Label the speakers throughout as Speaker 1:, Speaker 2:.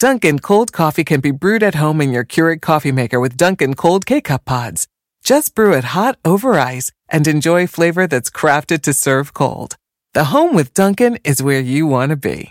Speaker 1: Dunkin' cold coffee can be brewed at home in your Keurig coffee maker with Dunkin' cold K-cup pods. Just brew it hot over ice and enjoy flavor that's crafted to serve cold. The home with Dunkin' is where you want to be.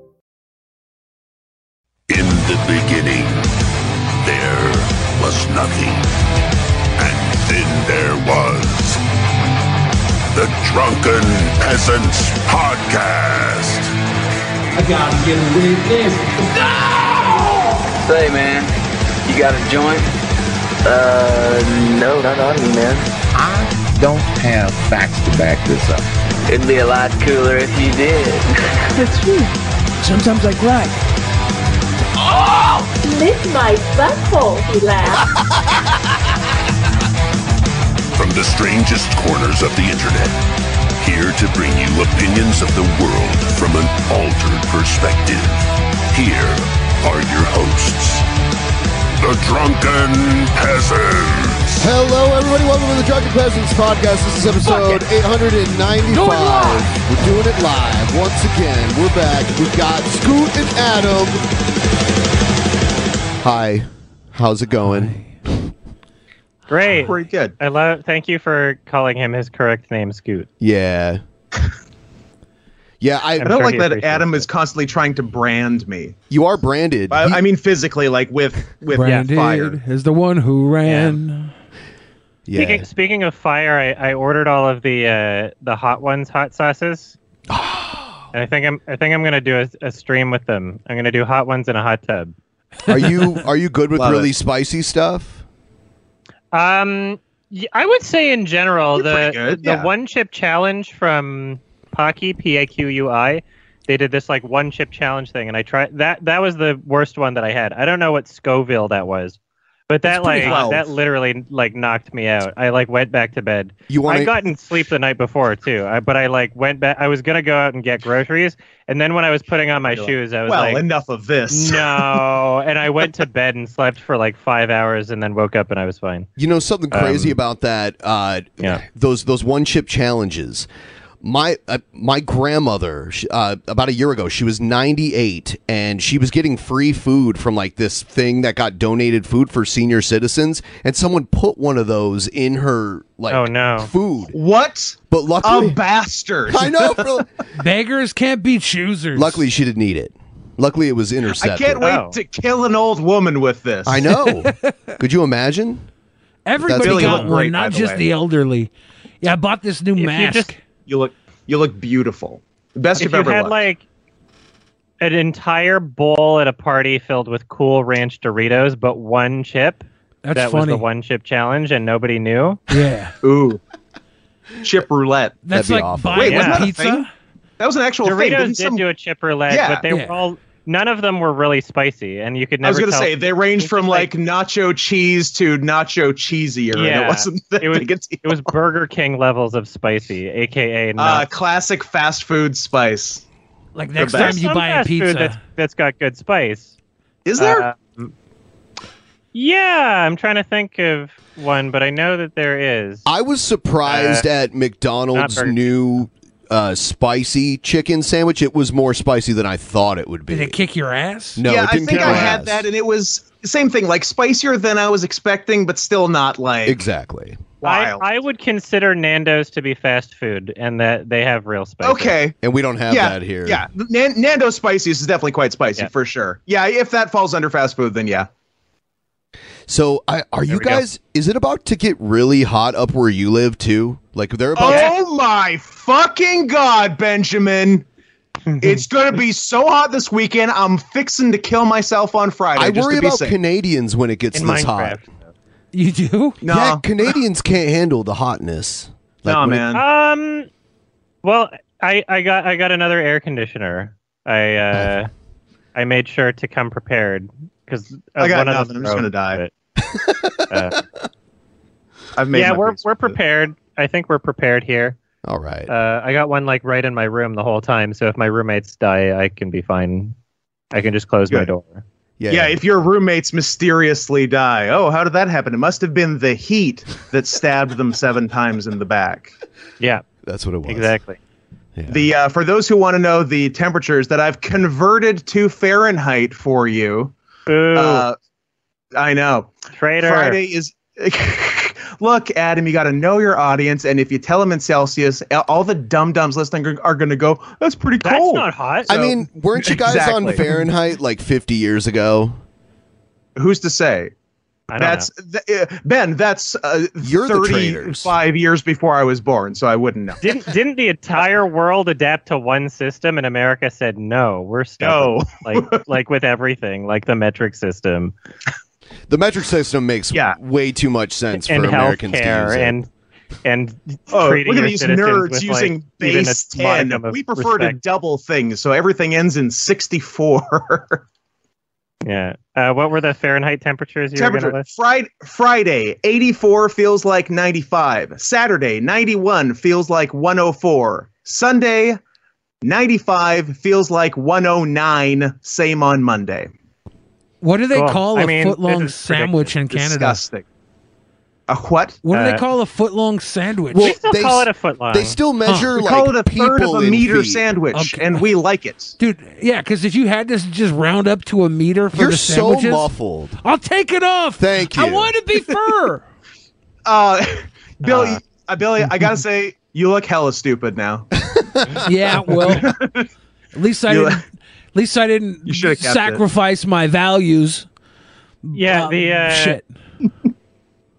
Speaker 2: In the beginning, there was nothing. And then there was the Drunken Peasants Podcast.
Speaker 3: I gotta get away with this.
Speaker 4: No! Say, man, you got a joint?
Speaker 5: Uh, no, not on me, man.
Speaker 6: I don't have facts to back this up.
Speaker 4: It'd be a lot cooler if you did.
Speaker 7: That's true. Sometimes I cry.
Speaker 8: Oh! Lick my butthole, he laughed.
Speaker 2: From the strangest corners of the internet, here to bring you opinions of the world from an altered perspective. Here are your hosts, the Drunken Peasants.
Speaker 9: Hello, everybody. Welcome to the Drunken Peasants podcast. This is episode 895. Doing We're doing it live once again. We're back. We've got Scoot and Adam. Hi, how's it going?
Speaker 10: Great,
Speaker 9: pretty good.
Speaker 10: I love. Thank you for calling him his correct name, Scoot.
Speaker 9: Yeah, yeah. I,
Speaker 11: I don't sure like that Adam it. is constantly trying to brand me.
Speaker 9: You are branded.
Speaker 11: I, I mean, physically, like with with
Speaker 12: branded
Speaker 11: fire.
Speaker 12: Is the one who ran.
Speaker 10: Yeah. Speaking, yeah. speaking of fire, I, I ordered all of the uh, the hot ones, hot sauces. and I think I'm I think I'm gonna do a, a stream with them. I'm gonna do hot ones in a hot tub.
Speaker 9: are you are you good with Love really it. spicy stuff?
Speaker 10: Um, I would say in general You're the the yeah. one chip challenge from Pocky P A Q U I. They did this like one chip challenge thing, and I tried that. That was the worst one that I had. I don't know what Scoville that was, but that like wild. that literally like knocked me out. I like went back to bed.
Speaker 9: You
Speaker 10: wanna... I gotten sleep the night before too, I, but I like went back. I was gonna go out and get groceries, and then when I was putting on my You're shoes, I was
Speaker 11: well,
Speaker 10: like,
Speaker 11: enough of this.
Speaker 10: No, and I went to bed and slept for like five hours, and then woke up and I was fine.
Speaker 9: You know something crazy um, about that? Uh, yeah. those those one chip challenges. My uh, my grandmother uh, about a year ago she was 98 and she was getting free food from like this thing that got donated food for senior citizens and someone put one of those in her like
Speaker 10: oh no
Speaker 9: food
Speaker 11: what
Speaker 9: but luckily
Speaker 11: a bastard
Speaker 9: I know for,
Speaker 12: beggars can't be choosers
Speaker 9: luckily she didn't eat it luckily it was intercepted
Speaker 11: I can't wait oh. to kill an old woman with this
Speaker 9: I know could you imagine
Speaker 12: everybody really got one great, not just the, the, elderly yeah I bought this new if mask
Speaker 11: you look you look beautiful. The best
Speaker 10: if
Speaker 11: you've you ever
Speaker 10: had
Speaker 11: looked.
Speaker 10: like an entire bowl at a party filled with cool ranch Doritos, but one chip.
Speaker 12: That's
Speaker 10: that
Speaker 12: funny.
Speaker 10: was the one chip challenge, and nobody knew.
Speaker 12: Yeah.
Speaker 11: Ooh. Chip roulette.
Speaker 12: That's like awful. Wait,
Speaker 11: yeah.
Speaker 12: that pizza.
Speaker 11: That was an actual
Speaker 10: Doritos
Speaker 11: thing.
Speaker 10: did some... do a chip roulette,
Speaker 11: yeah.
Speaker 10: but they
Speaker 11: yeah.
Speaker 10: were all none of them were really spicy, and you could never. I
Speaker 11: was
Speaker 10: going to
Speaker 11: say they ranged from like, like, nacho cheese to nacho cheesier. Yeah, it wasn't.
Speaker 10: It was, it was, Burger King levels of spicy, aka
Speaker 11: uh, classic fast food spice.
Speaker 12: Like next time you
Speaker 10: Some
Speaker 12: buy a
Speaker 10: fast
Speaker 12: pizza,
Speaker 10: food that's, that's got good spice.
Speaker 11: Is there?
Speaker 10: Uh, yeah, I'm trying to think of one, but I know that there is.
Speaker 9: I was surprised uh, at McDonald's new uh, spicy chicken sandwich. It was more spicy than I thought it would be.
Speaker 12: Did it kick your ass?
Speaker 9: No,
Speaker 11: yeah,
Speaker 9: I
Speaker 11: think I had that, and it was same thing, like spicier than I was expecting, but still not like
Speaker 9: exactly.
Speaker 11: Wild.
Speaker 10: I, I would consider Nando's to be fast food, and that they have real spice.
Speaker 11: Okay,
Speaker 9: and we don't have
Speaker 11: yeah,
Speaker 9: that here.
Speaker 11: Yeah, N- Nando's spicy is definitely quite spicy yeah. for sure. Yeah, if that falls under fast food, then yeah.
Speaker 9: So, I, are there you guys? Go. Is it about to get really hot up where you live too? Like they're about.
Speaker 11: Oh to- my fucking god, Benjamin! it's gonna be so hot this weekend. I'm fixing to kill myself on Friday.
Speaker 9: I
Speaker 11: just
Speaker 9: worry
Speaker 11: to be
Speaker 9: about
Speaker 11: safe.
Speaker 9: Canadians when it gets
Speaker 10: In
Speaker 9: this
Speaker 10: Minecraft.
Speaker 9: hot.
Speaker 12: You do?
Speaker 11: No,
Speaker 9: Yeah, Canadians can't handle the hotness.
Speaker 11: Like no,
Speaker 9: when
Speaker 11: man.
Speaker 9: It,
Speaker 10: Um, well, I I got I got another air conditioner. I uh, I made sure to come prepared because
Speaker 11: I got nothing. I'm just gonna die.
Speaker 10: But, uh, I've made yeah, we're we're prepared. I think we're prepared here.
Speaker 9: All right.
Speaker 10: Uh, I got one like right in my room the whole time, so if my roommates die, I can be fine. I can just close
Speaker 11: Good.
Speaker 10: my door.
Speaker 11: Yeah, yeah, if your roommates mysteriously die, oh, how did that happen? It must have been the heat that stabbed them seven times in the back.
Speaker 10: Yeah,
Speaker 9: that's what it was.
Speaker 10: Exactly.
Speaker 11: The uh, for those who want to know the temperatures that I've converted to Fahrenheit for you.
Speaker 10: Boo.
Speaker 11: Uh, I know.
Speaker 10: Traitor.
Speaker 11: Friday is. Look, Adam, you got to know your audience, and if you tell them in Celsius, all the dum dums listening are going to go, "That's pretty
Speaker 10: That's
Speaker 11: cold."
Speaker 10: not hot.
Speaker 9: I mean, weren't you guys on
Speaker 11: Exactly.
Speaker 9: Fahrenheit like 50 years ago?
Speaker 11: Who's to say?
Speaker 10: I don't
Speaker 11: That's th- uh, Ben. That's uh,
Speaker 9: You're the traitors.
Speaker 11: thirty-five years before I was born, so I wouldn't know.
Speaker 10: didn't didn't the entire world adapt to one system and America said no, we're stupid. like like with everything, like the metric system
Speaker 9: The metric system makes
Speaker 11: Yeah.
Speaker 9: way too much sense
Speaker 10: and
Speaker 9: for Americans to use
Speaker 10: healthcare
Speaker 9: it.
Speaker 10: and and
Speaker 11: Oh,
Speaker 10: treating
Speaker 11: look at
Speaker 10: your
Speaker 11: these
Speaker 10: citizens
Speaker 11: nerds
Speaker 10: with,
Speaker 11: using
Speaker 10: like, even
Speaker 11: base
Speaker 10: a modicum
Speaker 11: ten.
Speaker 10: of
Speaker 11: We prefer to
Speaker 10: respect.
Speaker 11: double things, so everything ends in sixty-four.
Speaker 10: yeah. Uh, what were the Fahrenheit temperatures you were
Speaker 11: Temperature
Speaker 10: gonna list?
Speaker 11: Friday, Friday, eighty-four feels like ninety-five. Saturday, ninety-one feels like one hundred four. Sunday, ninety-five feels like one hundred nine. Same on Monday.
Speaker 12: What do they
Speaker 10: Cool.
Speaker 12: call
Speaker 10: I
Speaker 12: a
Speaker 10: mean,
Speaker 12: foot long
Speaker 10: this is
Speaker 12: sandwich in Canada?
Speaker 11: Disgusting. A what?
Speaker 12: What do
Speaker 10: Uh,
Speaker 12: they call a foot long sandwich?
Speaker 9: Well,
Speaker 10: we still
Speaker 9: they
Speaker 10: call
Speaker 9: s-
Speaker 10: it a foot long.
Speaker 9: They still measure
Speaker 11: We
Speaker 9: like
Speaker 11: call it a
Speaker 9: people
Speaker 11: third of a
Speaker 9: in
Speaker 11: meter
Speaker 9: feet.
Speaker 11: sandwich,
Speaker 12: Okay.
Speaker 11: and we like it.
Speaker 12: Dude, yeah, because if you had this just round up to a meter for
Speaker 9: You're
Speaker 12: the
Speaker 9: so
Speaker 12: sandwiches,
Speaker 9: muffled.
Speaker 12: I'll take it off.
Speaker 9: Thank
Speaker 12: I
Speaker 9: you.
Speaker 12: want to be fur.
Speaker 11: Uh, Billy,
Speaker 10: Uh.
Speaker 11: uh, Billy, I gotta say, you look hella stupid now.
Speaker 12: yeah, well, at least I
Speaker 11: You-
Speaker 12: didn't. At least I didn't
Speaker 11: You should've kept it.
Speaker 12: sacrifice my values.
Speaker 10: yeah,
Speaker 12: Um,
Speaker 10: the uh,
Speaker 12: shit.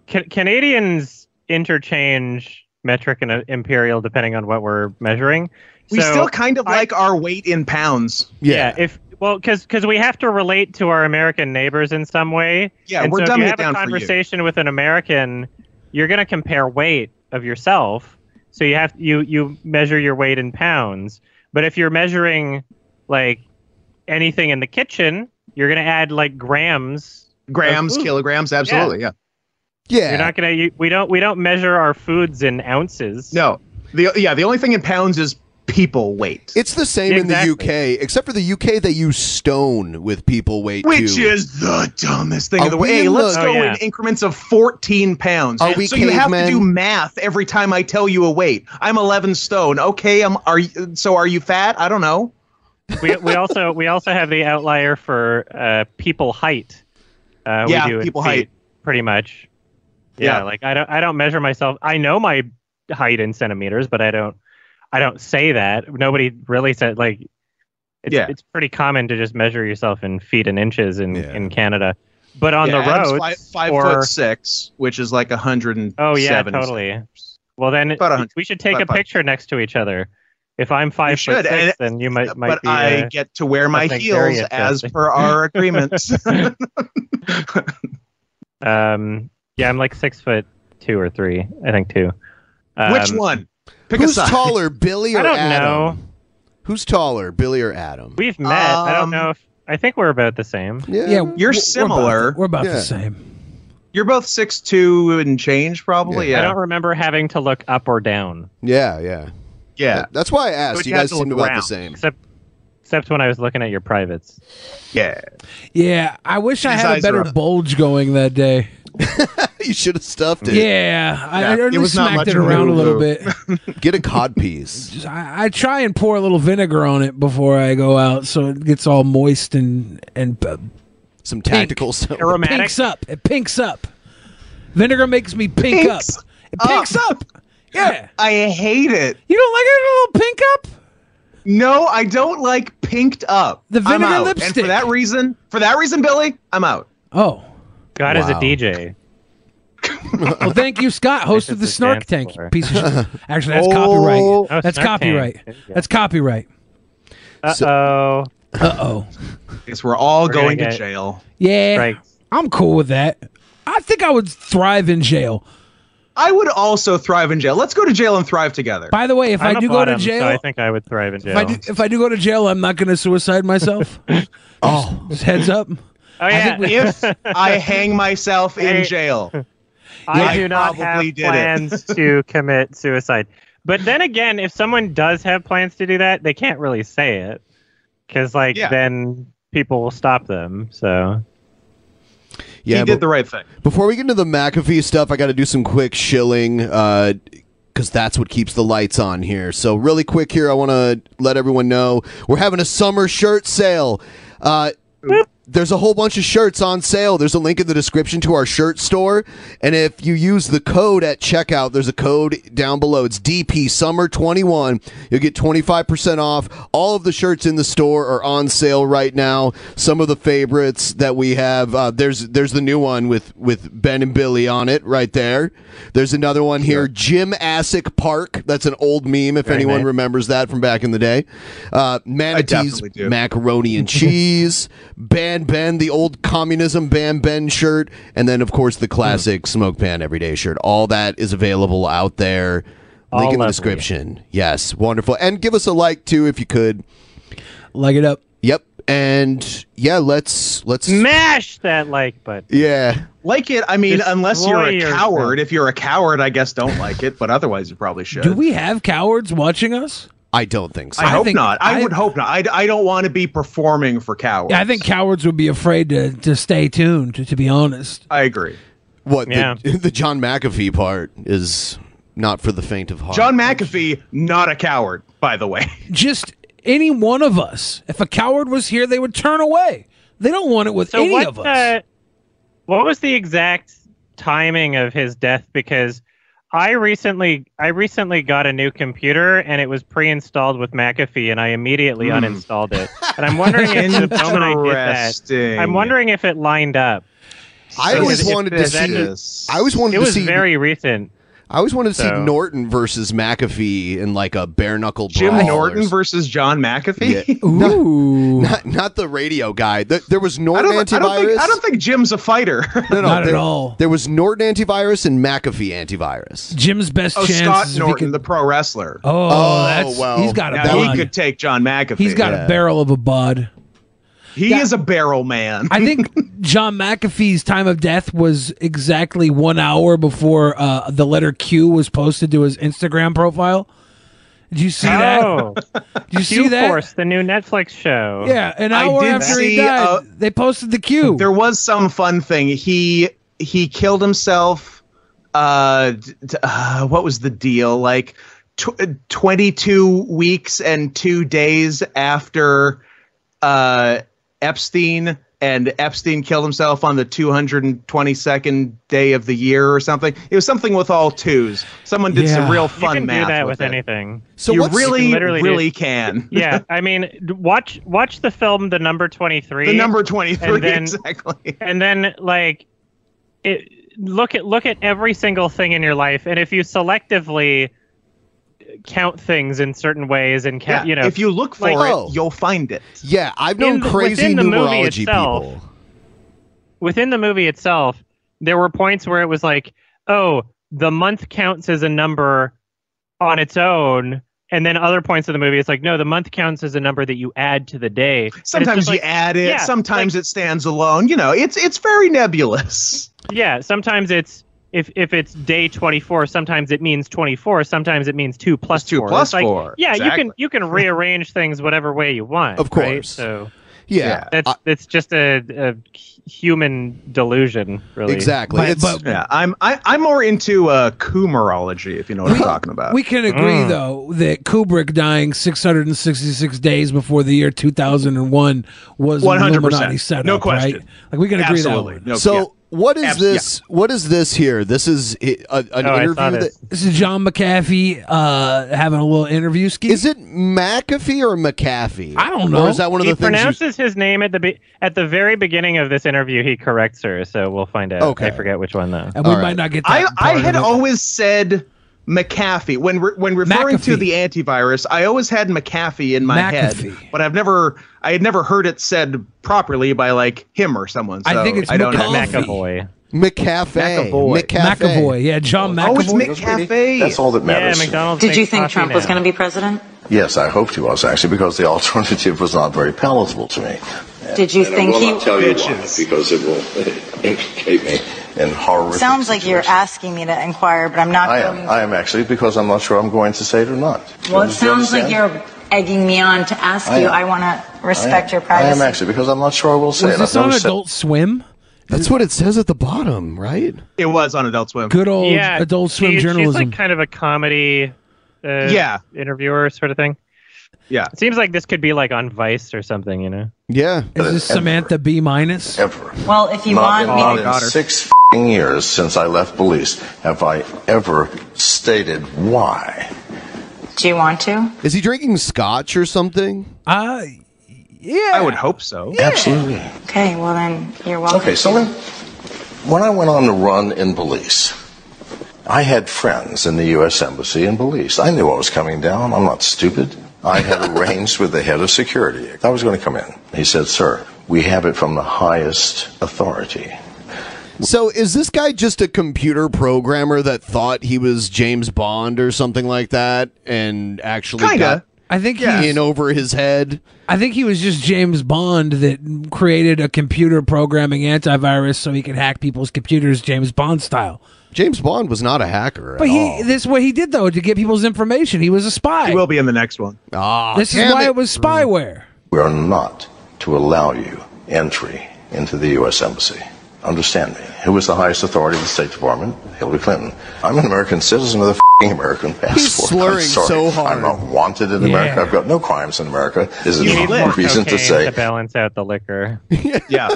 Speaker 10: Ca- Canadians interchange metric and uh, imperial depending on what we're measuring.
Speaker 11: We
Speaker 10: So-
Speaker 11: still kind of
Speaker 10: I-
Speaker 11: like our weight in pounds.
Speaker 10: yeah. if well, because we have to relate to our American neighbors in some way.
Speaker 11: Yeah,
Speaker 10: and
Speaker 11: we're
Speaker 10: so if
Speaker 11: dumbing
Speaker 10: you
Speaker 11: it
Speaker 10: have
Speaker 11: down
Speaker 10: a
Speaker 11: for you.
Speaker 10: conversation with an American, you're going to compare weight of yourself. So you have you you measure your weight in pounds. But if you're measuring like anything in the kitchen, you're going to add like grams.
Speaker 11: Grams,
Speaker 10: Ooh.
Speaker 11: kilograms, absolutely. Yeah.
Speaker 10: You're
Speaker 9: Yeah.
Speaker 10: not going to we don't we don't measure our foods in ounces.
Speaker 11: No. The yeah, the only thing in pounds is people weight,
Speaker 9: It's the same
Speaker 10: Exactly.
Speaker 9: in the UK, except for the UK they use stone with people weight
Speaker 11: which
Speaker 9: too.
Speaker 11: is the dumbest thing
Speaker 9: Are
Speaker 11: in the world.
Speaker 9: we
Speaker 11: Hey,
Speaker 9: in
Speaker 11: let's
Speaker 9: the-
Speaker 10: Oh,
Speaker 11: go
Speaker 10: yeah.
Speaker 11: in increments of 14 pounds.
Speaker 9: Are we
Speaker 11: so you have to
Speaker 9: cavemen?
Speaker 11: do math every time I tell you a weight. I'm 11 stone. Okay, I'm are you, so are you fat? I don't know.
Speaker 10: we, we also we also have the outlier for uh, people height. Uh,
Speaker 11: Yeah,
Speaker 10: we do in
Speaker 11: people
Speaker 10: feet,
Speaker 11: height.
Speaker 10: pretty much. Yeah,
Speaker 11: Yeah.
Speaker 10: like I don't I don't measure myself. I know my height in centimeters, but I don't I don't say that. Nobody really said like. It's,
Speaker 11: Yeah.
Speaker 10: it's pretty common to just measure yourself in feet and inches in,
Speaker 9: Yeah.
Speaker 10: in Canada, but on
Speaker 11: Yeah, Adam's
Speaker 10: the road,
Speaker 11: five, five
Speaker 10: or,
Speaker 11: foot six, which is like 107.
Speaker 10: oh yeah, totally. Well, then
Speaker 11: About a hundred-
Speaker 10: we should take
Speaker 11: about
Speaker 10: a
Speaker 11: a hundred.
Speaker 10: picture next to each other. If I'm five foot
Speaker 11: should,
Speaker 10: six,
Speaker 11: and-
Speaker 10: then you might might
Speaker 11: but
Speaker 10: be.
Speaker 11: I
Speaker 10: uh,
Speaker 11: get to wear my
Speaker 10: think
Speaker 11: heels
Speaker 10: very
Speaker 11: as
Speaker 10: interesting.
Speaker 11: per our agreements.
Speaker 10: Um, yeah, I'm like six foot two or three. I think two. Um,
Speaker 11: Which one? Pick a
Speaker 9: Who's
Speaker 11: side.
Speaker 9: taller, Billy or
Speaker 10: I don't
Speaker 9: Adam?
Speaker 10: know.
Speaker 9: Who's taller, Billy or Adam?
Speaker 10: We've met. I don't
Speaker 11: Um,
Speaker 10: know if I think we're about the same.
Speaker 9: yeah.
Speaker 12: Yeah,
Speaker 11: You're
Speaker 12: we're-
Speaker 11: similar.
Speaker 12: We're about, the- we're about
Speaker 9: Yeah.
Speaker 12: the same.
Speaker 11: You're both six two and change, probably.
Speaker 10: I
Speaker 11: Yeah,
Speaker 10: don't remember having to look up or down,
Speaker 9: Yeah, yeah.
Speaker 11: yeah,
Speaker 9: That's why I asked.
Speaker 11: But
Speaker 9: You
Speaker 11: you have
Speaker 9: guys
Speaker 11: to
Speaker 9: seem
Speaker 11: look
Speaker 9: about the
Speaker 11: around.
Speaker 9: same.
Speaker 10: except except when I was looking at your privates.
Speaker 11: yeah.
Speaker 12: Yeah, I wish I
Speaker 11: His
Speaker 12: had a
Speaker 11: eyes are
Speaker 12: better
Speaker 11: up.
Speaker 12: bulge going that day.
Speaker 9: you should have stuffed it.
Speaker 12: Yeah, I, I
Speaker 11: Yeah,
Speaker 12: only
Speaker 11: it was not
Speaker 12: smacked
Speaker 11: much
Speaker 12: it
Speaker 11: of a
Speaker 12: around a little
Speaker 11: move.
Speaker 12: bit.
Speaker 9: Get a cod piece.
Speaker 12: Just- I, I try and pour a little vinegar on it before I go out, so it gets all moist and and uh,
Speaker 9: Some tactical stuff.
Speaker 10: Aromatic.
Speaker 12: pinks up. It pinks up. Vinegar makes me pink
Speaker 11: Pinks
Speaker 12: up. It pinks up. Yeah,
Speaker 11: I hate it.
Speaker 12: you don't like it a little pink up?
Speaker 11: No, I don't like pinked up.
Speaker 12: The
Speaker 11: I'm
Speaker 12: vinegar
Speaker 11: out. And
Speaker 12: lipstick.
Speaker 11: for that reason, for that reason, Billy, I'm out.
Speaker 12: Oh,
Speaker 10: God is a
Speaker 9: Wow.
Speaker 10: DJ.
Speaker 12: well, thank you, Scott, host
Speaker 10: This
Speaker 12: of the
Speaker 10: is the
Speaker 12: Snark
Speaker 10: dance
Speaker 12: Tank.
Speaker 10: floor.
Speaker 12: Piece of shit. Actually, that's
Speaker 11: Oh.
Speaker 10: Oh,
Speaker 12: copyright.
Speaker 10: Snark
Speaker 12: That's
Speaker 10: Tank.
Speaker 12: copyright.
Speaker 10: There you go.
Speaker 12: That's copyright.
Speaker 10: Uh
Speaker 9: So-
Speaker 10: oh.
Speaker 12: Uh oh.
Speaker 11: Guess we're all
Speaker 10: gonna
Speaker 11: going to
Speaker 10: get-
Speaker 11: jail.
Speaker 12: Yeah,
Speaker 10: Right.
Speaker 12: I'm cool with that. I think I would thrive in jail.
Speaker 11: I would also thrive in jail. Let's go to jail and thrive together.
Speaker 12: By the way, if
Speaker 10: I'm
Speaker 12: I
Speaker 10: a
Speaker 12: do go
Speaker 10: bottom,
Speaker 12: to jail,
Speaker 10: so I think I would thrive in
Speaker 12: if
Speaker 10: jail.
Speaker 12: I do, if I do go to jail, I'm not going to suicide myself. oh, just heads up.
Speaker 10: oh yeah,
Speaker 11: if I hang myself in
Speaker 10: Hey.
Speaker 11: jail.
Speaker 10: I
Speaker 11: I
Speaker 10: do not have
Speaker 11: probably did it.
Speaker 10: plans to commit suicide. But then again, if someone does have plans to do that, they can't really say it because, like,
Speaker 11: Yeah.
Speaker 10: then people will stop them. So
Speaker 11: He
Speaker 9: Yeah,
Speaker 11: did
Speaker 9: but-
Speaker 11: the right thing.
Speaker 9: Before we get into the McAfee stuff, I got to do some quick shilling because that's what keeps the lights on here. So, really quick here, I want to let everyone know we're having a summer shirt sale. Uh, there's a whole bunch of shirts on sale. There's a link in the description to our shirt store. And if you use the code at checkout, there's a code down below. It's DP Summer 21. You'll get 25% off. All of the shirts in the store are on sale right now. Some of the favorites that we have uh, there's there's the new one with with Ben and Billy on it right there. There's another one here, Jim Asic Park. That's an old meme if
Speaker 11: Very
Speaker 9: anyone
Speaker 11: nice.
Speaker 9: remembers that from back in the day. Uh, Manatees
Speaker 11: definitely do.
Speaker 9: macaroni and cheese, Ban Ben, the old communism Ban Ben shirt, and then of course the
Speaker 10: Mm.
Speaker 9: classic smoke pan everyday shirt. All that is available out there. Link
Speaker 10: All
Speaker 9: in the
Speaker 10: lovely.
Speaker 9: description. Yes, wonderful. And give us a like too if you could.
Speaker 12: Like it up.
Speaker 9: Yep. And yeah, let's let's
Speaker 10: smash that like button.
Speaker 9: Yeah.
Speaker 11: Like it, I mean, unless you're
Speaker 10: Destroy
Speaker 11: a
Speaker 10: yourself.
Speaker 11: coward. If you're a coward, I guess don't like it, but otherwise you probably should.
Speaker 12: Do we have cowards watching us?
Speaker 9: I don't think so.
Speaker 11: I, hope
Speaker 12: think-
Speaker 11: not. I,
Speaker 12: I-
Speaker 11: would hope not. I, I don't want to be performing for cowards.
Speaker 12: Yeah, I think cowards would be afraid to, to stay tuned. To, to be honest,
Speaker 11: I agree.
Speaker 9: What the-
Speaker 10: Yeah.
Speaker 9: the, John McAfee part is not for the faint of heart.
Speaker 11: John McAfee, not a coward, by the way.
Speaker 12: just any one of us. If a coward was here, they would turn away. They don't want it with
Speaker 10: So
Speaker 12: any
Speaker 10: what?
Speaker 12: of us.
Speaker 10: uh, what was the exact timing of his death? Because I recently, I recently got a new computer and it was pre-installed with McAfee, and I immediately
Speaker 11: Hmm.
Speaker 10: uninstalled it. And I'm wondering if the moment I did that,
Speaker 11: Interesting.
Speaker 10: I'm wondering if it lined up.
Speaker 9: I
Speaker 10: So
Speaker 9: always
Speaker 10: if- if
Speaker 9: wanted to
Speaker 10: this-
Speaker 9: see. I always wanted
Speaker 10: it
Speaker 9: to
Speaker 10: was
Speaker 9: see.
Speaker 10: very recent.
Speaker 9: I always wanted to see
Speaker 10: So-
Speaker 9: Norton versus McAfee in like a bare knuckle brawl.
Speaker 11: Jim
Speaker 9: or
Speaker 11: Norton versus John McAfee?
Speaker 9: Yeah.
Speaker 12: Ooh,
Speaker 9: Not, not the radio guy. Th- there was
Speaker 11: I,
Speaker 9: Norton
Speaker 11: don't, I, don't
Speaker 9: antivirus.
Speaker 11: think, I don't think Jim's a fighter.
Speaker 9: No, no,
Speaker 12: Not at
Speaker 9: there-
Speaker 12: all.
Speaker 9: There was Norton antivirus and McAfee antivirus.
Speaker 12: Jim's best
Speaker 11: oh,
Speaker 12: chance.
Speaker 11: Scott Norton, the pro wrestler.
Speaker 12: oh,
Speaker 9: Oh,
Speaker 12: that's
Speaker 9: well.
Speaker 12: he's got a
Speaker 11: now he
Speaker 12: bod.
Speaker 11: could take John McAfee.
Speaker 12: he's got
Speaker 9: yeah.
Speaker 12: a barrel of a bod.
Speaker 11: he
Speaker 12: that-
Speaker 11: is a barrel man.
Speaker 12: I think John McAfee's time of death was exactly one hour before uh, the letter Q was posted to his Instagram profile. Did you see that?
Speaker 10: Oh,
Speaker 12: Did you see
Speaker 10: Q
Speaker 12: that?
Speaker 10: Force, the new Netflix show.
Speaker 12: Yeah, an
Speaker 11: I
Speaker 12: hour
Speaker 11: did
Speaker 12: after he
Speaker 11: see,
Speaker 12: died,
Speaker 11: uh,
Speaker 12: they posted the Q.
Speaker 11: there was some fun thing. He he killed himself. Uh, d- d- uh what was the deal? Like tw- uh, 22 weeks and 2 days after uh Epstein and Epstein killed himself on the 222nd day of the year or something. It was something with all twos. Someone did some
Speaker 12: Yeah.
Speaker 11: real
Speaker 10: you
Speaker 11: fun
Speaker 10: can
Speaker 11: math
Speaker 10: do that
Speaker 11: with,
Speaker 10: with
Speaker 11: it.
Speaker 10: anything.
Speaker 9: So
Speaker 11: you
Speaker 9: what's
Speaker 11: really,
Speaker 10: You literally
Speaker 11: really
Speaker 10: do.
Speaker 11: can.
Speaker 10: Yeah, I mean, d- watch watch the film The Number Twenty Three.
Speaker 11: The number 23
Speaker 10: And then-
Speaker 11: exactly.
Speaker 10: and then like it look at look at every single thing in your life and if you selectively count things in certain ways and count you know
Speaker 11: if you look for
Speaker 10: like-
Speaker 11: it,
Speaker 9: Oh.
Speaker 11: you'll find it.
Speaker 9: yeah, I've known
Speaker 10: In the-
Speaker 9: crazy
Speaker 10: within the movie
Speaker 9: numerology
Speaker 10: itself-
Speaker 9: people.
Speaker 10: within the movie itself there were points where it was like oh the month counts as a number on its own and then other points of the movie it's like no the month counts as a number that you add to the day And it's just
Speaker 11: Sometimes you
Speaker 10: like-
Speaker 11: add it.
Speaker 10: yeah,
Speaker 11: sometimes it stands alone. You know, it's it's very nebulous.
Speaker 10: Yeah, sometimes it's if if it's day 24, sometimes it means 24, sometimes it means 2 plus
Speaker 11: It's two
Speaker 10: 4.
Speaker 11: plus
Speaker 10: It's like-
Speaker 11: four,
Speaker 10: Yeah, you
Speaker 11: exactly.
Speaker 10: can you can rearrange things whatever way you want.
Speaker 9: Of
Speaker 10: right?
Speaker 9: course.
Speaker 10: So
Speaker 9: Yeah,
Speaker 10: that's
Speaker 9: I-
Speaker 10: that's just a, a human delusion, really.
Speaker 9: exactly.
Speaker 12: But-
Speaker 9: it's,
Speaker 12: but-
Speaker 11: Yeah, I'm I, I'm more into uh, Kumarology, if you know what I'm talking about.
Speaker 12: we can agree
Speaker 10: Mm.
Speaker 12: though that Kubrick dying 666 days before the year 2001 was an
Speaker 11: 100%.
Speaker 12: Illuminati setup,
Speaker 11: No question.
Speaker 12: Right? Like we can agree
Speaker 11: Absolutely.
Speaker 12: that one.
Speaker 11: No,
Speaker 9: so
Speaker 11: yeah.
Speaker 9: what is
Speaker 11: Abs-
Speaker 9: this? What is this here? This is i- a, an
Speaker 10: Oh, I saw
Speaker 9: interview. That,
Speaker 10: this.
Speaker 12: This is John McAfee uh, having a little interview ski.
Speaker 9: is it McAfee or McAfee?
Speaker 12: I don't
Speaker 9: Or
Speaker 12: know.
Speaker 9: is that one of
Speaker 10: He
Speaker 9: the things? you-
Speaker 10: pronounces his name at the be- at the very beginning of this interview. He corrects her, so we'll find out.
Speaker 9: Okay.
Speaker 10: I forget which one though.
Speaker 12: And we
Speaker 9: All right.
Speaker 12: might not get
Speaker 11: I
Speaker 12: that.
Speaker 11: I
Speaker 12: part
Speaker 11: had
Speaker 12: of it.
Speaker 11: always said McAfee when re- when referring to
Speaker 12: McAfee.
Speaker 11: the antivirus. I always had McAfee in my head,
Speaker 12: McAfee.
Speaker 11: but I've never I had never heard it said properly by like him or someone. So
Speaker 12: I think it's
Speaker 11: I don't know.
Speaker 12: McAfee.
Speaker 10: McAvoy.
Speaker 9: McCafe.
Speaker 12: McAvoy. McAvoy. Yeah, John McAvoy.
Speaker 11: Oh, it's McCafe.
Speaker 13: That's all that matters.
Speaker 10: Yeah, McDonald's.
Speaker 14: Did you
Speaker 10: makes
Speaker 14: think
Speaker 10: coffee
Speaker 14: Trump
Speaker 10: now.
Speaker 14: was going to be president?
Speaker 13: Yes, I hoped he was actually because the alternative was not very palatable to me.
Speaker 14: Did you
Speaker 13: And
Speaker 14: think
Speaker 13: I will
Speaker 14: he
Speaker 13: not tell you why, because it will implicate me in horror.
Speaker 14: Sounds like you're asking me to inquire, but I'm not
Speaker 13: I
Speaker 14: going
Speaker 13: am. I am actually because I'm not sure I'm going to say it or not.
Speaker 14: Well, it
Speaker 13: Do you
Speaker 14: sounds like
Speaker 13: understand?
Speaker 14: you're egging me on to ask
Speaker 13: I
Speaker 14: you.
Speaker 13: am.
Speaker 14: I want to
Speaker 13: I am.
Speaker 14: respect your
Speaker 13: I am
Speaker 14: privacy.
Speaker 13: actually because I'm not sure I will say
Speaker 12: Was
Speaker 13: it.
Speaker 12: this
Speaker 13: I've
Speaker 12: on
Speaker 13: never said-
Speaker 12: Adult Swim?
Speaker 9: That's what it says at the bottom, right?
Speaker 11: It was on Adult Swim.
Speaker 12: Good old
Speaker 10: yeah,
Speaker 12: Adult Swim
Speaker 10: she- She's
Speaker 12: journalism.
Speaker 10: like kind of a comedy, uh,
Speaker 11: Yeah.
Speaker 10: interviewer sort of thing.
Speaker 11: Yeah.
Speaker 10: It seems like this could be like on Vice or something, you know?
Speaker 9: Yeah.
Speaker 12: Is this Samantha B minus?
Speaker 13: Ever.
Speaker 14: well, if you
Speaker 13: Not,
Speaker 14: want me
Speaker 13: not
Speaker 14: to.
Speaker 13: in six fing years since I left police have I ever stated why.
Speaker 14: Do you want to?
Speaker 9: Is he drinking scotch or something?
Speaker 12: Uh, yeah.
Speaker 11: I would hope so.
Speaker 13: Absolutely.
Speaker 14: Okay, well then, you're welcome.
Speaker 13: Okay, so then, when I went on the run in Belize, I had friends in the U.S. Embassy in Belize. I knew I was coming down. I'm not stupid. I had arranged with the head of security. I was going to come in. He said, Sir, we have it from the highest authority.
Speaker 9: So is this guy just a computer programmer that thought he was James Bond or something like that and actually
Speaker 11: Kinda.
Speaker 12: I think
Speaker 9: got
Speaker 12: he's-
Speaker 9: in over his head?
Speaker 12: I think he was just James Bond that created a computer programming antivirus so he could hack people's computers, James Bond style.
Speaker 9: James Bond was not a hacker
Speaker 12: But
Speaker 9: at
Speaker 12: he,
Speaker 9: all.
Speaker 12: this what he did though to get people's information. He was a spy.
Speaker 11: He will be in the next one.
Speaker 9: Ah,
Speaker 12: this is
Speaker 9: damn
Speaker 12: why it. was spyware.
Speaker 13: We are not to allow you entry into the U.S. Embassy. Understand me. Who was the highest authority of the State Department? Hillary Clinton. I'm an American citizen with a f***ing American passport.
Speaker 9: slurring
Speaker 13: I'm sorry.
Speaker 9: so hard.
Speaker 13: I'm not wanted in America. I've got no crimes in America. Is
Speaker 10: You
Speaker 13: it
Speaker 10: need more
Speaker 13: not reason to
Speaker 10: cocaine
Speaker 13: say
Speaker 10: to balance out the liquor.
Speaker 11: Yeah.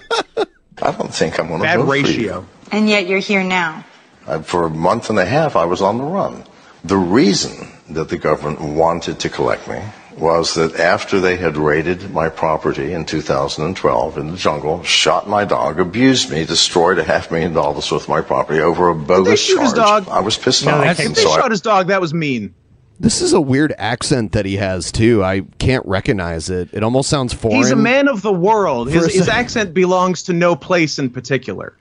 Speaker 13: I don't think I'm going to
Speaker 11: Bad
Speaker 13: vote
Speaker 11: ratio.
Speaker 14: And yet you're here now.
Speaker 13: For, you. I, Uh, for a month and a half, I was on the run. The reason that the government wanted to collect me was that after they had raided my property in 2012 in the jungle, shot my dog, abused me, destroyed a half million dollars worth of my property over a bogus
Speaker 11: shoot
Speaker 13: charge,
Speaker 11: his dog?
Speaker 13: I was pissed
Speaker 10: No, they
Speaker 13: off.
Speaker 10: kicked
Speaker 11: If
Speaker 13: and
Speaker 11: they
Speaker 13: so I-
Speaker 11: shot his dog, that was mean.
Speaker 9: This is a weird accent that he has too. I can't recognize it. It almost sounds foreign.
Speaker 11: He's a man of the world. His,
Speaker 9: For a
Speaker 11: his
Speaker 9: second.
Speaker 11: accent belongs to no place in particular.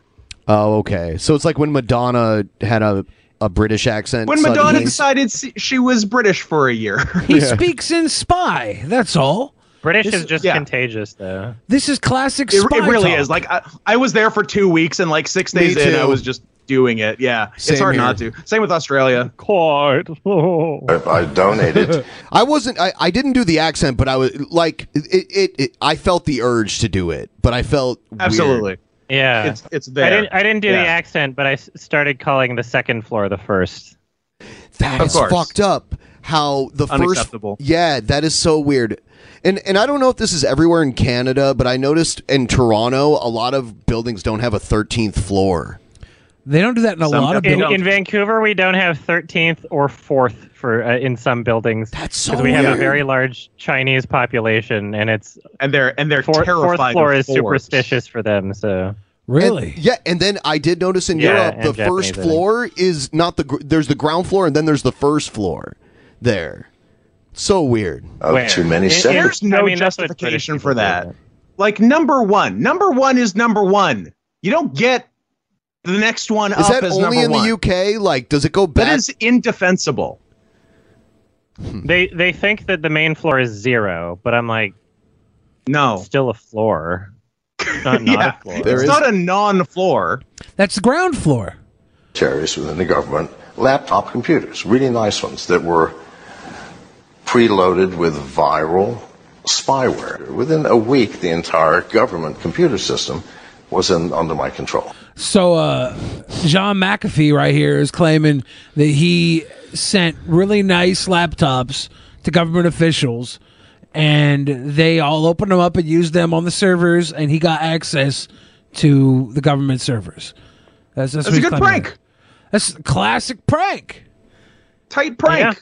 Speaker 9: Oh, okay. So it's like when Madonna had a, a British accent.
Speaker 11: When
Speaker 9: suddenly.
Speaker 11: Madonna decided s- she was British for a year.
Speaker 12: He speaks in spy. That's all.
Speaker 10: British is just
Speaker 11: yeah.
Speaker 10: contagious, though.
Speaker 12: This is classic
Speaker 11: It,
Speaker 12: spy.
Speaker 11: it really
Speaker 12: talk.
Speaker 11: is. Like I, I was there for two weeks, and like six days in,
Speaker 9: too.
Speaker 11: I was just doing it. Yeah,
Speaker 9: Same
Speaker 11: it's hard
Speaker 9: here.
Speaker 11: not to. Same with Australia.
Speaker 10: Quite.
Speaker 13: I donated
Speaker 9: I wasn't. I, I didn't do the accent, but I was like it, it, it. I felt the urge to do it, but I felt weird.
Speaker 11: Absolutely,
Speaker 10: Yeah.
Speaker 11: it's it's there.
Speaker 10: I didn't. I didn't do
Speaker 11: Yeah.
Speaker 10: the accent, but I s- started calling the second floor the first.
Speaker 9: That
Speaker 11: Of
Speaker 9: is
Speaker 11: course.
Speaker 9: fucked up. How the first
Speaker 11: Unacceptable.
Speaker 9: yeah, that is so weird. And and I don't know if this is everywhere in Canada, but I noticed in Toronto a lot of buildings don't have a thirteenth floor.
Speaker 12: They don't do that in a
Speaker 11: Some
Speaker 12: lot of
Speaker 11: They
Speaker 10: In,
Speaker 11: don't.
Speaker 12: buildings.
Speaker 10: in Vancouver, we don't have 13th or 4th for uh, in some buildings.
Speaker 9: That's so
Speaker 10: because we have a
Speaker 9: weird.
Speaker 10: very large Chinese population, and it's
Speaker 11: and they're and they're
Speaker 10: four,
Speaker 11: terrified.
Speaker 10: fourth floor
Speaker 11: of
Speaker 10: is
Speaker 11: fours.
Speaker 10: superstitious for them. So
Speaker 12: Really?
Speaker 9: And- yeah. And then I did notice in
Speaker 10: Yeah,
Speaker 9: Europe
Speaker 10: and
Speaker 9: the
Speaker 10: Japanese,
Speaker 9: first
Speaker 10: I think.
Speaker 9: floor is not the gr- there's the ground floor and then there's the first floor. There, so weird.
Speaker 13: of
Speaker 10: Where?
Speaker 13: too many
Speaker 10: In- in-
Speaker 13: seconds.
Speaker 11: There's no
Speaker 10: I mean, that's what British
Speaker 11: justification
Speaker 10: people
Speaker 11: for
Speaker 10: do,
Speaker 11: that.
Speaker 10: yeah.
Speaker 11: Like number one, number one is number one. You don't get the next one
Speaker 9: Is
Speaker 11: up
Speaker 9: that
Speaker 11: as
Speaker 9: only
Speaker 11: number
Speaker 9: in
Speaker 11: one.
Speaker 9: the UK? Like, does it go back?
Speaker 11: That is indefensible.
Speaker 10: They they think that the main floor is zero, but I'm like
Speaker 11: No,
Speaker 10: still a floor. It's not not
Speaker 11: yeah,
Speaker 10: a floor.
Speaker 9: There
Speaker 11: it's
Speaker 9: is-
Speaker 11: not a non-floor.
Speaker 12: That's the ground floor.
Speaker 13: terrorists within the government laptop computers, really nice ones that were preloaded with viral spyware. Within a week, the entire government computer system was in, under my control.
Speaker 12: So uh John McAfee right here is claiming that he sent really nice laptops to government officials and they all opened them up and used them on the servers and he got access to the government servers. That's, that's, what
Speaker 11: That's a
Speaker 12: he's
Speaker 11: good
Speaker 12: claiming.
Speaker 11: prank.
Speaker 12: That's a classic prank.
Speaker 11: Tight prank.
Speaker 10: Yeah.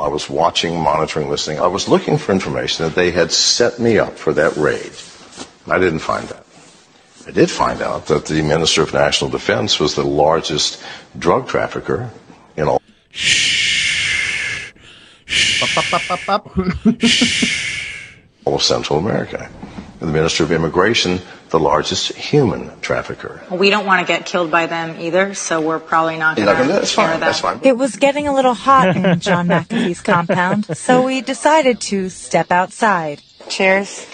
Speaker 13: I was watching, monitoring, listening. I was looking for information that they had set me up for that raid. I didn't find that. I did find out that the Minister of National Defense was the largest drug trafficker in all. all of Central America. the Minister of Immigration, the largest human trafficker.
Speaker 14: We don't want to get killed by them either, so we're probably not
Speaker 13: You're
Speaker 14: going
Speaker 13: not gonna do it?
Speaker 14: to
Speaker 13: That's
Speaker 14: share
Speaker 13: fine.
Speaker 14: that.
Speaker 13: That's fine.
Speaker 8: It was getting a little hot in John McAfee's compound, so we decided to step outside. Cheers.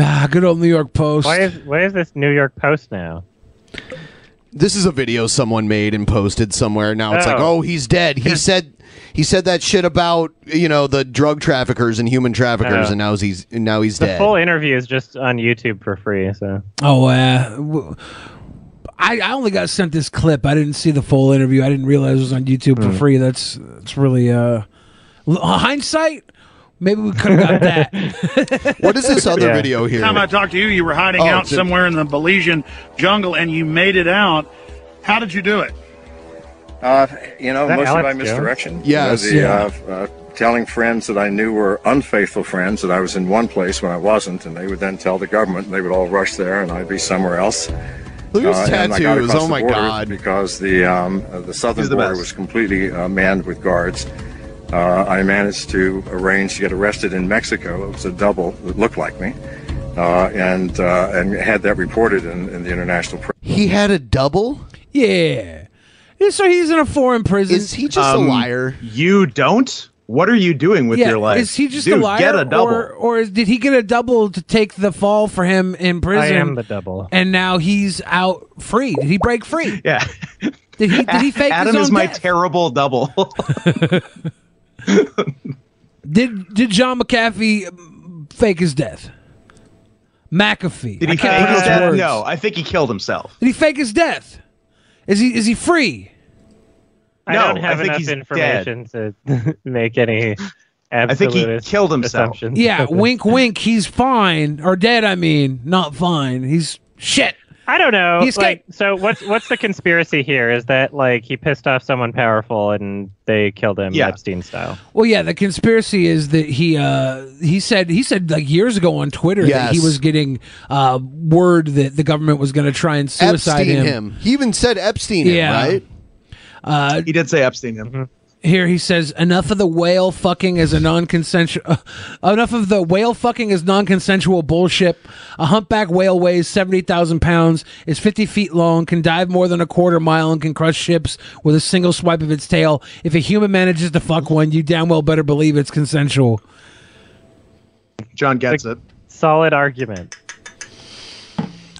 Speaker 12: Ah, good old New York Post.
Speaker 10: Why is why is this New York Post now?
Speaker 9: This is a video someone made and posted somewhere. Now it's like,
Speaker 10: Oh.
Speaker 9: oh, he's dead. He said he said that shit about you know the drug traffickers and human traffickers,
Speaker 10: Oh.
Speaker 9: and now he's now he's
Speaker 10: The
Speaker 9: dead.
Speaker 10: full interview is just on YouTube for free. So
Speaker 12: Oh, uh, w- I, I only got sent this clip. I didn't see the full interview. I didn't realize it was on YouTube for
Speaker 10: Mm.
Speaker 12: free. That's that's really uh, l- hindsight. Maybe we could have got that.
Speaker 9: what is this other video
Speaker 15: The
Speaker 9: here?
Speaker 15: time I talked to you, you were hiding
Speaker 9: Oh,
Speaker 15: out
Speaker 9: it's a-
Speaker 15: somewhere in the Belizean jungle, and you made it out. How did you do it?
Speaker 2: Uh, you know,
Speaker 15: Is that
Speaker 2: mostly
Speaker 15: Alex
Speaker 2: by
Speaker 15: Jones?
Speaker 2: misdirection.
Speaker 15: Yes,
Speaker 2: You know,
Speaker 15: yeah.
Speaker 2: the, uh, uh, telling friends that I knew were unfaithful friends that I was in one place when I wasn't, and they would then tell the government, and they would all rush there, and I'd be somewhere else.
Speaker 9: Look at his
Speaker 2: Uh, and I got
Speaker 9: tattoos.
Speaker 2: across
Speaker 9: Oh
Speaker 2: the
Speaker 9: my
Speaker 2: border
Speaker 9: god.
Speaker 2: Because the um, uh, the southern
Speaker 9: He's the
Speaker 2: border
Speaker 9: best.
Speaker 2: was completely uh, manned with guards. Uh, I managed to arrange to get arrested in Mexico. It was a double that looked like me, uh, and uh, and had that reported in, in the international press.
Speaker 9: He had a double.
Speaker 12: Yeah. So he's in a foreign prison.
Speaker 9: Is he
Speaker 11: Um, You don't? What are you doing with
Speaker 12: yeah,
Speaker 11: your life?
Speaker 12: Is he just
Speaker 11: Dude,
Speaker 12: a liar?
Speaker 11: Get a double.
Speaker 12: Or, or is, did he get a double to take the fall for him in prison?
Speaker 10: I am the double.
Speaker 12: And now he's out free. Did he break free?
Speaker 11: Yeah.
Speaker 12: Did he, did he fake
Speaker 11: Adam
Speaker 12: his
Speaker 11: is
Speaker 12: own
Speaker 11: my
Speaker 12: death?
Speaker 11: terrible double.
Speaker 12: Did did John McAfee fake his death? McAfee.
Speaker 11: Did
Speaker 12: I
Speaker 11: he fake
Speaker 12: can't pronounce
Speaker 11: his death?
Speaker 12: words.
Speaker 11: No, I think he killed himself.
Speaker 12: Did he fake his death? Is he is he free?
Speaker 10: I
Speaker 11: No,
Speaker 10: don't have
Speaker 11: I think
Speaker 10: enough
Speaker 11: he's
Speaker 10: information to make any absolute
Speaker 11: I think he killed himself.
Speaker 10: assumptions.
Speaker 12: Yeah, wink wink, he's fine. Or dead, I mean. Not fine. He's shit.
Speaker 10: I don't know.
Speaker 12: He escaped.
Speaker 10: like, so what's what's the conspiracy here? Is that like he pissed off someone powerful and they killed him
Speaker 12: Yeah.
Speaker 10: Epstein style?
Speaker 12: Well, yeah, the conspiracy is that he uh, he said he said like years ago on Twitter that he
Speaker 9: Yes.
Speaker 12: was getting uh, word that the government was going to try and suicide
Speaker 9: Epstein him.
Speaker 12: him.
Speaker 9: He even said Epstein
Speaker 12: Yeah.
Speaker 9: him, right?
Speaker 12: Uh,
Speaker 11: he did say Epstein him.
Speaker 12: Here he says, "Enough of the whale fucking as a non-consensual. enough of the whale fucking as non-consensual bullshit. A humpback whale weighs seventy thousand pounds, is fifty feet long, can dive more than a quarter mile, and can crush ships with a single swipe of its tail. If a human manages to fuck one, you damn well better believe it's consensual."
Speaker 11: John gets it.
Speaker 10: Solid argument.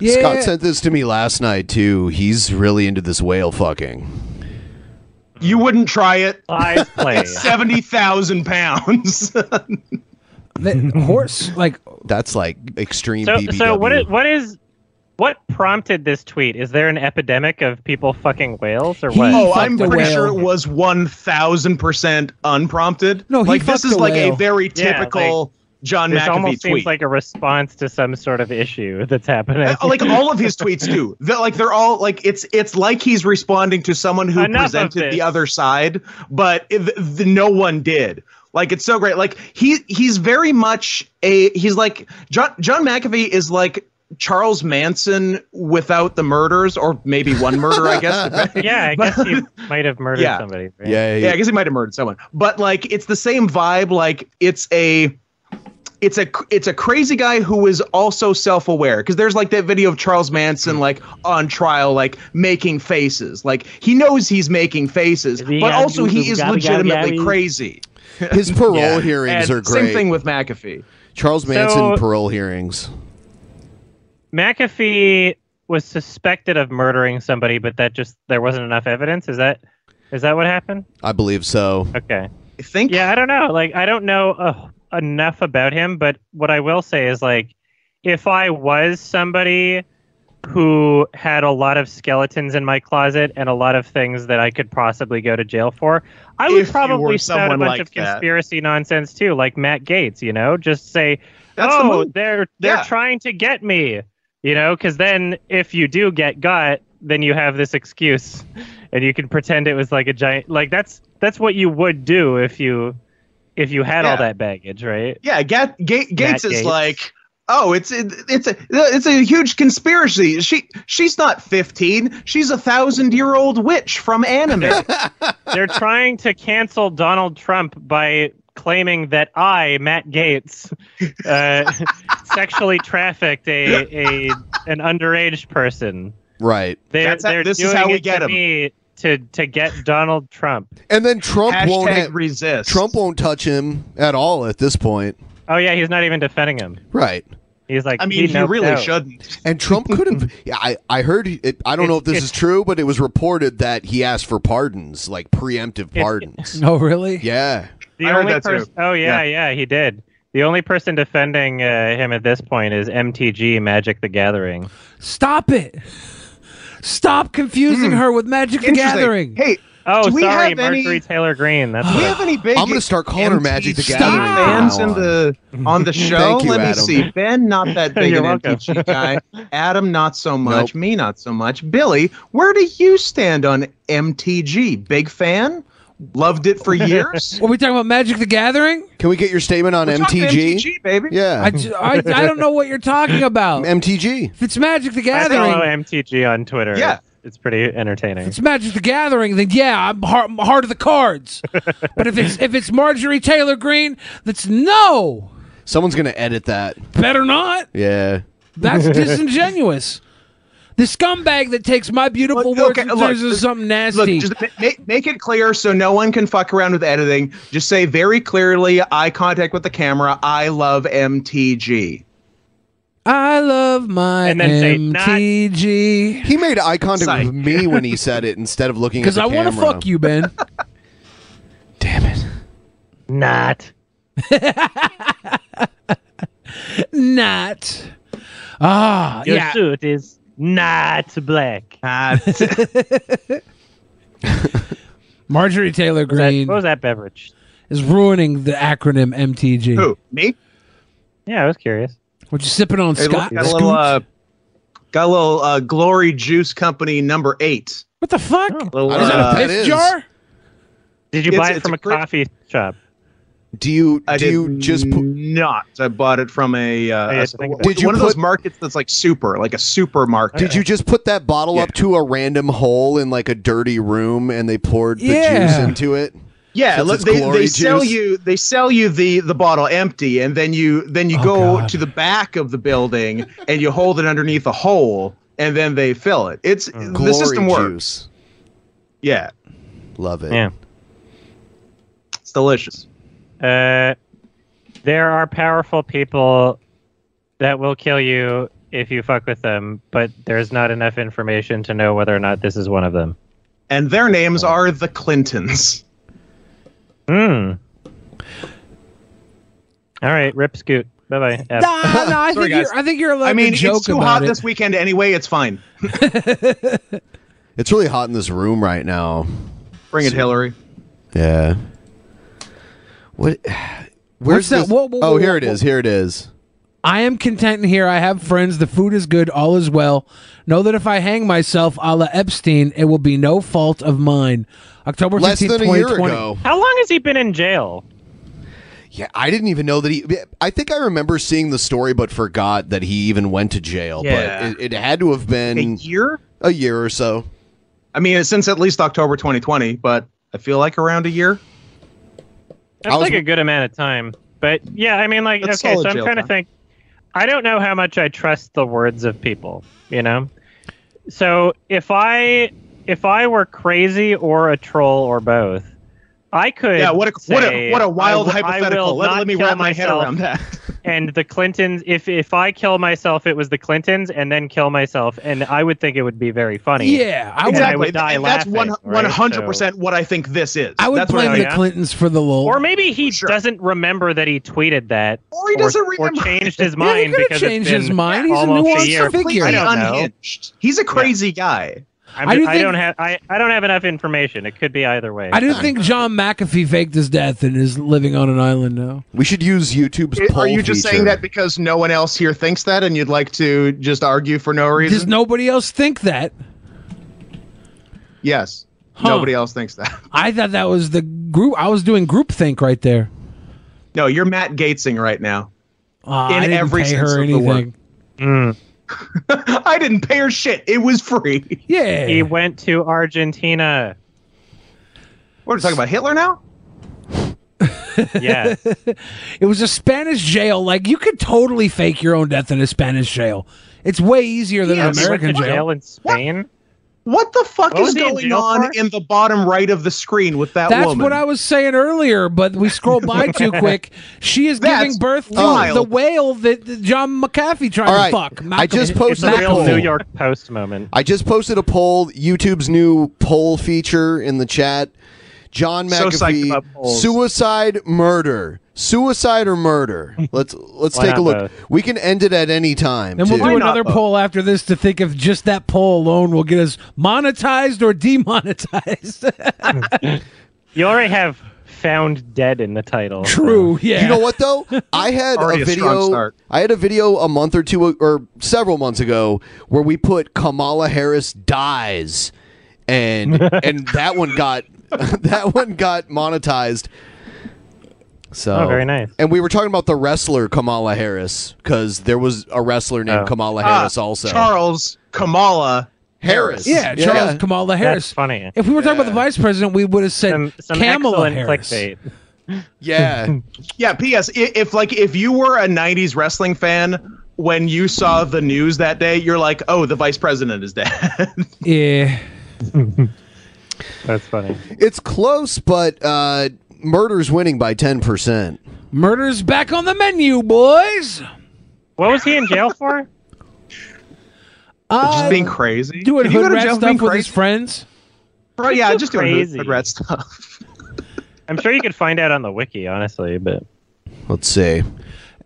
Speaker 12: Yeah.
Speaker 9: Scott sent this to me last night too. He's really into this whale fucking.
Speaker 11: You wouldn't try it.
Speaker 10: Lies play.
Speaker 11: It's 70,000 pounds.
Speaker 12: The horse, like
Speaker 9: that's like extreme.
Speaker 10: So
Speaker 9: BBW.
Speaker 10: so what is what is what prompted this tweet? Is there an epidemic of people fucking whales or what?
Speaker 11: oh, I'm pretty sure it was 1,000% unprompted.
Speaker 10: No, he
Speaker 11: like, this
Speaker 10: fucked
Speaker 11: is
Speaker 10: a
Speaker 11: like
Speaker 10: whale.
Speaker 11: a very
Speaker 10: Yeah,
Speaker 11: typical
Speaker 10: like,
Speaker 11: John
Speaker 10: this
Speaker 11: McAfee
Speaker 10: almost
Speaker 11: tweet.
Speaker 10: seems like a response to some sort of issue that's happening.
Speaker 11: Uh, like all of his tweets do. They're, like they're all like it's it's like he's responding to someone who
Speaker 10: Enough of
Speaker 11: presented the
Speaker 10: this.
Speaker 11: other side, but it, th- th- no one did. Like it's so great. Like he he's very much a he's like John John McAfee is like Charles Manson without the murders, or maybe one murder, I guess. depending.
Speaker 10: yeah, I
Speaker 11: But-
Speaker 10: guess he might have murdered
Speaker 11: Yeah.
Speaker 10: somebody. right?
Speaker 11: yeah, I guess he might have murdered someone. But like, it's the same vibe. Like, it's a, it's a, it's a crazy guy who is also self-aware. Because there's like that video of Charles Manson like on trial, like making faces. Like he knows he's making faces, but
Speaker 10: gonna
Speaker 11: also
Speaker 10: do
Speaker 11: he
Speaker 10: the
Speaker 11: is
Speaker 10: gobby, gobby,
Speaker 11: legitimately
Speaker 10: gobby?
Speaker 11: crazy.
Speaker 9: His parole hearings
Speaker 11: and
Speaker 9: are great.
Speaker 11: Same thing with McAfee.
Speaker 9: Charles Manson
Speaker 10: So-
Speaker 9: parole hearings.
Speaker 10: McAfee was suspected of murdering somebody, but that just there wasn't enough evidence. Is that is that what happened?
Speaker 9: I believe so.
Speaker 10: Okay.
Speaker 11: I think.
Speaker 10: Yeah, I don't know. Like, I don't know uh, enough about him, but what I will say is, like, if I was somebody who had a lot of skeletons in my closet and a lot of things that I could possibly go to jail for, I would
Speaker 11: If you
Speaker 10: probably
Speaker 11: were
Speaker 10: spout a
Speaker 11: someone
Speaker 10: bunch
Speaker 11: like
Speaker 10: of
Speaker 11: that.
Speaker 10: conspiracy nonsense too, like Matt Gates. You know, just say,
Speaker 11: That's the
Speaker 10: "Oh,
Speaker 11: move.
Speaker 10: they're they're
Speaker 11: Yeah.
Speaker 10: trying to get me." You know, because then if you do get got, then you have this excuse, and you can pretend it was like a giant. Like that's that's what you would do if you if you had
Speaker 11: Yeah.
Speaker 10: all that baggage, right?
Speaker 11: Yeah, Ga- Ga- Gates is
Speaker 10: Gates.
Speaker 11: like, oh, it's it, it's a it's a huge conspiracy. She she's not fifteen. She's a thousand year old witch from anime.
Speaker 10: They're trying to cancel Donald Trump by claiming that I, Matt Gates, uh, sexually trafficked a, a an underage person.
Speaker 9: Right.
Speaker 10: They're,
Speaker 11: That's how-
Speaker 10: they're
Speaker 11: this is
Speaker 10: doing
Speaker 11: how we
Speaker 10: it
Speaker 11: get
Speaker 10: to
Speaker 11: 'em.
Speaker 10: me to to get Donald Trump.
Speaker 9: And then Trump won't
Speaker 11: Hashtag
Speaker 9: ha-
Speaker 11: resist.
Speaker 9: Trump won't touch him at all at this point.
Speaker 10: Oh yeah, he's not even defending him.
Speaker 9: Right.
Speaker 10: He's like,
Speaker 11: I mean,
Speaker 10: he
Speaker 11: you
Speaker 10: knocked
Speaker 11: really
Speaker 10: out.
Speaker 11: shouldn't.
Speaker 9: And Trump could have. yeah, I I heard. It, I don't know if this is true, but it was reported that he asked for pardons, like preemptive pardons.
Speaker 12: Oh, really?
Speaker 9: Yeah.
Speaker 10: The
Speaker 11: I heard
Speaker 10: only
Speaker 11: that too.
Speaker 10: person. Oh yeah, yeah, he did. The only person defending uh, him at this point is MTG Magic the Gathering.
Speaker 12: Stop it. Stop confusing her with Magic the
Speaker 11: Hmm. Interesting.
Speaker 12: Gathering.
Speaker 11: Hey,
Speaker 10: Oh,
Speaker 11: do we
Speaker 10: sorry,
Speaker 11: have any-
Speaker 10: Mercury Taylor Green. That's
Speaker 11: Do we have any big?
Speaker 9: I'm gonna start calling her Magic the
Speaker 11: MTG
Speaker 9: Gathering
Speaker 11: fans
Speaker 9: from now
Speaker 11: in the on the show.
Speaker 9: Thank you,
Speaker 11: Let me
Speaker 9: Adam.
Speaker 11: see. Ben, not that big
Speaker 10: You're
Speaker 11: an
Speaker 10: welcome.
Speaker 11: MTG guy. Adam, not so much. Me, not so much. Billy, where do you stand on MTG? Big fan. Loved it for years.
Speaker 12: What are we talking about? Magic the Gathering?
Speaker 9: Can we get your statement on
Speaker 11: We're talking
Speaker 9: MTG?
Speaker 11: MTG, baby.
Speaker 9: Yeah.
Speaker 12: I, ju- I, I don't know what you're talking about. If
Speaker 9: MTG.
Speaker 12: it's Magic the
Speaker 10: I follow
Speaker 12: Gathering,
Speaker 10: MTG on Twitter.
Speaker 11: Yeah.
Speaker 10: It's- It's pretty entertaining.
Speaker 12: it's Magic the Gathering, then yeah, I'm heart, I'm heart of the cards. but if it's if it's Marjorie Taylor Green, that's no.
Speaker 9: Someone's gonna edit that.
Speaker 12: Better not.
Speaker 9: Yeah.
Speaker 12: That's disingenuous. The scumbag that takes my beautiful
Speaker 11: Look,
Speaker 12: words
Speaker 11: okay,
Speaker 12: and
Speaker 11: look,
Speaker 12: turns into
Speaker 11: just-
Speaker 12: something nasty.
Speaker 11: Look, just ma- ma- make it clear so no one can fuck around with editing. Just say very clearly, eye contact with the camera. I love MTG.
Speaker 12: I love my
Speaker 10: And then say, "Not-"
Speaker 12: MTG
Speaker 9: He made eye contact
Speaker 11: Psych.
Speaker 9: with me when he said it instead of looking at
Speaker 12: because
Speaker 9: the
Speaker 12: I want
Speaker 9: camera.
Speaker 12: to fuck you, Ben.
Speaker 9: Damn it.
Speaker 10: Not.
Speaker 12: Not. Ah,
Speaker 10: Your
Speaker 12: yeah.
Speaker 10: suit is not black.
Speaker 11: Ah,
Speaker 12: Marjorie Taylor
Speaker 10: What was that-
Speaker 12: Greene
Speaker 10: what was that beverage?
Speaker 12: is ruining the acronym MTG.
Speaker 11: who? Me?
Speaker 10: Yeah, I was curious.
Speaker 12: What you sipping on,
Speaker 11: Hey, look,
Speaker 12: Scott?
Speaker 11: got a little,
Speaker 12: Scoot?
Speaker 11: uh, got a little uh, Glory Juice Company number eight.
Speaker 12: what the fuck?
Speaker 10: Oh,
Speaker 11: Little,
Speaker 9: I don't
Speaker 12: is that
Speaker 9: know
Speaker 12: a
Speaker 9: what
Speaker 11: uh,
Speaker 9: that
Speaker 12: piss
Speaker 9: is.
Speaker 12: jar?
Speaker 10: Did you
Speaker 11: It's-
Speaker 10: buy it
Speaker 11: it's
Speaker 10: from
Speaker 11: a
Speaker 10: a,
Speaker 11: crit-
Speaker 10: coffee shop?
Speaker 9: Do you
Speaker 11: I
Speaker 9: do
Speaker 11: did
Speaker 9: you just put
Speaker 11: not. I bought it from a. Uh,
Speaker 10: Oh, I
Speaker 11: a-
Speaker 10: had to think about
Speaker 9: it. Did you
Speaker 11: one of those
Speaker 9: put-
Speaker 11: markets that's like super, like a supermarket?
Speaker 9: Did you just put that bottle up to a random hole in like a dirty room and they poured the
Speaker 12: Yeah.
Speaker 9: juice into it?
Speaker 11: Yeah,
Speaker 9: Since
Speaker 11: look,
Speaker 9: it's
Speaker 11: they,
Speaker 9: glory
Speaker 11: they sell
Speaker 9: juice.
Speaker 11: you they sell you the the bottle empty, and then you then you
Speaker 12: Oh,
Speaker 11: go
Speaker 12: God.
Speaker 11: to the back of the building and you hold it underneath a hole, and then they fill it. It's the
Speaker 10: Hmm.
Speaker 9: Glory
Speaker 11: system works.
Speaker 9: juice.
Speaker 11: Yeah,
Speaker 9: Love it.
Speaker 10: Yeah.
Speaker 11: it's delicious.
Speaker 10: Uh, there are powerful people that will kill you if you fuck with them, but there's not enough information to know whether or not this is one of them.
Speaker 11: And their names are the Clintons.
Speaker 10: Hmm. All right, rip scoot. Bye bye.
Speaker 12: Nah, nah,
Speaker 11: Sorry,
Speaker 12: I, think you're,
Speaker 11: guys.
Speaker 12: I think you're allowed
Speaker 11: I mean,
Speaker 12: to joke
Speaker 11: it's too
Speaker 12: about
Speaker 11: hot
Speaker 12: it.
Speaker 11: this weekend anyway. It's fine.
Speaker 9: It's really hot in this room right now.
Speaker 11: Bring it, Hillary.
Speaker 9: Yeah. What Where's
Speaker 12: What's that?
Speaker 9: this?
Speaker 12: Whoa, whoa,
Speaker 9: oh,
Speaker 12: whoa,
Speaker 9: here
Speaker 12: whoa,
Speaker 9: it is. Here it is.
Speaker 12: I am content in here. I have friends. The food is good. All is well. Know that if I hang myself a la Epstein, it will be no fault of mine. October
Speaker 9: Less
Speaker 12: 15th,
Speaker 9: than a year
Speaker 12: 2020.
Speaker 9: ago.
Speaker 10: How long has he been in jail?
Speaker 9: Yeah, I didn't even know that he. I think I remember seeing the story, but forgot that he even went to jail.
Speaker 11: Yeah.
Speaker 9: But it, it had to have
Speaker 11: A
Speaker 9: been
Speaker 11: year?
Speaker 9: a year or so.
Speaker 11: I mean, since at least October 2020, but I feel like around a year.
Speaker 10: That's
Speaker 9: I was-
Speaker 10: like a good amount of time. But yeah, I mean, like,
Speaker 11: That's
Speaker 10: okay, so
Speaker 11: solid
Speaker 10: I'm
Speaker 11: jail
Speaker 10: trying to
Speaker 11: time.
Speaker 10: think. I don't know how much I trust the words of people, you know? So if I if I were crazy or a troll or both, I could.
Speaker 11: Yeah, what a what
Speaker 10: say,
Speaker 11: a what a wild
Speaker 10: I will- I
Speaker 11: hypothetical.
Speaker 10: will
Speaker 11: Let,
Speaker 10: not
Speaker 11: let me
Speaker 10: kill
Speaker 11: wrap my head
Speaker 10: myself,
Speaker 11: around that.
Speaker 10: And the Clintons. If if I kill myself, it was the Clintons, and then kill myself, and I would think it would be very funny.
Speaker 12: Yeah, I
Speaker 10: Exactly.
Speaker 12: would.
Speaker 11: Exactly.
Speaker 10: would die
Speaker 11: And
Speaker 10: laughing,
Speaker 11: that's
Speaker 10: right? Oh,
Speaker 11: one hundred percent what I think this is.
Speaker 12: I would
Speaker 11: that's
Speaker 12: blame
Speaker 11: what
Speaker 12: the
Speaker 10: yeah.
Speaker 12: Clintons for the lol.
Speaker 10: Or maybe he
Speaker 11: Sure.
Speaker 10: doesn't remember that he tweeted that,
Speaker 11: Or he doesn't remember.
Speaker 10: or changed his
Speaker 12: Yeah, he
Speaker 10: mind
Speaker 12: could have
Speaker 10: because it's
Speaker 12: changed his
Speaker 10: been
Speaker 12: mind. He's a
Speaker 10: almost
Speaker 12: nuanced
Speaker 10: year.
Speaker 12: figure.
Speaker 10: I
Speaker 11: He's
Speaker 10: don't know.
Speaker 11: unhinged. He's a crazy guy.
Speaker 10: I'm
Speaker 12: I
Speaker 10: ju-
Speaker 12: do
Speaker 10: I,
Speaker 12: think-
Speaker 10: don't have I, I don't have enough information. It could be either way.
Speaker 12: I do think John McAfee faked his death and is living on an island now.
Speaker 9: We should use YouTube's poll.
Speaker 11: Are you just
Speaker 9: feature.
Speaker 11: saying that because no one else here thinks that, and you'd like to just argue for no reason?
Speaker 12: Does nobody else think that?
Speaker 11: yes.
Speaker 12: Huh.
Speaker 11: Nobody else thinks that.
Speaker 12: I thought that was the group. I was doing groupthink right there.
Speaker 11: No, you're Matt Gatesing right now.
Speaker 12: Ah, I
Speaker 11: In
Speaker 12: didn't
Speaker 11: every
Speaker 12: pay
Speaker 11: sense
Speaker 12: her
Speaker 11: of the word.
Speaker 12: anything.
Speaker 10: Mm.
Speaker 11: I didn't pay her shit. It was free.
Speaker 12: Yeah.
Speaker 10: he went to Argentina.
Speaker 11: We're talking about Hitler now.
Speaker 10: Yeah.
Speaker 12: it was a Spanish jail. Like you could totally fake your own death in a Spanish jail. It's way easier than
Speaker 10: Yeah,
Speaker 12: an
Speaker 10: she went
Speaker 12: American
Speaker 10: to jail in Spain.
Speaker 11: What the fuck
Speaker 10: What
Speaker 11: is
Speaker 10: was he in
Speaker 11: going
Speaker 10: jail
Speaker 11: on in the bottom right of the screen with that
Speaker 12: That's
Speaker 11: woman?
Speaker 12: what I was saying earlier, but we scroll by too quick. She is
Speaker 11: That's
Speaker 12: giving birth to
Speaker 11: wild.
Speaker 12: the whale that that John McAfee tried
Speaker 9: All right.
Speaker 12: to fuck.
Speaker 9: I just posted a
Speaker 12: Malcolm.
Speaker 9: poll.
Speaker 10: Post moment.
Speaker 9: I just posted a poll, YouTube's new poll feature in the chat. John
Speaker 11: So psyched
Speaker 9: McAfee,
Speaker 11: about polls.
Speaker 9: suicide, murder, suicide or murder. Let's let's
Speaker 12: Why
Speaker 9: take a
Speaker 12: not
Speaker 9: look.
Speaker 12: both?
Speaker 9: We can end it at any time.
Speaker 12: Then we'll
Speaker 9: too.
Speaker 12: do another poll after this to think if just that poll alone will get us monetized or demonetized.
Speaker 10: You already have "Found Dead" in the title.
Speaker 12: True. Yeah.
Speaker 9: You know what though? I had
Speaker 10: Already
Speaker 9: a
Speaker 10: a strong
Speaker 9: video.
Speaker 10: start.
Speaker 9: I had a video a month or two or several months ago where we put Kamala Harris dies, and and that one got that one got monetized. So
Speaker 10: Oh, very nice.
Speaker 9: And we were talking about the wrestler Kamala Harris because there was a wrestler
Speaker 10: Oh.
Speaker 9: named Kamala
Speaker 11: Ah,
Speaker 9: Harris also.
Speaker 11: Charles Kamala Harris.
Speaker 12: Yeah, Charles Kamala Harris.
Speaker 10: funny.
Speaker 12: If we were talking about the vice president, we would have said Kamala Harris.
Speaker 9: Yeah.
Speaker 11: yeah. P.S. i- If like if you were a '90s wrestling fan. When you saw the news that day, you're like, "Oh, the vice president is dead."
Speaker 12: Yeah.
Speaker 10: That's funny.
Speaker 9: It's close, but uh, murder's winning by ten percent.
Speaker 12: Murder's back on the menu, boys.
Speaker 10: What was he in jail for?
Speaker 11: just
Speaker 12: Uh,
Speaker 11: being crazy.
Speaker 12: doing
Speaker 11: Did you go
Speaker 12: hood
Speaker 11: to
Speaker 12: rat
Speaker 11: jail for
Speaker 12: stuff
Speaker 11: being
Speaker 12: with
Speaker 11: crazy?
Speaker 12: his friends.
Speaker 11: Bro, yeah, just doing hood-
Speaker 10: crazy.
Speaker 11: hood rat stuff.
Speaker 10: I'm sure you could find out on the wiki, honestly. But
Speaker 9: Let's see.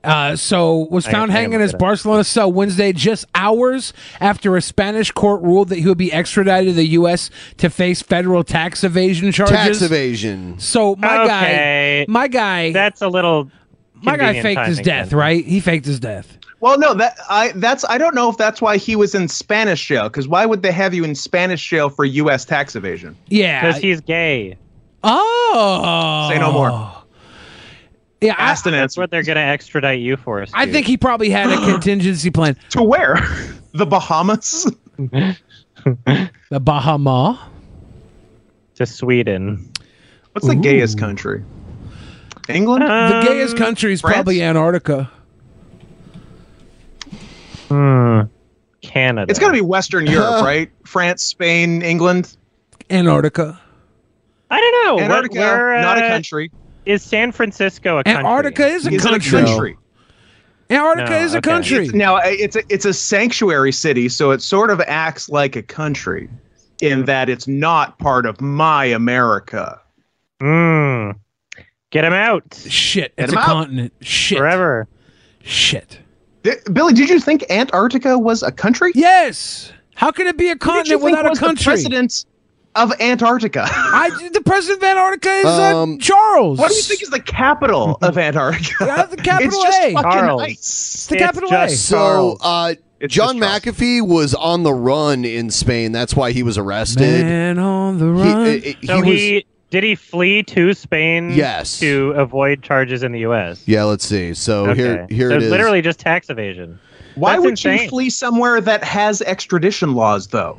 Speaker 12: Uh, so was
Speaker 10: I-
Speaker 12: found
Speaker 10: I
Speaker 12: hanging in
Speaker 10: looked
Speaker 12: his
Speaker 10: it up.
Speaker 12: Barcelona cell Wednesday, just hours after a Spanish court ruled that he would be extradited to the U.S. to face federal tax evasion charges.
Speaker 9: Tax evasion.
Speaker 12: So my
Speaker 10: Okay.
Speaker 12: guy, my guy,
Speaker 10: that's a little.
Speaker 12: my guy
Speaker 10: convenient
Speaker 12: faked his
Speaker 10: timing
Speaker 12: death,
Speaker 10: then.
Speaker 12: right? He faked his death.
Speaker 11: Well, no, that I that's I don't know if that's why he was in Spanish jail. Because why would they have you in Spanish jail for U.S. tax evasion?
Speaker 12: Yeah.
Speaker 10: Because he's gay.
Speaker 12: Oh,
Speaker 11: Say no more.
Speaker 12: Yeah,
Speaker 11: Asked and
Speaker 10: That's
Speaker 11: answered.
Speaker 10: what they're gonna extradite you for.
Speaker 12: I
Speaker 10: Stu.
Speaker 12: think he probably had a contingency plan.
Speaker 11: To where? the Bahamas.
Speaker 12: The Bahama.
Speaker 10: to Sweden.
Speaker 11: What's the gayest country? England.
Speaker 10: Uh,
Speaker 12: The
Speaker 10: Um,
Speaker 12: gayest country is
Speaker 11: France?
Speaker 12: probably Antarctica.
Speaker 10: Canada.
Speaker 11: It's got to be Western Europe, right? France, Spain, England.
Speaker 12: Antarctica.
Speaker 10: I don't know. What-
Speaker 11: Antarctica,
Speaker 10: where,
Speaker 11: not a
Speaker 10: uh,
Speaker 11: country.
Speaker 10: Is San Francisco a country?
Speaker 12: Antarctica is a
Speaker 11: Is it a
Speaker 12: country.
Speaker 11: country?
Speaker 12: Antarctica
Speaker 10: No,
Speaker 12: is a
Speaker 10: okay.
Speaker 12: country.
Speaker 11: Now I- it's a, it's a sanctuary city, so it sort of acts like a country in that it's not part of my America.
Speaker 10: Mm. Get him out
Speaker 12: Shit, it's a
Speaker 11: him out.
Speaker 12: continent. Shit.
Speaker 10: forever.
Speaker 12: Shit.
Speaker 11: Di- Billy, did you think Antarctica was a country?
Speaker 12: Yes. How can it be
Speaker 11: Who
Speaker 12: a
Speaker 11: did you
Speaker 12: continent
Speaker 11: think
Speaker 12: without a
Speaker 11: was the
Speaker 12: country?
Speaker 11: president of Antarctica.
Speaker 12: I, the president of Antarctica is uh,
Speaker 9: Um,
Speaker 12: Charles.
Speaker 11: what do you think is the capital of Antarctica?
Speaker 12: That's the capital
Speaker 11: it's just
Speaker 12: A.
Speaker 11: fucking
Speaker 10: Charles.
Speaker 11: ice.
Speaker 12: It's the
Speaker 10: It's
Speaker 12: capital
Speaker 10: just-
Speaker 9: So
Speaker 10: Charles.
Speaker 9: uh,
Speaker 11: It's
Speaker 9: John
Speaker 11: just Charles.
Speaker 9: McAfee was on the run in Spain. That's why he was
Speaker 12: A.
Speaker 9: arrested.
Speaker 12: Man on the
Speaker 9: He,
Speaker 12: run.
Speaker 9: uh, he
Speaker 10: So
Speaker 9: was-
Speaker 10: he, did he flee to Spain?
Speaker 9: Yes.
Speaker 10: To avoid charges in the U.S.
Speaker 9: yeah, let's see. So
Speaker 10: Okay.
Speaker 9: here, here
Speaker 10: so
Speaker 9: it is.
Speaker 10: Literally just tax evasion.
Speaker 11: Why
Speaker 10: That's
Speaker 11: would you
Speaker 10: insane.
Speaker 11: flee somewhere that has extradition laws, though?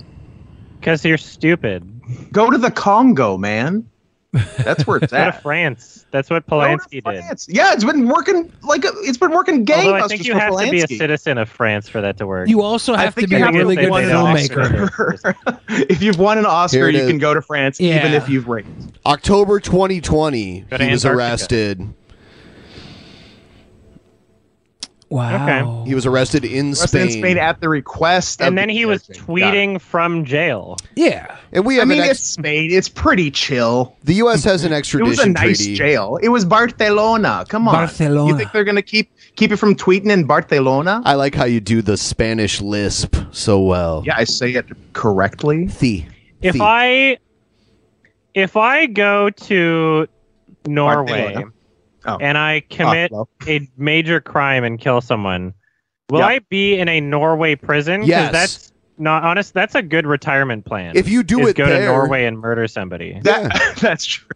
Speaker 10: Because you're stupid.
Speaker 11: Go to the Congo, man. That's where it's
Speaker 10: Go to
Speaker 11: at.
Speaker 10: France. That's what
Speaker 11: Go to
Speaker 10: Polanski did.
Speaker 11: France. Yeah, it's been working like a, it's been working
Speaker 10: Although I
Speaker 11: gangbusters
Speaker 10: think you
Speaker 11: for
Speaker 10: have to be a
Speaker 11: Polanski.
Speaker 10: citizen of France for that to work.
Speaker 12: you also
Speaker 11: I
Speaker 12: have to
Speaker 11: think
Speaker 12: be
Speaker 11: you
Speaker 12: a
Speaker 11: have to
Speaker 12: really
Speaker 11: win
Speaker 12: good
Speaker 11: an
Speaker 12: filmmaker.
Speaker 11: Oscar. if you've won an Oscar,
Speaker 9: it
Speaker 11: you
Speaker 9: is.
Speaker 11: can go to France, even
Speaker 12: Yeah.
Speaker 11: if you've raped.
Speaker 9: October 2020,
Speaker 10: Go to
Speaker 9: he was
Speaker 10: Antarctica.
Speaker 9: arrested.
Speaker 12: Wow.
Speaker 9: He was arrested in
Speaker 11: Arrested
Speaker 9: Spain.
Speaker 11: in Spain at the request. of
Speaker 10: And then
Speaker 11: the
Speaker 10: he was
Speaker 11: judge. Got it.
Speaker 10: tweeting from jail.
Speaker 12: Yeah.
Speaker 9: and we
Speaker 11: I
Speaker 9: have
Speaker 11: mean,
Speaker 9: an
Speaker 11: it's
Speaker 9: ex-
Speaker 11: Spain. It's pretty chill.
Speaker 9: the U.S. has an
Speaker 11: It was
Speaker 9: extradition
Speaker 11: a nice
Speaker 9: treaty.
Speaker 11: jail. It was Barcelona. Come on,
Speaker 12: Barcelona.
Speaker 11: You think they're gonna keep keep you from tweeting in Barcelona?
Speaker 9: I like how you do the Spanish lisp so well.
Speaker 11: yeah, I say it correctly.
Speaker 9: The.
Speaker 10: If
Speaker 9: the-
Speaker 10: I if I go to Norway
Speaker 11: Barcelona. Oh.
Speaker 10: and I
Speaker 9: Ah,
Speaker 10: commit
Speaker 11: Oslo.
Speaker 10: a major crime and kill someone, will
Speaker 11: Yeah.
Speaker 10: I be in a Norway prison? 'Cause
Speaker 9: Yes.
Speaker 10: That's not honest. That's a good retirement plan.
Speaker 9: If you do
Speaker 10: is
Speaker 9: it
Speaker 10: go to
Speaker 9: there-
Speaker 10: Norway and murder somebody.
Speaker 11: That, that's true.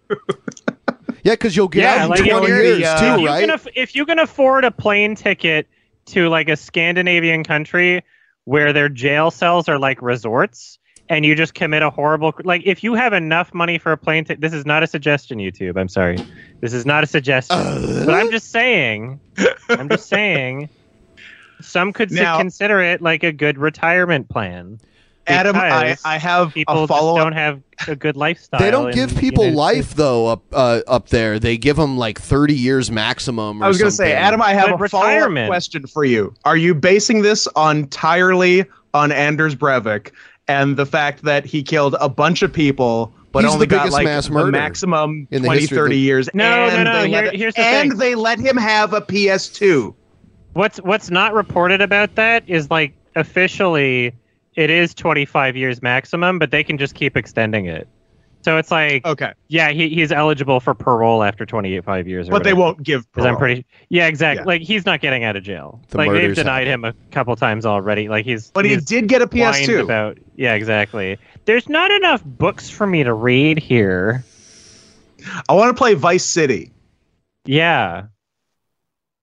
Speaker 9: yeah, because you'll get
Speaker 10: Yeah,
Speaker 9: out in
Speaker 10: like,
Speaker 9: 20
Speaker 10: you know,
Speaker 9: years
Speaker 11: the, uh,
Speaker 10: if
Speaker 9: too,
Speaker 10: you
Speaker 9: right?
Speaker 10: can aff- if you can afford a plane ticket to like a Scandinavian country where their jail cells are like resorts, and you just commit a horrible like if you have enough money for a plane ticket this is not a suggestion youtube i'm sorry this is not a suggestion uh, but i'm just saying i'm just saying some could now, consider it like a good retirement plan
Speaker 11: adam I, I have
Speaker 10: people
Speaker 11: a follow
Speaker 10: don't have a good lifestyle
Speaker 9: they don't give
Speaker 10: and,
Speaker 9: people
Speaker 10: you know,
Speaker 9: life though up uh, up there they give them like 30 years maximum
Speaker 11: i was
Speaker 9: going
Speaker 11: to say adam i have
Speaker 10: but
Speaker 11: a follow-up question for you are you basing this entirely on anders breivik and the fact that he killed a bunch of people but
Speaker 9: He's
Speaker 11: only
Speaker 9: the
Speaker 11: got
Speaker 9: biggest
Speaker 11: like
Speaker 9: mass
Speaker 11: the
Speaker 9: murder
Speaker 11: maximum
Speaker 9: in the
Speaker 11: 20
Speaker 9: history of
Speaker 11: 30
Speaker 9: the-
Speaker 11: years
Speaker 10: No, no,
Speaker 11: and
Speaker 10: no,
Speaker 11: They
Speaker 10: here-
Speaker 11: let,
Speaker 10: here's the
Speaker 11: and
Speaker 10: thing.
Speaker 11: they let him have a ps2
Speaker 10: what's what's not reported about that is like officially it is 25 years maximum but they can just keep extending it so it's like
Speaker 11: okay
Speaker 10: yeah he, he's eligible for parole after 25 years or
Speaker 11: but they
Speaker 10: whatever.
Speaker 11: won't give
Speaker 10: 'Cause I'm
Speaker 11: parole.
Speaker 10: pretty yeah exactly
Speaker 11: Yeah.
Speaker 10: like he's not getting out of jail
Speaker 9: The
Speaker 10: like they've
Speaker 9: murders
Speaker 10: denied him a couple times already like he's
Speaker 11: but he
Speaker 10: he's
Speaker 11: did get a
Speaker 10: blind
Speaker 11: ps2
Speaker 10: about yeah exactly there's not enough books for me to read here
Speaker 11: i want to play vice city
Speaker 10: yeah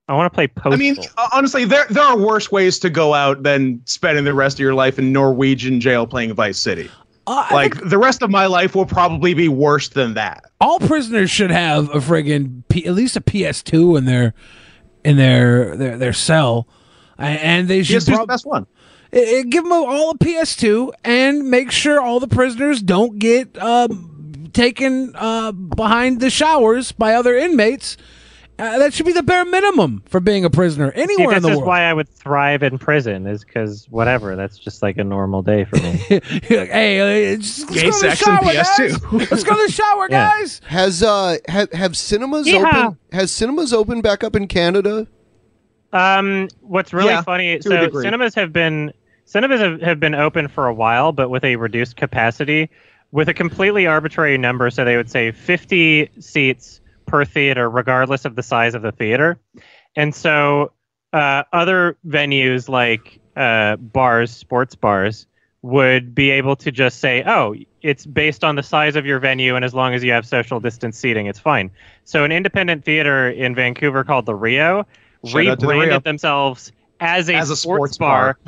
Speaker 10: I want to play Postal
Speaker 11: I mean, honestly, there there are worse ways to go out than spending the rest of your life in Norwegian jail playing Vice City.
Speaker 12: Uh, I
Speaker 11: like the rest of my life will probably be worse than that.
Speaker 12: all prisoners should have a friggin' P- at least a PS2 in their in their their, their cell, A- and they should
Speaker 11: PS2 's the
Speaker 12: prob-
Speaker 11: best one.
Speaker 12: I- I- give them all a PS2 and make sure all the prisoners don't get um, taken uh, behind the showers by other inmates. Uh, that should be the bare minimum for being a prisoner
Speaker 10: See,
Speaker 12: anywhere in the
Speaker 10: this is
Speaker 12: world.
Speaker 10: why I would thrive in prison is because whatever. That's just like a normal day for me.
Speaker 12: hey, uh, just, let's
Speaker 11: Gay
Speaker 12: go to the
Speaker 11: sex and
Speaker 12: shower,
Speaker 11: PS2.
Speaker 12: guys. let's go to the shower,
Speaker 10: Yeah.
Speaker 12: guys.
Speaker 9: has uh ha- have cinemas
Speaker 10: Yeehaw.
Speaker 9: open has cinemas open back up in canada
Speaker 10: um, what's really
Speaker 11: Yeah, to
Speaker 10: funny?
Speaker 11: a
Speaker 10: So
Speaker 11: degree.
Speaker 10: cinemas have been cinemas have, have been open for a while, but with a reduced capacity, with a completely arbitrary number. So they would say 50 seats per theater, regardless of the size of the theater. And so uh, other venues like uh, bars, sports bars, would be able to just say, oh, it's based on the size of your venue, and as long as you have social distance seating, it's fine. So, an independent theater in Vancouver called the Rio
Speaker 11: Shout out to the
Speaker 10: rebranded
Speaker 11: Rio.
Speaker 10: themselves as a,
Speaker 11: As a sports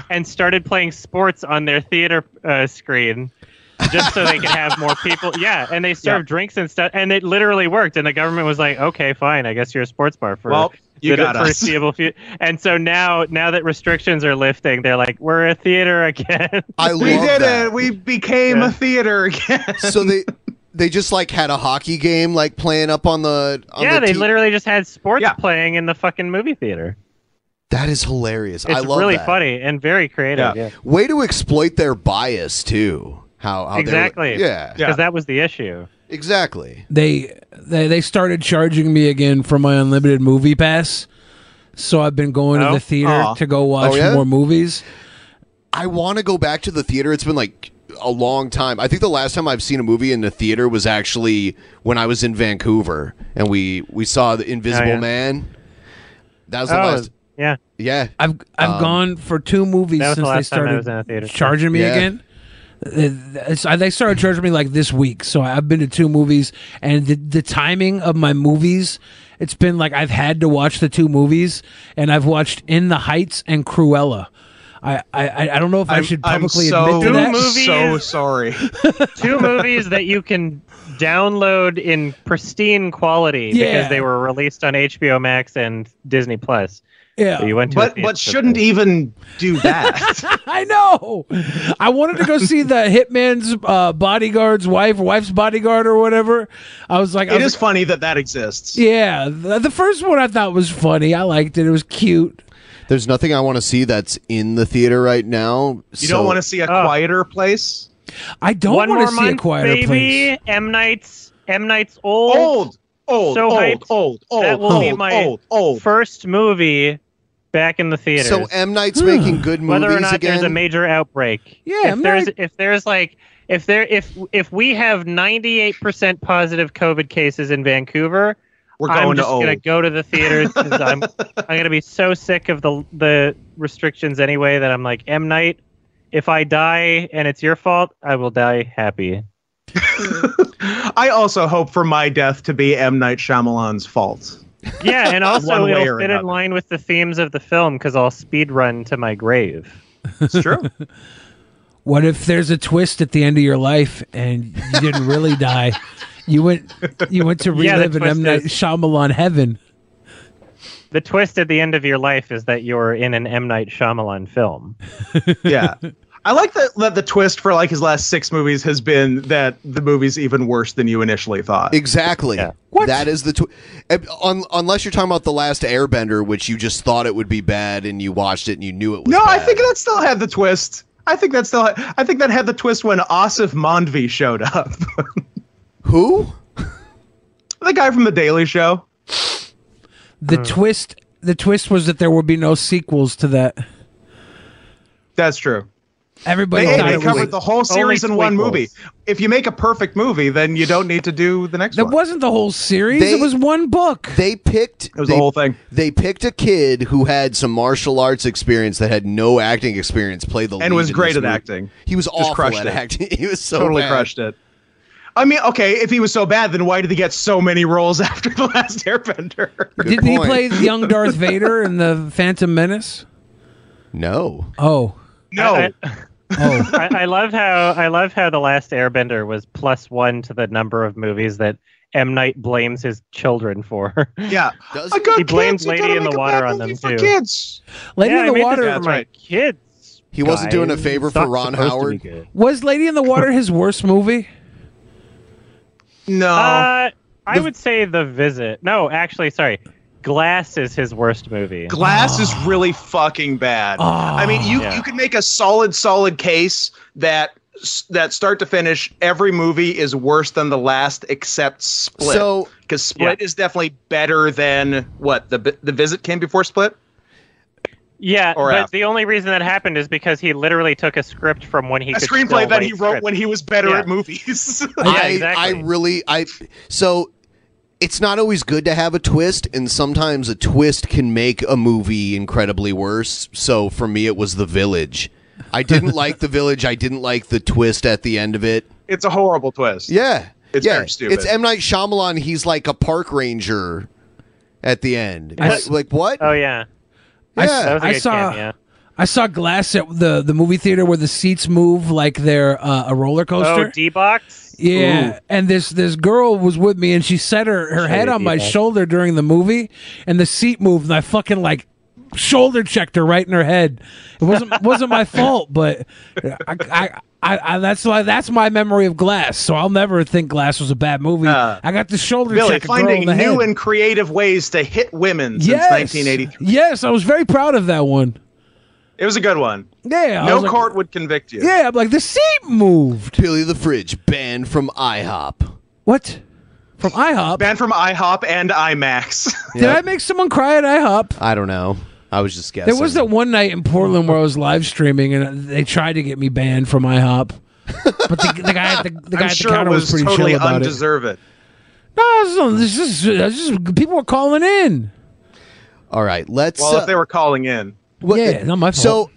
Speaker 10: and started playing sports on their theater uh, screen just so they could have more people. Yeah, and they served drinks and stuff, and it literally worked. And the government was like, okay, fine, I guess you're a sports bar for
Speaker 11: Well, you
Speaker 10: the
Speaker 11: got us.
Speaker 10: foreseeable future. And so now, now that restrictions are lifting, they're like, we're a theater again.
Speaker 9: i
Speaker 11: We
Speaker 9: love
Speaker 11: did
Speaker 9: that.
Speaker 11: it. We became
Speaker 10: Yeah.
Speaker 11: a theater again.
Speaker 9: so they they just like had a hockey game like playing up on the on
Speaker 10: yeah,
Speaker 9: the
Speaker 10: they
Speaker 9: t-
Speaker 10: literally just had sports
Speaker 11: Yeah.
Speaker 10: playing in the fucking movie theater.
Speaker 9: that is hilarious
Speaker 10: It's
Speaker 9: i love
Speaker 10: really
Speaker 9: that.
Speaker 10: funny and very creative.
Speaker 11: Yeah.
Speaker 9: way to exploit their bias too how, how they were-
Speaker 10: Exactly.
Speaker 9: yeah,
Speaker 10: Because that was the issue.
Speaker 9: exactly
Speaker 12: they they they started charging me again for my unlimited movie pass. So I've been going
Speaker 10: Oh?
Speaker 12: to the theater
Speaker 11: Aw.
Speaker 12: to go watch
Speaker 9: Oh, yeah?
Speaker 12: more movies.
Speaker 9: i want to go back to the theater it's been like a long time i think the last time i've seen a movie in the theater was actually when i was in vancouver and we we saw the invisible
Speaker 10: Oh, yeah. Oh.
Speaker 9: man that was the last
Speaker 10: yeah.
Speaker 9: yeah
Speaker 12: I've I've
Speaker 9: Um,
Speaker 12: gone for two movies
Speaker 10: that was the
Speaker 12: since they
Speaker 10: last time I
Speaker 12: started
Speaker 10: was in a theater.
Speaker 12: charging me
Speaker 9: Yeah.
Speaker 12: again. It's- I- They started charging me like this week, so I've been to two movies, and the, the timing of my movies, it's been like I've had to watch the two movies, and I've watched In the Heights and Cruella. I I, I- I don't know if i
Speaker 11: I'm-
Speaker 12: should
Speaker 11: I'm
Speaker 12: publicly
Speaker 11: so,
Speaker 12: admit to
Speaker 10: Two
Speaker 12: that.
Speaker 10: movies.
Speaker 11: so sorry.
Speaker 10: Two movies that you can download in pristine quality
Speaker 12: Yeah.
Speaker 10: because they were released on HBO Max and Disney Plus.
Speaker 12: Yeah,
Speaker 10: But you went to a
Speaker 11: but
Speaker 10: theater
Speaker 11: but
Speaker 10: to
Speaker 11: shouldn't
Speaker 10: play.
Speaker 11: even do that.
Speaker 12: I know. I wanted to go see the hitman's uh, bodyguard's wife, or wife's bodyguard, or whatever. I was like, I
Speaker 11: it
Speaker 12: was
Speaker 11: is funny that that exists.
Speaker 12: like, yeah. The, the first one I thought was funny. I liked it. It was cute.
Speaker 9: There's nothing I want to see that's in the theater right now.
Speaker 11: You don't want to see a quieter place.
Speaker 12: I don't
Speaker 10: Oh. One
Speaker 12: want
Speaker 10: more
Speaker 12: to see
Speaker 10: month,
Speaker 12: a quieter
Speaker 10: baby.
Speaker 12: place.
Speaker 10: M Night's M Night's old,
Speaker 11: Old, old,
Speaker 10: So
Speaker 11: old,
Speaker 10: hyped.
Speaker 11: old, old,
Speaker 10: That will
Speaker 11: old,
Speaker 10: be my
Speaker 11: old, old.
Speaker 10: first movie back in the theater.
Speaker 9: So M Night's making good movies
Speaker 10: whether or not
Speaker 9: again.
Speaker 10: there's a major outbreak.
Speaker 12: Yeah,
Speaker 10: if
Speaker 12: I'm
Speaker 10: there's
Speaker 12: not-
Speaker 10: if there's like if there if if we have 98% positive COVID cases in Vancouver,
Speaker 11: We're
Speaker 10: I'm
Speaker 11: going to
Speaker 10: just
Speaker 11: old.
Speaker 10: gonna go to the theaters 'cause I'm I'm gonna be so sick of the the restrictions anyway that I'm like M Night. If I die and it's your fault, I will die happy.
Speaker 11: I also hope for my death to be M Night Shyamalan's fault.
Speaker 10: Yeah, and
Speaker 11: One
Speaker 10: also
Speaker 11: way
Speaker 10: it'll
Speaker 11: or
Speaker 10: fit in
Speaker 11: another.
Speaker 10: line with the themes of the film because I'll speed run to my grave.
Speaker 11: It's true.
Speaker 12: What if there's a twist at the end of your life and you didn't really die? You went you went to
Speaker 10: Yeah, the
Speaker 12: relive an
Speaker 10: twist
Speaker 12: M Night
Speaker 10: is-
Speaker 12: Shyamalan heaven.
Speaker 10: The twist at the end of your life is that you're in an M Night Shyamalan film.
Speaker 11: yeah. I like that, that the twist for like his last six movies has been that the movie's even worse than you initially thought.
Speaker 9: Exactly. That is the tw- ab- un- unless you're talking about the last Airbender, which you just thought it would be bad and you watched it and you knew it was.
Speaker 11: No, I think that still had the twist. I think that still had, I think that had the twist when Asif Mandvi showed up.
Speaker 9: Who?
Speaker 11: the guy from The Daily Show.
Speaker 12: The twist the twist was that there would be no sequels to that.
Speaker 11: That's true.
Speaker 12: Everybody
Speaker 11: they,
Speaker 12: thought
Speaker 11: they
Speaker 12: it was-
Speaker 11: covered the whole series in one movie. If you make a perfect movie, then you don't need to do the next
Speaker 12: That
Speaker 11: one.
Speaker 12: wasn't the whole series. it was one book.
Speaker 9: They picked.
Speaker 11: It was the whole thing.
Speaker 9: They picked a kid who had some martial arts experience that had no acting experience. Play the
Speaker 11: and
Speaker 9: lead
Speaker 11: was
Speaker 9: in
Speaker 11: great
Speaker 9: this
Speaker 11: at
Speaker 9: movie.
Speaker 11: acting.
Speaker 9: He was
Speaker 11: Just
Speaker 9: awful
Speaker 11: crushed
Speaker 9: at
Speaker 11: it.
Speaker 9: acting. He was so
Speaker 11: totally
Speaker 9: bad.
Speaker 11: crushed it. I mean, okay, if he was so bad, then why did he get so many roles after the last Airbender?
Speaker 12: Did he play the young Darth Vader in the Phantom Menace?
Speaker 9: No.
Speaker 12: Oh.
Speaker 11: No.
Speaker 12: Oh.
Speaker 10: I, I love how I love how the last Airbender was plus one to the number of movies that M Night blames his children for.
Speaker 11: Yeah,
Speaker 9: Does
Speaker 11: I got
Speaker 10: he
Speaker 11: kids,
Speaker 10: blames
Speaker 11: you
Speaker 10: Lady
Speaker 11: gotta
Speaker 10: in
Speaker 11: make
Speaker 10: the
Speaker 11: a
Speaker 10: Water
Speaker 11: bad
Speaker 10: on
Speaker 11: movie
Speaker 10: them
Speaker 11: for
Speaker 10: too.
Speaker 11: Kids.
Speaker 12: Lady
Speaker 10: yeah,
Speaker 12: in
Speaker 10: I
Speaker 12: the
Speaker 10: made this
Speaker 12: Water
Speaker 10: for my kids.
Speaker 9: He wasn't doing a
Speaker 10: guys.
Speaker 9: favor
Speaker 10: It's
Speaker 9: for
Speaker 10: not
Speaker 9: Ron
Speaker 10: supposed to be
Speaker 9: Howard.
Speaker 10: good.
Speaker 12: was Lady in the Water his worst movie?
Speaker 11: No.
Speaker 10: Uh, I would say The Visit. No, actually, sorry. Glass is his worst movie.
Speaker 11: Glass is really fucking bad. I mean, you
Speaker 10: Ah. Yeah.
Speaker 11: you can make a solid solid case that s- that start to finish every movie is worse than the last except Split.
Speaker 9: So-
Speaker 11: because Split is definitely better than what the vi- the visit came before Split.
Speaker 10: Yeah,
Speaker 11: Or
Speaker 10: but
Speaker 11: after.
Speaker 10: the only reason that happened is because he literally took a script from when he
Speaker 11: a
Speaker 10: could
Speaker 11: screenplay
Speaker 10: still
Speaker 11: that
Speaker 10: write
Speaker 11: he wrote
Speaker 10: scripts.
Speaker 11: when he was better
Speaker 10: Yeah.
Speaker 11: at movies.
Speaker 9: I,
Speaker 10: exactly.
Speaker 9: I really I so it's not always good to have a twist and sometimes a twist can make a movie incredibly worse. So for me it was The Village. I didn't like The Village. I didn't like the twist at the end of it.
Speaker 11: it's a horrible twist.
Speaker 9: Yeah.
Speaker 11: It's
Speaker 9: yeah.
Speaker 11: very stupid.
Speaker 9: It's M Night Shyamalan. He's like a park ranger at the end.
Speaker 12: I
Speaker 9: What-
Speaker 12: s-
Speaker 9: like what?
Speaker 10: Oh yeah.
Speaker 12: I s-
Speaker 9: Yeah. That was a
Speaker 12: I
Speaker 9: good
Speaker 12: saw.
Speaker 9: cameo.
Speaker 12: I saw Glass at the the movie theater where the seats move like they're uh, a roller coaster.
Speaker 10: Oh, D box.
Speaker 12: yeah, and this this girl was with me, and she set her her
Speaker 10: Sure,
Speaker 12: head on my
Speaker 10: D-box.
Speaker 12: shoulder during the movie, and the seat moved, and I fucking like shoulder checked her right in her head. It wasn't wasn't my fault, but I, I, I, I that's why that's my memory of Glass. So I'll never think Glass was a bad movie. I got the shoulder
Speaker 11: Uh, Billy
Speaker 12: check a girl in
Speaker 11: finding
Speaker 12: the
Speaker 11: new
Speaker 12: head.
Speaker 11: and creative ways to hit women since
Speaker 12: Yes.
Speaker 11: 1983.
Speaker 12: Yes, I was very proud of that one.
Speaker 11: It was a good one.
Speaker 12: Yeah, I
Speaker 11: no
Speaker 12: was like-
Speaker 11: court would convict you.
Speaker 12: Yeah, I'm like the seat moved.
Speaker 9: Billy the Fridge banned from IHOP.
Speaker 12: What? From IHOP?
Speaker 11: Banned from IHOP and IMAX.
Speaker 12: Did I make someone cry at IHOP?
Speaker 9: I don't know. I was just guessing.
Speaker 12: There was that one night in Portland where I was live streaming, and they tried to get me banned from IHOP. But the, the guy at the, the guy
Speaker 11: I'm
Speaker 12: at the
Speaker 11: sure it
Speaker 12: counter was,
Speaker 11: was
Speaker 12: pretty
Speaker 11: totally
Speaker 12: chill about it.
Speaker 11: undeserved.
Speaker 12: No, this is- this is, this is- people were calling in.
Speaker 9: All right, let's.
Speaker 11: Well,
Speaker 9: uh,
Speaker 11: if they were calling in.
Speaker 9: What-
Speaker 12: Yeah, not my fault.
Speaker 9: So,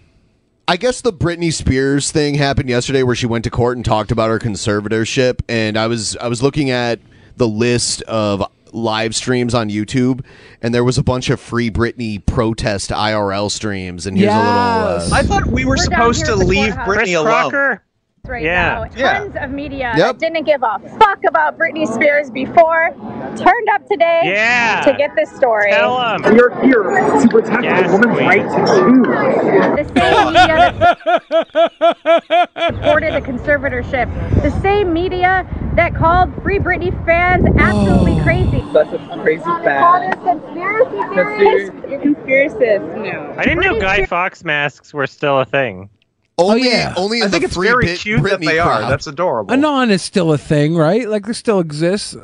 Speaker 9: I guess the Britney Spears thing happened yesterday, where she went to court and talked about her conservatorship. And I was I was looking at the list of live streams on YouTube, and there was a bunch of free Britney protest IRL streams. And here's a
Speaker 12: Yes.
Speaker 9: little. Uh,
Speaker 11: I thought we were,
Speaker 16: down here
Speaker 11: supposed to
Speaker 16: at the
Speaker 11: leave
Speaker 16: courthouse.
Speaker 11: Brittany
Speaker 10: Chris
Speaker 11: alone.
Speaker 10: Crocker.
Speaker 16: right
Speaker 10: Yeah.
Speaker 16: now.
Speaker 11: Yeah.
Speaker 16: Tons of media
Speaker 9: Yep.
Speaker 16: that didn't give a fuck about Britney Spears before turned up today
Speaker 10: Yeah.
Speaker 16: to get this story.
Speaker 10: Tell him.
Speaker 17: We are here to protect
Speaker 10: Yes,
Speaker 17: a woman's
Speaker 10: queen.
Speaker 17: right to choose.
Speaker 16: The same media that supported the conservatorship, the same media that called Free Britney fans absolutely crazy.
Speaker 17: That's a crazy
Speaker 16: Called
Speaker 17: fact.
Speaker 16: us conspiracy theorists. You're conspiracists. No.
Speaker 10: I didn't know Guy Fox masks were still a thing.
Speaker 9: only,
Speaker 12: Oh, yeah.
Speaker 9: only in
Speaker 11: I think
Speaker 9: the
Speaker 11: it's
Speaker 9: free
Speaker 11: very
Speaker 9: Brit-
Speaker 11: cute
Speaker 9: Britney
Speaker 11: that they
Speaker 9: crowd.
Speaker 11: are. That's adorable.
Speaker 12: Anon is still a thing, right? Like, it still exists.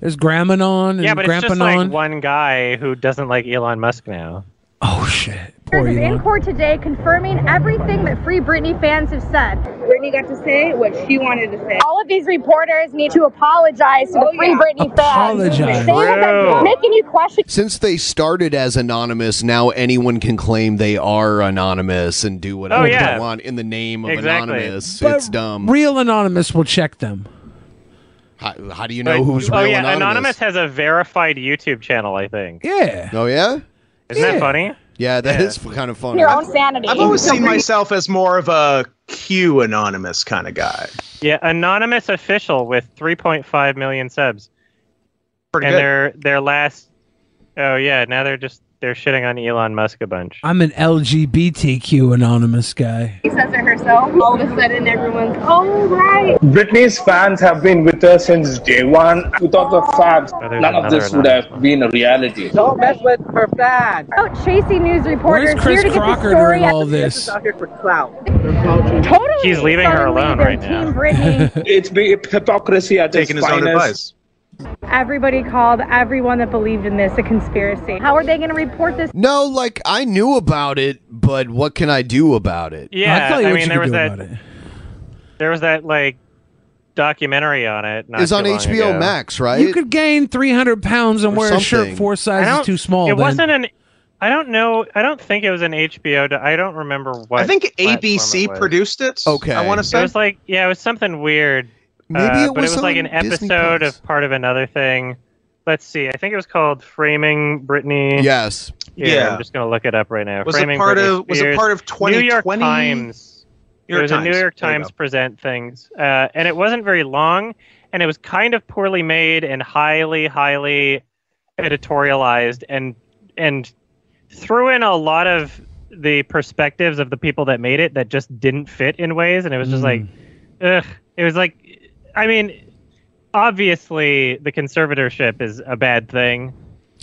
Speaker 12: There's Grandmanon and
Speaker 10: Yeah, but it's just
Speaker 12: Grandpanon.
Speaker 10: like one guy who doesn't like Elon Musk now.
Speaker 12: oh, shit. Poor
Speaker 16: Spears is in
Speaker 12: Elon.
Speaker 16: court today confirming everything that Free Britney fans have said. Britney got to say what she wanted to say. Oh, All of these reporters need to apologize to the Free Britney fans.
Speaker 12: Apologize.
Speaker 16: They have
Speaker 10: True.
Speaker 16: been making you question
Speaker 9: Since they started as anonymous, now anyone can claim they are anonymous and do whatever
Speaker 10: Oh, yeah.
Speaker 9: they want in the name of
Speaker 10: Exactly.
Speaker 9: anonymous.
Speaker 12: But
Speaker 9: it's dumb.
Speaker 12: Real Anonymous will check them.
Speaker 9: how, how do you know who's
Speaker 10: oh
Speaker 9: real
Speaker 10: yeah,
Speaker 9: anonymous?
Speaker 10: has a verified YouTube channel, I think.
Speaker 12: Yeah.
Speaker 9: Oh yeah.
Speaker 10: Isn't
Speaker 12: Yeah.
Speaker 10: that funny?
Speaker 9: Yeah, that is kind of funny.
Speaker 16: Your own sanity.
Speaker 11: I've always seen myself as more of a Q anonymous kind of guy.
Speaker 10: Yeah, anonymous official with 3.5 million subs.
Speaker 11: Pretty
Speaker 10: and
Speaker 11: good.
Speaker 10: their their last. Oh yeah, now they're just they're shitting on Elon Musk a bunch.
Speaker 12: I'm an LGBTQ anonymous guy.
Speaker 16: He says it herself. All of a sudden, everyone's, oh, right.
Speaker 18: Britney's fans have been with her since day one. Without the fans, none of
Speaker 19: another
Speaker 18: this would have been a reality.
Speaker 19: Don't mess with her fans.
Speaker 16: Oh, Chasey News reporters
Speaker 12: Where's
Speaker 16: here
Speaker 12: Chris
Speaker 16: to get
Speaker 12: Crocker
Speaker 16: the story
Speaker 12: during
Speaker 16: out-
Speaker 12: all
Speaker 19: She's
Speaker 12: this?
Speaker 19: out here for clout.
Speaker 16: Totally.
Speaker 10: He's leaving her alone right now.
Speaker 18: it's be hypocrisy at
Speaker 11: Taking
Speaker 18: its
Speaker 11: his own
Speaker 18: finest.
Speaker 11: advice.
Speaker 16: Everybody called everyone that believed in this a conspiracy. How are they going to report this?
Speaker 9: No, like I knew about it, but what can I do about it?
Speaker 10: Yeah, I, mean there was that. There was that like documentary on it. Not
Speaker 9: It's on
Speaker 10: too long
Speaker 9: HBO
Speaker 10: ago.
Speaker 9: Max, right?
Speaker 12: You could gain 300 pounds and
Speaker 10: Or
Speaker 12: wear a shirt
Speaker 10: something.
Speaker 12: four
Speaker 10: I don't-
Speaker 12: sizes too small.
Speaker 10: It
Speaker 12: Ben.
Speaker 10: wasn't an. I don't know. I don't think it was an HBO. do- I don't remember what.
Speaker 11: I think
Speaker 10: platform
Speaker 11: ABC
Speaker 10: it was.
Speaker 11: produced it. I want to say
Speaker 10: it was like yeah, it was something weird.
Speaker 11: Maybe
Speaker 10: uh,
Speaker 11: it
Speaker 10: but it
Speaker 11: was
Speaker 10: was like
Speaker 11: on
Speaker 10: an
Speaker 11: Disney
Speaker 10: episode of part of another thing. Let's see. I think it was called Framing Britney.
Speaker 9: Yes.
Speaker 10: Here,
Speaker 11: Yeah.
Speaker 10: I'm just gonna look it up right now.
Speaker 11: Was it
Speaker 10: Framing
Speaker 11: part
Speaker 10: Britney
Speaker 11: of- was it
Speaker 10: Spears.
Speaker 11: part of
Speaker 10: New York
Speaker 11: 2020?
Speaker 10: Times.
Speaker 11: New York
Speaker 10: it was a
Speaker 11: Times.
Speaker 10: New York
Speaker 11: There you
Speaker 10: Times
Speaker 11: go.
Speaker 10: present things, uh, and it wasn't very long, and it was kind of poorly made and highly, highly editorialized, and and threw in a lot of the perspectives of the people that made it that just didn't fit in ways, and it was just like,
Speaker 11: Mm.
Speaker 10: ugh. It was like, I mean, obviously the conservatorship is a bad thing,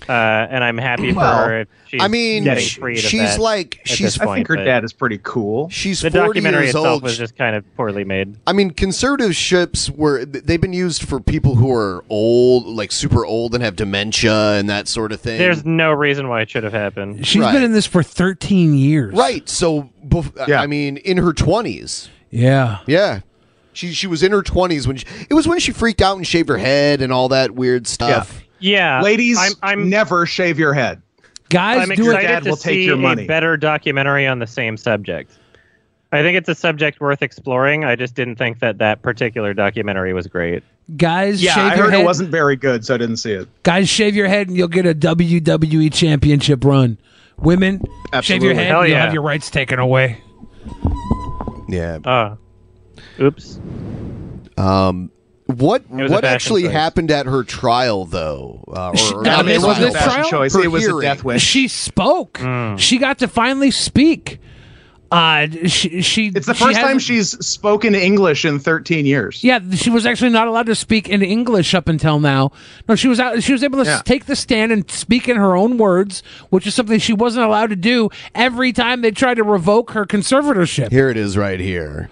Speaker 10: uh, and I'm happy
Speaker 9: Well,
Speaker 10: for her. if She's
Speaker 9: I mean,
Speaker 10: getting
Speaker 9: sh-
Speaker 10: freed of
Speaker 9: she's
Speaker 10: that
Speaker 9: like-
Speaker 10: at
Speaker 9: she's-
Speaker 10: this
Speaker 9: I think
Speaker 10: point,
Speaker 9: her
Speaker 10: but
Speaker 9: dad
Speaker 11: is pretty cool.
Speaker 9: She's
Speaker 10: the
Speaker 9: 40
Speaker 10: documentary
Speaker 9: years
Speaker 10: itself
Speaker 9: old.
Speaker 10: was just kind of poorly made.
Speaker 9: I mean, conservatorships were th- they've been used for people who are old, like super old and have dementia and that sort of thing.
Speaker 10: There's no reason why it should have happened.
Speaker 12: She's been in this for 13 years.
Speaker 9: right. So, bef- I mean, in her 20s.
Speaker 12: Yeah.
Speaker 9: Yeah. She she was in her 20s when she, it was when she freaked out and shaved her head and all that weird stuff.
Speaker 10: Yeah,
Speaker 11: ladies, never shave your head.
Speaker 12: Uh, Guys,
Speaker 10: I'm
Speaker 11: do it.
Speaker 10: excited
Speaker 11: Dad
Speaker 10: to
Speaker 11: will take
Speaker 10: see
Speaker 11: your money.
Speaker 10: a better documentary on the same subject. I think it's a subject worth exploring. I just didn't think that that particular documentary was great.
Speaker 12: Guys,
Speaker 10: Yeah,
Speaker 12: shave
Speaker 10: I
Speaker 12: your
Speaker 10: heard it
Speaker 12: head.
Speaker 10: wasn't
Speaker 11: very good, so I didn't see it.
Speaker 12: Guys, shave your head and you'll get a WWE championship run. Women, shave your
Speaker 11: Absolutely.
Speaker 12: head
Speaker 11: Hell
Speaker 12: and you'll
Speaker 11: yeah.
Speaker 12: have your rights taken away.
Speaker 9: Yeah.
Speaker 10: Uh, oops.
Speaker 9: Um what
Speaker 10: was a
Speaker 9: what
Speaker 10: fashion
Speaker 9: actually
Speaker 10: choice.
Speaker 9: happened at her trial though? Uh, or, or
Speaker 12: Now,
Speaker 9: not
Speaker 12: this
Speaker 9: trial,
Speaker 12: wasn't a trial?
Speaker 9: her hearing.
Speaker 12: She spoke.
Speaker 10: Hmm.
Speaker 12: She got to finally speak. Uh, she, she.
Speaker 11: It's the first time she's spoken English in 13 years.
Speaker 12: Yeah, she was actually not allowed to speak in English up until now. No, she was out. She was able to
Speaker 11: Yeah.
Speaker 12: s- take the stand and speak in her own words, which is something she wasn't allowed to do every time they tried to revoke her conservatorship.
Speaker 9: Here it is right here.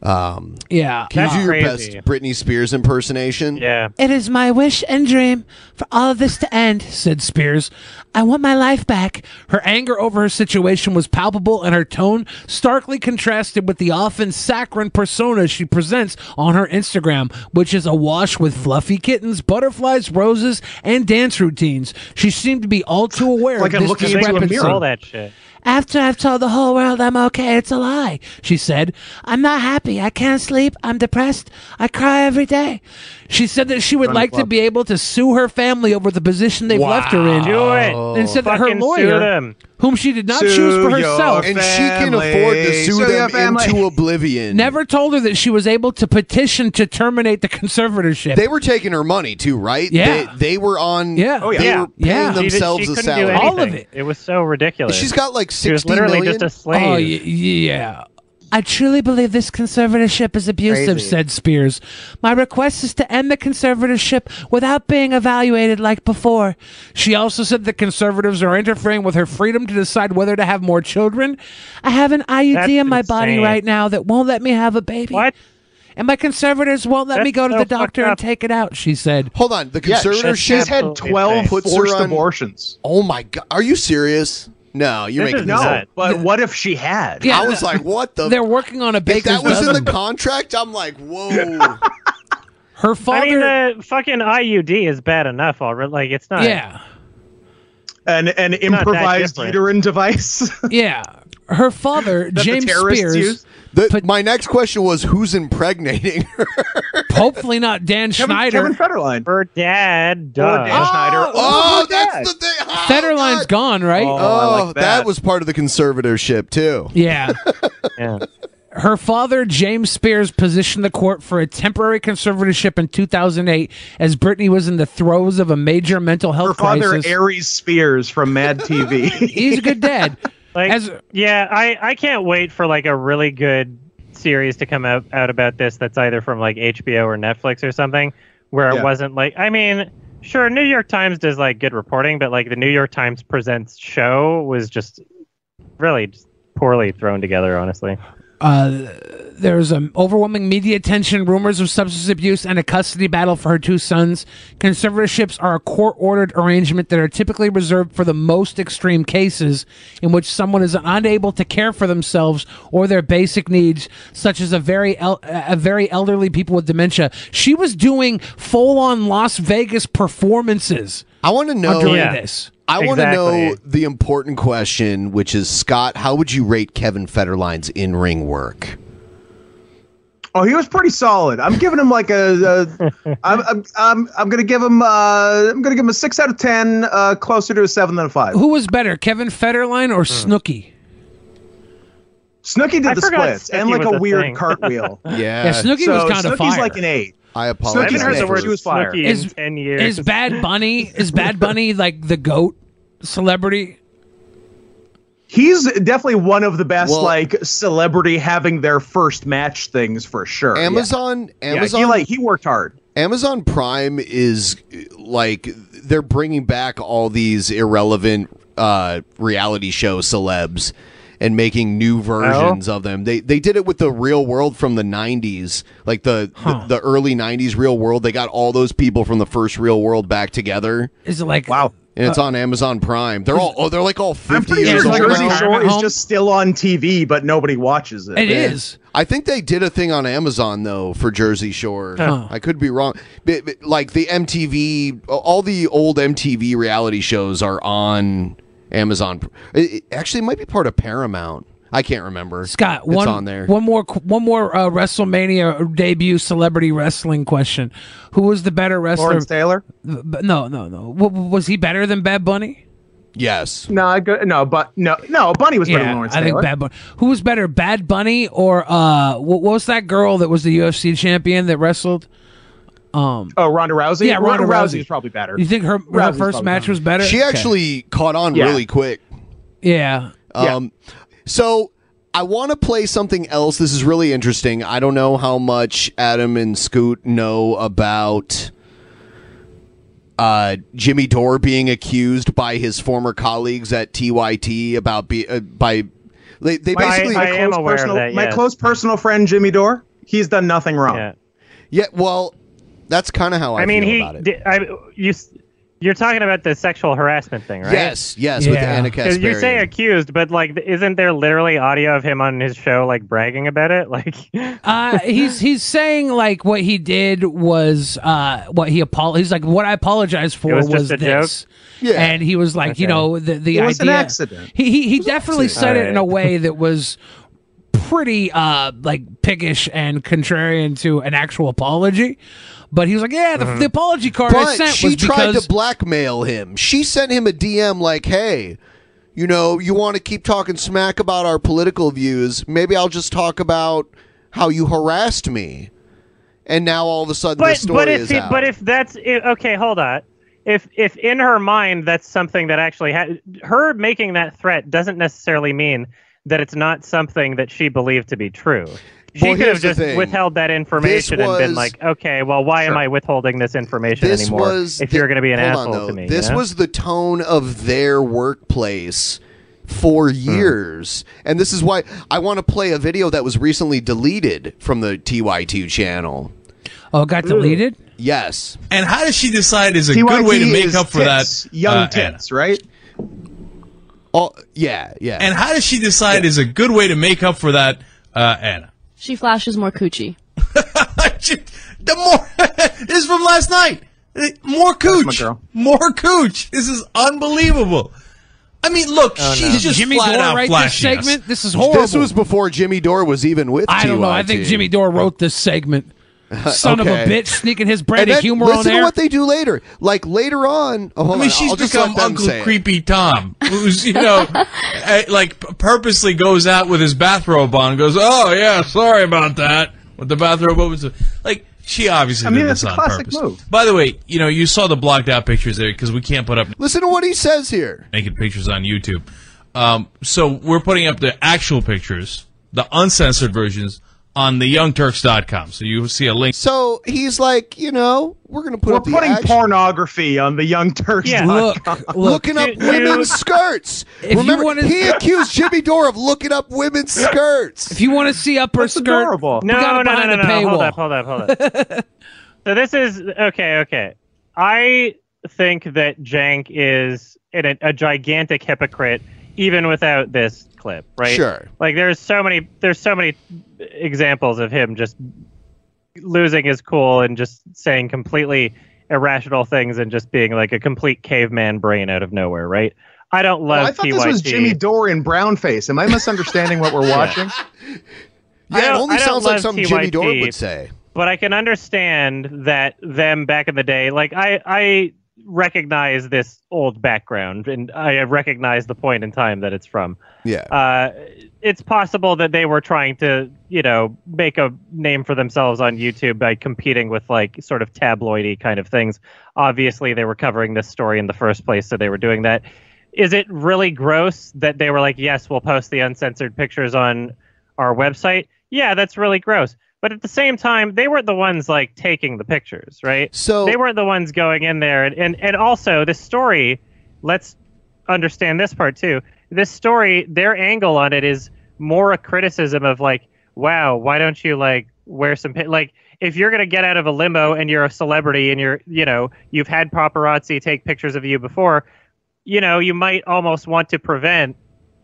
Speaker 9: Um
Speaker 12: Yeah.
Speaker 9: Can
Speaker 12: That's
Speaker 9: you do your
Speaker 12: crazy.
Speaker 9: best Britney Spears impersonation?
Speaker 10: Yeah.
Speaker 12: It is my wish and dream for all of this to end, said Spears. I want my life back. Her anger over her situation was palpable, and her tone starkly contrasted with the often saccharine persona she presents on her Instagram, which is awash with fluffy kittens, butterflies, roses, and dance routines. She seemed to be all too aware
Speaker 11: Like I'm
Speaker 12: of this
Speaker 11: looking into a
Speaker 12: discrepancy.
Speaker 11: mirror.
Speaker 10: All that shit.
Speaker 12: After I've told the whole world I'm okay, it's a lie, she said. I'm not happy. I can't sleep. I'm depressed. I cry every day. She said that she would
Speaker 10: Run the
Speaker 12: like to
Speaker 10: club.
Speaker 12: be able to sue her family over the position they've
Speaker 10: Wow.
Speaker 12: left her in.
Speaker 10: Do it.
Speaker 12: And said that her
Speaker 10: Fucking sue
Speaker 12: lawyer,
Speaker 10: them.
Speaker 12: whom she did not
Speaker 10: Sue
Speaker 12: choose for
Speaker 10: your
Speaker 12: herself,
Speaker 9: And she can afford to sue them into oblivion.
Speaker 12: never told her that she was able to petition to terminate the conservatorship.
Speaker 9: They were taking her money too, right?
Speaker 12: Yeah.
Speaker 9: They, they were on.
Speaker 12: Yeah.
Speaker 9: They were paying themselves
Speaker 10: Oh, she, did- she
Speaker 9: a
Speaker 10: couldn't
Speaker 9: salary.
Speaker 10: Do All of it. It was so ridiculous.
Speaker 9: She's got like
Speaker 10: She was
Speaker 9: 60
Speaker 10: literally
Speaker 9: million?
Speaker 10: just a slave.
Speaker 12: Oh, y- yeah. I truly believe this conservatorship is abusive,
Speaker 10: Crazy.
Speaker 12: said Spears. My request is to end the conservatorship without being evaluated like before. She also said that conservatives are interfering with her freedom to decide whether to have more children. I have an IUD
Speaker 10: That's
Speaker 12: in my body
Speaker 10: insane.
Speaker 12: right now that won't let me have a baby. What? And my conservators won't let
Speaker 10: That's
Speaker 12: me go to
Speaker 10: so
Speaker 12: the doctor
Speaker 10: fucked
Speaker 12: and
Speaker 10: up.
Speaker 12: take it out, she said.
Speaker 9: Hold on. The
Speaker 12: Yeah,
Speaker 9: conservatorship.
Speaker 12: she's- she's had 12
Speaker 9: puts
Speaker 12: forced
Speaker 9: her on,
Speaker 11: abortions.
Speaker 9: Oh my god. Are you serious? No, you're
Speaker 11: This
Speaker 9: making
Speaker 11: is
Speaker 9: this
Speaker 11: no,
Speaker 9: up.
Speaker 11: but what if she had?
Speaker 9: I was like, what the?
Speaker 12: They're working on a
Speaker 9: If
Speaker 12: baker's
Speaker 9: that was in
Speaker 12: dozen.
Speaker 9: the contract, I'm like, whoa.
Speaker 12: Her father.
Speaker 10: I mean, the fucking IUD is bad enough already. Like, it's not.
Speaker 12: Yeah.
Speaker 11: An an
Speaker 10: not that
Speaker 11: improvised
Speaker 10: different.
Speaker 11: uterine device.
Speaker 12: Yeah. her father, James Spears.
Speaker 9: The- my next question was who's impregnating her?
Speaker 12: Hopefully not Dan Schneider.
Speaker 11: Kevin Federline.
Speaker 10: Her dad.
Speaker 11: Or Dan Schneider.
Speaker 9: Oh, that's
Speaker 11: the
Speaker 9: thing.
Speaker 12: Federline's gone, right?
Speaker 9: Oh, that. was part of the conservatorship too.
Speaker 12: Yeah.
Speaker 10: yeah.
Speaker 12: Her father, James Spears, positioned the court for a temporary conservatorship in 2008 as Brittany was in the throes of a major mental health
Speaker 11: Her father,
Speaker 12: crisis.
Speaker 11: Aries Spears from Mad TV.
Speaker 12: He's a good dad.
Speaker 10: Like, yeah, I, I can't wait for like a really good series to come out, out about this that's either from like HBO or Netflix or something where
Speaker 11: Yeah.
Speaker 10: it wasn't like I mean, sure, New York Times does like good reporting, but like the New York Times Presents show was just really just poorly thrown together, honestly.
Speaker 12: Uh, there's um, overwhelming media attention, rumors of substance abuse, and a custody battle for her two sons. Conservatorships are a court ordered arrangement that are typically reserved for the most extreme cases in which someone is unable to care for themselves or their basic needs, such as a very el- a very elderly people with dementia. She was doing full on Las Vegas performances.
Speaker 9: I want to know
Speaker 12: during this.
Speaker 9: I want to know the important question, which is Scott, how would you rate Kevin Federline's in ring work?
Speaker 11: Oh, he was pretty solid. I'm giving him like a. a I'm, I'm I'm I'm gonna give him. Uh, I'm gonna give him a six out of ten. Uh, closer to a seven than a five.
Speaker 12: Who was better, Kevin Federline or
Speaker 9: Hmm.
Speaker 12: Snooki?
Speaker 11: Snooki did
Speaker 12: I
Speaker 11: the
Speaker 12: forgot
Speaker 11: splits and
Speaker 12: Snooki
Speaker 11: like
Speaker 12: was
Speaker 11: a
Speaker 12: a
Speaker 11: weird
Speaker 12: thing.
Speaker 11: cartwheel.
Speaker 9: Yeah.
Speaker 12: Yeah, Snooki
Speaker 11: So
Speaker 12: was kind of
Speaker 11: Snooki's
Speaker 12: fire.
Speaker 11: like an eight.
Speaker 9: I
Speaker 11: apologize.
Speaker 10: I haven't heard the
Speaker 11: for-
Speaker 10: word
Speaker 11: she was fire.
Speaker 10: Snooki
Speaker 12: Is-
Speaker 10: in ten years.
Speaker 12: Is Bad Bunny is Bad Bunny like the goat celebrity?
Speaker 11: He's definitely one of the best
Speaker 9: Well-
Speaker 11: like celebrity having their first match things for sure. Yeah.
Speaker 9: Amazon-
Speaker 11: Yeah, he,
Speaker 9: Amazon-
Speaker 11: like he worked hard.
Speaker 9: Amazon Prime is like they're bringing back all these irrelevant uh, reality show celebs and making
Speaker 11: Oh.
Speaker 9: new versions of them. They they did it with the Real World from the '90s, like the the, the early '90s Real World. They got all those people from the first Real World back together.
Speaker 12: Is it like wow?
Speaker 9: And
Speaker 11: uh,
Speaker 9: it's on Amazon Prime. They're all oh, they're like all
Speaker 11: I'm
Speaker 9: fifty
Speaker 11: pretty
Speaker 9: years
Speaker 11: sure
Speaker 9: old.
Speaker 11: Jersey
Speaker 9: now.
Speaker 11: Shore is just still on TV, but nobody watches it.
Speaker 9: It is. I think they did a thing on Amazon though for Jersey Shore.
Speaker 11: Huh.
Speaker 9: I could be wrong. But, but, like the MTV, all the old MTV reality shows are on Amazon. It, it actually might be part of Paramount. I can't remember.
Speaker 12: Scott,
Speaker 9: it's
Speaker 12: one
Speaker 9: on there.
Speaker 12: one more one more uh, WrestleMania debut celebrity wrestling question. Who was the better wrestler?
Speaker 11: Lawrence Taylor?
Speaker 12: But no, no, no. W- w- was he better than Bad Bunny?
Speaker 9: Yes.
Speaker 11: No, I go, Uh, no, but no, no. Bunny was better than
Speaker 12: Yeah,
Speaker 11: Lawrence
Speaker 12: I think
Speaker 11: Taylor.
Speaker 12: Bad Bunny. Who was better, Bad Bunny or uh, wh- what was that girl that was the UFC champion that wrestled? Um,
Speaker 11: oh, Ronda Rousey.
Speaker 12: Yeah, Ronda, Rousey
Speaker 11: is probably better.
Speaker 12: You think her, her
Speaker 11: Rousey's
Speaker 12: first
Speaker 11: probably
Speaker 12: match was better?
Speaker 9: She
Speaker 12: Okay.
Speaker 9: actually caught on
Speaker 12: Yeah.
Speaker 9: really quick.
Speaker 12: yeah.
Speaker 9: Um, So I want to play something else. This is really interesting. I don't know how much Adam and Scoot know about uh, Jimmy Dore being accused by his former colleagues at TYT about be uh, by they, they
Speaker 11: My-
Speaker 9: basically.
Speaker 11: my close personal, My close personal friend Jimmy Dore. He's done nothing wrong.
Speaker 10: Yeah.
Speaker 9: Yeah. Well, that's kind of how I,
Speaker 10: I mean,
Speaker 9: feel
Speaker 10: he.
Speaker 9: about it.
Speaker 10: di- I, you, s- you're talking about the sexual harassment thing, right?
Speaker 9: Yes, yes, with Yeah. Anna
Speaker 10: 'Cause You say
Speaker 9: Kasparian.
Speaker 10: accused, but like, isn't there literally audio of him on his show, like bragging about it? Like,
Speaker 12: uh, he's he's saying like what he did was uh, what he apol. He's like what I apologize for
Speaker 10: It was
Speaker 12: was,
Speaker 10: just a
Speaker 12: this.
Speaker 10: joke?
Speaker 9: Yeah.
Speaker 12: and he was like, you
Speaker 10: Okay.
Speaker 12: know, the the
Speaker 11: It
Speaker 12: idea.
Speaker 11: was an accident.
Speaker 12: He he, he definitely
Speaker 11: accident.
Speaker 12: said it in a
Speaker 11: Alright.
Speaker 12: way that was pretty uh like piggish and contrarian to an actual apology. But he was like, yeah, the,
Speaker 9: Mhm.
Speaker 12: the apology card I
Speaker 9: But
Speaker 12: sent
Speaker 9: she
Speaker 12: was
Speaker 9: tried
Speaker 12: because
Speaker 9: to blackmail him. She sent him a DM like, "Hey, you know, you want to keep talking smack about our political views? Maybe I'll just talk about how you harassed me." And now all of a sudden,
Speaker 10: but
Speaker 9: this story
Speaker 10: but if
Speaker 9: is
Speaker 10: he-
Speaker 9: out.
Speaker 10: but if that's i okay, hold on. If if in her mind that's something that actually ha- her making that threat doesn't necessarily mean that it's not something that she believed to be true. She
Speaker 9: Well,
Speaker 10: could
Speaker 9: here's
Speaker 10: have
Speaker 9: the
Speaker 10: just
Speaker 9: thing.
Speaker 10: withheld that information and been
Speaker 9: was-
Speaker 10: like, okay, well, why am I withholding this information
Speaker 9: this
Speaker 10: anymore?
Speaker 9: was
Speaker 10: if you're going to be an
Speaker 9: hold on,
Speaker 10: asshole to
Speaker 9: though.
Speaker 10: me, you
Speaker 9: This
Speaker 10: know?
Speaker 9: was the tone of their workplace
Speaker 10: Hmm.
Speaker 9: for years, and this is why I want to play a video that was recently deleted from the TYT channel.
Speaker 12: oh, it got deleted.
Speaker 9: Yes.
Speaker 20: And how does she decide is a
Speaker 9: TYT
Speaker 20: good way to make
Speaker 9: is
Speaker 20: up for
Speaker 9: tits.
Speaker 20: that? uh,
Speaker 9: Young
Speaker 11: tits, right?
Speaker 9: Oh, yeah, yeah.
Speaker 20: And how does she decide is a good way to make up for that, uh, Anna?
Speaker 21: She flashes more coochie.
Speaker 20: The more this is from Uh, last night. Eh, More cooch, more cooch. This is unbelievable. I mean, look,
Speaker 12: Oh,
Speaker 20: she's just
Speaker 12: Jimmy
Speaker 20: flat
Speaker 12: Dore
Speaker 20: out
Speaker 12: write this
Speaker 20: flashy. us.
Speaker 12: segment. This is horrible.
Speaker 9: This was before Jimmy Dore was even with.
Speaker 12: I don't know. I think
Speaker 9: TYT.
Speaker 12: Jimmy Dore wrote this segment. Son
Speaker 9: Okay.
Speaker 12: of a bitch, sneaking his
Speaker 9: And
Speaker 12: brand of
Speaker 9: then
Speaker 12: humor
Speaker 9: listen
Speaker 12: on there.
Speaker 9: to what they do later. Like later on, oh, hold
Speaker 20: I
Speaker 9: on,
Speaker 20: mean, she's
Speaker 9: I'll just
Speaker 20: become
Speaker 9: let them
Speaker 20: Uncle
Speaker 9: say it.
Speaker 20: Creepy Tom, who's you know, eh, like p- purposely goes out with his bathrobe on, and goes, "Oh yeah, sorry about that." With the bathrobe open, like she obviously
Speaker 9: I mean,
Speaker 20: did
Speaker 9: that's
Speaker 20: this
Speaker 9: a
Speaker 20: on
Speaker 9: classic
Speaker 20: purpose.
Speaker 9: move.
Speaker 20: By the way, you know, you saw the blocked out pictures there because we can't put up
Speaker 9: Listen to what he says here.
Speaker 20: naked pictures on YouTube. Um, so we're putting up the actual pictures, the uncensored versions, on the YoungTurks.com. So you will see a link.
Speaker 9: So he's like, you know, we're gonna put
Speaker 11: We're
Speaker 9: up the
Speaker 11: putting
Speaker 9: action.
Speaker 11: pornography on the Young Turks.
Speaker 9: Yeah.
Speaker 11: dot com.
Speaker 9: Look, looking up women's skirts.
Speaker 12: If you
Speaker 9: Remember,
Speaker 12: wanna-
Speaker 9: he accused Jimmy Dore of looking up women's skirts.
Speaker 12: If you want to see upper skirt,
Speaker 11: adorable.
Speaker 12: we got
Speaker 10: No, no,
Speaker 12: it
Speaker 10: no,
Speaker 12: behind
Speaker 10: no,
Speaker 12: the
Speaker 10: no. Hold
Speaker 12: paywall.
Speaker 10: up, hold up, hold up. so this is okay, okay. I think that Jank is a, a gigantic hypocrite, even without this clip, right?
Speaker 9: Sure.
Speaker 10: Like there's so many, there's so many examples of him just losing his cool and just saying completely irrational things and just being like a complete caveman brain out of nowhere, right? I don't love.
Speaker 11: Well, I thought this was
Speaker 10: TYT.
Speaker 11: Jimmy Dore in brownface. Am I misunderstanding what we're watching?
Speaker 10: I
Speaker 9: Yeah, it
Speaker 10: don't-
Speaker 9: only
Speaker 10: I don't
Speaker 9: sounds like
Speaker 10: love
Speaker 9: something Jimmy
Speaker 10: TYT,
Speaker 9: Dore would say.
Speaker 10: But I can understand that them back in the day, like I, I recognize this old background and I recognize the point in time that it's from.
Speaker 9: Yeah.
Speaker 10: Uh, it's possible that they were trying to, you know, make a name for themselves on YouTube by competing with like sort of tabloidy kind of things. Obviously, they were covering this story in the first place, so they were doing that. Is it really gross that they were like, yes, we'll post the uncensored pictures on our website? Yeah, that's really gross. But at the same time, they weren't the ones like taking the pictures, right?
Speaker 9: So
Speaker 10: they weren't the ones going in there, and and, and also this story. Let's understand this part too. This story, their angle on it is more a criticism of like, wow, why don't you like wear some pi-? like if you're gonna get out of a limo and you're a celebrity and you're you know you've had paparazzi take pictures of you before, you know you might almost want to prevent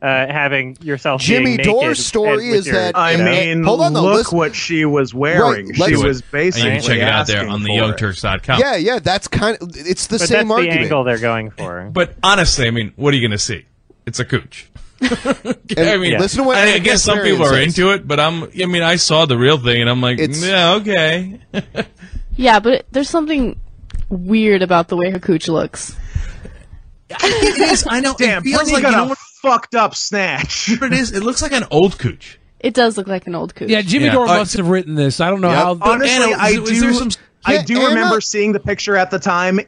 Speaker 10: uh, having yourself.
Speaker 9: Jimmy
Speaker 10: being naked
Speaker 9: Dore's story
Speaker 10: and with
Speaker 9: is
Speaker 10: your-
Speaker 9: that
Speaker 11: I mean,
Speaker 9: hold on though,
Speaker 11: look
Speaker 9: listen-
Speaker 11: what she was wearing.
Speaker 9: Right,
Speaker 11: she
Speaker 9: let's-
Speaker 11: was basically
Speaker 20: And you can check it out there
Speaker 11: asking
Speaker 20: on the
Speaker 11: for it.
Speaker 20: YoungTurks.com.
Speaker 9: Yeah, yeah, that's kind of it's the
Speaker 10: but
Speaker 9: same
Speaker 10: that's
Speaker 9: argument.
Speaker 10: the angle they're going for.
Speaker 20: But honestly, I mean, what are you going to see? It's a cooch. I mean,
Speaker 9: Yeah. listen to what
Speaker 20: I, I
Speaker 9: Anna
Speaker 20: guess some
Speaker 9: Kasparian
Speaker 20: people are
Speaker 9: says.
Speaker 20: into it, but I'm. I mean, I saw the real thing, and I'm like, yeah, okay.
Speaker 21: Yeah, but there's something weird about the way her cooch looks.
Speaker 20: it is. I know.
Speaker 11: Damn,
Speaker 21: it feels
Speaker 11: Brittany
Speaker 21: like,
Speaker 11: got
Speaker 21: you know
Speaker 11: a
Speaker 21: what-
Speaker 11: fucked up snatch.
Speaker 20: But it is. It looks like an old cooch.
Speaker 21: It does look like an old cooch.
Speaker 12: Yeah, Jimmy Dore must have written this. I don't know how.
Speaker 11: Uh, Honestly,
Speaker 12: Anna,
Speaker 11: I
Speaker 12: was- was there
Speaker 11: do.
Speaker 12: some-
Speaker 11: I
Speaker 12: Yeah,
Speaker 11: do
Speaker 12: Anna-
Speaker 11: remember seeing the picture at the time.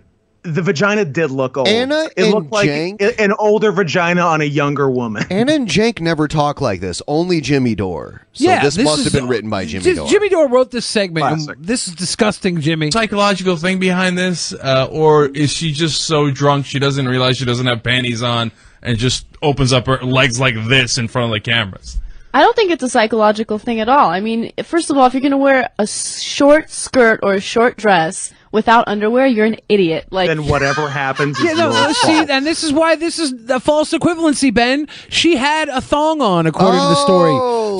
Speaker 11: The vagina did look old.
Speaker 9: Anna
Speaker 11: it
Speaker 9: and
Speaker 11: looked like
Speaker 9: Jank-
Speaker 11: i- an older vagina on a younger woman.
Speaker 9: Anna and Jank never talk like this. Only Jimmy Dore. So
Speaker 12: Yeah,
Speaker 9: this,
Speaker 12: this
Speaker 9: must
Speaker 12: is-
Speaker 9: have been written by Jimmy
Speaker 12: Jimmy
Speaker 9: Dore.
Speaker 12: Dore wrote this segment. and this is disgusting, Jimmy.
Speaker 20: Psychological thing behind this, uh, or is she just so drunk she doesn't realize she doesn't have panties on and just opens up her legs like this in front of the cameras?
Speaker 21: I don't think it's a psychological thing at all. I mean, first of all, if you're going to wear a s- short skirt or a short dress without underwear, you're an idiot. Like
Speaker 11: then whatever happens
Speaker 12: Yeah,
Speaker 11: is
Speaker 12: no,
Speaker 11: your
Speaker 12: well, see,
Speaker 11: fault.
Speaker 12: and this is why this is a false equivalency, Ben. She had a thong on, according to the story.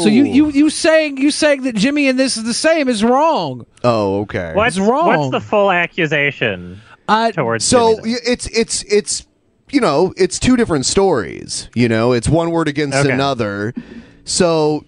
Speaker 12: So you,
Speaker 9: Oh.
Speaker 12: you, you saying you saying that Jimmy and this is the same is wrong.
Speaker 9: Oh, okay.
Speaker 10: What's
Speaker 12: wrong?
Speaker 10: What's the full accusation towards?
Speaker 9: So
Speaker 10: Jimmy?
Speaker 9: y- it's it's it's you know it's two different stories. You know, it's one word against
Speaker 10: Okay.
Speaker 9: another. So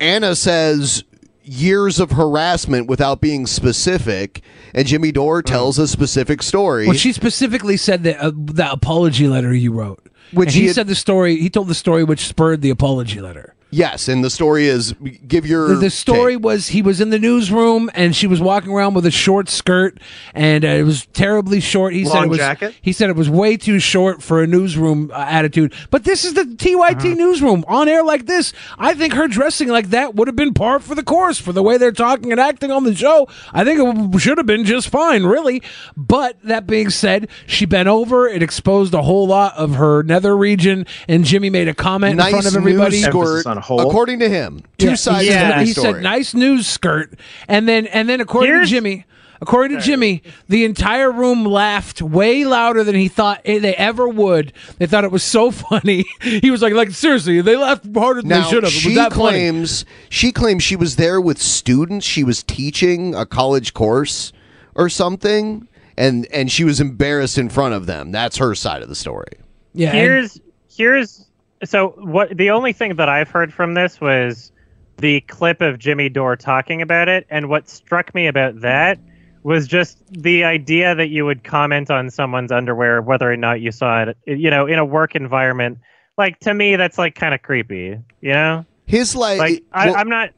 Speaker 9: Anna says years of harassment without being specific, and Jimmy Dore tells a specific story.
Speaker 12: Well, she specifically said that uh, that apology letter you wrote,
Speaker 9: Which
Speaker 12: And
Speaker 9: he
Speaker 12: he
Speaker 9: had-
Speaker 12: said the story. He told the story which spurred the apology letter.
Speaker 9: yes, and the story is give your
Speaker 12: The, the story was he was in the newsroom and she was walking around with a short skirt and uh, it was terribly short. He said
Speaker 11: Long
Speaker 12: it was
Speaker 11: jacket?
Speaker 12: he said it was way too short for a newsroom uh, attitude. But this is the TYT
Speaker 9: Uh-huh.
Speaker 12: newsroom on air like this. I think her dressing like that would have been par for the course for the way they're talking and acting on the show. I think it w- should have been just fine, really. But that being said, she bent over. It exposed a whole lot of her nether region, and Jimmy made a comment in
Speaker 9: nice
Speaker 12: front of everybody.
Speaker 9: news skirt, according to him. Two
Speaker 12: Yeah, he
Speaker 9: sides
Speaker 12: said-
Speaker 9: to every
Speaker 12: he
Speaker 9: story.
Speaker 12: said nice news skirt, and then and then according to Jimmy, according to Jimmy, the entire room laughed way louder than he thought it- they ever would. They thought it was so funny. he was like, like seriously, they laughed harder than
Speaker 9: Now
Speaker 12: they should have. It
Speaker 9: she
Speaker 12: was that funny.
Speaker 9: claims she claims she was there with students. She was teaching a college course or something, and and she was embarrassed in front of them. That's her side of the story.
Speaker 12: Yeah,
Speaker 10: here's here's so what the only thing that I've heard from this was the clip of Jimmy Dore talking about it, and what struck me about that was just the idea that you would comment on someone's underwear whether or not you saw it, you know, in a work environment. Like to me, that's like kind of creepy, you know.
Speaker 9: His like,
Speaker 10: I,
Speaker 9: well-
Speaker 10: I'm not.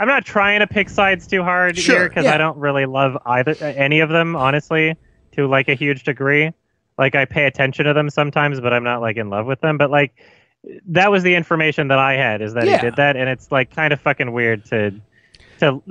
Speaker 10: I'm not trying to pick sides too hard
Speaker 9: Sure,
Speaker 10: here because
Speaker 9: yeah.
Speaker 10: I don't really love either any of them, honestly, to like a huge degree. Like I pay attention to them sometimes, but I'm not like in love with them. But like that was the information that I had is that
Speaker 22: Yeah.
Speaker 10: he did that, and it's like kind of fucking weird to to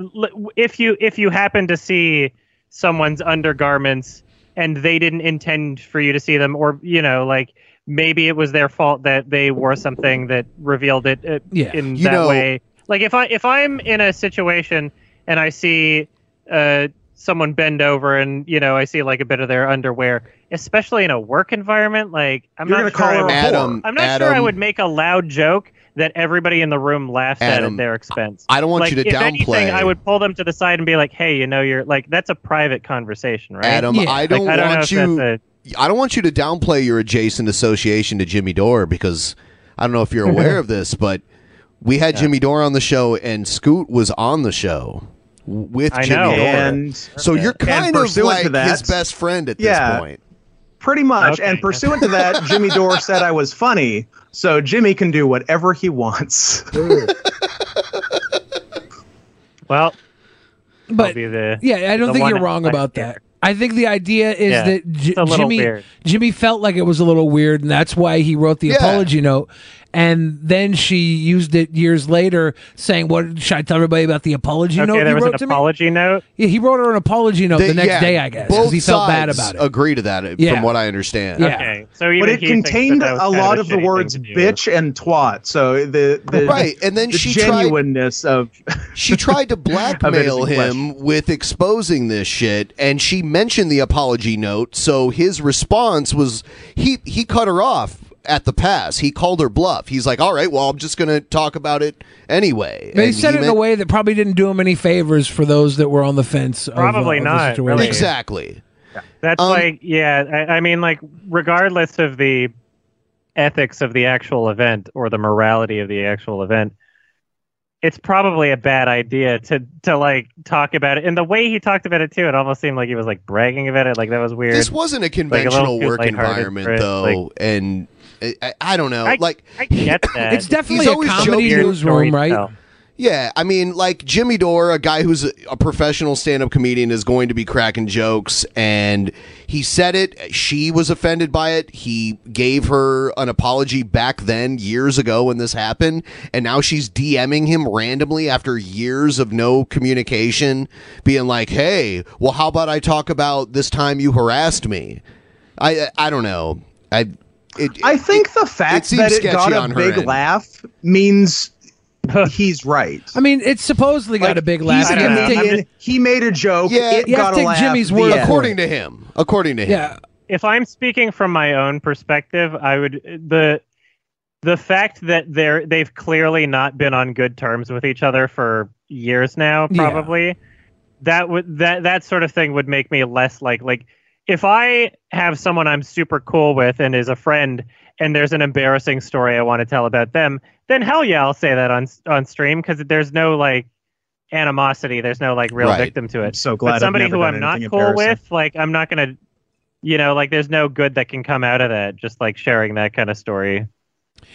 Speaker 10: if you if you happen to see someone's undergarments and they didn't intend for you to see them, or you know like. Maybe it was their fault that they wore something that revealed it uh,
Speaker 12: Yeah.
Speaker 10: in
Speaker 12: You
Speaker 10: that
Speaker 12: know-
Speaker 10: way like if I if I'm in a situation and I see uh, someone bend over and you know I see like a bit of their underwear, especially in a work environment, like I'm
Speaker 11: You're
Speaker 10: not
Speaker 11: gonna call
Speaker 10: sure
Speaker 11: her a
Speaker 10: I would,
Speaker 9: Adam,
Speaker 10: I'm not sure I
Speaker 9: Adam.
Speaker 10: would make a loud joke that everybody in the room laughs at
Speaker 9: Adam,
Speaker 10: at their expense.
Speaker 9: I don't want
Speaker 10: Like,
Speaker 9: you to
Speaker 10: if
Speaker 9: downplay-
Speaker 10: Anything, I would pull them to the side and be like, "Hey, you know, you're like that's a private conversation, right?"
Speaker 9: Adam,
Speaker 10: Like,
Speaker 9: I don't
Speaker 10: I don't know
Speaker 9: want
Speaker 10: if that's
Speaker 9: you.
Speaker 10: a-
Speaker 9: I don't want you to downplay your adjacent association to Jimmy Dore because I don't know if you're aware of this, but we had Jimmy Dore on the show and Scoot was on the show with
Speaker 11: I
Speaker 9: Jimmy
Speaker 11: know.
Speaker 9: Dore.
Speaker 11: And-
Speaker 9: so you're
Speaker 11: And
Speaker 9: kind of
Speaker 11: pursuant
Speaker 9: like
Speaker 11: to that-
Speaker 9: his best friend at
Speaker 11: Yeah.
Speaker 9: this point.
Speaker 11: Pretty much. And pursuant to that, Jimmy Dore said I was funny, so Jimmy can do whatever he wants.
Speaker 10: well,
Speaker 12: but
Speaker 10: be the,
Speaker 12: yeah, I don't
Speaker 10: the
Speaker 12: think
Speaker 10: one
Speaker 12: you're wrong
Speaker 10: like-
Speaker 12: about that. I think the idea is
Speaker 10: Yeah,
Speaker 12: that J-
Speaker 10: it's a little
Speaker 12: Jimmy
Speaker 10: weird.
Speaker 12: Jimmy felt like it was a little weird, and that's why he wrote the
Speaker 10: Yeah.
Speaker 12: apology note. And then she used it years later, saying, "What should I tell everybody about the apology
Speaker 10: okay,
Speaker 12: note?"
Speaker 10: there
Speaker 12: you
Speaker 10: was
Speaker 12: wrote
Speaker 10: an
Speaker 12: to me?"
Speaker 10: apology note.
Speaker 12: Yeah, he wrote her an apology note the,
Speaker 9: They-
Speaker 12: next
Speaker 9: yeah,
Speaker 12: day, I guess, because
Speaker 9: Both
Speaker 12: he felt bad
Speaker 9: sides
Speaker 12: about it.
Speaker 9: Agree to that, uh,
Speaker 12: Yeah.
Speaker 9: from what I understand.
Speaker 12: Yeah. Okay,
Speaker 10: so
Speaker 11: but
Speaker 10: even
Speaker 11: it
Speaker 10: he thinks that
Speaker 11: contained
Speaker 10: that was
Speaker 11: a
Speaker 10: kind of
Speaker 11: lot
Speaker 10: a
Speaker 11: of the
Speaker 10: shitty thing
Speaker 11: words
Speaker 10: to do.
Speaker 11: bitch and twat. So the, the
Speaker 9: Right, and then
Speaker 11: the
Speaker 9: she tried-
Speaker 11: genuineness of
Speaker 9: she tried to blackmail
Speaker 11: Amazing
Speaker 9: him with exposing this shit and she mentioned the apology note so his response was he he cut her off at the pass he called her bluff he's like all right well i'm just gonna talk about it anyway
Speaker 12: They
Speaker 9: And
Speaker 12: said
Speaker 9: he
Speaker 12: it in a
Speaker 9: meant-
Speaker 12: way that probably didn't do him any favors for those that were on the fence. of, uh,
Speaker 10: Probably
Speaker 12: of the
Speaker 10: not,
Speaker 12: situation.
Speaker 10: really.
Speaker 9: exactly
Speaker 10: That's
Speaker 12: Um,
Speaker 10: like, yeah, I, I mean, like, regardless of the ethics of the actual event or the morality of the actual event, it's probably a bad idea to to like talk about it. And the way he talked about it too, it almost seemed like he was like bragging about it. Like that was weird.
Speaker 9: this wasn't a
Speaker 10: Like, little
Speaker 9: conventional
Speaker 10: too
Speaker 9: work
Speaker 10: lighthearted for
Speaker 9: environment
Speaker 10: it.
Speaker 9: though
Speaker 10: Like,
Speaker 9: and I, I, I don't know
Speaker 10: I-
Speaker 9: like
Speaker 10: I get that.
Speaker 12: It's definitely a comedy newsroom, right?
Speaker 9: Yeah, I mean, like Jimmy Dore, a guy who's a, a professional stand-up comedian, is going to be cracking jokes, and he said it. She was offended by it. He gave her an apology back then, years ago, when this happened, and now she's DMing him randomly after years of no communication, being like, "Hey, well, how about I talk about this time you harassed me?" I I, I don't know. I it,
Speaker 11: I think the fact
Speaker 9: seems
Speaker 11: that it
Speaker 9: sketchy
Speaker 11: got
Speaker 9: on
Speaker 11: a
Speaker 9: her
Speaker 11: big
Speaker 9: end.
Speaker 11: laugh means he's right.
Speaker 12: I mean, it supposedly got a big laugh.
Speaker 11: He's a
Speaker 12: You have to take-
Speaker 11: comedian. He made a joke. it
Speaker 12: you have
Speaker 11: got a
Speaker 12: to take
Speaker 11: laugh.
Speaker 12: Jimmy's
Speaker 11: the end.
Speaker 12: word for it.
Speaker 9: according to him. According to him.
Speaker 10: if I'm speaking from my own perspective, I would the the fact that they're they've clearly not been on good terms with each other for years now,
Speaker 12: Yeah.
Speaker 10: probably. That would that that sort of thing would make me less like like if I have someone I'm super cool with and is a friend and there's an embarrassing story I want to tell about them, then hell yeah, I'll say that on on stream because there's no like animosity, there's no like real
Speaker 11: Right.
Speaker 10: victim to it.
Speaker 11: I'm so glad
Speaker 10: but
Speaker 11: I've
Speaker 10: somebody
Speaker 11: never
Speaker 10: who
Speaker 11: done
Speaker 10: I'm not
Speaker 11: anything
Speaker 10: cool
Speaker 11: embarrassing.
Speaker 10: with, like I'm not gonna you know, like there's no good that can come out of that. Just like sharing that kind of story.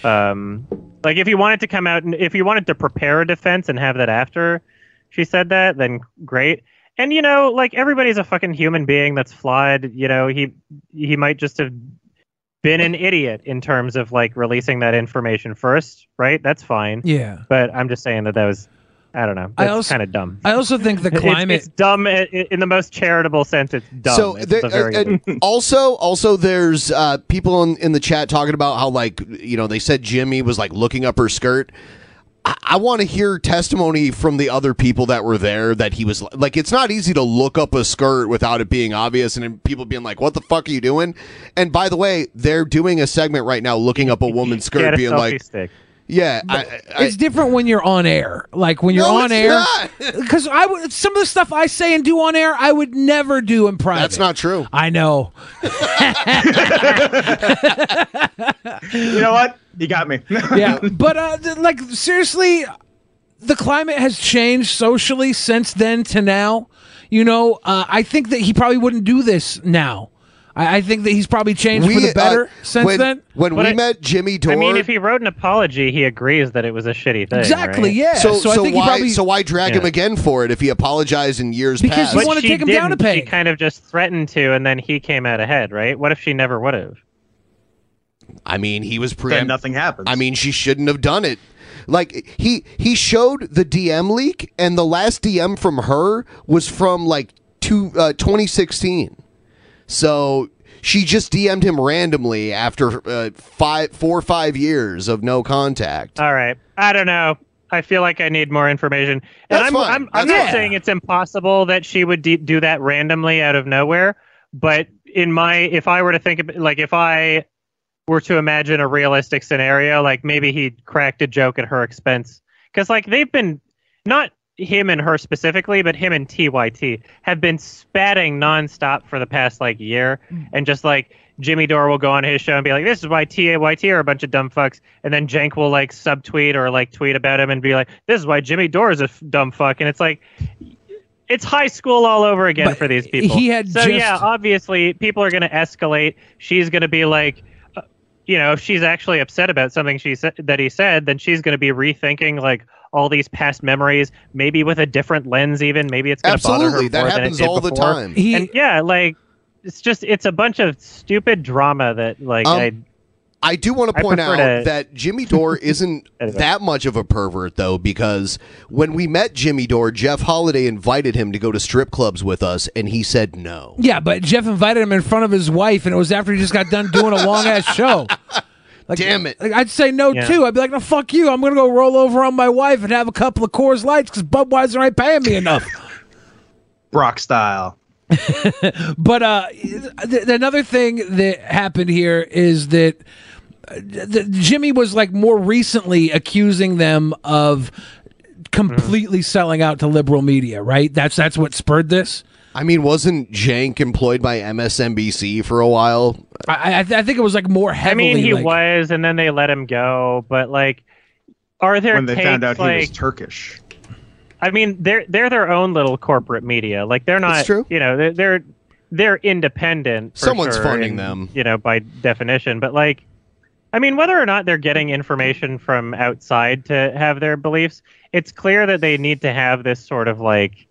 Speaker 10: Um, like if you wanted to come out and if you wanted to prepare a defense and have that after she said that, then great. And you know, like everybody's a fucking human being that's flawed. You know, he he might just have been an idiot in terms of like releasing that information first, right? That's fine.
Speaker 12: Yeah.
Speaker 10: But I'm just saying that that was, I don't know,
Speaker 12: I
Speaker 10: that's
Speaker 12: also-
Speaker 10: kind of dumb.
Speaker 12: I also think the
Speaker 10: It's-
Speaker 12: climate.
Speaker 10: it's, dumb i- i- in the most charitable sense. It's dumb.
Speaker 9: So
Speaker 10: It's
Speaker 9: there-
Speaker 10: the very
Speaker 9: uh, uh,
Speaker 10: least.
Speaker 9: also, also, there's uh, people in, in the chat talking about how, like, you know, they said Jimmy was like looking up her skirt. I, I want to hear testimony from the other people that were there that he was like, it's not easy to look up a skirt without it being obvious, and then people being like, "What the fuck are you doing?" And by the way, they're doing a segment right now looking up a woman's
Speaker 10: Get
Speaker 9: skirt,
Speaker 10: a
Speaker 9: being
Speaker 10: selfie
Speaker 9: like,
Speaker 10: stick.
Speaker 9: Yeah, I, I,
Speaker 12: it's different when you're on air. Like when you're
Speaker 9: No,
Speaker 12: on
Speaker 9: it's
Speaker 12: air,
Speaker 9: not.
Speaker 12: because I would some of the stuff I say and do on air, I would never do in private. That's not
Speaker 9: true.
Speaker 12: I know.
Speaker 11: You know what? You got me.
Speaker 12: yeah, but uh, th- like seriously, the climate has changed socially since then to now. You know, uh, I think that he probably wouldn't do this now. I, I think that he's probably changed for
Speaker 9: uh,
Speaker 12: the better since then.
Speaker 10: But I- I mean,
Speaker 12: Dore-
Speaker 10: if he wrote an apology, he agrees that it was a shitty thing.
Speaker 9: Exactly,
Speaker 10: right?
Speaker 9: yeah. So- So so I think he why- probably- so why drag him
Speaker 10: Yeah.
Speaker 9: again for it if he apologized in years past?
Speaker 10: But she didn't. She kind of just threatened to, and then he came out ahead, right? What if she never would have?
Speaker 9: I mean, he was preempt.
Speaker 11: nothing happens.
Speaker 9: I mean, she shouldn't have done it. Like he he showed the DM leak, and the last DM from her was from like two, uh, 2016. So she just DM'd him randomly after uh, five, four or five years of no contact.
Speaker 10: All right. I don't know. I feel like I need more information. And
Speaker 9: That's
Speaker 10: I'm,
Speaker 9: fine.
Speaker 10: I'm,
Speaker 9: That's
Speaker 10: I'm not
Speaker 9: fine.
Speaker 10: saying it's impossible that she would de- do that randomly out of nowhere, but in my, if I were to think of, like, if I were to imagine a realistic scenario, like maybe he cracked a joke at her expense. Because, like, they've been, not him and her specifically, but him and TYT have been spatting nonstop for the past, like, year.
Speaker 12: Mm.
Speaker 10: And just, like, Jimmy Dore will go on his show and be like, this is why TYT are a bunch of dumb fucks. And then Jank will, like, subtweet or, like, tweet about him and be like, this is why Jimmy Dore is a f- dumb fuck. And it's like, it's high school all over again for these people.
Speaker 12: he had
Speaker 10: so
Speaker 12: just-
Speaker 10: yeah, obviously people are going to escalate. She's going to be like, uh, you know, if she's actually upset about something she said that he said, then she's going to be rethinking like all these past memories, maybe with a different lens, even maybe it's going to bother her
Speaker 9: Absolutely, that
Speaker 10: more than it
Speaker 9: happens
Speaker 10: did
Speaker 9: all the
Speaker 10: before.
Speaker 9: time.
Speaker 10: and yeah, like it's just it's a bunch of stupid drama that like
Speaker 9: Um,
Speaker 10: I
Speaker 9: I do want
Speaker 10: I
Speaker 9: to point out
Speaker 10: prefer to-
Speaker 9: that Jimmy Dore isn't that much of a pervert, though, because when we met Jimmy Dore, Jeff Holiday invited him to go to strip clubs with us, and he said no.
Speaker 12: Yeah, but Jeff invited him in front of his wife, and it was after he just got done doing a long ass show. Like,
Speaker 9: Damn it!
Speaker 12: Like, I'd say no
Speaker 9: Yeah.
Speaker 12: too. I'd be like, no, fuck you. I'm gonna go roll over on my wife and have a couple of Coors Lights because Budweiser ain't paying me enough.
Speaker 11: Brock style.
Speaker 12: but uh, th- another thing that happened here is that uh, th- Jimmy was like more recently accusing them of completely
Speaker 21: Mm.
Speaker 12: selling out to liberal media. Right? That's that's what spurred this.
Speaker 9: I mean, wasn't Jank employed by MSNBC for a while?
Speaker 12: I I, th- I think it was like more
Speaker 10: I
Speaker 12: heavily.
Speaker 10: mean, he
Speaker 12: like-
Speaker 10: was, and then they let him go. But like, are there
Speaker 11: When they found out
Speaker 10: takes,
Speaker 11: he was
Speaker 10: like-
Speaker 11: Turkish.
Speaker 10: I mean, they're they're their own little corporate media. Like they're not,
Speaker 11: That's true.
Speaker 10: you know, they're they're, they're independent. for
Speaker 9: Someone's
Speaker 10: sure,
Speaker 9: funding
Speaker 10: and,
Speaker 9: them.
Speaker 10: you know, by definition. But like, I mean, whether or not they're getting information from outside to have their beliefs, it's clear that they need to have this sort of like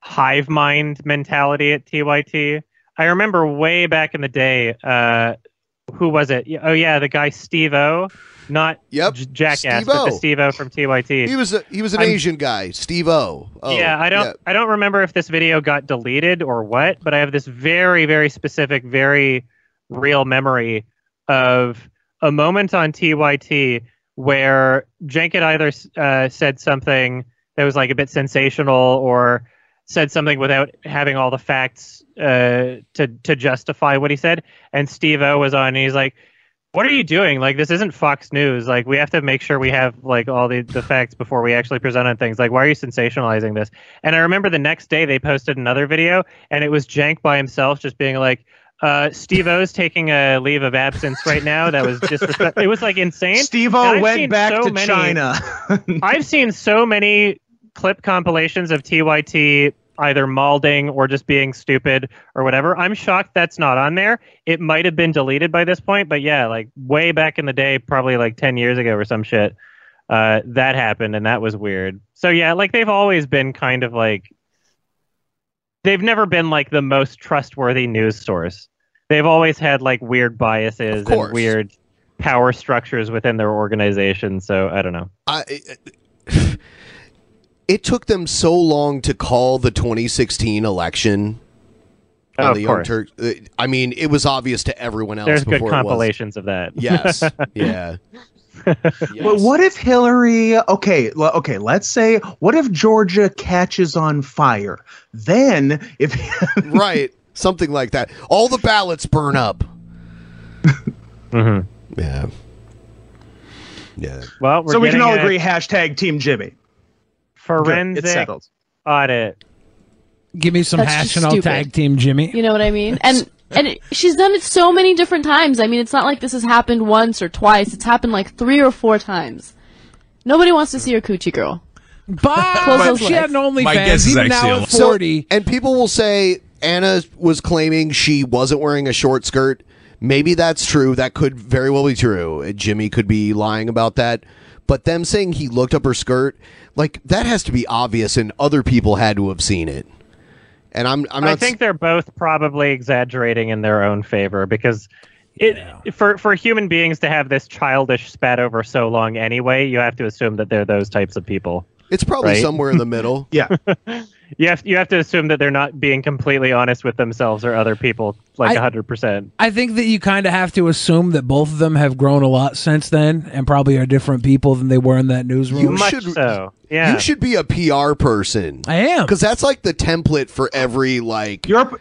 Speaker 10: hive mind mentality at TYT. I remember way back in the day, uh, who was it? Yeah, Oh yeah, the guy Steve O, not J- Jackass, but the Steve
Speaker 9: Steve-O.
Speaker 10: O from TYT.
Speaker 9: He was a, he was an
Speaker 10: I'm-
Speaker 9: Asian guy, Steve O. Oh,
Speaker 10: yeah, I don't I don't remember if this video got deleted or what, but I have this very very specific very real memory of a moment on TYT where Jenk had either uh, said something that was like a bit sensational or said something without having all the facts uh, to to justify what he said, and Steve O was on and he's like what are you doing? Like this isn't Fox News. Like we have to make sure we have like all the, the facts before we actually present on things. Like why are you sensationalizing this? And I remember the next day they posted another video and it was Jank by himself just being like, uh, Steve O's taking a leave of absence right now. That was disrespectful. It was like insane.
Speaker 11: Steve
Speaker 10: And
Speaker 11: O
Speaker 10: I've
Speaker 11: went
Speaker 10: seen
Speaker 11: back
Speaker 10: so
Speaker 11: to
Speaker 10: many-
Speaker 11: China.
Speaker 10: I've seen so many clip compilations of TYT either malding or just being stupid or whatever. I'm shocked that's not on there. It might have been deleted by this point, but yeah, like way back in the day, probably like 10 years ago or some shit, uh, that happened and that was weird. So yeah, like they've always been kind of like they've never been like the most trustworthy news source. They've always had like weird biases and weird power structures within their organization. So I don't know.
Speaker 9: I, it took them so long to call the 2016 election.
Speaker 10: Oh,
Speaker 9: on
Speaker 10: of
Speaker 9: the
Speaker 10: course.
Speaker 9: Untur- uh, I mean, it was obvious to everyone else.
Speaker 10: There's good
Speaker 9: before it was.
Speaker 10: compilations of that.
Speaker 9: Yes. Yeah.
Speaker 11: But what if Hillary? Okay, l- okay. Let's say what if Georgia catches on fire? Then if
Speaker 9: right, something like that. All the ballots burn up.
Speaker 10: Mm-hmm.
Speaker 9: Yeah. Yeah.
Speaker 10: Well, we're
Speaker 11: so we can
Speaker 10: getting
Speaker 11: all
Speaker 10: a
Speaker 11: agree hashtag Team Jimmy.
Speaker 10: Forensic
Speaker 11: It's settled.
Speaker 10: audit.
Speaker 12: Give me some
Speaker 21: That's
Speaker 12: hash
Speaker 21: just
Speaker 12: and I'll
Speaker 21: stupid.
Speaker 12: tag team Jimmy.
Speaker 21: You know what I mean? And and it, she's done it so many different times. I mean, it's not like this has happened once or twice. It's happened like three or four times. Nobody wants to see her coochie girl.
Speaker 12: But
Speaker 21: Close those legs.
Speaker 9: My guess is actually a- So- and people will say Anna was claiming she wasn't wearing a short skirt. Maybe that's true. That could very well be true. Uh, Jimmy could be lying about that. But them saying he looked up her skirt, like that has to be obvious, and other people had to have seen it. And I'm, I'm not.
Speaker 10: I think they're both probably exaggerating in their own favor because it for for human beings to have this childish spat over so long anyway, you have to assume that they're those types of people.
Speaker 9: It's probably
Speaker 10: right?
Speaker 9: somewhere in the middle.
Speaker 11: yeah.
Speaker 10: You have you have to assume that they're not being completely honest with themselves or other people like
Speaker 12: I-
Speaker 10: hundred percent.
Speaker 12: I think that you kind of have to assume that both of them have grown a lot since then and probably are different people than they were in that newsroom.
Speaker 9: You should be a PR person.
Speaker 12: I am
Speaker 9: because that's like the template for every like
Speaker 11: Billy, you're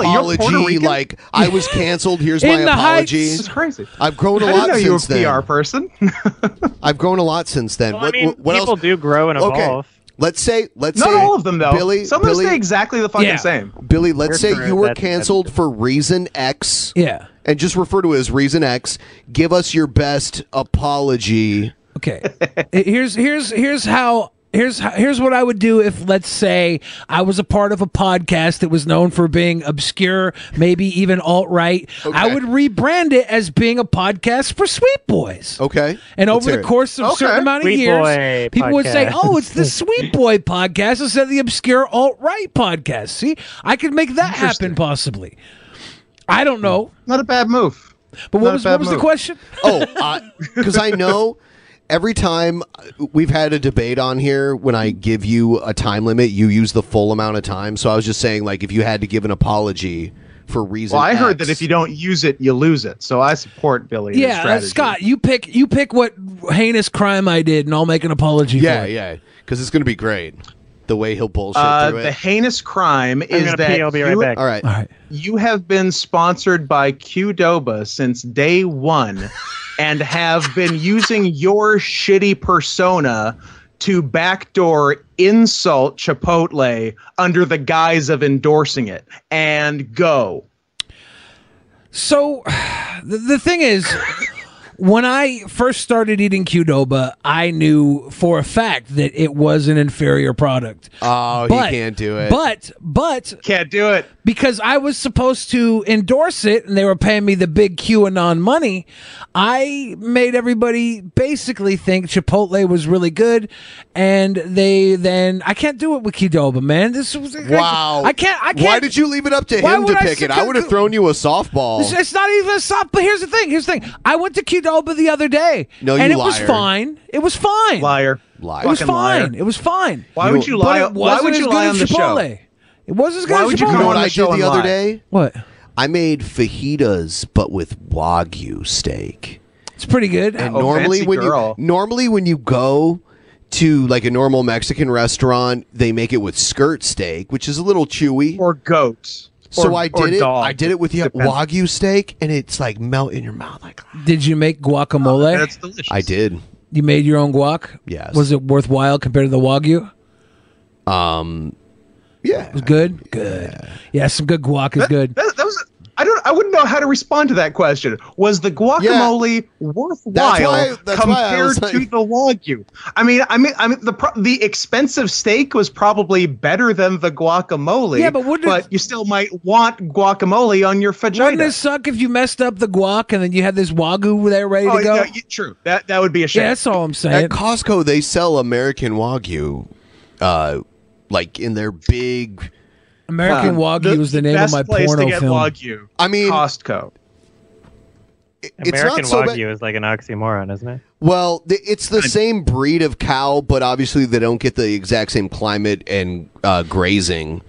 Speaker 9: apology.
Speaker 11: Puerto Rican?
Speaker 9: like I was canceled. Here's
Speaker 11: In
Speaker 9: my
Speaker 11: the heights.
Speaker 9: apology.
Speaker 11: This is crazy.
Speaker 9: I've grown a
Speaker 11: I didn't
Speaker 9: lot
Speaker 11: know
Speaker 9: since
Speaker 11: you were a
Speaker 9: then.
Speaker 11: PR person.
Speaker 9: I've grown a lot since then.
Speaker 11: Well, I
Speaker 9: what
Speaker 11: mean,
Speaker 9: what- what
Speaker 11: people
Speaker 9: else?
Speaker 10: do grow and
Speaker 9: Okay.
Speaker 10: evolve.
Speaker 9: Let's say let's
Speaker 11: Not
Speaker 9: say
Speaker 11: all of them, though.
Speaker 9: Billy,
Speaker 11: Some of them
Speaker 9: Billy-
Speaker 11: stay exactly the fucking Yeah. same.
Speaker 9: Billy, let's
Speaker 11: You're
Speaker 9: say
Speaker 11: correct.
Speaker 9: you were
Speaker 11: That's- that's
Speaker 9: canceled for reason X.
Speaker 12: Yeah.
Speaker 9: And just refer to it as reason X. Give us your best apology.
Speaker 12: Okay. here's here's here's how here's how, here's what I would do if let's say I was a part of a podcast that was known for being obscure, maybe even alt right. I would rebrand it as being a podcast for sweet boys.
Speaker 9: Okay.
Speaker 12: And
Speaker 9: Let's
Speaker 12: over
Speaker 9: hear it.
Speaker 12: the course of a certain
Speaker 9: Okay.
Speaker 12: amount of
Speaker 9: Sweet boy
Speaker 12: years, people would say,
Speaker 9: podcast.
Speaker 12: "Oh, it's the sweet boy podcast instead of the obscure alt right podcast." See, I could make that happen possibly. I don't know.
Speaker 11: Not a bad move.
Speaker 12: But
Speaker 9: Not
Speaker 12: what
Speaker 9: a
Speaker 12: was
Speaker 9: bad
Speaker 12: what was the
Speaker 9: move.
Speaker 12: question?
Speaker 9: Oh, because I know every time we've had a debate on here, when I give you a time limit, you use the full amount of time. So I was just saying, like, if you had to give an apology for reason,
Speaker 11: Well, I heard
Speaker 9: X-
Speaker 11: that if you don't use it, you lose it. So I support Billy. in his
Speaker 12: Yeah, uh,
Speaker 11: strategy.
Speaker 12: Scott, you pick you pick what heinous crime I did, and I'll make an apology.
Speaker 9: yeah,
Speaker 12: for it.
Speaker 9: yeah, because it's gonna be great. The way he'll bullshit
Speaker 11: Uh,
Speaker 9: through it.
Speaker 11: the heinous crime is
Speaker 9: gonna
Speaker 11: that
Speaker 9: pee, I'll be right
Speaker 11: you,
Speaker 9: back. All right. All right.
Speaker 11: you have been sponsored by Qdoba since day one, and have been using your shitty persona to backdoor insult Chipotle under the guise of endorsing it. And go.
Speaker 12: So, the, the thing is, when I first started eating Qdoba, I knew for a fact that it was an inferior product.
Speaker 9: Oh,
Speaker 12: But-
Speaker 9: he can't do it.
Speaker 12: But but
Speaker 11: can't do it
Speaker 12: because I was supposed to endorse it, and they were paying me the big QAnon money. I made everybody basically think Chipotle was really good, and they then I can't do it with Qdoba, man. This was
Speaker 9: wow,
Speaker 12: I can't. I can't.
Speaker 9: Why did you leave it up to
Speaker 12: Why
Speaker 9: him to
Speaker 12: would
Speaker 9: pick it? I
Speaker 12: succumb
Speaker 9: would have
Speaker 12: to-
Speaker 9: thrown you a softball.
Speaker 12: It's, it's not even a stop. But here's the thing. Here's the thing. I went to Qdoba the other day.
Speaker 9: No,
Speaker 12: and
Speaker 9: you
Speaker 12: it was
Speaker 9: liar.
Speaker 12: fine. It was fine.
Speaker 11: Liar.
Speaker 9: Liar.
Speaker 12: It was
Speaker 9: Fucking liar.
Speaker 12: fine. It was fine.
Speaker 11: Why would you
Speaker 12: But
Speaker 11: lie-
Speaker 12: It
Speaker 11: why
Speaker 12: wasn't
Speaker 11: would you
Speaker 12: as good
Speaker 11: lie
Speaker 12: as
Speaker 11: on the show?
Speaker 12: Chipotle. It wasn't as good
Speaker 11: Why
Speaker 12: as
Speaker 11: would
Speaker 12: Chipotle.
Speaker 11: you
Speaker 9: You know what
Speaker 11: on
Speaker 9: I
Speaker 11: the
Speaker 9: did
Speaker 11: show
Speaker 9: the
Speaker 11: and
Speaker 9: other
Speaker 11: lie.
Speaker 9: day?
Speaker 12: What?
Speaker 9: I made fajitas, but with wagyu steak.
Speaker 12: It's pretty good.
Speaker 9: And
Speaker 12: Oh,
Speaker 9: normally
Speaker 12: fancy
Speaker 9: when
Speaker 12: girl.
Speaker 9: you normally when you go to like a normal Mexican restaurant, they make it with skirt steak, which is a little chewy,
Speaker 11: or goat.
Speaker 9: So
Speaker 12: Or-
Speaker 9: I
Speaker 12: or
Speaker 9: did it.
Speaker 12: dog.
Speaker 9: I did it with yeah,
Speaker 12: Depends.
Speaker 9: wagyu steak, and it's like melt in your mouth. Like
Speaker 12: Did you make guacamole? that's
Speaker 11: delicious.
Speaker 9: I did.
Speaker 12: You made your own guac.
Speaker 9: Yes.
Speaker 12: Was it worthwhile compared to the wagyu?
Speaker 9: Um. Yeah.
Speaker 12: It was good. Good. Yeah. some good guac is good.
Speaker 11: That, that was. I don't. I wouldn't know how to respond to that question. Was the guacamole worthwhile
Speaker 9: That's why- that's why I
Speaker 11: compared
Speaker 9: was
Speaker 11: to the wagyu? I mean, I mean, I mean, the pro- the expensive steak was probably better than the guacamole.
Speaker 12: Yeah, but wouldn't it-
Speaker 11: you still might want guacamole on your
Speaker 12: Wouldn't
Speaker 11: vagina.
Speaker 12: it suck if you messed up the guac and then you had this wagyu there ready
Speaker 11: Oh,
Speaker 12: to go?
Speaker 11: yeah, y- true. That that would be a shame.
Speaker 12: Yeah, that's all I'm saying.
Speaker 9: At Costco, they sell American wagyu, uh, like in their big
Speaker 12: American
Speaker 9: Wow.
Speaker 12: Wagyu was the name of
Speaker 9: best
Speaker 12: my
Speaker 9: place to
Speaker 12: porno
Speaker 9: get
Speaker 12: film.
Speaker 9: Wagyu. I mean,
Speaker 11: Costco.
Speaker 9: it's
Speaker 10: American
Speaker 9: not so bad-
Speaker 10: Wagyu is like an oxymoron, isn't it?
Speaker 9: Well, th- it's the same breed of cow, but obviously they don't get the exact same climate and uh, grazing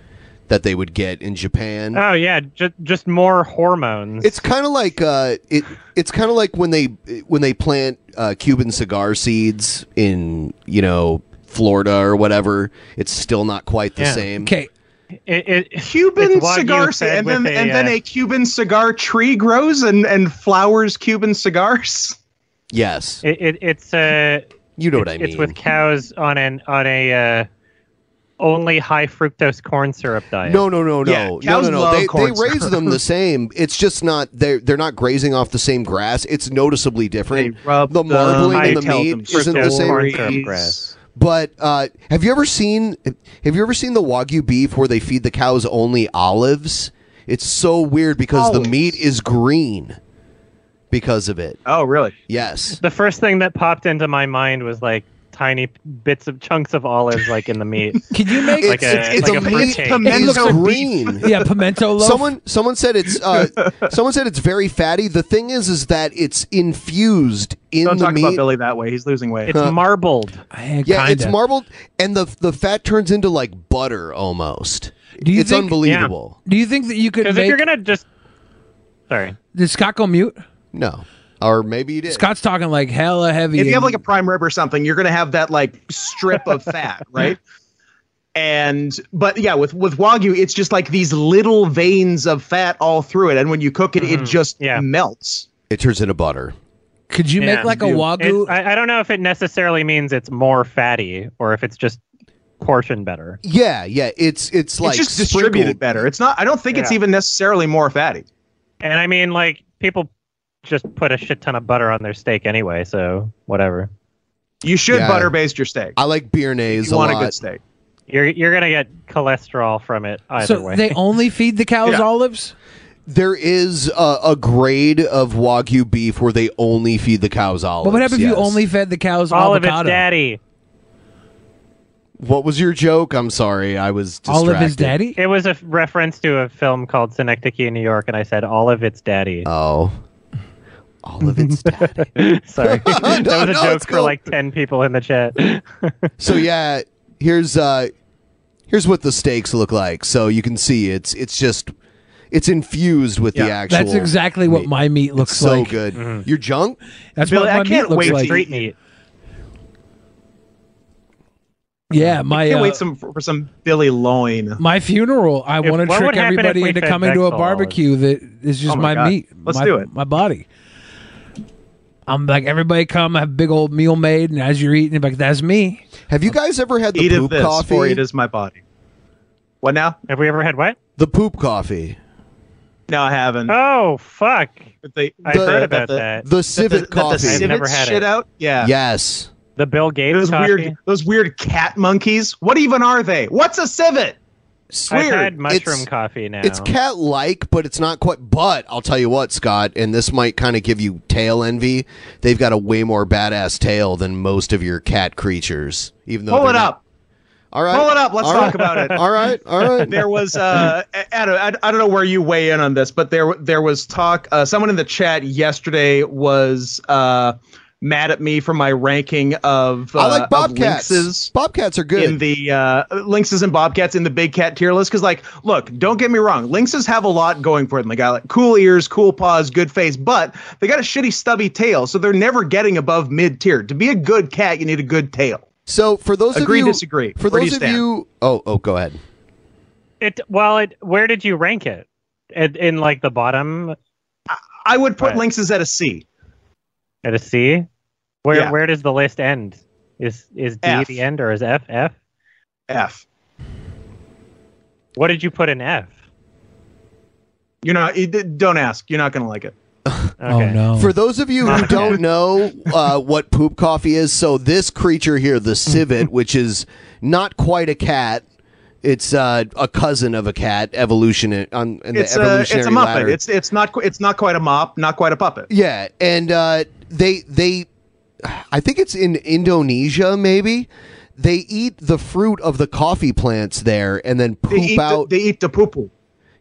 Speaker 9: that they would get in Japan.
Speaker 10: Oh yeah, just just more hormones.
Speaker 9: It's kind of like uh, it. It's kind of like when they when they plant uh, Cuban cigar seeds in you know Florida or whatever. It's still not quite the
Speaker 10: Yeah.
Speaker 9: same.
Speaker 10: It, it,
Speaker 11: Cuban
Speaker 10: it's Wagyu
Speaker 11: cigar,
Speaker 10: fed
Speaker 11: and
Speaker 10: with
Speaker 11: then and
Speaker 10: uh,
Speaker 11: then a Cuban cigar tree grows and and flowers Cuban cigars.
Speaker 9: Yes.
Speaker 10: It, it, it's uh,
Speaker 9: You know what
Speaker 10: it's-
Speaker 9: I
Speaker 10: It's
Speaker 9: mean.
Speaker 10: with cows on an on a uh, only high fructose corn syrup diet.
Speaker 9: No, no, no, no, no, no, no. They, they raise them the same. It's just not they're they're not grazing off the same grass. It's noticeably different. the marbling
Speaker 10: I
Speaker 9: and the
Speaker 10: tell them
Speaker 9: meat isn't the
Speaker 10: fructose
Speaker 9: same.
Speaker 10: corn syrup grass.
Speaker 9: But uh, have you ever seen have you ever seen the wagyu beef where they feed the cows only olives? It's so weird because the meat is green because of it.
Speaker 11: Oh, really?
Speaker 9: Yes.
Speaker 10: The first thing that popped into my mind was like tiny bits of chunks of olives, like in the meat.
Speaker 12: Can you
Speaker 10: make like
Speaker 9: it's,
Speaker 10: a,
Speaker 9: it's
Speaker 10: like a
Speaker 9: meat-
Speaker 10: fruit
Speaker 9: it
Speaker 10: cake?
Speaker 9: is green.
Speaker 12: Yeah, pimento loaf.
Speaker 9: Someone someone said it's uh, someone said it's very fatty. The thing is, is that it's infused in
Speaker 11: Don't
Speaker 9: the
Speaker 11: talk
Speaker 9: meat.
Speaker 11: about Billy that way. He's losing weight.
Speaker 9: It's Huh.
Speaker 10: marbled.
Speaker 12: Eh,
Speaker 9: yeah, it's
Speaker 11: kinda.
Speaker 9: marbled, and the the fat turns into like butter almost. it's
Speaker 12: think-
Speaker 9: unbelievable.
Speaker 12: Do you think that you could
Speaker 10: Because
Speaker 12: make?
Speaker 10: if you're gonna just sorry,
Speaker 12: Did Scott go mute?
Speaker 9: No, or maybe you did.
Speaker 12: Scott's talking like hella heavy.
Speaker 11: If you have
Speaker 12: and-
Speaker 11: like a prime rib or something, you're going to have that like strip of fat, right? And but yeah, with with wagyu, it's just like these little veins of fat all through it, and when you cook it,
Speaker 10: Mm-hmm.
Speaker 11: it just melts.
Speaker 9: It turns into butter.
Speaker 12: Could you
Speaker 10: Yeah. It- I, I don't know if it necessarily means it's more fatty or if it's just portioned better.
Speaker 9: Yeah, yeah. It's it's
Speaker 10: like
Speaker 11: just distributed
Speaker 10: sprinkled.
Speaker 11: better. It's not. I don't think it's
Speaker 10: Yeah.
Speaker 11: even necessarily more fatty.
Speaker 10: And I mean, like people just put a shit ton of butter on their steak anyway, so whatever.
Speaker 11: You should
Speaker 10: Yeah.
Speaker 11: butter baste your steak.
Speaker 9: I like Bearnaise
Speaker 11: You
Speaker 9: a
Speaker 11: want
Speaker 9: lot.
Speaker 11: a good steak.
Speaker 10: You're you're gonna get cholesterol from it either
Speaker 12: so
Speaker 10: way.
Speaker 12: they only feed the cows
Speaker 9: Yeah.
Speaker 12: olives.
Speaker 9: There is a, a grade of wagyu beef where they only feed the cows olives.
Speaker 12: But what happened if you
Speaker 9: yes.
Speaker 12: only fed the cows
Speaker 10: Olive
Speaker 12: avocado?
Speaker 10: daddy.
Speaker 9: What was your joke? I'm sorry, I was distracted.
Speaker 10: It was a f- reference to a film called Synecdoche in New York, and I said all of its daddy.
Speaker 9: Oh. All of its
Speaker 10: daddy. Sorry. that
Speaker 9: No,
Speaker 10: was a
Speaker 9: no,
Speaker 10: joke
Speaker 9: it's
Speaker 10: for
Speaker 9: cool.
Speaker 10: like 10 people in the chat.
Speaker 9: So yeah, here's uh here's what the steaks look like. So you can see it's it's just it's infused with the actual.
Speaker 12: That's exactly what my meat looks
Speaker 9: It's so
Speaker 12: like. Mm.
Speaker 9: good.
Speaker 10: Mm-hmm.
Speaker 9: Your junk.
Speaker 12: That's Billy, what my I can't meat looks wait to like.
Speaker 10: Street meat.
Speaker 12: Yeah, my
Speaker 11: I can't
Speaker 12: uh,
Speaker 11: wait some for some Billy loin.
Speaker 12: my funeral. I
Speaker 11: If-
Speaker 12: want to
Speaker 11: what
Speaker 12: trick
Speaker 11: would happen if
Speaker 12: everybody
Speaker 11: we
Speaker 12: into
Speaker 11: fed
Speaker 12: coming to a
Speaker 11: Bexel
Speaker 12: barbecue that is just
Speaker 11: Oh
Speaker 12: my,
Speaker 11: my God.
Speaker 12: meat.
Speaker 11: Let's
Speaker 12: my-
Speaker 11: do it.
Speaker 12: My body. I'm like everybody come have a big old meal made, and as you're eating, like that's me.
Speaker 9: Have you guys ever had
Speaker 11: Eat of this, or it is my body. What now?
Speaker 10: Have we ever had what?
Speaker 9: The poop coffee.
Speaker 11: No, I haven't.
Speaker 10: Oh, fuck.
Speaker 11: They,
Speaker 10: I've heard about that.
Speaker 9: The civet coffee.
Speaker 11: The civet
Speaker 10: I've never had
Speaker 11: shit
Speaker 10: it.
Speaker 11: out. Yeah.
Speaker 9: Yes.
Speaker 10: The Bill Gates
Speaker 11: Those
Speaker 10: coffee.
Speaker 11: weird, those weird cat monkeys. What even are they? What's a civet?
Speaker 10: I've
Speaker 11: Weird.
Speaker 10: had mushroom
Speaker 9: It's-
Speaker 10: coffee now.
Speaker 9: It's cat like, but it's not quite. But I'll tell you what, Scott, and this might kind of give you tail envy. They've got a way more badass tail than most of your cat creatures. Even though
Speaker 11: Pull
Speaker 9: they're
Speaker 11: it
Speaker 9: not-
Speaker 11: up.
Speaker 9: All right.
Speaker 11: Pull it up. Let's
Speaker 9: All
Speaker 11: talk
Speaker 9: right.
Speaker 11: about it.
Speaker 9: All right. All right.
Speaker 11: There was uh, I, don't- I, I don't know where you weigh in on this, but there there was talk. Uh, someone in the chat yesterday was uh, mad at me for my ranking of uh,
Speaker 9: I like
Speaker 11: of
Speaker 9: bobcats.
Speaker 11: lynxes
Speaker 9: Bobcats are good.
Speaker 11: in the uh, lynxes and bobcats in the big cat tier list. Because like, look, don't get me wrong, lynxes have a lot going for them. They got like cool ears, cool paws, good face, but they got a shitty stubby tail, so they're never getting above mid tier. To be a good cat, you need a good tail.
Speaker 9: So for those
Speaker 11: agree,
Speaker 9: of you,
Speaker 11: disagree.
Speaker 9: For
Speaker 11: Where do
Speaker 9: those
Speaker 11: you
Speaker 9: of
Speaker 11: stand?
Speaker 9: you, oh, oh, go ahead.
Speaker 10: It well, it where did you rank it? In, in like the bottom
Speaker 11: I would put
Speaker 10: Right.
Speaker 11: lynxes at a C.
Speaker 10: at a C. Where
Speaker 11: Yeah.
Speaker 10: where does the list end? Is is D
Speaker 11: F.
Speaker 10: the end or is F F?
Speaker 11: F.
Speaker 10: What did you put in F?
Speaker 11: You're not. You, d- don't ask. You're not gonna like it.
Speaker 10: Okay.
Speaker 12: no.
Speaker 9: For those of you who
Speaker 11: Not
Speaker 9: don't know uh, what poop coffee is, so this creature here, the civet, which is not quite a cat, it's uh, a cousin of a cat, evolution on in the
Speaker 11: It's a, it's
Speaker 9: evolutionary
Speaker 11: a muppet.
Speaker 9: ladder.
Speaker 11: It's it's not qu- it's not quite a mop. Not quite a puppet.
Speaker 9: Yeah, and uh, they they, I think it's in Indonesia maybe. They eat the fruit of the coffee plants there, and then
Speaker 11: They
Speaker 9: poop
Speaker 11: eat
Speaker 9: out.
Speaker 11: The, they eat the poo poo.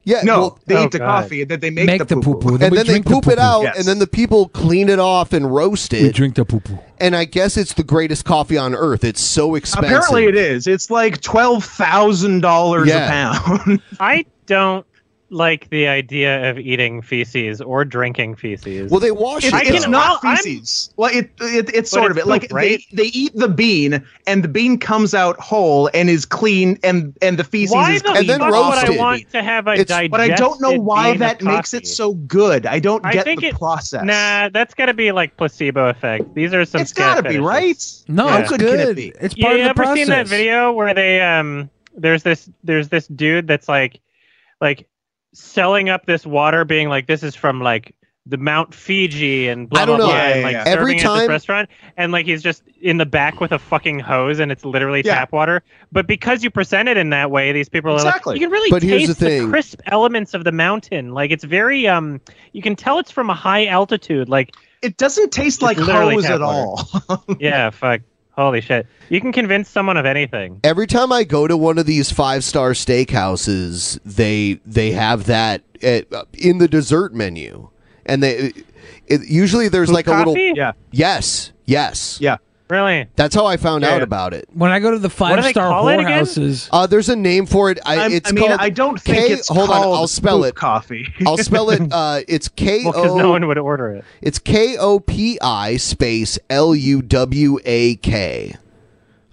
Speaker 9: yeah,
Speaker 11: no,
Speaker 9: well-
Speaker 11: they
Speaker 10: Oh,
Speaker 11: eat the coffee. That they make, the poo poo.
Speaker 9: and then they poop it out,
Speaker 11: Yes.
Speaker 9: and then the people clean it off and roast it.
Speaker 12: We drink the poo poo.
Speaker 9: And I guess it's the greatest coffee on earth. It's so expensive.
Speaker 11: Apparently, it is. It's like twelve thousand dollars
Speaker 9: Yeah.
Speaker 11: a pound.
Speaker 10: I don't like the idea of eating feces or drinking feces.
Speaker 9: Well, they wash
Speaker 11: It,
Speaker 9: it.
Speaker 11: it's
Speaker 9: though.
Speaker 11: not feces. well, it, it it's
Speaker 10: But
Speaker 11: sort
Speaker 10: it's
Speaker 11: of it. Like
Speaker 10: poop, right?
Speaker 11: they, they eat the bean, and the bean comes out whole and is clean, and and the feces
Speaker 10: Why
Speaker 11: is
Speaker 10: the
Speaker 11: clean.
Speaker 10: fuck would I want to have a
Speaker 11: It's- but I don't know
Speaker 10: digested
Speaker 11: why
Speaker 10: bean
Speaker 11: that
Speaker 10: of
Speaker 11: makes
Speaker 10: coffee?
Speaker 11: it so good. I don't
Speaker 10: I
Speaker 11: get
Speaker 10: think
Speaker 11: the
Speaker 10: it-
Speaker 11: process.
Speaker 10: Nah, that's got to be like placebo effect. These are some.
Speaker 11: It's gotta be, right? No, How it's good can it good. be? It's part
Speaker 10: you
Speaker 11: of the
Speaker 10: ever seen that
Speaker 11: process.
Speaker 10: video where they um? There's this there's this dude that's like, like, selling up this water, being like, this is from like the Mount Fiji and blah
Speaker 9: I don't
Speaker 10: blah
Speaker 9: know.
Speaker 10: blah, and,
Speaker 9: Yeah,
Speaker 10: like
Speaker 9: yeah, yeah.
Speaker 10: serving
Speaker 9: Every
Speaker 10: it at
Speaker 9: time-
Speaker 10: this restaurant, and like he's just in the back with a fucking hose, and it's literally tap water. But because you present it in that way, these people are
Speaker 9: Exactly.
Speaker 10: like, you can really
Speaker 9: But
Speaker 10: taste
Speaker 9: here's the thing.
Speaker 10: crisp elements of the mountain. Like it's very um, you can tell it's from a high altitude. Like
Speaker 11: it doesn't taste
Speaker 9: like hose at
Speaker 10: yeah, fuck, holy shit! You can convince someone of anything.
Speaker 9: Every time I go to one of these five star steakhouses, they they have that at, in the dessert menu, and they uh, it, usually there's
Speaker 12: With
Speaker 9: like a little
Speaker 12: coffee? Yeah.
Speaker 9: yes yes
Speaker 11: yeah
Speaker 10: really
Speaker 9: that's how I found
Speaker 12: Yeah.
Speaker 9: out about it.
Speaker 12: When I go to the five star whorehouses,
Speaker 9: Uh, there's a name for it. I,
Speaker 12: I'm-
Speaker 9: it's
Speaker 12: I mean,
Speaker 9: called
Speaker 12: I don't think
Speaker 9: K-
Speaker 12: it's
Speaker 9: hold on.
Speaker 12: called
Speaker 9: I'll spell
Speaker 12: poop
Speaker 9: it.
Speaker 11: Coffee.
Speaker 9: I'll spell it. Uh, it's K
Speaker 10: Well,
Speaker 9: O.
Speaker 10: because no one would order it.
Speaker 9: It's K O P I space L U W A K.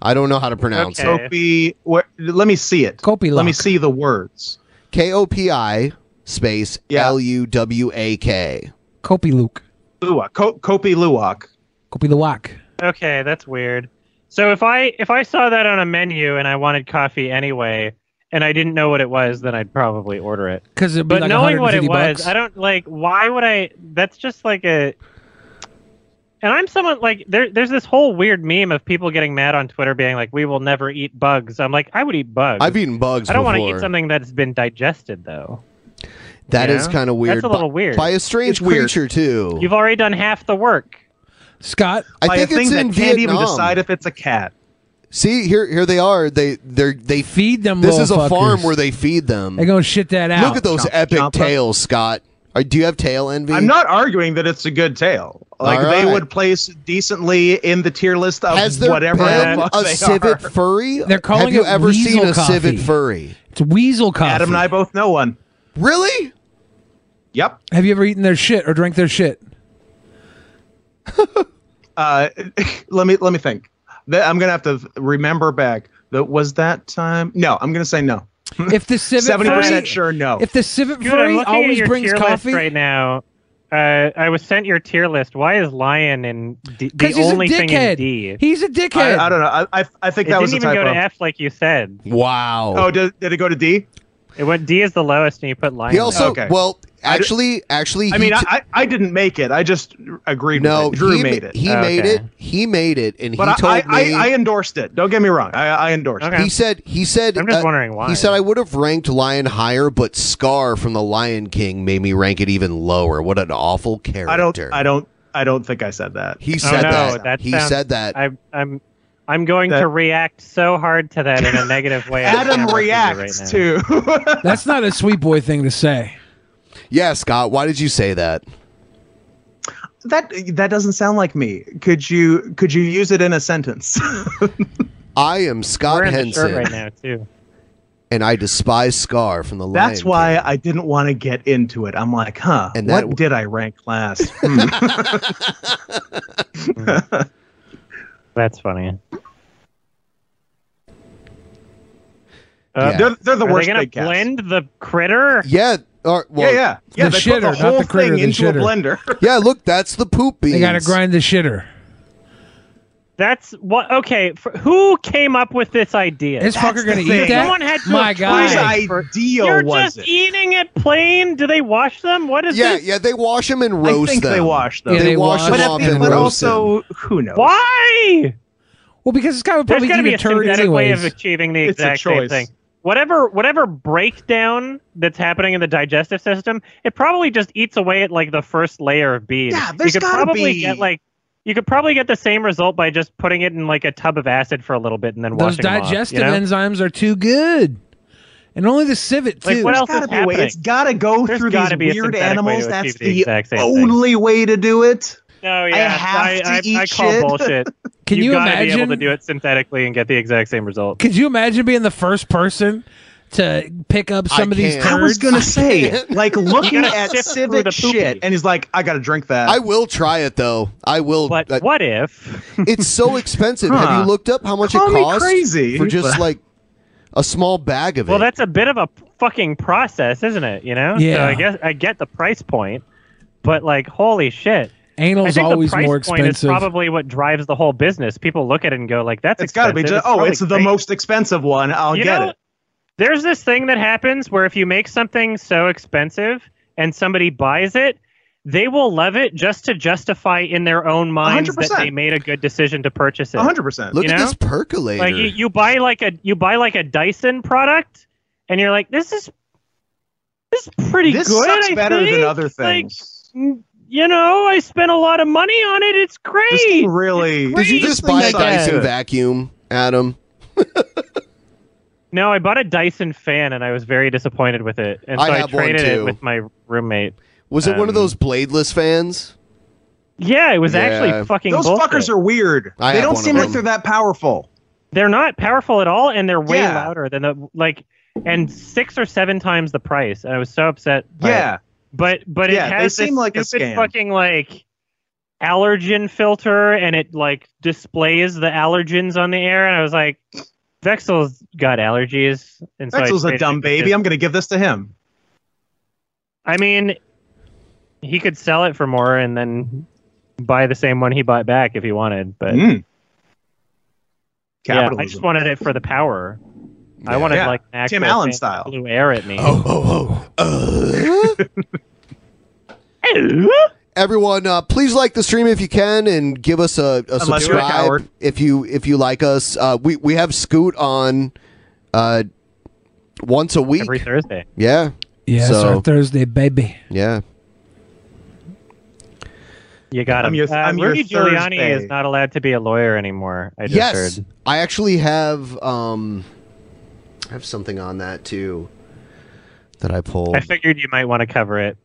Speaker 9: I don't know how to pronounce it.
Speaker 11: Kopi. Where, let me see it.
Speaker 12: Kopi.
Speaker 11: Let me see the words.
Speaker 9: K O P I space L U W A K.
Speaker 12: Kopi Luke.
Speaker 11: Luwak. Ko- Kopi Luwak.
Speaker 12: Kopi Luwak.
Speaker 10: Okay, that's weird. So if I if I saw that on a menu and I wanted coffee anyway, and I didn't know what it was, then I'd probably order it.
Speaker 12: 'Cause it'd be
Speaker 10: but
Speaker 12: like
Speaker 10: knowing what it
Speaker 12: 150
Speaker 10: was,
Speaker 12: bucks.
Speaker 10: I don't like. Why would I? That's just like a. And I'm someone like there. There's this whole weird meme of people getting mad on Twitter, being like, "We will never eat bugs." I'm like, I would eat bugs.
Speaker 9: I've eaten bugs
Speaker 10: I don't want to
Speaker 9: before.
Speaker 10: eat something that's been digested, though.
Speaker 9: That
Speaker 10: You
Speaker 9: is
Speaker 10: know?
Speaker 9: kind of weird.
Speaker 10: That's a little
Speaker 9: by-
Speaker 10: weird.
Speaker 9: By a strange
Speaker 10: It's weird.
Speaker 9: creature too.
Speaker 10: You've already done half the work.
Speaker 12: Scott,
Speaker 9: I
Speaker 11: By
Speaker 9: think
Speaker 11: a thing
Speaker 9: it's
Speaker 11: that
Speaker 9: in
Speaker 11: can't
Speaker 9: Vietnam.
Speaker 11: even decide if it's a cat.
Speaker 9: See here, here they are. They they they
Speaker 12: feed them.
Speaker 9: This
Speaker 12: little
Speaker 9: is a farm
Speaker 12: fuckers.
Speaker 9: where they feed them.
Speaker 12: They gonna shit that out.
Speaker 9: Look at those epic tails, Scott. Are, do you have tail envy?
Speaker 11: I'm not arguing that it's a good tale. Like
Speaker 9: All
Speaker 11: they
Speaker 9: right.
Speaker 11: would place decently in the tier list of
Speaker 9: Has there
Speaker 11: whatever
Speaker 9: been
Speaker 11: the fuck
Speaker 9: a
Speaker 11: they
Speaker 9: civet
Speaker 11: are.
Speaker 9: furry?
Speaker 11: They're calling
Speaker 9: Have you
Speaker 11: it
Speaker 9: ever
Speaker 11: weasel
Speaker 9: seen a
Speaker 11: coffee.
Speaker 9: civet furry?
Speaker 12: It's weasel coffee.
Speaker 11: Adam and I both know one.
Speaker 9: Really?
Speaker 11: Yep.
Speaker 12: Have you ever eaten their shit or drank their shit?
Speaker 11: Uh, let me let me think. That- I'm gonna have to remember back. That was that time. No, I'm gonna say no.
Speaker 12: If the civet
Speaker 11: seventy
Speaker 12: furry-
Speaker 11: percent sure no.
Speaker 12: If the civet
Speaker 10: Dude, I'm
Speaker 12: furry
Speaker 10: looking at
Speaker 12: always
Speaker 10: your
Speaker 12: brings
Speaker 10: tier
Speaker 12: coffee,
Speaker 10: list right now. Uh, I was sent your tier list. Why is lion in D- the
Speaker 12: 'Cause he's a
Speaker 10: only thing in
Speaker 12: dickhead.
Speaker 10: D?
Speaker 12: He's a dickhead.
Speaker 11: I, I don't know. I I, I think
Speaker 10: it
Speaker 11: that
Speaker 10: didn't
Speaker 11: was a
Speaker 10: even
Speaker 11: typo.
Speaker 10: go to F like you said.
Speaker 9: Wow.
Speaker 11: Oh, did, did it go to D?
Speaker 10: It went D is the lowest, and you put lion.
Speaker 9: He
Speaker 10: there.
Speaker 9: also well, actually, actually,
Speaker 11: I
Speaker 9: he
Speaker 11: mean, I
Speaker 9: t-
Speaker 11: I I didn't make it. I just agreed.
Speaker 9: no,
Speaker 11: with it. Drew
Speaker 9: he ma-
Speaker 11: made it. Oh,
Speaker 9: He
Speaker 10: Oh,
Speaker 9: made it. He made it, and
Speaker 11: But
Speaker 9: he
Speaker 11: I,
Speaker 9: told
Speaker 11: I,
Speaker 9: me.
Speaker 11: I, I endorsed it. Don't get me wrong. I, I endorsed it.
Speaker 9: He said. He said.
Speaker 11: I'm just
Speaker 9: uh,
Speaker 11: wondering why.
Speaker 9: He said I would have ranked Lion higher, but Scar from the Lion King made me rank it even lower. What an awful character!
Speaker 11: I don't. I don't. I don't think I said that.
Speaker 9: He
Speaker 10: Oh,
Speaker 9: said
Speaker 10: no,
Speaker 9: that. He
Speaker 10: sounds-
Speaker 9: said that.
Speaker 10: I'm I'm I'm going
Speaker 11: That-
Speaker 10: to react so hard to that in a negative way. I
Speaker 11: Adam
Speaker 10: can't react to it
Speaker 11: reacts
Speaker 10: right now.
Speaker 11: to.
Speaker 12: That's not a sweet boy thing to say.
Speaker 9: Yeah, Scott. Why did you say that?
Speaker 11: that that doesn't sound like me. Could you could you use it in a sentence?
Speaker 9: I am Scott
Speaker 11: We're in the
Speaker 9: Henson,
Speaker 11: shirt right
Speaker 10: now too.
Speaker 9: and I despise Scar from the Lion.
Speaker 11: That's why I didn't want to get into it. I'm like, huh?
Speaker 9: And that-
Speaker 11: what did I rank last? Hmm.
Speaker 10: That's funny.
Speaker 9: Yeah. They're- they're the
Speaker 10: Uh, are
Speaker 9: worst
Speaker 10: They gonna
Speaker 9: big cats.
Speaker 10: blend the critter.
Speaker 9: Yeah. Or, well,
Speaker 10: yeah. Yeah, The they put the shitter, not whole the critter, thing the into a shitter. blender.
Speaker 9: yeah, look, that's the poop beans.
Speaker 12: They gotta grind the shitter.
Speaker 10: That's what. Okay, for, who came up with this idea?
Speaker 12: This fucker gonna eat that?
Speaker 10: Someone had to
Speaker 12: My
Speaker 10: have
Speaker 12: God.
Speaker 10: tried
Speaker 12: Whose
Speaker 10: it for-
Speaker 11: idea
Speaker 10: You're
Speaker 11: was
Speaker 10: just
Speaker 11: it?
Speaker 10: eating it plain. Do they wash them? What is
Speaker 9: Yeah,
Speaker 10: this?
Speaker 9: yeah, they wash them and
Speaker 11: I
Speaker 9: roast
Speaker 11: think
Speaker 9: them.
Speaker 11: they wash them.
Speaker 9: They, wash them
Speaker 11: but
Speaker 9: off and
Speaker 11: but
Speaker 9: roast them.
Speaker 11: also, who knows?
Speaker 10: Why?
Speaker 12: Well, because this guy would
Speaker 10: There's
Speaker 12: probably
Speaker 10: got to
Speaker 12: eat
Speaker 10: be
Speaker 12: a
Speaker 10: a
Speaker 12: turd
Speaker 10: synthetic way of
Speaker 12: anyways.
Speaker 10: achieving the
Speaker 11: It's a
Speaker 10: exact same
Speaker 11: choice.
Speaker 10: thing. Whatever, whatever breakdown that's happening in the digestive system, it probably just eats away at like the first layer of beans.
Speaker 11: Yeah,
Speaker 10: you
Speaker 11: there's
Speaker 10: could
Speaker 11: gotta
Speaker 10: probably
Speaker 11: be-
Speaker 10: get like you could probably get the same result by just putting it in like a tub of acid for a little bit and then
Speaker 12: Those
Speaker 10: washing them off, you
Speaker 12: digestive
Speaker 10: know?
Speaker 12: enzymes are too good, and only the civet too.
Speaker 10: Like, what else
Speaker 11: gotta
Speaker 10: is
Speaker 11: be a way-
Speaker 10: happening?
Speaker 11: it's gotta go
Speaker 10: There's
Speaker 11: through
Speaker 10: gotta
Speaker 11: these
Speaker 10: be a
Speaker 11: weird
Speaker 10: synthetic way to
Speaker 11: animals.
Speaker 10: achieve
Speaker 11: That's
Speaker 10: the
Speaker 11: the,
Speaker 10: exact same thing.
Speaker 11: only way to do it.
Speaker 10: No, yeah,
Speaker 11: I have
Speaker 10: I,
Speaker 11: to
Speaker 10: I,
Speaker 11: eat
Speaker 10: I call
Speaker 11: shit.
Speaker 10: bullshit.
Speaker 12: Can
Speaker 10: You've
Speaker 12: you
Speaker 10: gotta be able
Speaker 12: imagine-
Speaker 10: to do it synthetically and get the exact same result?
Speaker 12: Could you imagine being the first person to pick up some of these.
Speaker 9: can't.
Speaker 11: I was
Speaker 12: turds?
Speaker 11: gonna say, like
Speaker 12: You
Speaker 11: looking
Speaker 12: gotta
Speaker 11: at
Speaker 12: sift through the
Speaker 11: civic
Speaker 12: poopy.
Speaker 11: shit, and he's like, I gotta drink that.
Speaker 9: I will try it though. I will. But
Speaker 10: what if
Speaker 9: it's so expensive?
Speaker 11: Huh.
Speaker 9: Have you looked up how much
Speaker 10: Call
Speaker 9: it
Speaker 10: me
Speaker 9: costs
Speaker 10: crazy,
Speaker 9: for just
Speaker 10: but-
Speaker 9: like a small bag of it?
Speaker 10: Well, that's a bit of a fucking process, isn't it? You know. So
Speaker 9: Yeah.
Speaker 10: I guess I get the price point, but like, holy shit.
Speaker 12: Anal's
Speaker 10: I think
Speaker 12: always
Speaker 10: the price
Speaker 12: more
Speaker 10: point is
Speaker 12: expensive.
Speaker 10: probably what drives the whole business. People look at it and go, like, that's
Speaker 11: it's gotta be
Speaker 10: expensive.
Speaker 11: just. Oh,
Speaker 10: probably
Speaker 11: it's the
Speaker 10: crazy."
Speaker 11: most expensive one. I'll
Speaker 10: You
Speaker 11: get
Speaker 10: know,
Speaker 11: it.
Speaker 10: There's this thing that happens where if you make something so expensive and somebody buys it, they will love it just to justify in their own minds that
Speaker 11: 100%.
Speaker 10: they made a good decision to purchase it.
Speaker 11: 100%.
Speaker 9: Look
Speaker 10: You
Speaker 9: at
Speaker 10: know?
Speaker 9: this percolator.
Speaker 10: Like you, you buy like a you buy like a Dyson product, and you're like, this is this is pretty
Speaker 11: This
Speaker 10: good.
Speaker 11: sucks
Speaker 10: I
Speaker 11: better than
Speaker 10: think.
Speaker 11: other
Speaker 10: Like,
Speaker 11: things.
Speaker 10: n- you know, I spent a lot of money on it. It's great.
Speaker 11: This thing really.
Speaker 9: Did you
Speaker 10: This
Speaker 9: just
Speaker 10: thing
Speaker 9: buy a
Speaker 10: sucks.
Speaker 9: Dyson
Speaker 10: Yeah.
Speaker 9: vacuum, Adam?
Speaker 10: No, I bought a Dyson fan, and I was very disappointed with it, and
Speaker 9: I
Speaker 10: so I,
Speaker 9: have one,
Speaker 10: traded
Speaker 9: too.
Speaker 10: it with my roommate.
Speaker 9: Was it one of
Speaker 10: Um,
Speaker 9: those bladeless fans?
Speaker 10: Yeah, it was
Speaker 9: Yeah.
Speaker 10: actually fucking.
Speaker 11: Those
Speaker 10: bullshit.
Speaker 11: fuckers are weird.
Speaker 9: I
Speaker 11: they
Speaker 9: have
Speaker 11: don't
Speaker 9: one of
Speaker 11: seem like
Speaker 9: them.
Speaker 11: they're that powerful.
Speaker 10: They're not powerful at all, and they're way
Speaker 11: Yeah.
Speaker 10: louder than the like, and six or seven times the price. And I was so upset. by it.
Speaker 11: Yeah.
Speaker 10: but but
Speaker 11: Yeah,
Speaker 10: it
Speaker 11: they
Speaker 10: has
Speaker 11: seem
Speaker 10: this
Speaker 11: like a
Speaker 10: stupid
Speaker 11: scam.
Speaker 10: fucking like allergen filter, and it like displays the allergens on the air. And I was like, Vexel's got allergies, and so I
Speaker 11: Vexel's a
Speaker 10: traded
Speaker 11: dumb
Speaker 10: it with
Speaker 11: baby.
Speaker 10: his-
Speaker 11: I'm gonna give this to him.
Speaker 10: I mean, he could sell it for more and then buy the same one he bought back if he wanted. But
Speaker 9: Hmm.
Speaker 10: yeah, I just
Speaker 11: Capitalism.
Speaker 10: wanted it for the power. I wanted
Speaker 11: Yeah.
Speaker 10: like an
Speaker 11: Tim
Speaker 10: actual
Speaker 11: Allen
Speaker 10: thing
Speaker 11: style.
Speaker 10: to blew air at me.
Speaker 9: Oh, oh,
Speaker 10: oh.
Speaker 9: Everyone, uh, please like the stream if you can, and give us a, a
Speaker 11: Unless you're a
Speaker 9: subscribe
Speaker 11: coward.
Speaker 9: if you if you like us. Uh, we we have Scoot on uh, once a week
Speaker 10: every Thursday.
Speaker 9: Yeah,
Speaker 12: Yeah, it's our
Speaker 9: So
Speaker 12: Thursday, baby.
Speaker 9: yeah,
Speaker 10: You got him.
Speaker 11: I'm your-
Speaker 10: uh,
Speaker 11: I'm your
Speaker 10: Rudy Giuliani
Speaker 11: Thursday.
Speaker 10: is not allowed to be a lawyer anymore. I just
Speaker 9: yes.
Speaker 10: heard.
Speaker 9: I actually have um, I have something on that too that I pulled.
Speaker 10: I figured you might want to cover it.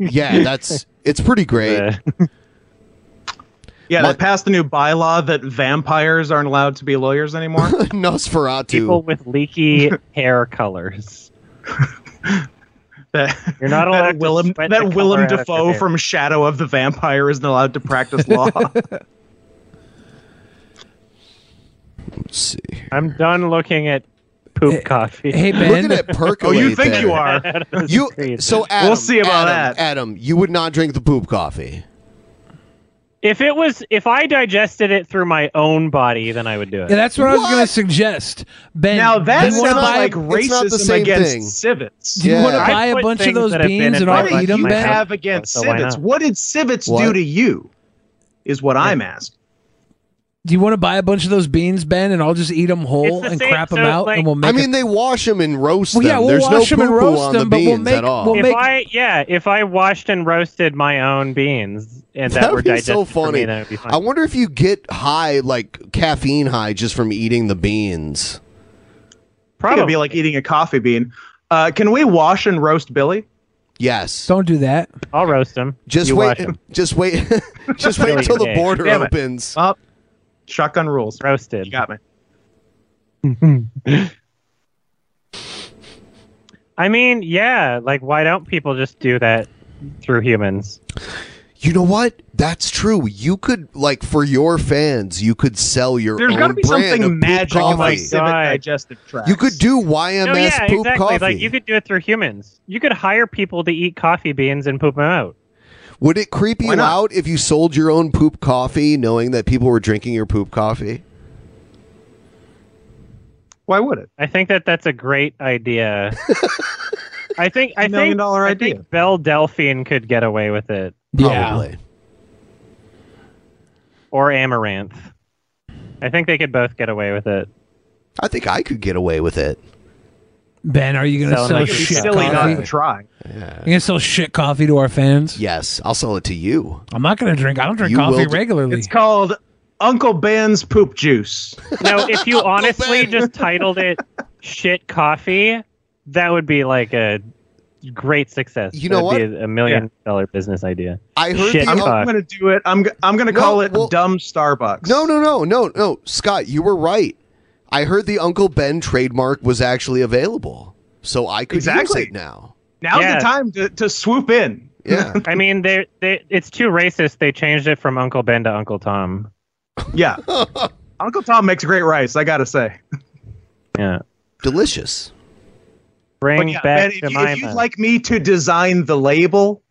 Speaker 9: yeah, that's it's pretty great.
Speaker 11: Yeah, they passed a new bylaw that vampires aren't allowed to be lawyers anymore.
Speaker 9: Nosferatu.
Speaker 10: People with leaky hair colors.
Speaker 11: that,
Speaker 10: You're not allowed
Speaker 11: that
Speaker 10: to
Speaker 11: Willem
Speaker 10: sweat the
Speaker 11: that Willem
Speaker 10: color out of your
Speaker 11: Dafoe
Speaker 10: hair.
Speaker 11: from Shadow of the Vampire isn't allowed to practice law.
Speaker 9: Let's see.
Speaker 10: I'm done looking at poop coffee. Oh,
Speaker 12: Hey
Speaker 9: Look at it
Speaker 11: Oh,
Speaker 9: percolate. there. You so Adam,
Speaker 10: We'll see about
Speaker 9: Adam,
Speaker 10: that.
Speaker 9: Adam, you would not drink the poop coffee.
Speaker 10: If it was, if I digested it through my own body, then I would do it.
Speaker 12: Yeah, that's what, I was going to suggest. Ben,
Speaker 11: now that
Speaker 12: do you wanna
Speaker 11: sounds
Speaker 12: buy-
Speaker 11: like
Speaker 12: it's not the
Speaker 11: racism
Speaker 12: same
Speaker 11: against
Speaker 12: thing.
Speaker 11: civets.
Speaker 12: Do you wanna Yeah. buy a
Speaker 11: I put
Speaker 12: bunch of
Speaker 11: things
Speaker 12: those
Speaker 11: that have
Speaker 12: beans
Speaker 11: been
Speaker 12: and
Speaker 11: in
Speaker 12: all
Speaker 11: my
Speaker 12: that
Speaker 11: life
Speaker 12: eat 'em,
Speaker 11: you
Speaker 12: Ben?
Speaker 11: have against
Speaker 9: Oh,
Speaker 12: So why
Speaker 11: civets?
Speaker 12: not?
Speaker 11: What did civets
Speaker 12: What?
Speaker 11: do to you? Is what I'm asking.
Speaker 12: Do you want to buy a bunch of those beans, Ben, and I'll just eat them whole
Speaker 10: the
Speaker 12: and
Speaker 10: same-
Speaker 12: crap them
Speaker 10: so,
Speaker 12: out,
Speaker 10: like-
Speaker 12: and we'll make.
Speaker 9: I mean, they wash them and roast
Speaker 12: Well, yeah,
Speaker 9: them.
Speaker 12: we'll
Speaker 9: There's
Speaker 12: wash 'em
Speaker 9: no
Speaker 12: and
Speaker 9: poo-poo
Speaker 12: roast
Speaker 9: on
Speaker 12: them,
Speaker 9: the
Speaker 12: but
Speaker 9: beans
Speaker 12: we'll make-
Speaker 9: at all.
Speaker 12: we'll
Speaker 10: if
Speaker 12: make-
Speaker 10: I yeah, if I washed and roasted my own beans and that,
Speaker 9: That
Speaker 10: were
Speaker 9: would be
Speaker 10: digested
Speaker 9: so
Speaker 10: for me,
Speaker 9: funny.
Speaker 10: then it'd be fine.
Speaker 9: I wonder if you get high, like caffeine high, just from eating the beans.
Speaker 11: Probably
Speaker 9: Probably.
Speaker 11: it'd be like eating a coffee bean. Uh, can we wash and roast Billy?
Speaker 9: Yes.
Speaker 12: Don't do that.
Speaker 10: I'll roast him.
Speaker 9: Just
Speaker 11: You
Speaker 9: wait.
Speaker 11: wash 'em.
Speaker 9: Just wait. just wait until the border opens.
Speaker 11: Up. Shotgun rules.
Speaker 10: Roasted.
Speaker 11: You got me.
Speaker 10: I mean, yeah, like why don't people just do that through humans?
Speaker 9: You know what? That's true. You could like for your fans, you could sell your
Speaker 11: There's
Speaker 9: own
Speaker 11: got to be
Speaker 9: brand of
Speaker 11: something
Speaker 9: poop
Speaker 11: magic
Speaker 9: coffee.
Speaker 11: in like civet digestive tract.
Speaker 9: You could do YMS
Speaker 10: no, yeah,
Speaker 9: poop
Speaker 10: exactly.
Speaker 9: coffee.
Speaker 10: Like you could do it through humans. You could hire people to eat coffee beans and poop them out.
Speaker 9: Would it creep you
Speaker 10: not?
Speaker 9: out if you sold your own poop coffee, knowing that people were drinking your poop coffee?
Speaker 11: Why would it?
Speaker 10: I think that that's a great idea. I think I
Speaker 11: Million
Speaker 10: think,
Speaker 11: dollar
Speaker 10: I think Belle Delphine could get away with it.
Speaker 9: Probably.
Speaker 10: Or Amaranth. I think they could both get away with it.
Speaker 9: I think I could get away with it.
Speaker 12: Ben, are you going to
Speaker 10: Sound
Speaker 12: sell
Speaker 10: like a
Speaker 12: shit
Speaker 10: silly
Speaker 12: coffee?
Speaker 10: not to
Speaker 11: try.
Speaker 12: You going to sell shit coffee to our fans?
Speaker 9: Yes, I'll sell it to you.
Speaker 12: I'm not going to drink. I don't drink
Speaker 9: You
Speaker 12: coffee
Speaker 9: will do-
Speaker 12: regularly.
Speaker 11: It's called Uncle Ben's poop juice.
Speaker 10: No, if you honestly just titled it "Shit Coffee," that would be like a great success.
Speaker 9: You know
Speaker 10: That'd
Speaker 9: what?
Speaker 10: Be a million dollar business idea. Shit
Speaker 11: I'm,
Speaker 10: Coffee.
Speaker 11: going to do it. I'm g- I'm going to
Speaker 9: No,
Speaker 11: call it
Speaker 9: well-
Speaker 11: dumb Starbucks.
Speaker 9: No, no, no, no, no. Scott, you were right. I heard the Uncle Ben trademark was actually available. so I could
Speaker 11: Exactly.
Speaker 9: use it now.
Speaker 11: Now's the time to, to swoop in.
Speaker 9: Yeah.
Speaker 10: I mean, they they it's too racist. They changed it from Uncle Ben to Uncle Tom.
Speaker 11: Yeah. Uncle Tom makes great rice, I gotta say.
Speaker 10: Yeah.
Speaker 9: Delicious.
Speaker 10: Bring
Speaker 11: But yeah,
Speaker 10: back
Speaker 11: Ben, if, you, if
Speaker 10: Jemima.
Speaker 11: you'd like me to design the label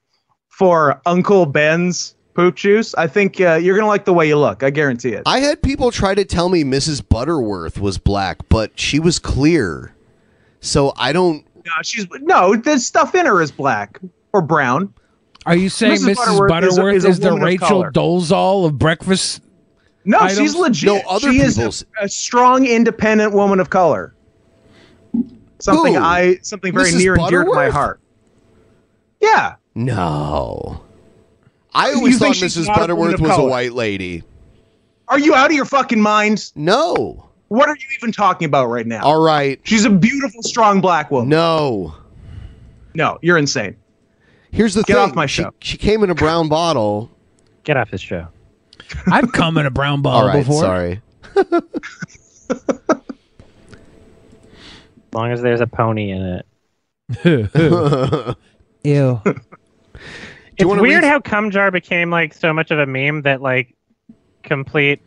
Speaker 11: for Uncle Ben's poop juice, I think uh, you're gonna like the way you look. I guarantee it.
Speaker 9: I had people try to tell me Mrs. Butterworth was black, but she was clear. So I don't.
Speaker 11: No, she's no. The stuff in her is black or brown.
Speaker 12: Are you saying Mrs. Butterworth, is, the Rachel Dolezal of breakfast?
Speaker 11: No,
Speaker 12: items?
Speaker 11: she's legit. she is a, a strong, independent woman of color. Something
Speaker 12: Who?
Speaker 11: I something very
Speaker 9: Mrs.
Speaker 11: near and dear to my
Speaker 9: Butterworth?
Speaker 11: heart. Yeah.
Speaker 9: No. I
Speaker 11: You
Speaker 9: always thought
Speaker 11: think she's
Speaker 9: Mrs.
Speaker 11: not a woman of
Speaker 9: Butterworth was a
Speaker 11: color?
Speaker 9: white lady.
Speaker 11: Are you out of your fucking mind?
Speaker 9: No.
Speaker 11: What are you even talking about right now?
Speaker 9: All right.
Speaker 11: She's a beautiful, strong black woman.
Speaker 9: No.
Speaker 11: No, you're insane.
Speaker 9: Here's the
Speaker 11: Get
Speaker 9: thing.
Speaker 11: off my
Speaker 9: she,
Speaker 11: show.
Speaker 9: she came in a brown bottle.
Speaker 10: Get off his show.
Speaker 12: I've come in a brown
Speaker 9: All
Speaker 12: bottle
Speaker 9: right,
Speaker 12: before.
Speaker 9: sorry.
Speaker 10: As long as there's a pony in it.
Speaker 12: Ew.
Speaker 10: It's
Speaker 12: wanna
Speaker 10: weird
Speaker 12: read-
Speaker 10: how cum jar became like so much of a meme that like complete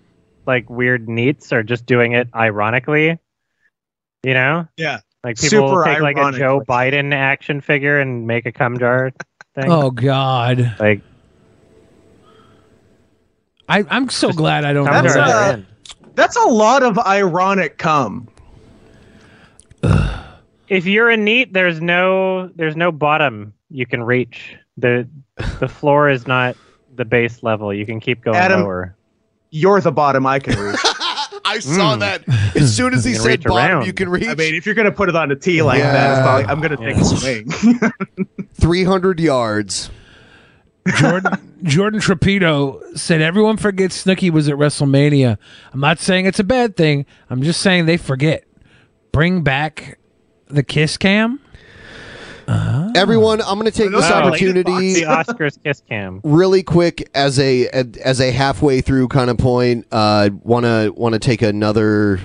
Speaker 10: like weird neats are just doing it ironically. You know?
Speaker 11: Yeah.
Speaker 10: Like people
Speaker 12: Super
Speaker 10: take like a
Speaker 12: ironic,
Speaker 10: Joe Biden action figure and make a cum jar thing.
Speaker 12: Oh God.
Speaker 10: Like
Speaker 12: I, I'm so glad I don't. know
Speaker 11: That's
Speaker 12: that.
Speaker 11: a, that's a lot of ironic cum.
Speaker 10: if you're a neat, there's no there's no bottom you can reach. The the floor is not the base level. You can keep going
Speaker 11: Adam,
Speaker 10: lower.
Speaker 11: You're the bottom I can reach.
Speaker 9: I
Speaker 12: Hmm.
Speaker 9: saw that as soon as he
Speaker 10: You can
Speaker 9: said
Speaker 10: reach
Speaker 9: bottom,
Speaker 10: around.
Speaker 9: you can reach.
Speaker 11: I mean, if you're gonna put it on a T like that, it's not like I'm gonna take a swing.
Speaker 9: 300 yards.
Speaker 12: Jordan Jordan Trapito said everyone forgets Snooki was at WrestleMania. I'm not saying it's a bad thing. I'm just saying they forget. Bring back the kiss cam.
Speaker 9: Everyone, I'm going to take this opportunity.
Speaker 10: the Oscars kiss cam.
Speaker 9: really quick as a as a halfway through kind of point uh want to want to take another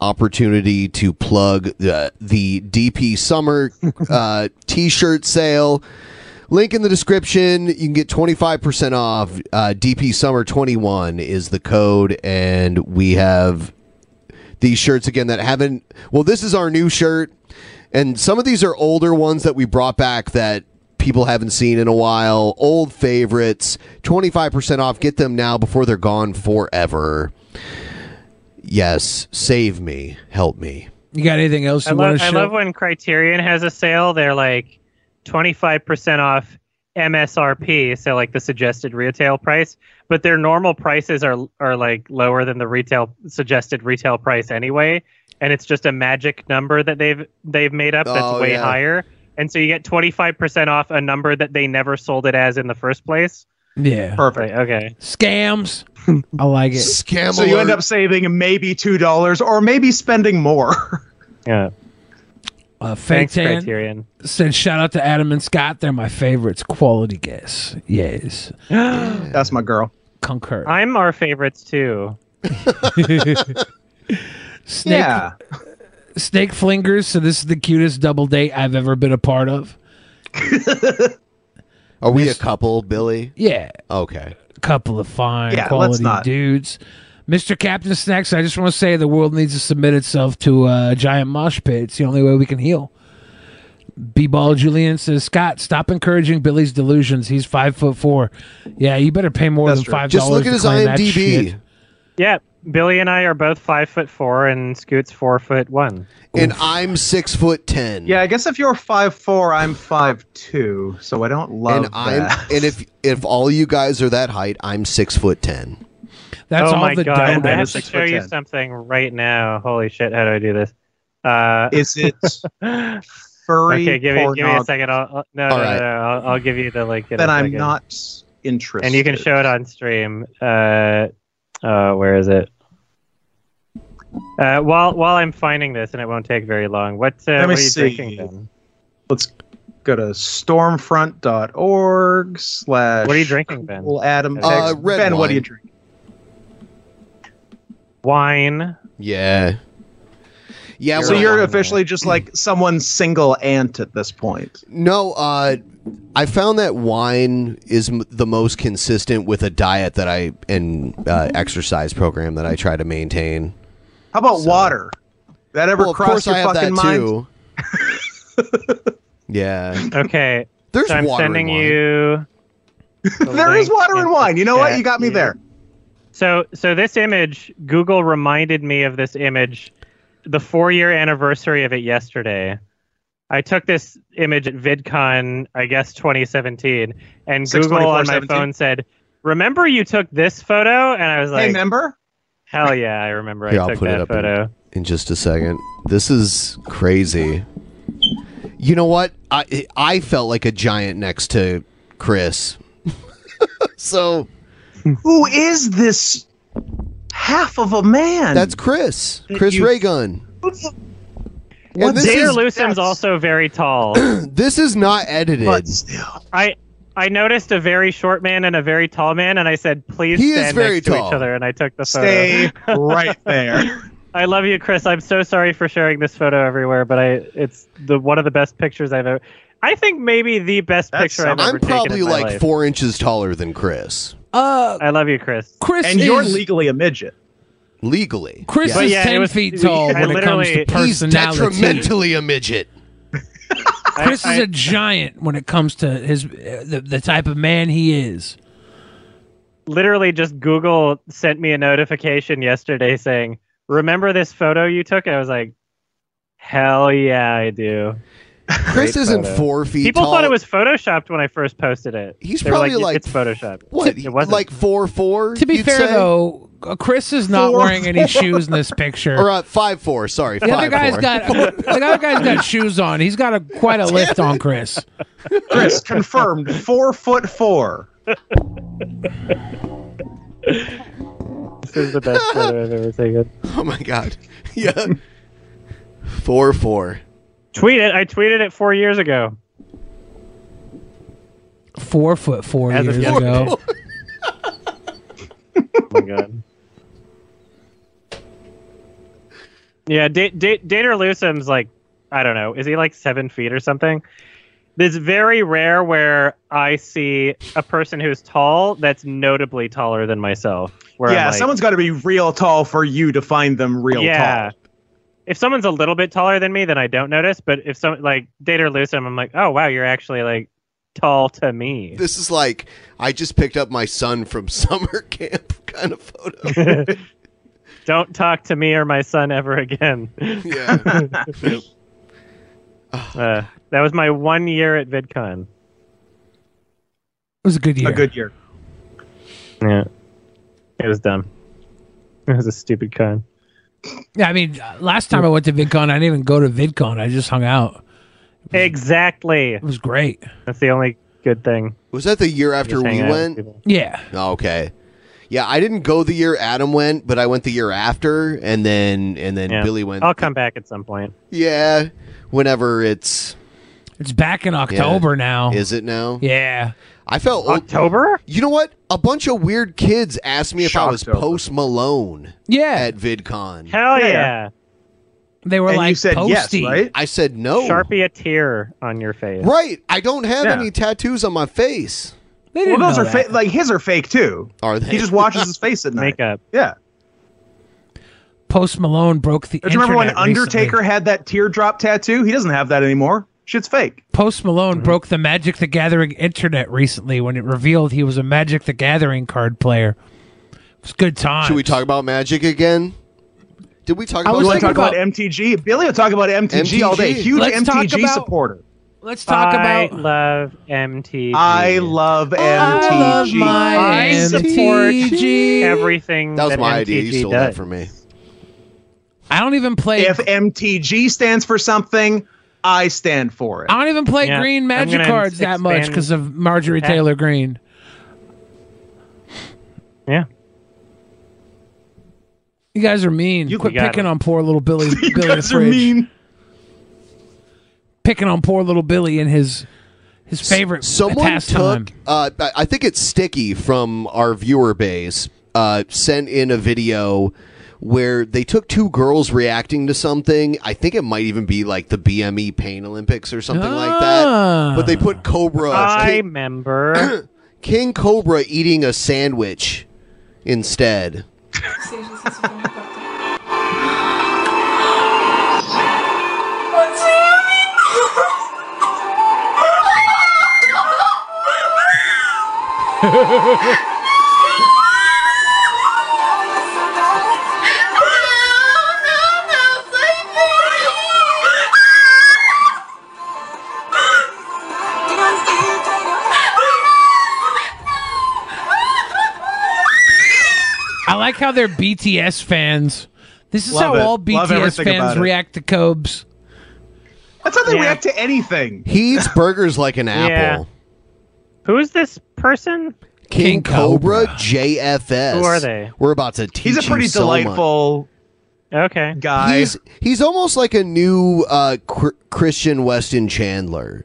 Speaker 9: opportunity to plug the the dp summer uh t-shirt sale link in the description you can get 25% off uh dp summer 21 is the code and we have these shirts again that haven't well this is our new shirt and some of these are older ones that we brought back that people haven't seen in a while old favorites 25% off get them now before they're gone forever yes save me help me
Speaker 12: You got anything else
Speaker 10: I
Speaker 12: you want
Speaker 10: love,
Speaker 12: to
Speaker 10: I
Speaker 12: show?
Speaker 10: love when Criterion has a sale. They're like 25% off MSRP, so like the suggested retail price, but their normal prices are are like lower than the retail suggested retail price anyway, and it's just a magic number that they've they've made up that's
Speaker 22: Oh,
Speaker 10: way
Speaker 22: yeah.
Speaker 10: higher. And so you get 25% off a number that they never sold it as in the first place.
Speaker 12: yeah.
Speaker 10: Perfect. okay.
Speaker 12: Scams. I like it.
Speaker 9: Scam.
Speaker 11: so you end up saving maybe two dollars or maybe spending more.
Speaker 10: Yeah.
Speaker 12: Uh, Fake
Speaker 10: Thanks,
Speaker 12: Tan
Speaker 10: Criterion.
Speaker 12: said shout out to Adam and Scott. They're my favorites. Quality guess. Yes.
Speaker 11: That's my girl.
Speaker 12: Concur.
Speaker 10: I'm our favorites too.
Speaker 12: Snake, Snake flingers. So this is the cutest double date I've ever been a part of.
Speaker 9: are we a couple billy
Speaker 12: Yeah.
Speaker 9: okay
Speaker 12: couple of fine
Speaker 9: Yeah, let's
Speaker 12: quality
Speaker 9: not.
Speaker 12: dudes. Mr. Captain Snacks, I just want to say the world needs to submit itself to a giant mosh pit. It's the only way we can heal. B ball Julian says, Scott, stop encouraging Billy's delusions. He's five foot four. Yeah, you better pay more than five dollars.
Speaker 9: Just look at
Speaker 12: to
Speaker 9: his
Speaker 12: claim that
Speaker 9: IMDb.
Speaker 12: shit.
Speaker 10: Yeah, Billy and I are both five foot four, and Scoot's four foot one.
Speaker 9: and i'm six foot ten
Speaker 11: Yeah, I guess if you're five four, I'm five two, so I don't love
Speaker 9: and i'm
Speaker 11: that.
Speaker 9: and if if all you guys are that height i'm six foot ten
Speaker 12: That's
Speaker 10: oh
Speaker 12: all
Speaker 10: my
Speaker 12: the
Speaker 10: God.
Speaker 12: donut
Speaker 10: I have
Speaker 12: is
Speaker 10: to
Speaker 12: six
Speaker 10: show
Speaker 12: foot
Speaker 10: you
Speaker 12: ten.
Speaker 10: something right now. Holy shit! How do I do this? Uh,
Speaker 11: Is it furry
Speaker 10: okay, give me, give me a
Speaker 11: pornog-
Speaker 10: second. I'll, I'll- no,
Speaker 11: All
Speaker 10: no,
Speaker 11: right.
Speaker 10: no, no, I'll, I'll give you the link. in
Speaker 11: Then
Speaker 10: a
Speaker 11: I'm
Speaker 10: second.
Speaker 11: not interested.
Speaker 10: And you can show it on stream. Uh, uh, where is it? Uh, while while I'm finding this, and it won't take very long. What, uh,
Speaker 11: Let me
Speaker 10: what are you
Speaker 11: see.
Speaker 10: drinking? Then?
Speaker 11: Let's go to stormfront.org slash.
Speaker 10: What are you drinking, Ben?
Speaker 11: Well, Adam,
Speaker 10: Uh,
Speaker 11: text-
Speaker 10: red
Speaker 11: Ben, what
Speaker 10: wine.
Speaker 11: do you drink?
Speaker 10: Wine.
Speaker 9: Yeah. Yeah,
Speaker 11: so
Speaker 9: well-
Speaker 11: you're officially just like someone's single aunt at this point.
Speaker 9: No, uh, I found that wine is m- the most consistent with a diet that I and uh, exercise program that I try to maintain.
Speaker 11: How about water? That ever
Speaker 9: Well, of
Speaker 11: crossed
Speaker 9: course,
Speaker 11: your
Speaker 9: I have
Speaker 11: fucking
Speaker 9: that
Speaker 11: mind?
Speaker 9: too. yeah.
Speaker 10: Okay.
Speaker 9: There's
Speaker 10: so I'm
Speaker 9: water in
Speaker 10: sending
Speaker 9: wine.
Speaker 10: you.
Speaker 11: There is water in wine. You know what?
Speaker 10: chat
Speaker 11: You got me there.
Speaker 10: So so this image, Google reminded me of this image, the four year anniversary of it yesterday. I took this image at VidCon, I guess 2017, and
Speaker 11: Six,
Speaker 10: Google on my
Speaker 11: 24/17?
Speaker 10: phone said, "Remember you took this photo?" And I was like,
Speaker 11: "Remember?
Speaker 10: Hell yeah, I remember.
Speaker 9: Here,
Speaker 10: I
Speaker 9: I'll
Speaker 10: took
Speaker 9: put
Speaker 10: that
Speaker 9: it up in-
Speaker 10: photo."
Speaker 9: In, just a second. This is crazy. You know what? I I felt like a giant next to Chris. so,
Speaker 11: who is this half of a man?
Speaker 9: That's Chris. Chris
Speaker 11: You-
Speaker 9: Raygun.
Speaker 10: Well,
Speaker 9: this
Speaker 10: Peter
Speaker 9: is-
Speaker 10: Lusum's also very tall.
Speaker 9: this is not edited.
Speaker 10: I I noticed a very short man and a very tall man, and I said, "Please
Speaker 9: He is
Speaker 10: stand
Speaker 9: very
Speaker 10: next to
Speaker 9: tall.
Speaker 10: each other." And I took the
Speaker 11: Stay
Speaker 10: photo.
Speaker 11: right there.
Speaker 10: I love you, Chris. I'm so sorry for sharing this photo everywhere, but I it's the one of the best pictures I've ever. I think maybe the best picture I've ever
Speaker 9: I'm probably
Speaker 10: taken in my
Speaker 9: like
Speaker 10: life.
Speaker 9: four inches taller than Chris.
Speaker 12: Uh,
Speaker 10: I love you, Chris.
Speaker 12: Chris
Speaker 11: and you're
Speaker 12: is-
Speaker 11: legally a midget.
Speaker 9: Legally,
Speaker 12: Chris
Speaker 10: But
Speaker 12: is
Speaker 10: yeah, it
Speaker 12: 10
Speaker 10: was-
Speaker 12: feet tall
Speaker 10: I
Speaker 12: when it comes to
Speaker 10: literally-
Speaker 9: He's
Speaker 12: personality.
Speaker 9: detrimentally a midget.
Speaker 12: Chris
Speaker 10: I-
Speaker 12: is a giant when it comes to his uh, the, the type of man he is.
Speaker 10: literally just Google sent me a notification yesterday saying, "Remember this photo you took?" And I was like, "Hell yeah, I do."
Speaker 9: Chris
Speaker 10: Great
Speaker 9: isn't
Speaker 10: photo.
Speaker 9: four feet
Speaker 10: People
Speaker 9: tall.
Speaker 10: thought it was photoshopped when I first posted it.
Speaker 9: He's
Speaker 10: They were
Speaker 9: probably like-
Speaker 10: it's photoshopped.
Speaker 9: what,
Speaker 10: It wasn't.
Speaker 9: like four four.
Speaker 12: To be fair though, uh, Chris is not
Speaker 9: Four-
Speaker 12: wearing any shoes in this picture.
Speaker 9: or uh, five four. Sorry,
Speaker 12: the
Speaker 9: five
Speaker 12: other guy's
Speaker 9: four.
Speaker 12: got the other guy's got shoes on. He's got a quite a lift on Chris.
Speaker 11: Chris confirmed four foot four.
Speaker 10: this is the best photo I've ever taken.
Speaker 9: Oh my god. Yeah. Four four.
Speaker 10: Tweet it. I tweeted it four years ago.
Speaker 12: Four foot four
Speaker 10: As of
Speaker 12: years
Speaker 10: yesterday.
Speaker 12: ago.
Speaker 10: Oh my god. Yeah, D- D- Dater Lusum's like, I don't know, is he like seven feet or something? It's very rare where I see a person who's tall that's notably taller than myself. Where
Speaker 11: yeah,
Speaker 10: I'm like,
Speaker 11: someone's got to be real tall for you to find them real tall.
Speaker 10: yeah. If someone's a little bit taller than me, then I don't notice. But if some like Dater Lusum, I'm like, oh wow, you're actually like tall to me.
Speaker 9: This is like I just picked up my son from summer camp kind of photo.
Speaker 10: Don't talk to me or my son ever again.
Speaker 9: yeah.
Speaker 10: Uh, that was my one year at VidCon.
Speaker 12: It was a good year.
Speaker 11: A good year.
Speaker 10: Yeah. It was dumb. It was a stupid con.
Speaker 12: Yeah, I mean, uh, last time I went to VidCon, I didn't even go to VidCon. I just hung out.
Speaker 10: Exactly. It
Speaker 12: was great.
Speaker 10: That's the only good thing.
Speaker 9: Was that the year after
Speaker 10: Just hang
Speaker 9: we
Speaker 10: out with
Speaker 9: went?
Speaker 10: people.
Speaker 12: Yeah.
Speaker 9: Oh, okay. Yeah, I didn't go the year Adam went, but I went the year after, and then and then
Speaker 10: Yeah.
Speaker 9: Billy went.
Speaker 10: I'll come back at some point.
Speaker 9: Yeah, whenever it's
Speaker 12: It's back in
Speaker 9: yeah.
Speaker 12: October now.
Speaker 9: Is it now?
Speaker 12: Yeah.
Speaker 9: I felt
Speaker 10: October.
Speaker 9: You know what? A bunch of weird kids asked me if I was
Speaker 11: Shocktober.
Speaker 9: Post Malone.
Speaker 12: Yeah.
Speaker 9: At VidCon.
Speaker 10: Hell yeah.
Speaker 12: They were
Speaker 11: And
Speaker 12: like
Speaker 11: you said yes,
Speaker 12: posty.
Speaker 11: right?
Speaker 9: I said no.
Speaker 10: Sharpie a tear on your face.
Speaker 9: Right. I don't have
Speaker 11: Yeah.
Speaker 9: any tattoos on my face.
Speaker 12: They
Speaker 11: Well,
Speaker 12: didn't
Speaker 11: those
Speaker 12: know
Speaker 11: are
Speaker 12: that.
Speaker 11: fake. Like his are fake too.
Speaker 9: Are they?
Speaker 11: He just washes his face at night.
Speaker 10: Makeup.
Speaker 11: Yeah.
Speaker 12: Post Malone broke the.
Speaker 11: Don't you remember when
Speaker 12: internet recently.
Speaker 11: Undertaker had that teardrop tattoo? He doesn't have that anymore. Shit's fake.
Speaker 12: Post
Speaker 11: Mm-hmm.
Speaker 12: Malone broke the Magic the Gathering internet recently when it revealed he was a Magic the Gathering card player. It was good time.
Speaker 9: Should we talk about magic again? Did we talk
Speaker 12: I
Speaker 9: about
Speaker 12: was
Speaker 11: You want to
Speaker 12: thinking
Speaker 11: talk about, MTG? Billy will talk about MTG, all day.
Speaker 9: MTG.
Speaker 11: Huge
Speaker 12: Let's talk
Speaker 11: MTG
Speaker 12: about-
Speaker 11: supporter.
Speaker 12: Let's talk
Speaker 10: I
Speaker 12: about. Oh,
Speaker 10: love MTG.
Speaker 11: I love MTG.
Speaker 12: I love my
Speaker 10: I support
Speaker 12: MTG.
Speaker 10: everything
Speaker 9: That was
Speaker 10: that
Speaker 9: my
Speaker 10: MTG
Speaker 9: idea. You stole
Speaker 10: does.
Speaker 9: that from me.
Speaker 12: I don't even play.
Speaker 11: if MTG stands for something, I stand for it.
Speaker 12: I don't even play
Speaker 10: Yeah,
Speaker 12: green
Speaker 10: I'm
Speaker 12: magic
Speaker 10: gonna
Speaker 12: cards that much
Speaker 10: expand-
Speaker 12: because of Marjorie
Speaker 10: Okay.
Speaker 12: Taylor Green.
Speaker 10: Yeah.
Speaker 12: You guys are mean. You quit
Speaker 10: You got
Speaker 12: picking
Speaker 10: it.
Speaker 12: on poor little Billy.
Speaker 11: you
Speaker 12: Billy
Speaker 11: guys
Speaker 12: the
Speaker 11: are
Speaker 12: Fridge.
Speaker 11: mean.
Speaker 12: Picking on poor little Billy and his his favorite
Speaker 9: Someone
Speaker 12: pastime.
Speaker 9: took, uh, I- I think it's Sticky from our viewer base, uh, sent in a video where they took two girls reacting to something. I think it might even be like the BME Pain Olympics or something like that. But they put Cobra.
Speaker 10: I
Speaker 9: King-
Speaker 10: remember.
Speaker 9: King Cobra eating a sandwich instead.
Speaker 12: I like how they're BTS fans. This is
Speaker 11: Love
Speaker 12: how
Speaker 11: it.
Speaker 12: all
Speaker 11: Love
Speaker 12: BTS
Speaker 11: everything about
Speaker 12: fans
Speaker 11: it.
Speaker 12: react to Cobes.
Speaker 11: That's how they react to anything.
Speaker 9: He eats burgers like an apple.
Speaker 10: Who is this person?
Speaker 9: King, Cobra, JFS.
Speaker 10: Who are they?
Speaker 9: We're about to teach.
Speaker 10: He's a pretty
Speaker 9: you so
Speaker 10: delightful Okay.
Speaker 9: much.
Speaker 10: Guy.
Speaker 9: He's he's almost like a new uh, cr- Christian Weston Chandler,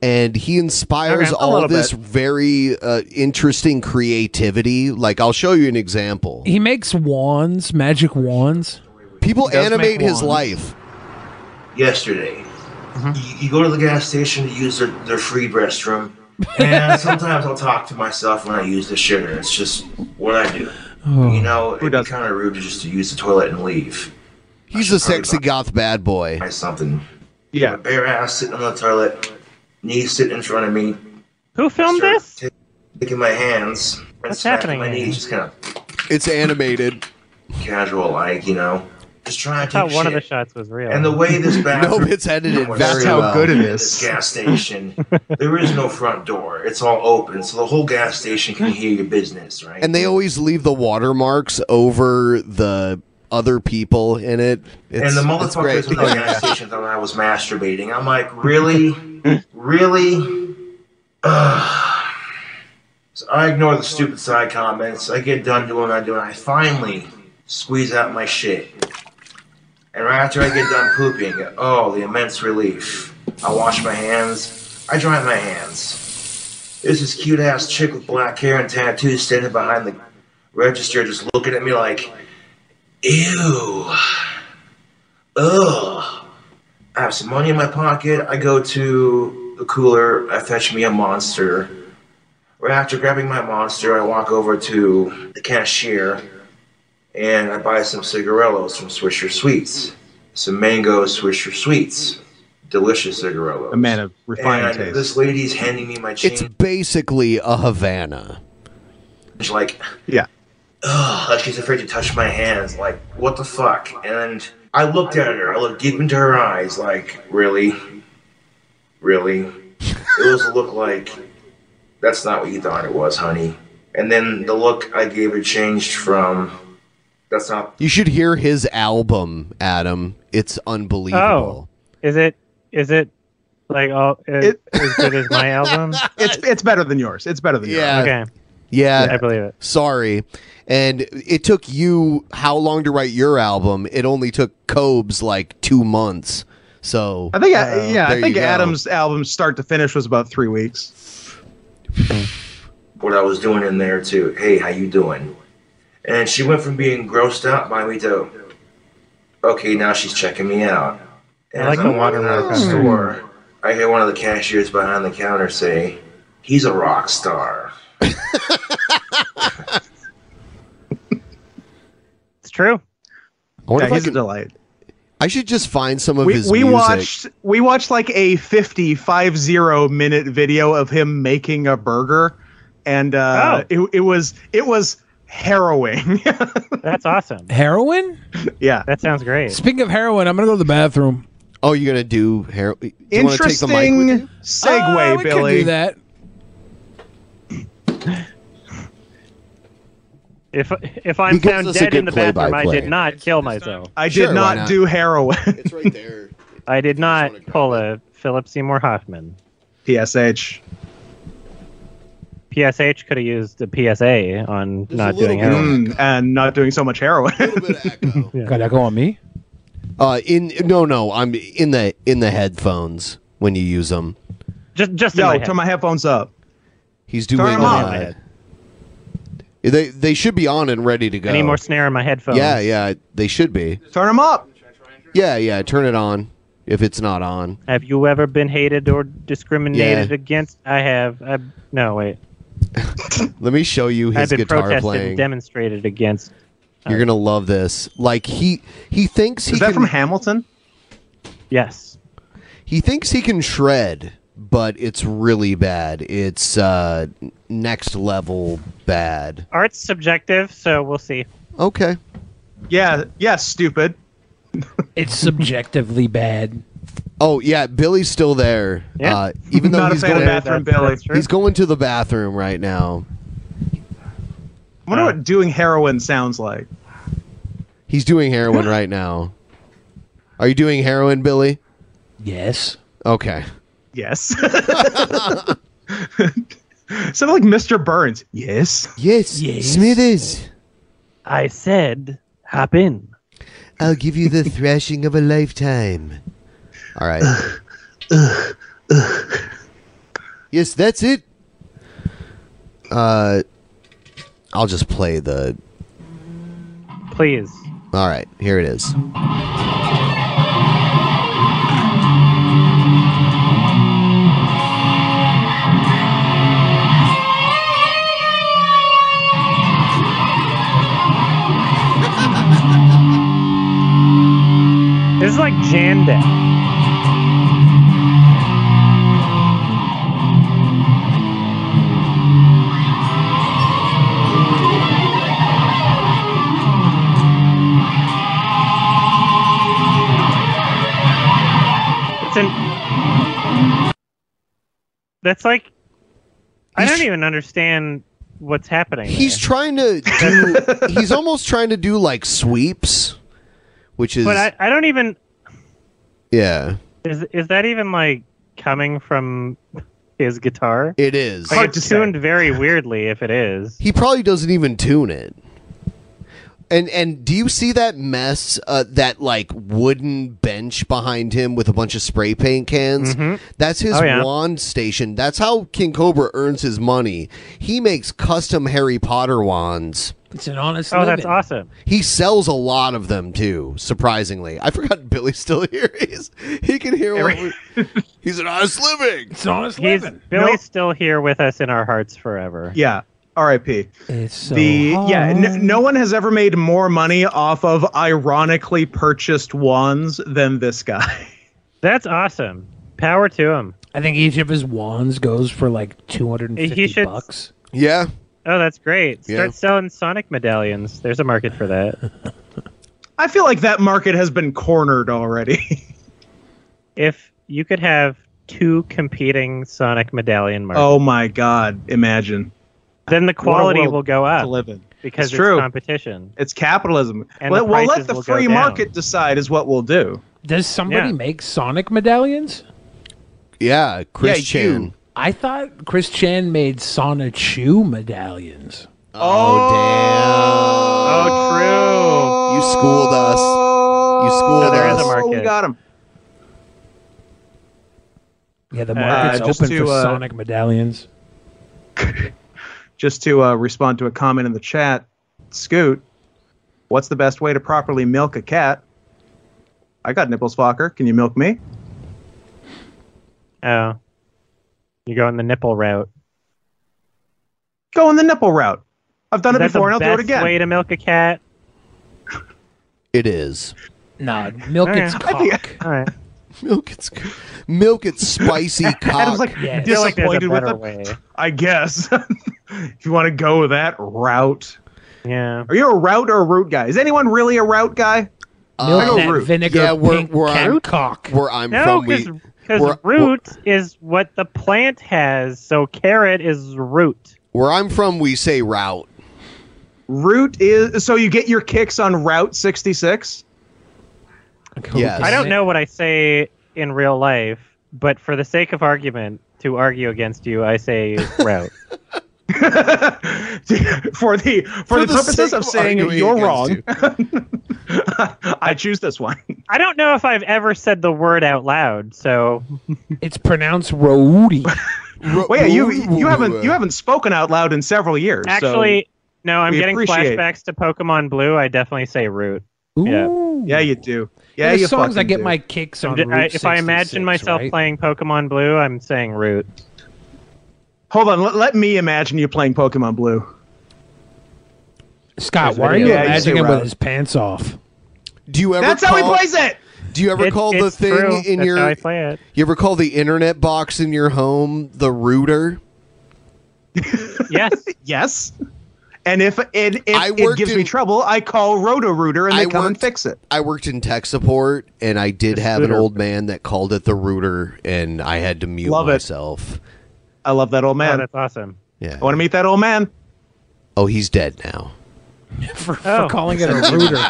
Speaker 9: and he inspires
Speaker 11: Okay, a
Speaker 9: all
Speaker 11: little
Speaker 9: this
Speaker 11: bit.
Speaker 9: very uh, interesting creativity. Like I'll show you an example.
Speaker 12: He makes wands, magic wands.
Speaker 9: People
Speaker 12: He does
Speaker 9: animate
Speaker 12: make
Speaker 9: his life.
Speaker 12: wands.
Speaker 22: yesterday.
Speaker 12: Mm-hmm.
Speaker 22: You, you go to the gas station to use their, their free restroom. And sometimes I'll talk to myself when I use the shitter. It's just what I do.
Speaker 9: Oh.
Speaker 22: You know, it'd be kind of rude to just to use the toilet and leave.
Speaker 9: He's a sexy goth bad boy.
Speaker 22: Something. Yeah. Bare ass sitting on the toilet, knees sitting in front of me.
Speaker 10: Who filmed
Speaker 22: this? Taking my hands and
Speaker 10: What's
Speaker 22: smacking
Speaker 10: happening
Speaker 22: my
Speaker 10: here?
Speaker 22: knees, just kind of
Speaker 9: It's animated.
Speaker 22: Casual, like you know, just trying
Speaker 10: I
Speaker 22: to.
Speaker 10: thought
Speaker 22: take
Speaker 10: one of the
Speaker 22: shit.
Speaker 10: shots was real.
Speaker 22: And the way this bathroom
Speaker 9: it's edited
Speaker 22: was
Speaker 9: very
Speaker 22: set
Speaker 9: well.
Speaker 22: up
Speaker 9: How good it
Speaker 22: in
Speaker 9: is.
Speaker 22: This gas station, there is no front door. It's all open, so the whole gas station can hear your business, right?
Speaker 9: And they always leave the watermarks over the other people in it. It's,
Speaker 22: and the
Speaker 9: it's great.
Speaker 22: motherfuckers in the gas station thought I was masturbating. I'm like, really, really. Ugh. so I ignore the stupid side comments. I get done doing what I'm doing. I finally squeeze out my shit, and right after I get done pooping, oh, the immense relief! I wash my hands. I dry my hands. There's this cute ass chick with black hair and tattoos standing behind the register, just looking at me like, ew. Ugh. I have some money in my pocket. I go to the cooler. I fetch me a monster. Right after grabbing my monster, I walk over to the cashier and I buy some cigarillos from Swisher Sweets. Some mango Swisher Sweets. Delicious cigarillos.
Speaker 11: A man of refined
Speaker 22: and
Speaker 11: taste.
Speaker 22: This lady's handing me my change.
Speaker 9: It's basically a Havana.
Speaker 22: like yeah ugh, like she's afraid to touch my hands like what the fuck and i looked at her i looked deep into her eyes like really really it was a look like that's not what you thought it was honey and then the look i gave her changed from that's not
Speaker 9: You should hear his album, Adam. It's unbelievable.
Speaker 10: Oh, is it? Is it like all is, as good as my album?
Speaker 11: It's it's better than yours. It's better than
Speaker 9: Yeah.
Speaker 11: yours.
Speaker 9: Okay. Yeah,
Speaker 10: I believe it.
Speaker 9: Sorry. And it took you how long to write your album? It only took Cobes like two months. So
Speaker 11: I think
Speaker 9: uh,
Speaker 11: I, yeah, I
Speaker 9: there you
Speaker 11: think
Speaker 9: go.
Speaker 11: Adam's album start to finish was about three weeks.
Speaker 22: what I was doing in there too. Hey, how you doing? And she went from being grossed out by me to, okay, now she's checking me out. And
Speaker 10: I like
Speaker 22: as I'm
Speaker 10: the
Speaker 22: walking out of the
Speaker 10: watermark on
Speaker 22: store, I hear one of the cashiers behind the counter say, "He's a rock star."
Speaker 10: It's true.
Speaker 9: I wonder
Speaker 11: Yeah,
Speaker 9: if I
Speaker 11: he's a
Speaker 9: can-
Speaker 11: delight.
Speaker 9: I should just find some of
Speaker 11: We,
Speaker 9: his
Speaker 11: we
Speaker 9: music.
Speaker 11: watched we watched like a 50 five zero minute video of him making a burger, and
Speaker 10: Oh.
Speaker 11: uh, it, it was it was harrowing.
Speaker 10: That's awesome.
Speaker 12: Heroin?
Speaker 11: Yeah,
Speaker 10: that sounds great.
Speaker 12: Speaking of heroin, I'm gonna go to the bathroom.
Speaker 9: Oh, you're gonna do heroin?
Speaker 11: Interesting segue,
Speaker 12: Oh, we could
Speaker 11: Billy.
Speaker 12: do that.
Speaker 10: If if I'm
Speaker 11: He gives
Speaker 10: found
Speaker 11: us a
Speaker 10: dead
Speaker 11: good
Speaker 10: in the bathroom, I
Speaker 11: play-by-play.
Speaker 10: did not kill myself.
Speaker 11: I did not, do heroin. It's
Speaker 9: right there.
Speaker 10: I did not pull a Philip Seymour Hoffman.
Speaker 11: PSH.
Speaker 10: PSH could have used a PSA on not doing heroin.
Speaker 11: Mm, and not doing so much heroin.
Speaker 12: Got echo on me?
Speaker 9: Uh, in no, no, I'm in the in the headphones when you use them.
Speaker 10: Just just
Speaker 11: Yo, turn my headphones up.
Speaker 9: He's
Speaker 11: Turn
Speaker 9: doing.
Speaker 11: 'em up.
Speaker 9: uh, They they should be on and ready to go.
Speaker 10: I need more snare in my headphones.
Speaker 9: Yeah, yeah, they should be.
Speaker 11: Turn them up.
Speaker 9: Yeah, yeah, turn it on if it's not on.
Speaker 10: Have you ever been hated or discriminated
Speaker 9: Yeah.
Speaker 10: against? I have. I, no, wait.
Speaker 9: Let me show you his
Speaker 10: I've been
Speaker 9: guitar
Speaker 10: protested and
Speaker 9: playing.
Speaker 10: demonstrated against. uh,
Speaker 9: You're gonna love this. Like he he thinks he
Speaker 11: Is that
Speaker 9: can,
Speaker 11: from Hamilton?
Speaker 10: Yes.
Speaker 9: He thinks he can shred, but it's really bad. It's uh next level bad.
Speaker 10: Art's subjective, so we'll see.
Speaker 9: Okay.
Speaker 11: Yeah, yeah, stupid.
Speaker 12: it's subjectively bad.
Speaker 9: Oh yeah, Billy's still there.
Speaker 12: Yeah.
Speaker 9: Uh, even though
Speaker 11: Not a
Speaker 9: he's
Speaker 11: fan of
Speaker 9: going
Speaker 11: bathroom That's- Billy. that's true.
Speaker 9: He's going to the bathroom right now. Uh,
Speaker 11: I wonder what doing heroin sounds like.
Speaker 9: He's doing heroin right now. Are you doing heroin, Billy?
Speaker 12: Yes.
Speaker 9: Okay.
Speaker 11: Yes. Sounded like Mr. Burns. Yes.
Speaker 9: Yes.
Speaker 11: Yes.
Speaker 9: Smithers.
Speaker 10: I said, hop in.
Speaker 9: I'll give you the thrashing of a lifetime. All right. yes, that's it. Uh, I'll just play the.
Speaker 10: Please.
Speaker 9: All right, here it is.
Speaker 10: This is like Jandek. It's an. That's like. I don't even understand what's happening.
Speaker 9: He's trying to do. he's almost trying to do like sweeps, which is
Speaker 10: but I, I don't even
Speaker 9: yeah.
Speaker 10: Is is that even like coming from his guitar?
Speaker 9: It is.
Speaker 10: Like,
Speaker 9: Hard
Speaker 10: it's
Speaker 9: to say.
Speaker 10: tuned very weirdly if it is.
Speaker 9: He probably doesn't even tune it. And and do you see that mess? Uh, that like wooden bench behind him with a bunch of spray paint cans. That's his
Speaker 10: Oh, yeah.
Speaker 9: wand station. That's how King Cobra earns his money. He makes custom Harry Potter wands.
Speaker 12: It's an honest.
Speaker 10: Oh,
Speaker 12: living.
Speaker 10: that's awesome.
Speaker 9: He sells a lot of them too. Surprisingly, I forgot Billy's still here. He's, he can hear. What we, he's an honest living. It's
Speaker 12: honest
Speaker 10: He's Billy's still here with us in our hearts forever.
Speaker 11: Yeah. R.I.P.
Speaker 12: It's so
Speaker 11: the yeah,
Speaker 12: hard.
Speaker 11: n- no one has ever made more money off of ironically purchased wands than this guy.
Speaker 10: That's awesome. Power to him.
Speaker 12: I think each of his wands goes for like two hundred and
Speaker 10: He
Speaker 12: fifty
Speaker 10: should-
Speaker 12: bucks.
Speaker 9: Yeah.
Speaker 10: Oh, that's great. Start
Speaker 12: Yeah.
Speaker 10: selling Sonic medallions. There's a market for that.
Speaker 11: I feel like that market has been cornered already.
Speaker 10: if you could have two competing Sonic medallion markets,
Speaker 11: oh my god, imagine.
Speaker 10: then the quality will go up
Speaker 11: to live in.
Speaker 10: because
Speaker 11: It's true.
Speaker 10: it's competition.
Speaker 11: It's capitalism.
Speaker 10: And
Speaker 11: Let-
Speaker 10: the
Speaker 11: we'll let
Speaker 10: prices
Speaker 11: the
Speaker 10: will go
Speaker 11: free
Speaker 10: down.
Speaker 11: market decide is what we'll do.
Speaker 12: Does somebody
Speaker 11: Yeah.
Speaker 12: make Sonic medallions?
Speaker 9: Yeah, Uh, Chris
Speaker 11: Yeah,
Speaker 9: Chan.
Speaker 11: you.
Speaker 12: I thought Chris Chan made Sonic shoe medallions.
Speaker 9: Oh, damn.
Speaker 10: Oh, true.
Speaker 9: You schooled us. You schooled
Speaker 10: Oh,
Speaker 11: No, there
Speaker 9: us.
Speaker 11: is a market. Oh, We got him.
Speaker 12: Yeah, the
Speaker 11: Uh,
Speaker 12: market's
Speaker 11: just
Speaker 12: open
Speaker 11: to,
Speaker 12: for
Speaker 11: uh,
Speaker 12: Sonic medallions.
Speaker 11: Just to uh, respond to a comment in the chat, Scoot, what's the best way to properly milk a cat? I got nipples, Fokker. Can you milk me?
Speaker 10: Oh. You're going the nipple route.
Speaker 11: Go on the nipple route. I've done it
Speaker 10: That's
Speaker 11: before
Speaker 10: the
Speaker 11: and I'll do it
Speaker 10: best
Speaker 11: again.
Speaker 10: way to milk a cat.
Speaker 9: It is.
Speaker 12: Nah, milk
Speaker 10: All
Speaker 12: its
Speaker 10: right.
Speaker 12: cock.
Speaker 10: All right.
Speaker 9: Milk it's milk it's spicy cock.
Speaker 11: Adam's like
Speaker 12: Yes.
Speaker 10: feel like there's a
Speaker 11: disappointed with
Speaker 10: better
Speaker 11: it.
Speaker 10: way.
Speaker 11: I guess. if you want to go that route.
Speaker 10: Yeah.
Speaker 11: Are you a route or a root guy? Is anyone really a route guy?
Speaker 12: Milk
Speaker 11: I go
Speaker 12: that
Speaker 11: root.
Speaker 12: vinegar
Speaker 9: yeah, where,
Speaker 12: pink
Speaker 9: where
Speaker 12: cat
Speaker 9: I'm
Speaker 12: cock.
Speaker 9: where I'm
Speaker 10: No,
Speaker 9: from, we
Speaker 10: because
Speaker 9: we're-
Speaker 10: root is what the plant has, so carrot is root.
Speaker 9: where I'm from, we say route.
Speaker 11: Root is so you get your kicks on Route 66.
Speaker 9: Yes.
Speaker 10: I don't know what I say in real life, but for the sake of argument, to argue against you, I say route.
Speaker 11: for the for,
Speaker 9: For
Speaker 11: the,
Speaker 9: the
Speaker 11: purposes
Speaker 9: sake
Speaker 11: of
Speaker 9: of
Speaker 11: saying
Speaker 9: arguing
Speaker 11: you're
Speaker 9: against
Speaker 11: wrong.
Speaker 9: you.
Speaker 11: I choose this one.
Speaker 10: I don't know if I've ever said the word out loud, so
Speaker 12: It's pronounced roudi.
Speaker 9: Ro-
Speaker 11: Well, yeah, you
Speaker 9: Ro- uh,
Speaker 11: you haven't you haven't spoken out loud in several years. so-
Speaker 10: actually No, I'm
Speaker 11: We
Speaker 10: getting
Speaker 11: appreciate it.
Speaker 10: flashbacks to Pokemon Blue. I definitely say Root.
Speaker 11: Yeah. yeah, you do. Yeah,
Speaker 10: There's
Speaker 11: you
Speaker 10: songs I
Speaker 11: fucking
Speaker 10: get
Speaker 11: do.
Speaker 10: my
Speaker 12: kicks
Speaker 10: I'm ju- I- if I imagine myself playing Pokemon Blue, I'm saying Root.
Speaker 11: Hold on, let, let me imagine you playing Pokemon Blue.
Speaker 12: Scott,
Speaker 11: There's
Speaker 12: why are
Speaker 11: video.
Speaker 12: you
Speaker 11: Yeah, you
Speaker 12: imagining
Speaker 11: say
Speaker 12: him
Speaker 11: Rob.
Speaker 12: with his pants off?
Speaker 9: Do you ever?
Speaker 11: That's how he
Speaker 9: call-
Speaker 11: plays it!
Speaker 9: Do you ever
Speaker 11: It's-
Speaker 9: call the
Speaker 11: it's
Speaker 9: thing
Speaker 11: true.
Speaker 9: in
Speaker 11: That's
Speaker 9: your?
Speaker 11: how I play
Speaker 10: it.
Speaker 9: You ever call the internet box in your home the router?
Speaker 10: yes.
Speaker 11: Yes. And if it, if
Speaker 9: I
Speaker 11: it
Speaker 9: worked
Speaker 11: gives
Speaker 9: in-
Speaker 11: me trouble, I call Roto Rooter and they come and fix it.
Speaker 9: I worked in tech support, and I did have an
Speaker 11: router.
Speaker 9: old man that called it the router, and I had to mute
Speaker 11: Love it.
Speaker 9: myself.
Speaker 11: I love that old Oh, man.
Speaker 10: Oh, that's awesome.
Speaker 9: Yeah.
Speaker 11: I want to meet that old man.
Speaker 9: Oh, he's dead now.
Speaker 12: For, for
Speaker 10: Oh.
Speaker 12: calling it a rooter.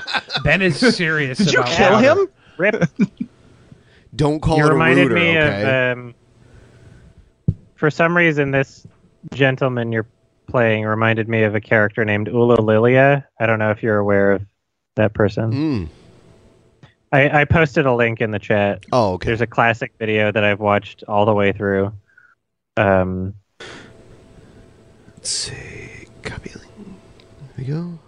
Speaker 12: ben is serious.
Speaker 11: Did you
Speaker 12: about
Speaker 11: kill
Speaker 12: that.
Speaker 11: him?
Speaker 10: Rip.
Speaker 9: Don't call
Speaker 10: you
Speaker 9: it a
Speaker 10: reminded
Speaker 9: router.
Speaker 10: me
Speaker 9: okay.
Speaker 10: of. Um, for some reason, this gentleman you're playing reminded me of a character named Ula Lilia. I don't know if you're aware of that
Speaker 9: Mm.
Speaker 10: person. I, I posted a link in the chat.
Speaker 9: Oh, okay.
Speaker 10: There's a classic video that I've watched all the way through. Um,
Speaker 9: Let's see. Copy link. There we go.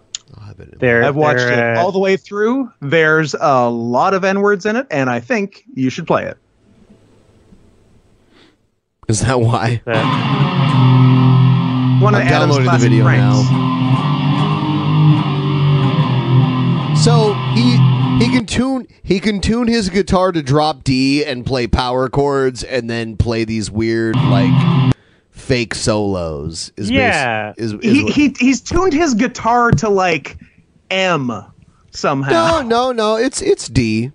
Speaker 10: they're,
Speaker 11: I've watched
Speaker 10: they're,
Speaker 11: it
Speaker 10: uh,
Speaker 11: all the way through. There's a lot of N words in it, and I think you should play it.
Speaker 9: Is that why?
Speaker 11: One of
Speaker 9: I'm
Speaker 11: Adam's
Speaker 9: downloading the
Speaker 11: classic
Speaker 9: video
Speaker 11: pranks.
Speaker 9: now. So he he can tune he can tune his guitar to drop D and play power chords and then play these weird like fake solos. Is bas-
Speaker 11: Yeah.
Speaker 9: is, is
Speaker 11: he,
Speaker 9: what-
Speaker 11: he he's tuned his guitar to like M somehow.
Speaker 9: no no no it's it's D.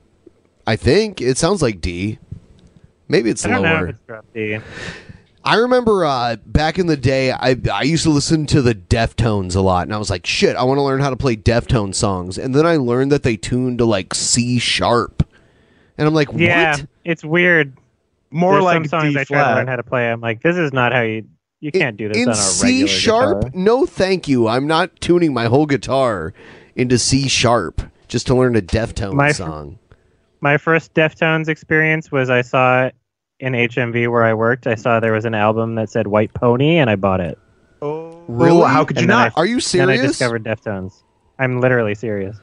Speaker 9: I think it sounds like D. Maybe it's
Speaker 10: I don't know
Speaker 9: lower.
Speaker 10: if it's drop D.
Speaker 9: I remember uh, back in the day, I I used to listen to the Deftones a lot, and I was like, shit, I want to learn how to play Deftone songs. And then I learned that they tune to like C sharp, and I'm like,
Speaker 10: Yeah,
Speaker 9: what?
Speaker 10: it's weird.
Speaker 11: More
Speaker 10: There's
Speaker 11: like
Speaker 10: some songs I try
Speaker 9: D-flat.
Speaker 10: to learn how to play. I'm like, this is not how you you can't do this
Speaker 9: In
Speaker 10: on a
Speaker 9: C
Speaker 10: regular
Speaker 9: sharp?
Speaker 10: guitar.
Speaker 9: No, thank you. I'm not tuning my whole guitar into C sharp just to learn a Deftone
Speaker 10: My-
Speaker 9: song.
Speaker 10: My first Deftones experience was I saw in HMV where I worked. I saw there was an album that said White Pony, and I bought it.
Speaker 11: Really? Oh. how could you
Speaker 10: And then
Speaker 11: not?
Speaker 10: I-
Speaker 11: Are you
Speaker 10: Then I
Speaker 11: serious?
Speaker 10: discovered Deftones. I'm literally serious.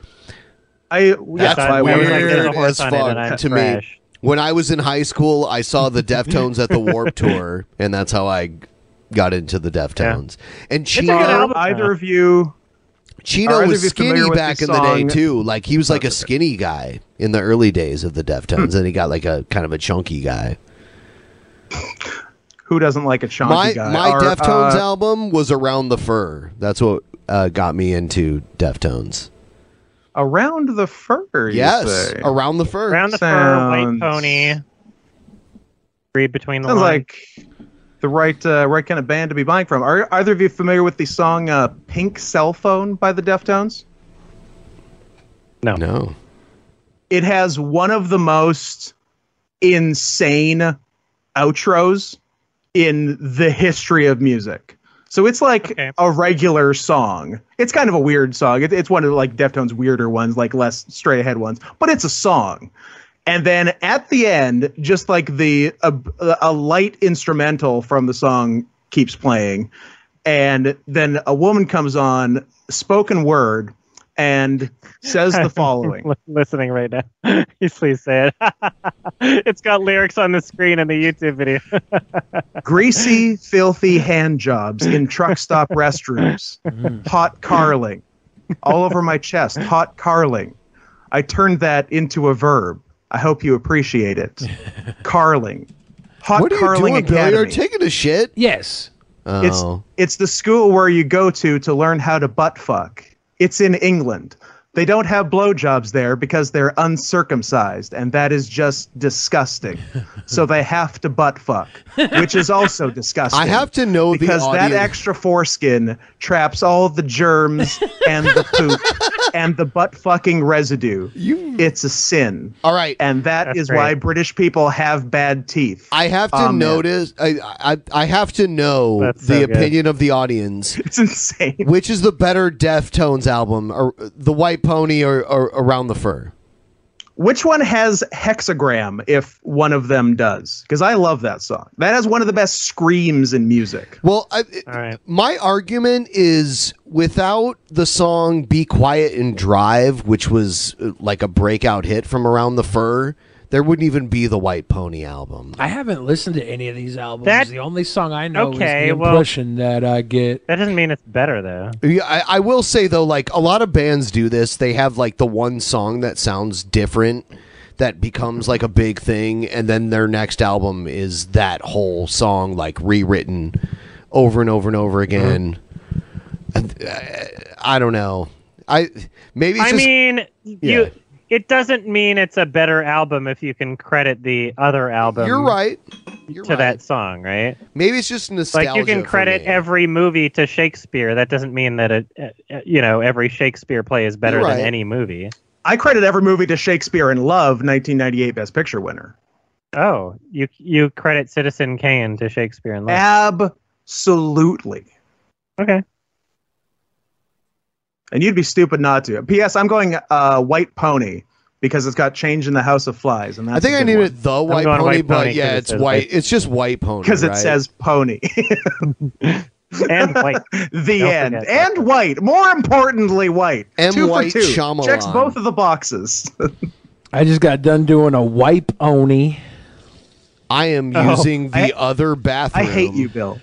Speaker 11: I yeah,
Speaker 10: That's
Speaker 11: that's why I
Speaker 10: weird.
Speaker 11: wanted
Speaker 10: Weird.
Speaker 11: to
Speaker 10: there's a
Speaker 9: as
Speaker 10: horse on it and I'm
Speaker 9: fuck to me.
Speaker 10: trash.
Speaker 9: When I was in high school, I saw the Deftones at the Warp Tour, and that's how I got into the Deftones. And
Speaker 11: It's a good
Speaker 9: Chino,
Speaker 11: album. Either of you Are
Speaker 9: Chino
Speaker 11: either of
Speaker 9: was
Speaker 11: you familiar
Speaker 9: skinny
Speaker 11: with
Speaker 9: back
Speaker 11: the
Speaker 9: in the day
Speaker 11: song-
Speaker 9: too. Like he was like a skinny guy in the early days of the
Speaker 11: Hmm.
Speaker 9: Deftones, and he got like a kind of a chunky guy.
Speaker 11: who doesn't like a chunky
Speaker 9: my
Speaker 11: guy.
Speaker 9: my
Speaker 11: are,
Speaker 9: Deftones
Speaker 11: uh,
Speaker 9: album was Around the Fur. That's what uh, got me into Deftones.
Speaker 11: Around the Fur. you
Speaker 9: Yes,
Speaker 11: say?
Speaker 9: Around the Fur.
Speaker 10: Around the
Speaker 11: Sounds-
Speaker 10: fur, white pony. Read between the
Speaker 11: Sounds
Speaker 10: lines.
Speaker 11: like the right uh, right kind of band to be buying from. Are either of you familiar with the song uh, "Pink Cell Phone" by the Deftones?
Speaker 10: No,
Speaker 9: no.
Speaker 11: It has one of the most insane outros in the history of music. So it's like a regular song. It's kind of a weird song. It, it's one of like Deftones' weirder ones, like less straight ahead ones, but it's a song. And then at the end, just like the a, a light instrumental from the song keeps playing, and then a woman comes on, spoken word, and says the following.
Speaker 10: Li- listening right now. Please say it. it's got lyrics on the screen in the YouTube video.
Speaker 11: greasy, filthy hand jobs in truck stop restrooms, hot carling, all over my chest, hot carling. I turned that into a verb. I hope you appreciate it. Carling, hot
Speaker 9: What are you
Speaker 11: carling
Speaker 9: doing, Billy?
Speaker 11: academy.
Speaker 9: You're taking a shit.
Speaker 12: Yes.
Speaker 11: It's
Speaker 9: Oh.
Speaker 11: it's the school where you go to to learn how to butt fuck. It's in England. They don't have blowjobs there because they're uncircumcised, and that is just disgusting. so they have to butt fuck, which is also disgusting.
Speaker 9: I have to know the
Speaker 11: because that
Speaker 9: audience-
Speaker 11: extra foreskin traps all the germs and the poop and the butt fucking residue. It's a sin.
Speaker 9: All right,
Speaker 11: and
Speaker 9: That's
Speaker 11: That's
Speaker 9: great.
Speaker 11: why British people have bad teeth. Um,
Speaker 9: I have to
Speaker 11: Amen.
Speaker 9: notice. I, I I have to know
Speaker 11: That's
Speaker 9: the
Speaker 11: so good.
Speaker 9: opinion of the audience.
Speaker 11: It's insane.
Speaker 9: Which uh, is the better Deftones album, or the White Pony, or, or Around the Fur?
Speaker 11: Which one has hexagram if one of them does? Because I love that song. That has one of the best screams in music.
Speaker 9: Well, I, my argument is without the song Be Quiet and Drive, which was uh, like a breakout hit from around the fur, there wouldn't even be the White Pony album.
Speaker 12: I haven't listened to any of these albums.
Speaker 10: That-
Speaker 12: the only song I know
Speaker 10: Okay,
Speaker 12: is the
Speaker 10: well-
Speaker 12: impression that I get.
Speaker 10: That doesn't mean it's better though.
Speaker 9: Yeah, I, I will say though, like a lot of bands do this. They have like the one song that sounds different that becomes like a big thing, and then their next album is that whole song like rewritten over and over and over again. I, I don't know. I maybe it's
Speaker 10: I
Speaker 9: just-
Speaker 10: mean,
Speaker 9: Yeah.
Speaker 10: you. It doesn't mean it's a better album if you can credit the other album.
Speaker 9: You're right.
Speaker 10: to that song, right?
Speaker 9: Maybe it's just nostalgia.
Speaker 10: Like you can
Speaker 9: for
Speaker 10: credit
Speaker 9: me.
Speaker 10: every movie to Shakespeare. That doesn't mean that it, uh, uh, you know, every Shakespeare play is better
Speaker 11: You're
Speaker 10: than
Speaker 11: right.
Speaker 10: any movie.
Speaker 11: I credit every movie to Shakespeare in Love, 1998 Best Picture winner.
Speaker 10: Oh, you you credit Citizen Kane to Shakespeare in Love.
Speaker 11: Absolutely.
Speaker 10: Okay.
Speaker 11: And you'd be stupid not to. P.S. I'm going uh, White Pony because it's got Change in the House of Flies, and that's
Speaker 9: I think
Speaker 11: a
Speaker 9: I
Speaker 11: good
Speaker 9: named
Speaker 11: one.
Speaker 9: it the White Pony, but yeah, it's white. It's just White Pony
Speaker 11: because it
Speaker 9: right?
Speaker 11: says pony.
Speaker 10: and white.
Speaker 11: the
Speaker 9: Don't
Speaker 11: end.
Speaker 9: forget
Speaker 11: And white. More importantly, white.
Speaker 9: M.
Speaker 11: Two
Speaker 9: White
Speaker 11: for two.
Speaker 9: Shyamalan.
Speaker 11: Checks both of the boxes.
Speaker 12: I just got done doing a wipe oni.
Speaker 9: I am
Speaker 12: Oh,
Speaker 9: using the
Speaker 12: I-
Speaker 9: other bathroom.
Speaker 12: I hate you,
Speaker 11: Bill.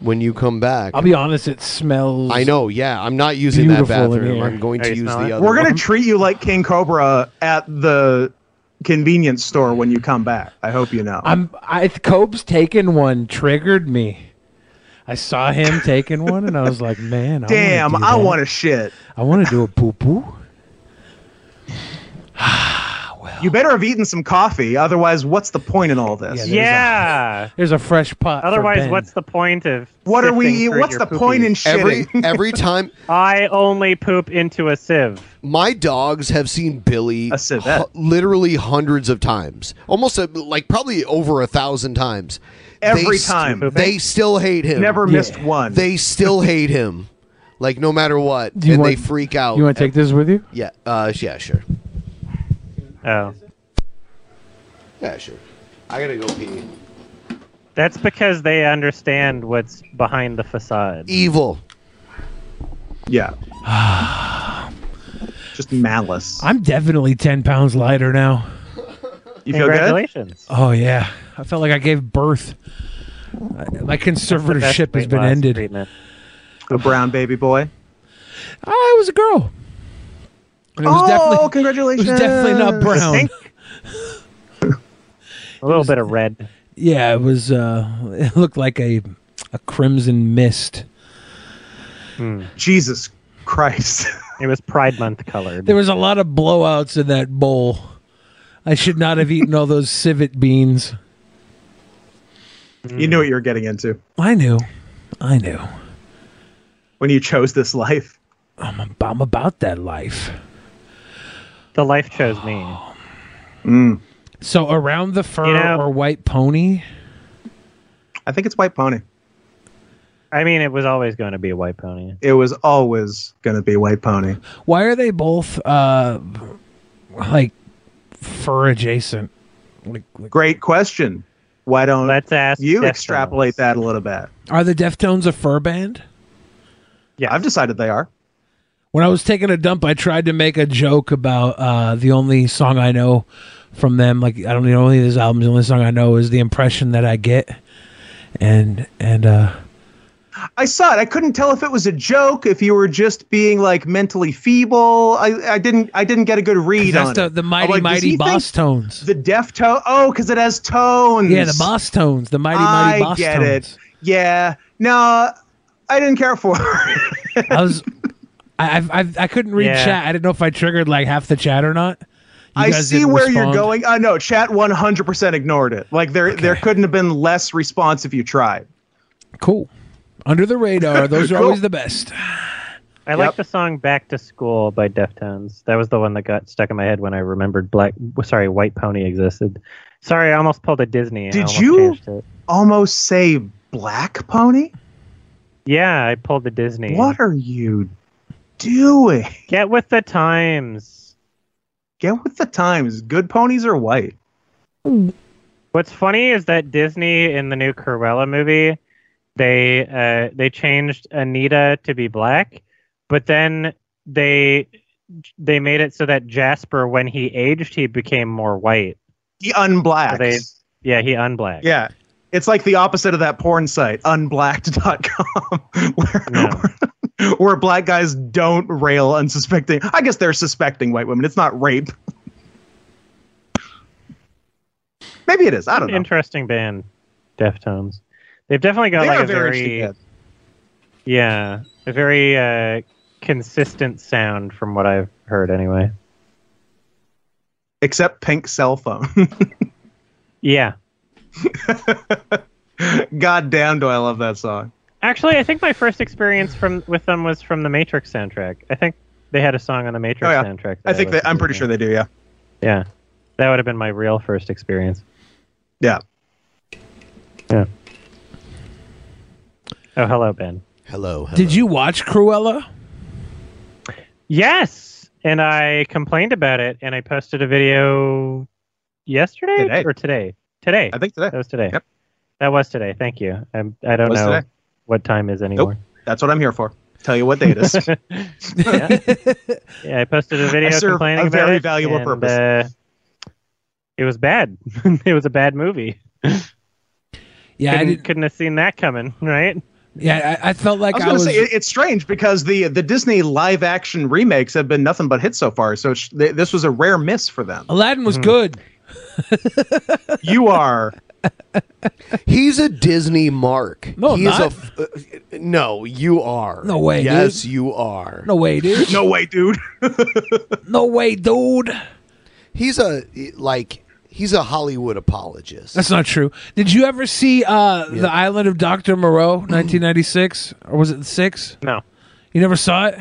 Speaker 9: When you come back,
Speaker 12: I'll be honest, it smells.
Speaker 9: I know. Yeah, I'm not using that
Speaker 12: Beautiful in
Speaker 9: bathroom.
Speaker 12: here.
Speaker 9: I'm going to use the other.
Speaker 11: We're
Speaker 9: one.
Speaker 11: gonna treat you like King Cobra at the convenience store when you come back. I hope you know.
Speaker 12: I'm. I Cope's taking one triggered me. I saw him taking one, and I was like, "Man, I
Speaker 11: Damn,
Speaker 12: wanna do
Speaker 11: I
Speaker 12: that.
Speaker 11: want to shit.
Speaker 12: I want to do a poo poo."
Speaker 11: You better have eaten some coffee, otherwise, what's the point in all this?
Speaker 10: Yeah.
Speaker 12: There's a fresh pot. for
Speaker 10: Otherwise,
Speaker 12: Ben.
Speaker 10: what's the point of
Speaker 11: What are we-
Speaker 10: sifting through
Speaker 11: what's
Speaker 10: your
Speaker 11: the point in
Speaker 10: poopies?
Speaker 9: Every every time
Speaker 10: I only poop into a sieve.
Speaker 9: My dogs have seen Billy hu- literally hundreds of times, almost a, like probably over a thousand times.
Speaker 11: Every
Speaker 9: st-
Speaker 11: time.
Speaker 9: they still hate him.
Speaker 11: Never Yeah. missed one.
Speaker 9: They still hate him, like no matter what,
Speaker 12: Do you
Speaker 9: and
Speaker 12: want-
Speaker 9: they freak out.
Speaker 12: You want to take this with you?
Speaker 9: Yeah. Uh, yeah. Sure.
Speaker 10: Oh.
Speaker 9: Yeah. Sure. I gotta go pee.
Speaker 10: That's because they understand what's behind the facade.
Speaker 9: Evil.
Speaker 11: Yeah. Just malice.
Speaker 12: I'm definitely ten pounds lighter now.
Speaker 11: You feel good?
Speaker 12: Oh yeah, I felt like I gave birth. I- My conservatorship has been ended.
Speaker 11: A brown baby boy.
Speaker 12: I Ah, was a girl. And it was definitely-
Speaker 11: oh, congratulations!
Speaker 12: It was definitely not brown.
Speaker 10: Uh, a little bit of red.
Speaker 12: Yeah, it was. uh It looked like a a crimson mist.
Speaker 11: Jesus Christ!
Speaker 10: Hmm. It was Pride Month colored.
Speaker 12: There was a lot of blowouts in that bowl. I should not have eaten all those civet beans.
Speaker 11: You knew what you were getting into
Speaker 12: I knew. I knew.
Speaker 11: when you chose this life.
Speaker 12: I'm, ab- I'm about that life.
Speaker 10: The life chose me.
Speaker 23: Mm.
Speaker 12: So around the fur
Speaker 10: You know-
Speaker 12: or white pony.
Speaker 11: I think it's White Pony.
Speaker 10: I mean, it was always going to be a white pony.
Speaker 11: It was always gonna be White Pony.
Speaker 12: Why are they both uh like fur adjacent? Like, like
Speaker 11: Great question. Why don't
Speaker 10: let's ask
Speaker 11: you
Speaker 10: Deftones.
Speaker 11: extrapolate that a little bit?
Speaker 12: are the Deftones a fur band?
Speaker 11: Yeah, I've decided they are.
Speaker 12: When I was taking a dump, I tried to make a joke about uh, the only song I know from them. Like I don't know any of these albums. The only song I know is the impression that I get, and and uh,
Speaker 11: I saw it. I couldn't tell if it was a joke, if you were just being like mentally feeble. I, I didn't I didn't get a good read
Speaker 12: that's
Speaker 11: on
Speaker 12: the,
Speaker 11: it.
Speaker 12: the
Speaker 11: I'm
Speaker 12: mighty
Speaker 11: like, does he think
Speaker 12: mighty boss tones.
Speaker 11: The deaf tone. Oh, because it has tones.
Speaker 12: Yeah, the boss tones. The mighty
Speaker 11: I
Speaker 12: mighty boss
Speaker 11: get
Speaker 12: tones.
Speaker 11: it. Yeah. No, I didn't care for. it.
Speaker 12: I was, I, I've, I've, I couldn't read
Speaker 11: Yeah.
Speaker 12: chat. I didn't know if I triggered like half the chat or not. You
Speaker 11: I
Speaker 12: guys
Speaker 11: see
Speaker 12: didn't
Speaker 11: where you're
Speaker 12: respond.
Speaker 11: going. I know. Chat 100% ignored it. Like there there couldn't have been less response if you tried.
Speaker 12: Cool. Under the radar. Those are always the best.
Speaker 10: I like the song "Back to School" by Deftones. That was the one that got stuck in my head when I remembered Black. Sorry, White Pony existed. Sorry, I almost pulled a Disney. I
Speaker 11: Did
Speaker 10: almost
Speaker 11: you-
Speaker 10: changed it.
Speaker 11: Almost say black pony?
Speaker 10: Yeah, I pulled the Disney.
Speaker 11: What are you doing?
Speaker 10: Get with the times.
Speaker 11: Get with the times. Good ponies are white.
Speaker 10: What's funny is that Disney in the new Cruella movie, they uh, they changed Anita to be black, but then they they made it so that Jasper, when he aged, he became more white.
Speaker 11: He unblacks.
Speaker 10: So they, yeah, he unblacked.
Speaker 11: Yeah. It's like the opposite of that porn site, unblacked.com, where, where, where black guys don't rail unsuspecting. I guess they're suspecting white women. It's not rape. Maybe it is. I don't know.
Speaker 10: Interesting band, Deftones. They've definitely got
Speaker 11: They
Speaker 10: like
Speaker 11: are
Speaker 10: a
Speaker 11: very
Speaker 10: very,
Speaker 11: interesting
Speaker 10: yeah, a very uh, consistent sound from what I've heard anyway.
Speaker 11: Except pink cell phone.
Speaker 10: Yeah.
Speaker 11: God damn, do I love that song.
Speaker 10: Actually, I think my first experience from with them was from the Matrix soundtrack. I think they had a song on the Matrix
Speaker 11: Oh, yeah.
Speaker 10: soundtrack.
Speaker 11: I think they, I'm pretty sure they do, yeah.
Speaker 10: they. Yeah, that would have been my real first experience.
Speaker 11: Yeah.
Speaker 10: Yeah. Oh, hello, Ben.
Speaker 9: Hello.
Speaker 12: Did you watch Cruella?
Speaker 10: Yes, and I complained about it, and I posted a video yesterday
Speaker 11: Today.
Speaker 10: or today. Today,
Speaker 11: I think today.
Speaker 10: That was today. Yep. That was today. Thank you. I'm, I don't
Speaker 11: Was
Speaker 10: know
Speaker 11: today.
Speaker 10: what time is anymore.
Speaker 11: That's what I'm here for. Tell you what day it is.
Speaker 10: Yeah, I posted a video
Speaker 11: I serve
Speaker 10: complaining
Speaker 11: a
Speaker 10: about
Speaker 11: very
Speaker 10: it,
Speaker 11: valuable
Speaker 10: and,
Speaker 11: purpose.
Speaker 10: uh, it was bad. it was a bad movie.
Speaker 12: Yeah, I
Speaker 10: couldn't,
Speaker 12: didn't-
Speaker 10: couldn't have seen that coming, right?
Speaker 12: Yeah, I, I felt like
Speaker 11: I was going to say it, it's strange because the the Disney live action remakes have been nothing but hits so far. So it's th- this was a rare miss for them.
Speaker 12: Aladdin
Speaker 10: Hmm.
Speaker 12: was good.
Speaker 11: you are.
Speaker 9: He's a Disney mark.
Speaker 12: No, I'm
Speaker 9: he is
Speaker 12: not.
Speaker 9: a f- uh, no. You are.
Speaker 12: No way,
Speaker 9: Yes,
Speaker 12: dude.
Speaker 9: you are.
Speaker 12: No way, dude.
Speaker 11: No way, dude.
Speaker 12: no way, dude.
Speaker 9: He's a like he's a Hollywood apologist.
Speaker 12: That's not true. Did you ever see uh, The Island of Dr. Moreau,
Speaker 9: Mm-hmm.
Speaker 12: 1996? or was it 6?
Speaker 10: No.
Speaker 12: You never saw it?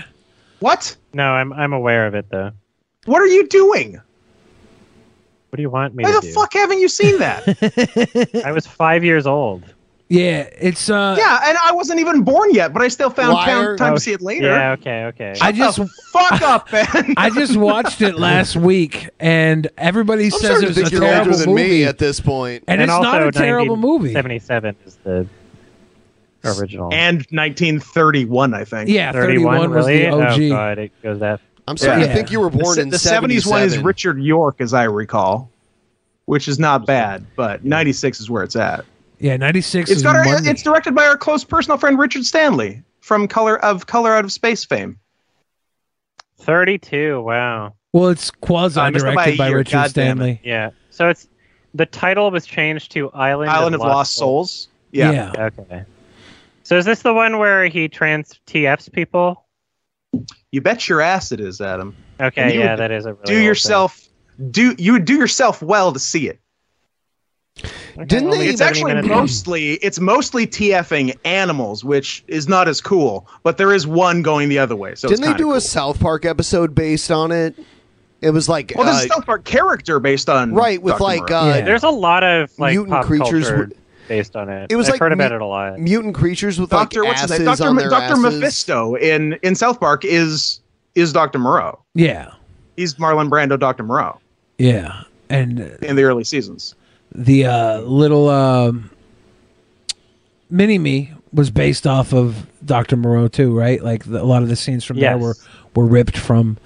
Speaker 11: What?
Speaker 10: No, I'm I'm aware of it though.
Speaker 11: What are you doing?
Speaker 10: What do you want me
Speaker 11: Why
Speaker 10: to
Speaker 11: the
Speaker 10: do?
Speaker 11: fuck haven't you seen that?
Speaker 10: I was five years old.
Speaker 12: Yeah, it's uh
Speaker 11: yeah, and I wasn't even born yet, but I still found time,
Speaker 10: Liar.
Speaker 11: time
Speaker 10: Oh,
Speaker 11: to see it later.
Speaker 10: yeah, okay, okay.
Speaker 11: Shut
Speaker 12: I just-
Speaker 11: the fuck up, man.
Speaker 12: I just watched it last week, and everybody says
Speaker 9: starting
Speaker 12: it
Speaker 9: to
Speaker 12: was a
Speaker 9: think you're older
Speaker 12: terrible
Speaker 9: than
Speaker 12: movie.
Speaker 9: me at this point.
Speaker 12: And, it's
Speaker 10: also
Speaker 12: not a terrible movie.
Speaker 10: 1977 is the original.
Speaker 11: And 1931, I think.
Speaker 12: Yeah, 31 was
Speaker 10: really?
Speaker 12: the OG.
Speaker 10: Oh god, it goes that.
Speaker 9: I'm sorry. I think you were born
Speaker 11: the,
Speaker 9: in
Speaker 11: the 70s one is
Speaker 9: 77.
Speaker 11: Richard York, as I recall, which is not bad, but 96 is where it's at.
Speaker 12: Yeah, 96
Speaker 11: It's
Speaker 12: is
Speaker 11: got our,
Speaker 12: money.
Speaker 11: it's directed by our close personal friend Richard Stanley from Color of Color Out of Space fame.
Speaker 10: 32. Wow.
Speaker 12: well, it's quasi
Speaker 11: I missed it by
Speaker 12: directed by,
Speaker 11: a year,
Speaker 12: Richard
Speaker 11: God damn it.
Speaker 12: Stanley.
Speaker 10: Yeah. So it's the title was changed to Island
Speaker 11: Island
Speaker 10: of,
Speaker 11: of Lost Souls. Yeah.
Speaker 12: Yeah.
Speaker 10: Okay. So is this the one where he trans TFs people?
Speaker 11: You bet your ass it is, Adam. And
Speaker 10: Okay,
Speaker 11: you
Speaker 10: yeah,
Speaker 11: would
Speaker 10: that is a really
Speaker 11: do
Speaker 10: old
Speaker 11: yourself do you would do yourself well to see it.
Speaker 10: thing. Okay,
Speaker 9: Didn't
Speaker 10: only
Speaker 9: they-
Speaker 11: It's
Speaker 10: 30
Speaker 11: actually
Speaker 10: minutes.
Speaker 11: mostly it's mostly TFing animals, which is not as cool, but there is one going the other way. So it's
Speaker 9: Didn't
Speaker 11: kinda
Speaker 9: they do
Speaker 11: cool.
Speaker 9: a South Park episode based on it? It was like
Speaker 11: Well, this
Speaker 9: uh,
Speaker 11: is South Park character based on
Speaker 9: Right, with
Speaker 11: Dr.
Speaker 9: like,
Speaker 11: Moreau.
Speaker 9: uh, Yeah.
Speaker 10: There's a lot of like
Speaker 9: Mutant
Speaker 10: pop
Speaker 9: creatures
Speaker 10: culture
Speaker 9: w-
Speaker 10: based on it.
Speaker 9: It was
Speaker 10: I've
Speaker 9: like
Speaker 10: heard about
Speaker 9: mu-
Speaker 10: it a lot.
Speaker 9: mutant creatures with
Speaker 11: Doctor
Speaker 9: like
Speaker 11: what's his
Speaker 9: asses
Speaker 11: name? Doctor
Speaker 9: on their
Speaker 11: Doctor
Speaker 9: asses.
Speaker 11: Mephisto in in South Park is is Doctor Moreau.
Speaker 12: Yeah.
Speaker 11: He's Marlon Brando, Doctor Moreau
Speaker 12: Yeah. And uh,
Speaker 11: in the early seasons.
Speaker 12: the uh, little um, mini me was based off of Dr. Moreau too, right? Like the, a lot of the scenes from there
Speaker 10: Yes.
Speaker 12: were were ripped from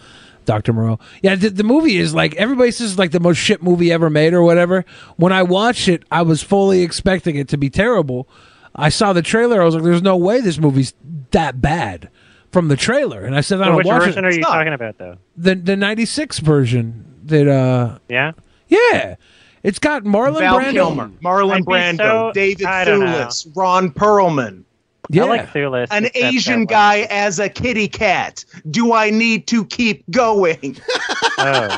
Speaker 12: Dr. Moreau. Yeah, the, the movie is like everybody says it's like the most shit movie ever made or whatever. When I watched it, I was fully expecting it to be terrible. I saw the trailer, I was like, "There's no way this movie's that bad." From the trailer, and I said, "I
Speaker 10: So
Speaker 12: don't
Speaker 10: which
Speaker 12: watch
Speaker 10: version
Speaker 12: it."
Speaker 10: are you talking about though?
Speaker 12: the the '96 version that uh
Speaker 10: Yeah.
Speaker 12: yeah, it's got Marlon
Speaker 11: Val
Speaker 12: Brando.
Speaker 11: Kilmer, Marlon
Speaker 10: I'd be
Speaker 11: Brando,
Speaker 10: so-
Speaker 11: David
Speaker 10: I don't know.
Speaker 11: Thewlis, Ron Perlman,
Speaker 12: Yeah,
Speaker 10: I like Thulis.
Speaker 11: an
Speaker 10: except that
Speaker 11: Asian
Speaker 10: one.
Speaker 11: guy as a kitty cat. Do I need to keep going?
Speaker 10: Oh.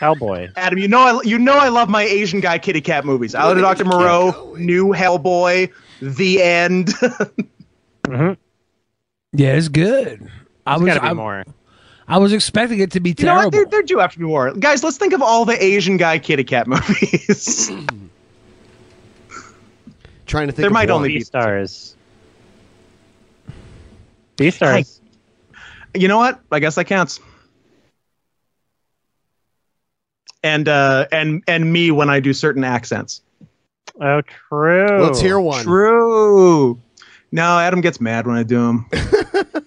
Speaker 10: Hellboy.
Speaker 11: Adam, you know I you know I love my Asian guy kitty cat movies. Island of Dr. Moreau, New Hellboy, The End.
Speaker 12: yeah, it's good. I
Speaker 10: There's
Speaker 12: was
Speaker 10: Mm-hmm. gotta be
Speaker 12: I,
Speaker 10: more.
Speaker 12: I was expecting it to be
Speaker 11: you know what?
Speaker 12: terrible.
Speaker 11: There, there do have to be more. Guys, let's think of all the Asian guy kitty cat movies.
Speaker 9: Trying to think.
Speaker 11: there
Speaker 9: of
Speaker 11: might
Speaker 9: one.
Speaker 11: only
Speaker 10: B
Speaker 11: be
Speaker 10: stars. B stars.
Speaker 11: You know what? I guess that counts. and uh, and and me when I do certain accents.
Speaker 10: Oh, true.
Speaker 9: Let's hear one.
Speaker 11: True. No, Adam gets mad when I do them.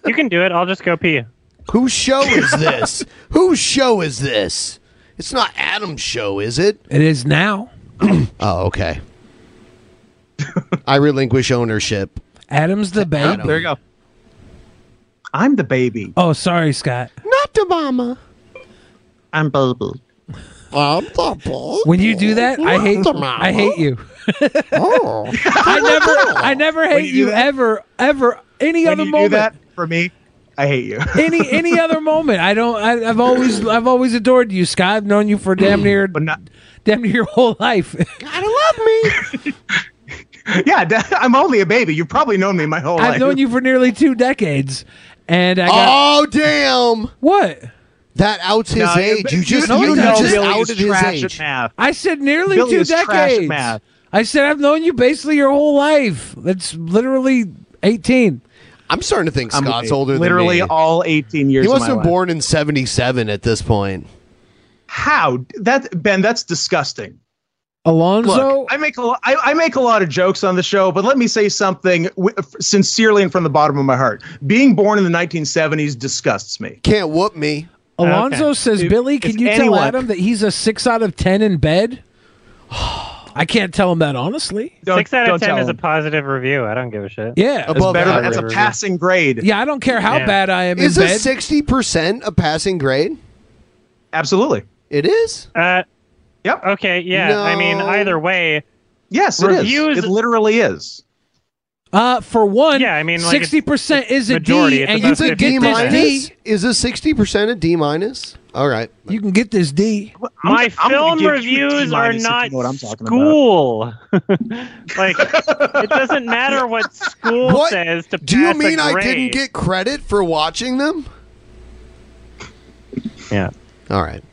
Speaker 10: you can do it. I'll just go pee.
Speaker 9: Whose show is this? Whose show is this? It's not Adam's show, is it?
Speaker 12: It is now.
Speaker 9: oh, okay. I relinquish ownership.
Speaker 12: Adam's the baby.
Speaker 11: Oh, There you go. I'm the baby.
Speaker 12: Oh, sorry, Scott.
Speaker 9: Not the mama.
Speaker 11: I'm baby.
Speaker 20: Oh,
Speaker 9: I'm the baby.
Speaker 12: When you do that, I hate
Speaker 9: Not the mama.
Speaker 12: I hate you.
Speaker 9: Oh.
Speaker 12: I never I never hate you, ever ever any
Speaker 11: When
Speaker 12: other
Speaker 11: you
Speaker 12: moment.
Speaker 11: do that for me, I hate you.
Speaker 12: any any other moment. I don't. I, I've always I've always adored you, Scott. I've known you for damn near damn near your whole life.
Speaker 11: yeah, d- I'm only a baby. You've probably known me my whole life.
Speaker 12: I've known you for nearly two decades, and I got
Speaker 9: Oh damn!
Speaker 12: What?
Speaker 9: That outs his
Speaker 12: No, you-
Speaker 9: age. You
Speaker 12: you
Speaker 9: just
Speaker 12: know
Speaker 9: you,
Speaker 12: that
Speaker 9: just
Speaker 12: Billy is
Speaker 9: outed his
Speaker 12: trash at
Speaker 9: age.
Speaker 11: math.
Speaker 12: I said nearly
Speaker 9: Billy
Speaker 12: two
Speaker 9: is trash at
Speaker 12: decades.
Speaker 9: math.
Speaker 12: I said I've known you basically your whole life. That's literally eighteen.
Speaker 9: I'm starting to think
Speaker 11: I'm
Speaker 9: Scott's older than
Speaker 11: literally
Speaker 9: me.
Speaker 11: all 18 years.
Speaker 9: He
Speaker 11: of
Speaker 9: must
Speaker 11: my
Speaker 9: have
Speaker 11: life.
Speaker 9: been born in '77 at this point.
Speaker 11: How that Ben? That's disgusting.
Speaker 12: Alonzo,
Speaker 11: Look, I make a lot. I, I make a lot of jokes on the show, but let me say something w- sincerely and from the bottom of my heart. Being born in the 1970s disgusts me.
Speaker 9: Can't whoop me.
Speaker 12: Alonzo
Speaker 11: Okay.
Speaker 12: says,
Speaker 11: If-
Speaker 12: Billy,
Speaker 11: if
Speaker 12: can you
Speaker 11: anyone-
Speaker 12: tell Adam that he's a six out of ten in bed? I can't tell him that honestly.
Speaker 10: Six out
Speaker 12: don't
Speaker 10: of ten
Speaker 12: tell
Speaker 10: is a
Speaker 12: him.
Speaker 10: positive review. I don't give a shit.
Speaker 12: Yeah.
Speaker 10: It's
Speaker 12: Above
Speaker 10: better than
Speaker 12: average.
Speaker 10: review.
Speaker 11: grade.
Speaker 12: Yeah, I don't care how
Speaker 10: Yeah.
Speaker 12: bad I am
Speaker 9: Is
Speaker 12: in
Speaker 9: a
Speaker 12: bed.
Speaker 9: sixty percent a passing grade?
Speaker 11: Absolutely.
Speaker 9: It is.
Speaker 10: Uh,
Speaker 11: yep.
Speaker 10: Okay. Yeah. I mean,
Speaker 9: No.
Speaker 10: either way.
Speaker 11: Yes, it is.
Speaker 10: reviews.
Speaker 11: It literally is.
Speaker 12: Uh, for one,
Speaker 10: yeah. I mean, like, it's-
Speaker 12: sixty percent is a D,
Speaker 10: majority. It's
Speaker 12: and you
Speaker 10: about
Speaker 12: can
Speaker 9: a D
Speaker 12: get this
Speaker 9: minus.
Speaker 12: D.
Speaker 9: Is a sixty percent a D minus? All right.
Speaker 12: You can get this D.
Speaker 11: I'm
Speaker 10: My
Speaker 11: gonna- I'm gonna
Speaker 10: film
Speaker 11: give you a
Speaker 10: reviews
Speaker 11: D
Speaker 10: are
Speaker 11: minus if you
Speaker 10: not
Speaker 11: know what I'm talking about.
Speaker 10: school. like, it doesn't matter what school
Speaker 9: What?
Speaker 10: says to
Speaker 9: Do you
Speaker 10: pass a
Speaker 9: mean I didn't
Speaker 10: grade.
Speaker 9: get credit for watching them?
Speaker 10: Yeah.
Speaker 9: All right.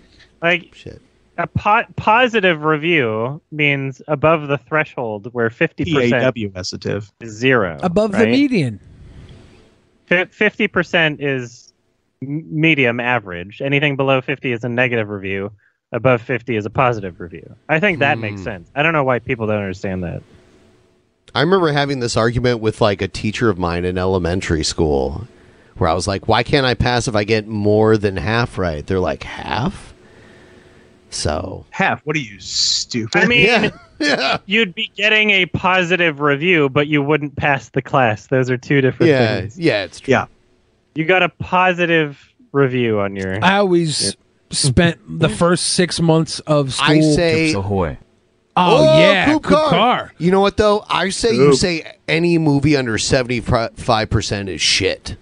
Speaker 10: like
Speaker 9: Shit.
Speaker 10: a po- positive review means above the threshold where fifty percent
Speaker 11: P-A-W-S-A-T-I-V.
Speaker 10: is zero
Speaker 11: Oh,
Speaker 12: above the
Speaker 10: right?
Speaker 12: median.
Speaker 10: Fifty percent is m- medium average. Anything below fifty is a negative review. Above fifty is a positive review. I think that makes sense. I don't know why people don't understand that.
Speaker 9: I remember having this argument with like a teacher of mine in elementary school where I was like, why can't I pass if I get more than half right? They're like, half? So,
Speaker 11: Half. What are you stupid?
Speaker 10: I mean,
Speaker 9: Yeah.
Speaker 10: you'd be getting a positive review, but you wouldn't pass the class. Those are two different
Speaker 9: yeah,
Speaker 10: things.
Speaker 9: yeah, it's true.
Speaker 11: yeah.
Speaker 10: You got a positive review on your.
Speaker 12: I always spent the first six months of school.
Speaker 9: I say,
Speaker 4: Ahoy.
Speaker 12: oh, yeah, Coop car.
Speaker 9: You know what, though? I say you
Speaker 12: Coop.
Speaker 9: say any movie under 75% is shit.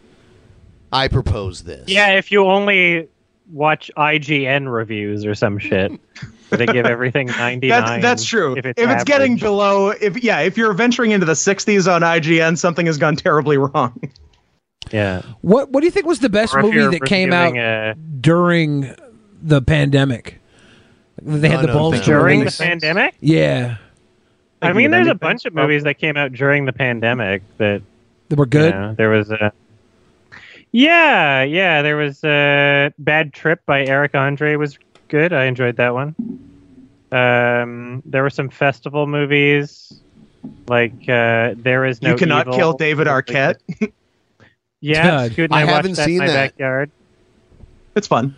Speaker 9: I propose this.
Speaker 10: Yeah, if you only watch IGN reviews or some shit, they give everything ninety
Speaker 11: That's
Speaker 10: nine.
Speaker 11: that's true. If
Speaker 10: If
Speaker 11: it's,
Speaker 10: it's,
Speaker 11: getting
Speaker 10: average.
Speaker 11: below, if yeah, if you're venturing into the 60s on IGN, something has gone terribly wrong.
Speaker 10: yeah,
Speaker 12: What What do you think was the best
Speaker 10: Or if
Speaker 12: movie
Speaker 10: you're
Speaker 12: that came out
Speaker 10: reviewing, uh,
Speaker 12: during the pandemic? They
Speaker 9: I
Speaker 12: had the
Speaker 9: don't
Speaker 12: balls
Speaker 9: think
Speaker 12: to
Speaker 10: during the
Speaker 12: release-
Speaker 10: pandemic.
Speaker 12: Yeah,
Speaker 10: I
Speaker 11: Thinking
Speaker 10: mean,
Speaker 11: of
Speaker 10: there's a
Speaker 11: anything,
Speaker 10: bunch of movies that came out during the pandemic that
Speaker 12: they were
Speaker 10: you
Speaker 12: good.
Speaker 10: know, there was a. Yeah, yeah, there was a Bad Trip by Eric Andre was good. I enjoyed that one. Um, there were some festival movies, like uh, There Is No.
Speaker 11: you cannot
Speaker 10: Evil.
Speaker 11: kill David Arquette.
Speaker 10: Yeah,
Speaker 12: God.
Speaker 10: Scoot and
Speaker 9: I
Speaker 10: I,
Speaker 9: haven't
Speaker 10: watched that
Speaker 9: seen
Speaker 10: in my
Speaker 9: that.
Speaker 10: backyard.
Speaker 11: it's fun.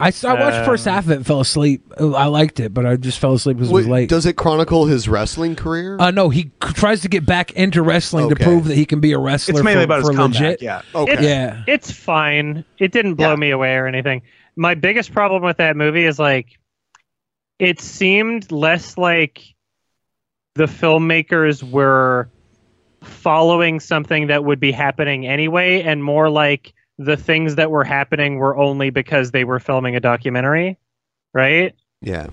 Speaker 12: I, s- I watched first half of it, fell asleep. Uh, I liked it, but I just fell asleep because it was
Speaker 9: um, Wait,
Speaker 12: late.
Speaker 9: Does it chronicle his wrestling career?
Speaker 12: uh, no, he c- tries to get back into wrestling
Speaker 9: Okay.
Speaker 12: to prove that he can be a wrestler.
Speaker 11: It's mainly
Speaker 12: for,
Speaker 11: about his
Speaker 12: for
Speaker 11: comeback.
Speaker 12: legit.
Speaker 11: Yeah.
Speaker 9: okay.
Speaker 10: It's,
Speaker 12: Yeah.
Speaker 10: it's fine. It didn't blow
Speaker 11: Yeah.
Speaker 10: me away or anything. My biggest problem with that movie is like, it seemed less like the filmmakers were following something that would be happening anyway, and more like the things that were happening were only because they were filming a documentary, right?
Speaker 9: Yeah.
Speaker 10: That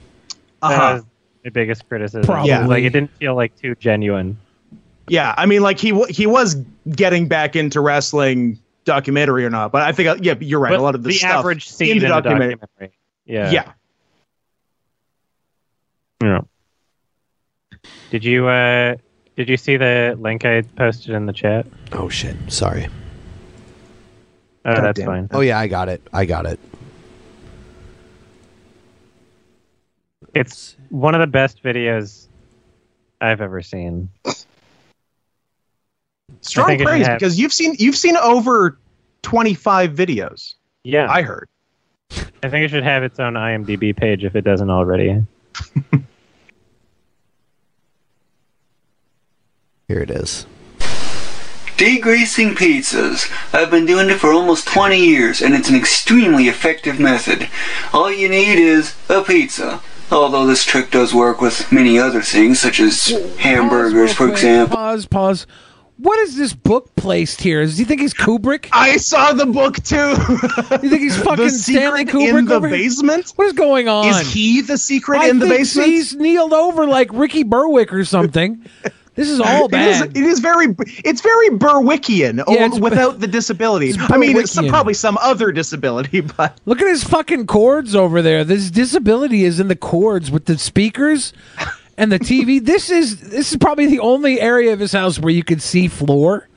Speaker 11: Uh-huh.
Speaker 10: was my biggest criticism.
Speaker 12: Probably.
Speaker 11: Yeah.
Speaker 10: Like, it didn't feel like too genuine. Uh,
Speaker 11: Yeah, I mean, like he w- he was getting back into wrestling, documentary or not, but I think uh, yeah, you're right.
Speaker 10: But
Speaker 11: a lot of the,
Speaker 10: the
Speaker 11: stuff
Speaker 10: average scene
Speaker 11: in the
Speaker 10: in a
Speaker 11: documentary.
Speaker 10: documentary.
Speaker 11: Yeah.
Speaker 10: Yeah. Yeah. Did you uh did you see the link I posted in the chat?
Speaker 9: Oh, shit. Sorry.
Speaker 10: Oh,
Speaker 11: God
Speaker 10: that's
Speaker 11: damn it.
Speaker 10: fine.
Speaker 9: Oh, yeah, I got it. I got it.
Speaker 10: It's one of the best videos I've ever seen.
Speaker 11: Strong
Speaker 10: think it
Speaker 11: praise
Speaker 10: had-
Speaker 11: because you've seen you've seen over twenty five videos.
Speaker 10: Yeah,
Speaker 11: I heard.
Speaker 10: I think it should have its own IMDb page if it doesn't already.
Speaker 9: Here it is.
Speaker 4: Degreasing pizzas. I've been doing it for almost 20 years and it's an extremely effective method. All you need is a pizza. Although this trick does work with many other things, such as hamburgers, for example.
Speaker 12: Pause, pause. What is this book placed here? Does he think he's Kubrick?
Speaker 11: I saw the book too.
Speaker 12: you think he's fucking
Speaker 11: secret
Speaker 12: Stanley
Speaker 11: in
Speaker 12: Kubrick
Speaker 11: the
Speaker 12: over here?
Speaker 11: basement?
Speaker 12: What is going on?
Speaker 11: Is he the secret
Speaker 12: I
Speaker 11: in the
Speaker 12: think
Speaker 11: basement?
Speaker 12: He's kneeled over like Ricky Berwick or something. this is all
Speaker 11: It is,
Speaker 12: bad.
Speaker 11: it is very, it's very Berwickian, or without the disability. I mean, it's some,
Speaker 12: Berwickian.
Speaker 11: probably some other disability, but
Speaker 12: Look at his fucking cords over there. This disability is in the cords with the speakers and the TV. this is this is probably the only area of his house where you could see floor.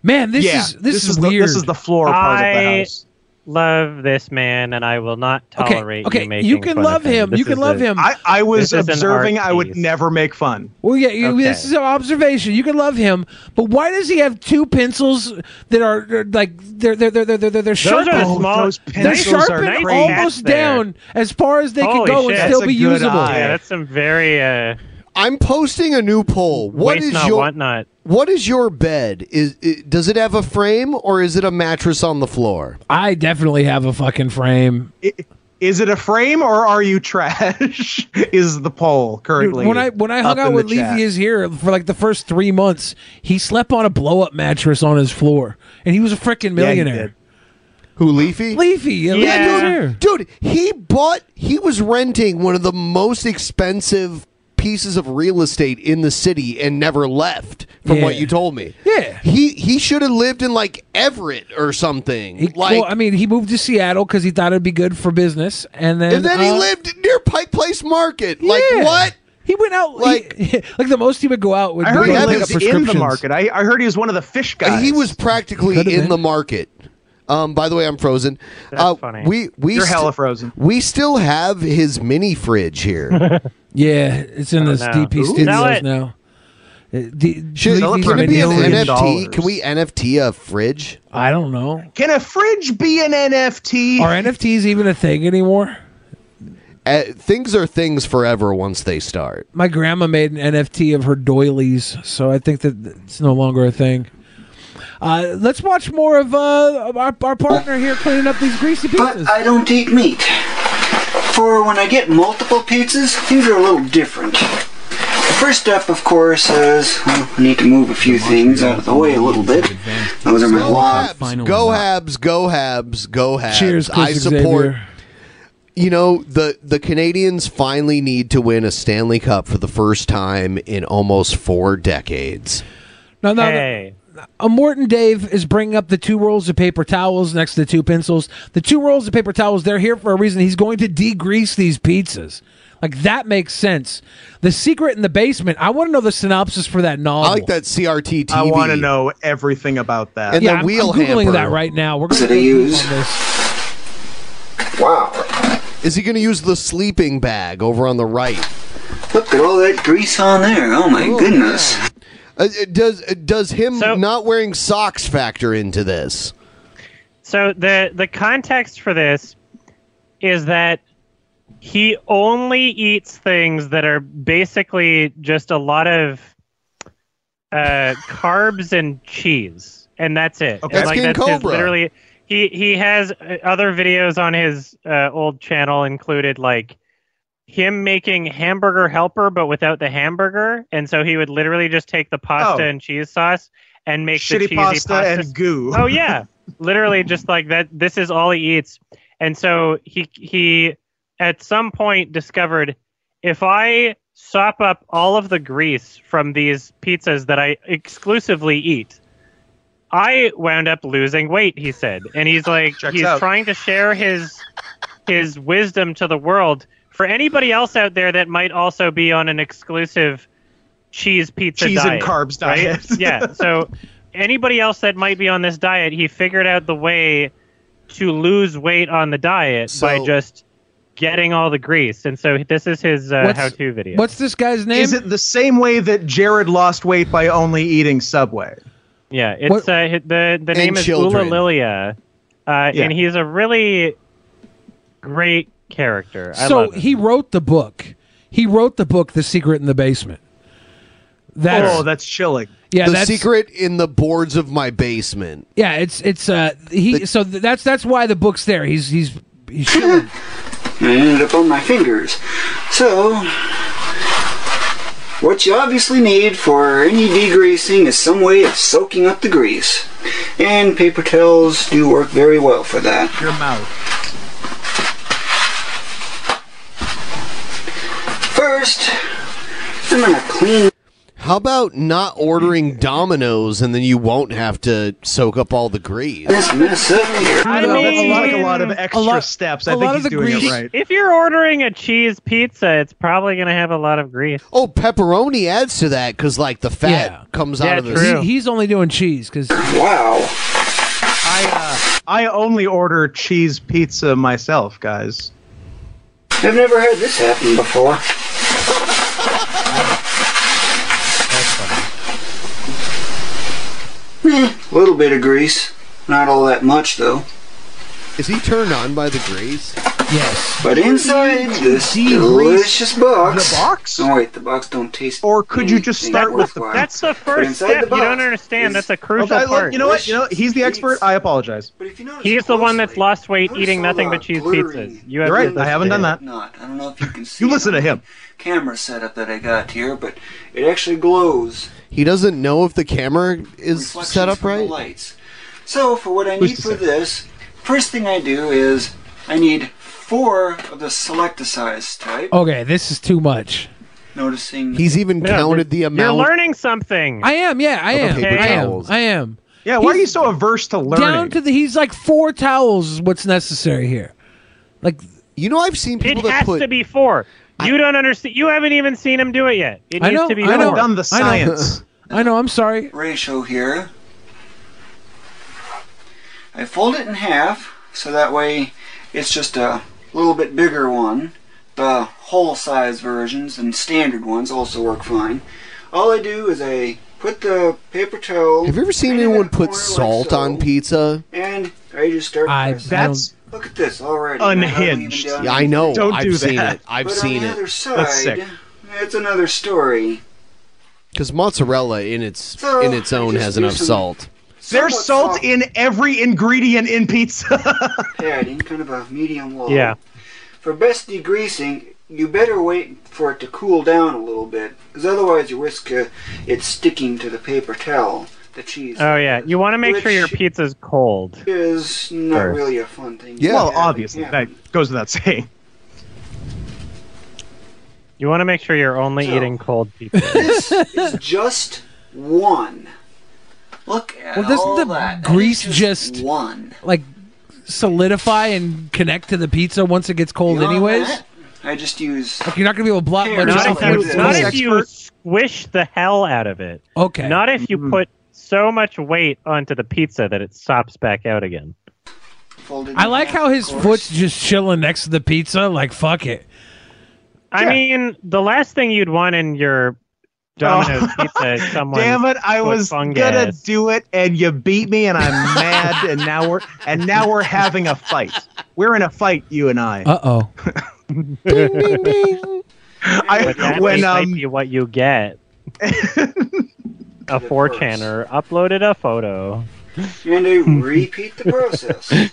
Speaker 12: Man, this
Speaker 11: Yeah,
Speaker 12: is this,
Speaker 11: this
Speaker 12: is,
Speaker 11: is the-
Speaker 12: weird.
Speaker 11: this is the floor part of the
Speaker 10: I
Speaker 11: house.
Speaker 10: love this man, and I will not
Speaker 12: Okay,
Speaker 10: tolerate
Speaker 12: okay,
Speaker 10: you making
Speaker 12: you can
Speaker 10: fun
Speaker 12: love
Speaker 10: of him.
Speaker 12: him,
Speaker 10: This
Speaker 12: you can
Speaker 10: is
Speaker 12: love
Speaker 10: a-
Speaker 12: him.
Speaker 11: I, I was
Speaker 10: This is an
Speaker 11: observing.
Speaker 10: art
Speaker 11: I would
Speaker 10: piece.
Speaker 11: never make fun.
Speaker 12: Well, yeah, you, this
Speaker 10: Okay.
Speaker 12: is an observation. You can love him, but why does he have two pencils that are are like they're they're they're they're they're, they're
Speaker 10: Those
Speaker 12: sharpened?
Speaker 10: are the small.
Speaker 12: those they're sharpened almost down as far as they
Speaker 10: Holy
Speaker 12: can go
Speaker 10: shit.
Speaker 12: and still be usable.
Speaker 10: Yeah, that's some very. Uh,
Speaker 9: I'm posting a new poll. What
Speaker 10: Waste
Speaker 9: is
Speaker 10: not,
Speaker 9: your
Speaker 10: want not.
Speaker 9: What is your bed? Is it, does it have a frame or is it a mattress on the floor?
Speaker 12: I definitely have a fucking frame.
Speaker 11: Is it a frame or are you trash? is the poll
Speaker 12: Dude,
Speaker 11: currently?
Speaker 12: when I when I hung
Speaker 11: up
Speaker 12: out
Speaker 11: in
Speaker 12: with
Speaker 11: the chat.
Speaker 12: Leafy is here for like the first three months, he slept on a blow up mattress on his floor, and he was a freaking
Speaker 9: Yeah, he
Speaker 12: millionaire.
Speaker 9: did. Who Leafy?
Speaker 12: Leafy, yeah, Leafy was here.
Speaker 9: dude, dude, he bought. He was renting one of the most expensive pieces of real estate in the city and never left. From what
Speaker 12: Yeah.
Speaker 9: you told me,
Speaker 12: Yeah.
Speaker 9: he he should have lived in like Everett or something.
Speaker 12: He,
Speaker 9: like,
Speaker 12: well, I mean, he moved to Seattle because he thought it'd be good for business, and then
Speaker 9: and then he
Speaker 12: uh,
Speaker 9: lived near Pike Place Market. Like
Speaker 12: Yeah.
Speaker 9: what?
Speaker 12: He went out like like the most he would go out would
Speaker 11: I
Speaker 12: be
Speaker 11: heard he
Speaker 12: like
Speaker 11: lives in the
Speaker 12: prescriptions.
Speaker 11: market. I, I heard he was one of the fish guys.
Speaker 9: He was practically in
Speaker 11: Could've been.
Speaker 9: the market. Um, by the way, I'm frozen. uh,
Speaker 11: funny.
Speaker 9: We we
Speaker 11: You're
Speaker 9: st-
Speaker 11: hella frozen.
Speaker 9: We still have his mini fridge
Speaker 12: Uh,
Speaker 9: here.
Speaker 12: yeah, it's in
Speaker 9: I
Speaker 12: this
Speaker 9: don't know.
Speaker 12: DP
Speaker 9: Ooh. Sell
Speaker 12: studios
Speaker 9: it.
Speaker 12: now. Uh, D-
Speaker 9: Should,
Speaker 12: Leafy's
Speaker 9: can it be an
Speaker 12: millionaire.
Speaker 9: NFT? Can we NFT a fridge?
Speaker 12: I don't know.
Speaker 11: Can a fridge be an NFT?
Speaker 12: Are NFTs even a thing anymore?
Speaker 9: Uh, things are things forever once they start.
Speaker 12: My grandma made an NFT of her doilies, so I think that it's no longer a thing. Uh, let's watch more of uh, of our, our partner here cleaning up these greasy pizzas.
Speaker 4: I don't eat meat. For when I get multiple pizzas, things are a little different. The first step, of course, is well, I need to move a few things out of the way a little bit. Those are my
Speaker 9: Go
Speaker 4: lobs.
Speaker 9: Habs, go Habs, go Habs, go Habs.
Speaker 12: Cheers, Chris
Speaker 9: I support.
Speaker 12: Xavier.
Speaker 9: You know the the Canadians finally need to win a Stanley Cup for the first time in almost four decades.
Speaker 12: No, no, no.
Speaker 9: Hey.
Speaker 12: Uh, Morton Dave is bringing up the two rolls of paper towels next to the two pencils. The two rolls of paper towels, they're here for a reason. He's going to degrease these pizzas. Like, that makes sense. The secret in the basement, I want to know the synopsis for that novel.
Speaker 9: that CRT
Speaker 11: I want to know everything about that.
Speaker 12: yeah, I'm, I'm Googling that right now. We're
Speaker 9: Did
Speaker 12: going
Speaker 9: they
Speaker 12: to
Speaker 9: use- Wow. Is he going to use the sleeping bag over on the right?
Speaker 4: Look at all that grease on there. Oh my goodness.
Speaker 9: Uh, uh, does uh, does him not wearing socks factor into this?
Speaker 11: Oh,
Speaker 10: So the the context for this is that he only eats things that are basically just a lot of uh, carbs and cheese, and that's it.
Speaker 6: Okay.
Speaker 10: And,
Speaker 6: That's King
Speaker 10: that's his
Speaker 6: Cobra.
Speaker 10: literally, he he has uh, other videos on his uh, old channel included like him making hamburger helper but without the hamburger and so he would literally just take the pasta
Speaker 11: Oh.
Speaker 10: and cheese sauce and make the
Speaker 11: Shitty
Speaker 10: cheesy
Speaker 11: pasta
Speaker 10: pasta
Speaker 11: and goo.
Speaker 10: Oh yeah, literally just like that. This is all he eats, and so he he at some point discovered if I sop up all of the grease from these pizzas that I exclusively eat, I wound up losing weight. He said, and he's like
Speaker 11: Checks
Speaker 10: he's
Speaker 11: out.
Speaker 10: trying to share his his wisdom to the world for anybody else out there that might also be on an exclusive cheese pizza
Speaker 11: Cheese and
Speaker 10: diet,
Speaker 11: carbs
Speaker 10: right?
Speaker 11: diet.
Speaker 10: yeah. So anybody else that might be on this diet, he figured out the way to lose weight on the diet by just getting all the grease, and so this is his uh,
Speaker 11: What's-
Speaker 10: how-to video.
Speaker 12: What's this guy's name?
Speaker 11: Is it the same way that Jared lost weight by only eating Subway?
Speaker 10: Yeah, it's uh, hi- the the
Speaker 11: And
Speaker 10: name is
Speaker 11: children.
Speaker 10: Ula Lilia, uh, and he's a really great character. I
Speaker 12: so
Speaker 10: love him.
Speaker 12: he wrote the book. He wrote the book, The Secret in the Basement. That's
Speaker 11: oh, that's chilling.
Speaker 12: Yeah,
Speaker 9: the
Speaker 12: that's-
Speaker 9: secret in the boards of my basement.
Speaker 12: yeah. It's it's uh he. so th- that's that's why the book's there. He's he's he's shilling.
Speaker 4: and it ended up on my fingers. So, what you obviously need for any degreasing is some way of soaking up the grease. And paper towels do work very well for that.
Speaker 11: Your mouth.
Speaker 4: First, I'm gonna clean.
Speaker 9: How about not ordering Domino's and then you won't have to soak up all the grease?
Speaker 4: This mess up here.
Speaker 11: I Well, that's a lot- mean, a lot of extra a lot- steps. I a think lot of he's the doing it grease- right.
Speaker 10: If you're ordering a cheese pizza, it's probably going to have a lot of grease.
Speaker 9: Oh, pepperoni adds to that because like the fat
Speaker 10: Yeah.
Speaker 9: comes
Speaker 10: Yeah,
Speaker 9: out of the.
Speaker 10: true.
Speaker 12: He- he's only doing cheese because
Speaker 4: wow.
Speaker 11: I uh, only order cheese pizza myself, guys.
Speaker 4: I've never had this happen before. A Eh, little bit of grease, not all that much though.
Speaker 9: Is he turned on by the grease?
Speaker 12: Yes.
Speaker 4: But inside this delicious box,
Speaker 11: The box?
Speaker 4: Oh wait, the box don't taste.
Speaker 11: Or could you just
Speaker 4: anything
Speaker 11: start with the?
Speaker 4: worthwhile.
Speaker 10: That's the
Speaker 4: But
Speaker 10: first
Speaker 4: inside
Speaker 10: step.
Speaker 4: the
Speaker 10: You
Speaker 4: box
Speaker 10: don't understand.
Speaker 4: is-
Speaker 10: That's a crucial
Speaker 11: Okay, look,
Speaker 10: part.
Speaker 11: you know what? You know he's the expert. I apologize.
Speaker 10: He's the one that's lost weight eating nothing but cheese pizzas. You have
Speaker 11: You're right,
Speaker 10: to
Speaker 11: I haven't done that.
Speaker 4: Not. I don't know if you can see.
Speaker 11: You listen to him.
Speaker 4: Camera setup that I got here, but it actually glows.
Speaker 9: He doesn't know if the camera is
Speaker 4: reflections
Speaker 9: set up
Speaker 4: from the
Speaker 9: right.
Speaker 4: lights. So for what I
Speaker 9: Who's
Speaker 4: need
Speaker 9: to
Speaker 4: for this, first thing I do is I need four of the selecticize
Speaker 11: Oh,
Speaker 4: type.
Speaker 12: okay, this is too much.
Speaker 4: Noticing
Speaker 9: He's even counted the amount.
Speaker 10: You're learning something.
Speaker 12: I am. Yeah, I am.
Speaker 9: Paper
Speaker 12: I am.
Speaker 9: towels.
Speaker 12: I am.
Speaker 11: Yeah, why are you so averse to learning?
Speaker 12: Down to the he's like four towels is what's necessary here. Like
Speaker 9: you know, I've seen
Speaker 10: It has to be four. You don't understand. You haven't even seen him do it yet. It
Speaker 12: I
Speaker 10: needs
Speaker 12: know.
Speaker 10: to be
Speaker 12: I know.
Speaker 10: four.
Speaker 12: I know. I know. I'm sorry.
Speaker 4: ratio here. I fold it in half, so that way it's just a little bit bigger one. The whole size versions and standard ones also work fine. All I do is I put the paper towel.
Speaker 9: Have you ever seen anyone put salt on pizza?
Speaker 4: And I just start.
Speaker 9: I-
Speaker 4: pressing.
Speaker 9: That's
Speaker 4: look at this already.
Speaker 9: unhinged.
Speaker 4: Not even down
Speaker 9: Yeah,
Speaker 4: to
Speaker 9: I know.
Speaker 4: the-
Speaker 9: Don't I've do seen that. it. I've
Speaker 4: but
Speaker 9: seen
Speaker 4: on the
Speaker 9: it.
Speaker 4: Other
Speaker 9: That's
Speaker 4: side,
Speaker 9: sick.
Speaker 4: It's another story.
Speaker 9: Because mozzarella in its
Speaker 4: So,
Speaker 9: in its own
Speaker 4: just
Speaker 9: has
Speaker 4: do
Speaker 9: enough
Speaker 4: some-
Speaker 9: salt.
Speaker 11: There's salt in every ingredient in pizza.
Speaker 4: Padding, kind of a medium low.
Speaker 11: Yeah.
Speaker 4: For best degreasing, you better wait for it to cool down a little bit, because otherwise you risk uh, it sticking to the paper towel, the cheese.
Speaker 10: Oh yeah, you want to make sure your
Speaker 4: Which-
Speaker 10: pizza's cold.
Speaker 4: Is not
Speaker 10: Sure.
Speaker 4: really a fun thing. to
Speaker 11: Yeah. Well,
Speaker 4: have.
Speaker 11: obviously,
Speaker 4: Yeah.
Speaker 11: that goes without saying.
Speaker 10: You want to make sure you're only eating cold pizza.
Speaker 4: This is just one. Look at
Speaker 12: Well, doesn't
Speaker 4: all
Speaker 12: the
Speaker 4: that. That
Speaker 12: grease
Speaker 4: is
Speaker 12: just,
Speaker 4: one?
Speaker 12: like solidify and connect to the pizza once it gets cold,
Speaker 4: Beyond
Speaker 12: anyways?
Speaker 4: that, I just use.
Speaker 12: Like you're not gonna be able to block
Speaker 4: Here,
Speaker 12: much
Speaker 4: not
Speaker 12: off
Speaker 4: if
Speaker 12: when
Speaker 4: you-
Speaker 12: it's
Speaker 10: Not
Speaker 12: cold.
Speaker 10: if you squish the hell out of it.
Speaker 12: Okay.
Speaker 10: Not if
Speaker 11: Mm-hmm.
Speaker 10: you put so much weight onto the pizza that it sops back out again.
Speaker 4: folded
Speaker 12: I
Speaker 4: in
Speaker 12: like
Speaker 4: half,
Speaker 12: how
Speaker 4: of
Speaker 12: his
Speaker 4: course.
Speaker 12: foot's just chilling next to the pizza. Like fuck it.
Speaker 10: I mean, the last thing you'd want in your Domino's pizza is someone.
Speaker 11: Oh. Damn it! I was gonna
Speaker 10: fungus.
Speaker 11: do it, and you beat me, and I'm mad, and now we're and now we're having a fight. We're in a fight, you and I.
Speaker 12: Uh oh.
Speaker 11: ding ding ding.
Speaker 10: But
Speaker 11: I
Speaker 10: that
Speaker 11: when
Speaker 10: might
Speaker 11: um
Speaker 10: be what you get. a 4chaner uploaded a photo.
Speaker 4: And I repeat the process.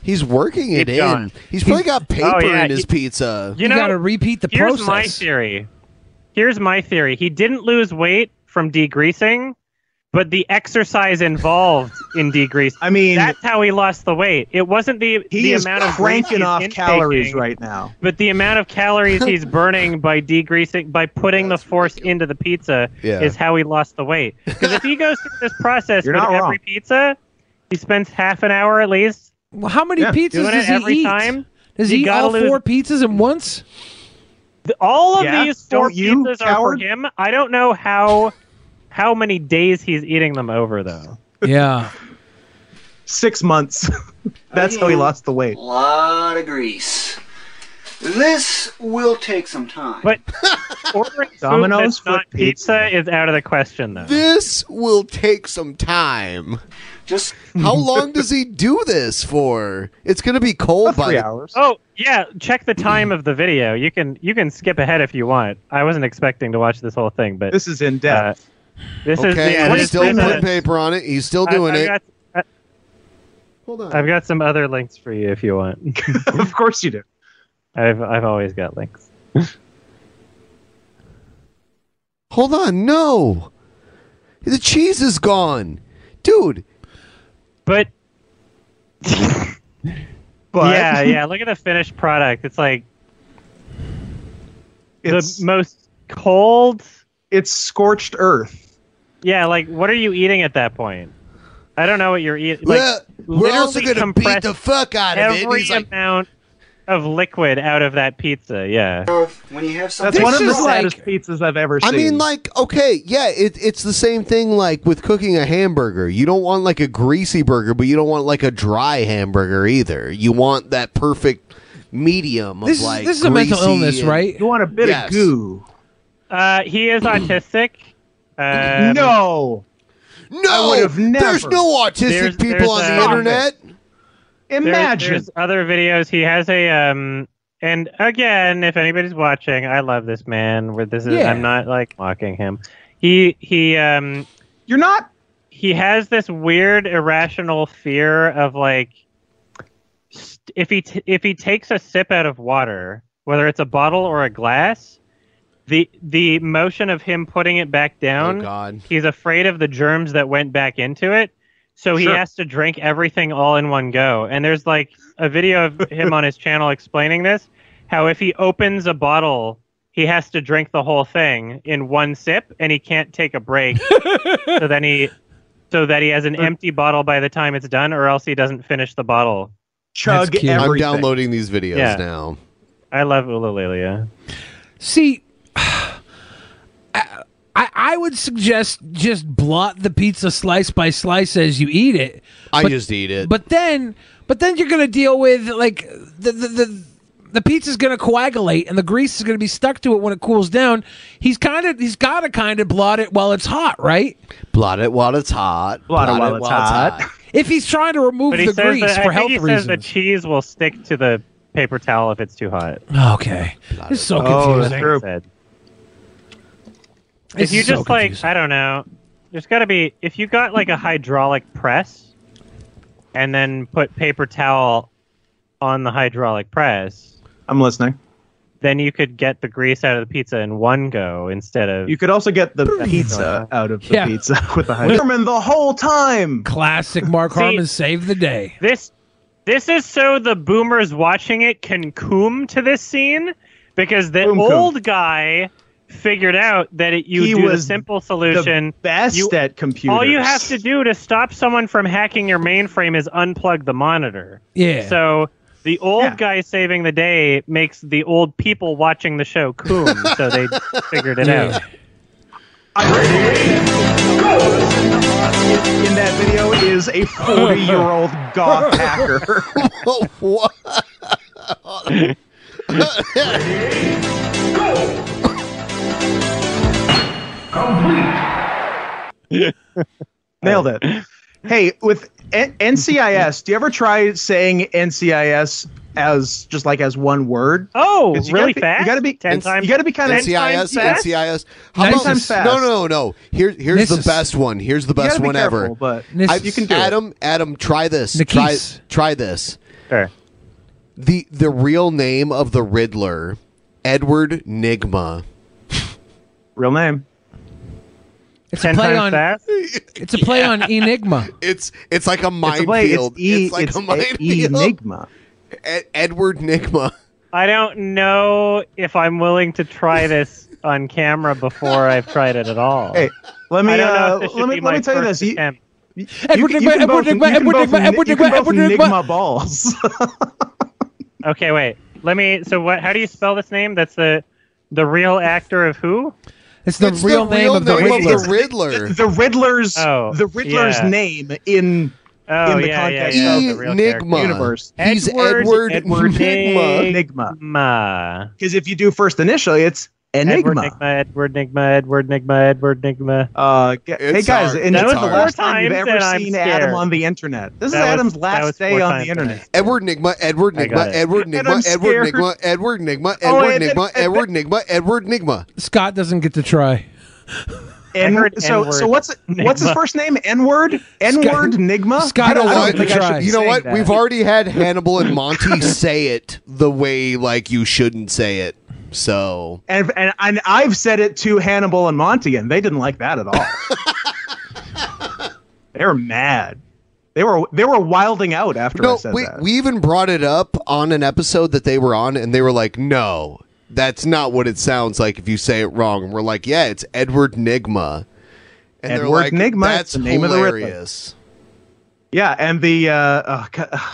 Speaker 9: He's working it
Speaker 10: Keep
Speaker 9: in.
Speaker 10: going.
Speaker 9: He's probably got paper
Speaker 10: Oh, yeah,
Speaker 9: in his
Speaker 10: you-
Speaker 9: pizza.
Speaker 10: You, know,
Speaker 12: repeat the
Speaker 10: here's my
Speaker 12: process.
Speaker 10: theory. Here's my theory. He didn't lose weight from degreasing, but the exercise involved in degreasing.
Speaker 11: I mean,
Speaker 10: that's how he lost the weight. It wasn't the
Speaker 11: he
Speaker 10: the
Speaker 11: is
Speaker 10: amount of grease
Speaker 11: cranking
Speaker 10: he's
Speaker 11: off
Speaker 10: intaking,
Speaker 11: calories right now.
Speaker 10: But the amount of calories he's burning by degreasing, by putting the force into the pizza,
Speaker 11: Yeah.
Speaker 10: is how he lost the weight. Because if he goes through this process
Speaker 11: You're
Speaker 10: with
Speaker 11: not
Speaker 10: every
Speaker 11: wrong.
Speaker 10: pizza, he spends half an hour at least.
Speaker 12: Well, how many
Speaker 10: Yeah.
Speaker 12: pizzas
Speaker 10: Doing it
Speaker 12: does he
Speaker 10: every
Speaker 12: eat?
Speaker 10: time?
Speaker 12: Does
Speaker 10: You
Speaker 12: he eat
Speaker 10: gotta
Speaker 12: all
Speaker 10: lose-
Speaker 12: four pizzas at once?
Speaker 10: All of
Speaker 12: Yeah,
Speaker 10: these four
Speaker 12: don't you,
Speaker 10: pizzas are for
Speaker 12: coward?
Speaker 10: him. I don't know how how many days he's eating them over though.
Speaker 12: Yeah.
Speaker 11: six months. That's how he lost the weight.
Speaker 4: lot of grease. This will take some time.
Speaker 10: But ordering
Speaker 4: Domino's
Speaker 10: Domino's not pizza is out of the question, though.
Speaker 9: This will take some time.
Speaker 4: Just
Speaker 9: how long does he do this for? It's gonna be cold by the-
Speaker 10: Oh yeah, check the time of the video. You can you can skip ahead if you want. I wasn't expecting to watch this whole thing, but uh,
Speaker 11: this is in depth.
Speaker 10: this is
Speaker 9: okay,
Speaker 10: yeah,
Speaker 9: he's
Speaker 10: this-
Speaker 9: still
Speaker 10: this is-
Speaker 9: putting paper on it. He's still doing
Speaker 10: I- I've
Speaker 9: it.
Speaker 10: got-
Speaker 9: Hold
Speaker 10: I've got some other links for you if you want.
Speaker 11: of course you do.
Speaker 10: I've I've always got links.
Speaker 9: Hold on, no. The cheese is gone. Dude.
Speaker 10: But yeah, yeah. Look at the finished product. It's like
Speaker 11: It's
Speaker 10: the most cold.
Speaker 11: It's scorched earth.
Speaker 10: Yeah, like what are you eating at that point? I don't know what you're eating. Like,
Speaker 9: Look, we're also
Speaker 10: literally
Speaker 9: gonna beat
Speaker 10: compress
Speaker 9: the fuck out of it.
Speaker 10: Every
Speaker 9: He's like-
Speaker 10: amount of liquid out of that pizza. Yeah.
Speaker 4: When you have
Speaker 11: That's
Speaker 4: something,
Speaker 11: one of the
Speaker 9: is like-
Speaker 11: saddest pizzas I've ever
Speaker 9: I
Speaker 11: seen.
Speaker 9: mean, like, okay, yeah, it, it's the same thing like with cooking a hamburger. You don't want like a greasy burger, but you don't want like a dry hamburger either. You want that perfect medium of
Speaker 12: This is-
Speaker 9: like
Speaker 12: this is a mental
Speaker 9: greasy
Speaker 12: illness,
Speaker 9: and-
Speaker 12: right?
Speaker 11: You want a bit
Speaker 9: Yes.
Speaker 11: of goo.
Speaker 10: Uh, he is autistic. Um,
Speaker 11: no.
Speaker 9: No,
Speaker 11: I would have never.
Speaker 9: There's no autistic
Speaker 10: There's-
Speaker 9: people
Speaker 10: there's
Speaker 9: on
Speaker 10: a-
Speaker 9: the internet.
Speaker 10: There-
Speaker 11: Imagine.
Speaker 10: there's other videos. He has a um. And again, if anybody's watching, I love this man. Where this is,
Speaker 11: Yeah.
Speaker 10: I'm not like mocking him. He he um.
Speaker 11: You're not.
Speaker 10: He has this weird irrational fear of like, st- if he t- if he takes a sip out of water, whether it's a bottle or a glass, the the motion of him putting it back down.
Speaker 9: God.
Speaker 10: He's afraid of the germs that went back into it. So he
Speaker 11: Sure.
Speaker 10: has to drink everything all in one go. And there's like a video of him on his channel explaining this how if he opens a bottle, he has to drink the whole thing in one sip and he can't take a break. so then he so that he has an empty bottle by the time it's done or else he doesn't finish the bottle.
Speaker 11: Chug
Speaker 10: That's cute.
Speaker 9: I'm
Speaker 10: everything.
Speaker 9: downloading these videos
Speaker 10: Yeah.
Speaker 9: now.
Speaker 10: I love Ululelia.
Speaker 12: See, I, I would suggest just blot the pizza slice by slice as you eat it.
Speaker 9: I
Speaker 12: But-
Speaker 9: just eat it.
Speaker 12: But then, but then you're gonna deal with like the the. the the pizza's gonna coagulate, and the grease is gonna be stuck to it when it cools down. He's kind of, he's gotta kind of blot it while it's hot, right?
Speaker 9: Blot it while it's hot.
Speaker 11: Blot it while it's hot.
Speaker 12: If he's trying to remove
Speaker 10: But he
Speaker 12: the
Speaker 10: says
Speaker 12: grease
Speaker 10: that, I think
Speaker 12: for health
Speaker 10: he says the
Speaker 12: reasons,
Speaker 10: cheese will stick to the paper towel if it's too hot.
Speaker 12: Okay. This is so
Speaker 10: Oh, that's
Speaker 12: confusing.
Speaker 10: true. if
Speaker 12: This
Speaker 10: you
Speaker 12: is so
Speaker 10: just like I don't know, there's got to be if you got like a hydraulic press, and then put paper towel on the hydraulic press,
Speaker 11: I'm listening.
Speaker 10: then you could get the grease out of the pizza in one go instead of
Speaker 11: You could also get the pizza out of the
Speaker 10: Yeah.
Speaker 11: pizza with the Herman the whole time.
Speaker 12: Classic Mark
Speaker 10: See-
Speaker 12: Harmon saved the day.
Speaker 10: this. This is so the boomers watching it can coom to this scene because the
Speaker 11: Coom coom.
Speaker 10: old guy figured out that it, you
Speaker 11: He
Speaker 10: do the
Speaker 11: was
Speaker 10: simple solution.
Speaker 11: Best
Speaker 10: You-
Speaker 11: at computers.
Speaker 10: All you have to do to stop someone from hacking your mainframe is unplug the monitor.
Speaker 12: Yeah.
Speaker 10: So the old guy saving the day makes the old people watching the show coom, so they figured it
Speaker 12: Yeah.
Speaker 10: out.
Speaker 11: in that video is a 40 year old goth hacker.
Speaker 9: what?
Speaker 11: Nailed it. Hey, with N- NCIS, do you ever try saying NCIS as just like as one word?
Speaker 10: Oh,
Speaker 11: 'Cause you gotta
Speaker 10: really
Speaker 11: be,
Speaker 10: fast?
Speaker 11: You gotta be.
Speaker 10: Ten times.
Speaker 11: You gotta be kind of
Speaker 9: NCIS, NCIS.
Speaker 11: Ten times fast.
Speaker 9: No, no, no. Here, here's
Speaker 11: This
Speaker 9: the
Speaker 11: is-
Speaker 9: best one. Here's the
Speaker 11: You gotta
Speaker 9: best
Speaker 11: be
Speaker 9: one ever.
Speaker 11: careful, but This- you can do it.
Speaker 9: Adam, Adam, try this.
Speaker 11: Nikes.
Speaker 9: Try, try this.
Speaker 10: Sure.
Speaker 9: The the real name of the Riddler, Edward Nigma.
Speaker 11: Real name.
Speaker 12: It's
Speaker 10: Ten
Speaker 12: a play
Speaker 10: times
Speaker 12: on.
Speaker 10: fast?
Speaker 12: It's a play on Enigma.
Speaker 9: It's it's like a
Speaker 11: It's a play-
Speaker 9: minefield.
Speaker 11: It's, e,
Speaker 9: It's like a minefield.
Speaker 11: Enigma.
Speaker 9: Ed- Edward Nigma.
Speaker 10: I don't know if I'm willing to try this on camera before I've tried it at all.
Speaker 11: Hey, let me.
Speaker 10: I don't know
Speaker 11: Uh,
Speaker 10: if this should
Speaker 11: let me.
Speaker 10: be
Speaker 11: Let
Speaker 10: my
Speaker 11: me tell you
Speaker 10: first
Speaker 11: this. You,
Speaker 10: attempt.
Speaker 11: you,
Speaker 12: Edward
Speaker 11: can- you
Speaker 12: Nigma,
Speaker 11: can
Speaker 12: Edward
Speaker 11: both- you can
Speaker 12: Nigma, Edward
Speaker 11: both
Speaker 12: Nigma,
Speaker 11: ni-
Speaker 12: Edward
Speaker 11: you can
Speaker 12: Nigma,
Speaker 11: both
Speaker 12: Edward Nigma.
Speaker 11: Nigma balls.
Speaker 10: Okay, wait. Let me. So what? How do you spell this name? That's the the real actor of who?
Speaker 12: It's the
Speaker 9: It's
Speaker 12: real name of the
Speaker 9: name
Speaker 12: Riddler.
Speaker 9: Riddler.
Speaker 11: the Riddler's
Speaker 10: Oh,
Speaker 11: the Riddler's
Speaker 10: yeah.
Speaker 11: name in
Speaker 10: Oh,
Speaker 11: in the
Speaker 10: yeah, yeah,
Speaker 11: context
Speaker 10: yeah.
Speaker 11: of the
Speaker 10: Enigma.
Speaker 11: real character universe.
Speaker 10: He's Edward Edward Enigma.
Speaker 11: Enigma. Because if you do first initial, it's Enigma.
Speaker 10: Edward Enigma, Edward Enigma, Edward Enigma.
Speaker 11: Uh, hey guys, and
Speaker 10: that
Speaker 11: it's
Speaker 10: was
Speaker 11: the
Speaker 10: the
Speaker 11: first
Speaker 10: last
Speaker 11: time you've ever seen Adam on the internet. This
Speaker 10: That
Speaker 11: is
Speaker 10: was-
Speaker 11: Adam's
Speaker 10: that
Speaker 11: last
Speaker 10: was
Speaker 11: day
Speaker 10: four
Speaker 11: on
Speaker 10: times
Speaker 11: the internet.
Speaker 9: Edward Nigma, Edward
Speaker 11: I
Speaker 9: Nigma,
Speaker 11: got it.
Speaker 9: Edward
Speaker 11: And
Speaker 9: Nigma,
Speaker 11: I'm
Speaker 9: Edward
Speaker 11: scared.
Speaker 9: Nigma, Edward Nigma,
Speaker 11: Oh,
Speaker 9: Edward
Speaker 11: and then-
Speaker 9: Nigma, Edward Nigma, Edward Nigma.
Speaker 12: Scott doesn't get to try.
Speaker 11: And
Speaker 12: Edward
Speaker 11: so, so
Speaker 12: N-word
Speaker 11: what's what's his
Speaker 12: Enigma.
Speaker 11: first name? N word, N word, Nigma.
Speaker 9: Scott,
Speaker 11: I don't, I don't
Speaker 9: you know
Speaker 11: think I
Speaker 9: what?
Speaker 11: should be
Speaker 9: You know
Speaker 11: saying
Speaker 9: what?
Speaker 11: that.
Speaker 9: We've already had Hannibal and Monty say it the way like you shouldn't say it. So
Speaker 11: and, and and I've said it to Hannibal and Monty, and they didn't like that at all. they were mad. They were they were wilding out after I
Speaker 9: no,
Speaker 11: said
Speaker 9: we
Speaker 11: that.
Speaker 9: we even brought it up on an episode that they were on, and they were like, "No, that's not what it sounds like if you say it wrong." And we're like, "Yeah, it's Edward Nigma." And they're
Speaker 11: Edward
Speaker 9: like,
Speaker 11: Nigma,
Speaker 9: That's
Speaker 11: it's the name of the rhythm."
Speaker 9: hilarious.
Speaker 11: Yeah, and the uh, uh,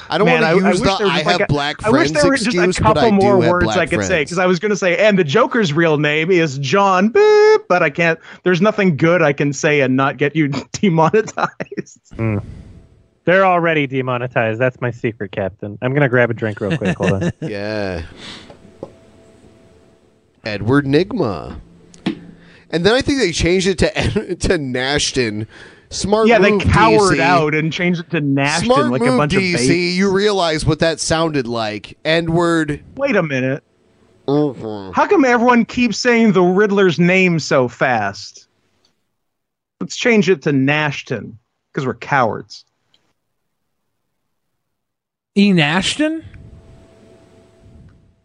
Speaker 9: I don't wanna use the I have black
Speaker 11: I wish there
Speaker 9: friends
Speaker 11: were just
Speaker 9: excuse,
Speaker 11: a
Speaker 9: but I
Speaker 11: couple
Speaker 9: do
Speaker 11: more
Speaker 9: have
Speaker 11: words
Speaker 9: black
Speaker 11: I could say
Speaker 9: friends.
Speaker 11: because I was going to say, and the Joker's real name is John, beep, but I can't. There's nothing good I can say and not get you demonetized.
Speaker 10: Mm. They're already demonetized. That's my secret, Captain. I'm gonna grab a drink real quick. Hold on.
Speaker 9: yeah. Edward Nigma. And then I think they changed it to Ed- to Nashton. Smart.
Speaker 11: yeah, they
Speaker 9: move,
Speaker 11: cowered
Speaker 9: DC.
Speaker 11: out and changed it to Nashton
Speaker 9: Smart
Speaker 11: like
Speaker 9: move,
Speaker 11: a bunch
Speaker 9: DC.
Speaker 11: of babes.
Speaker 9: You realize what that sounded like. Edward.
Speaker 11: Wait a minute. How come everyone keeps saying the Riddler's name so fast? Let's change it to Nashton because we're cowards.
Speaker 12: E. Nashton?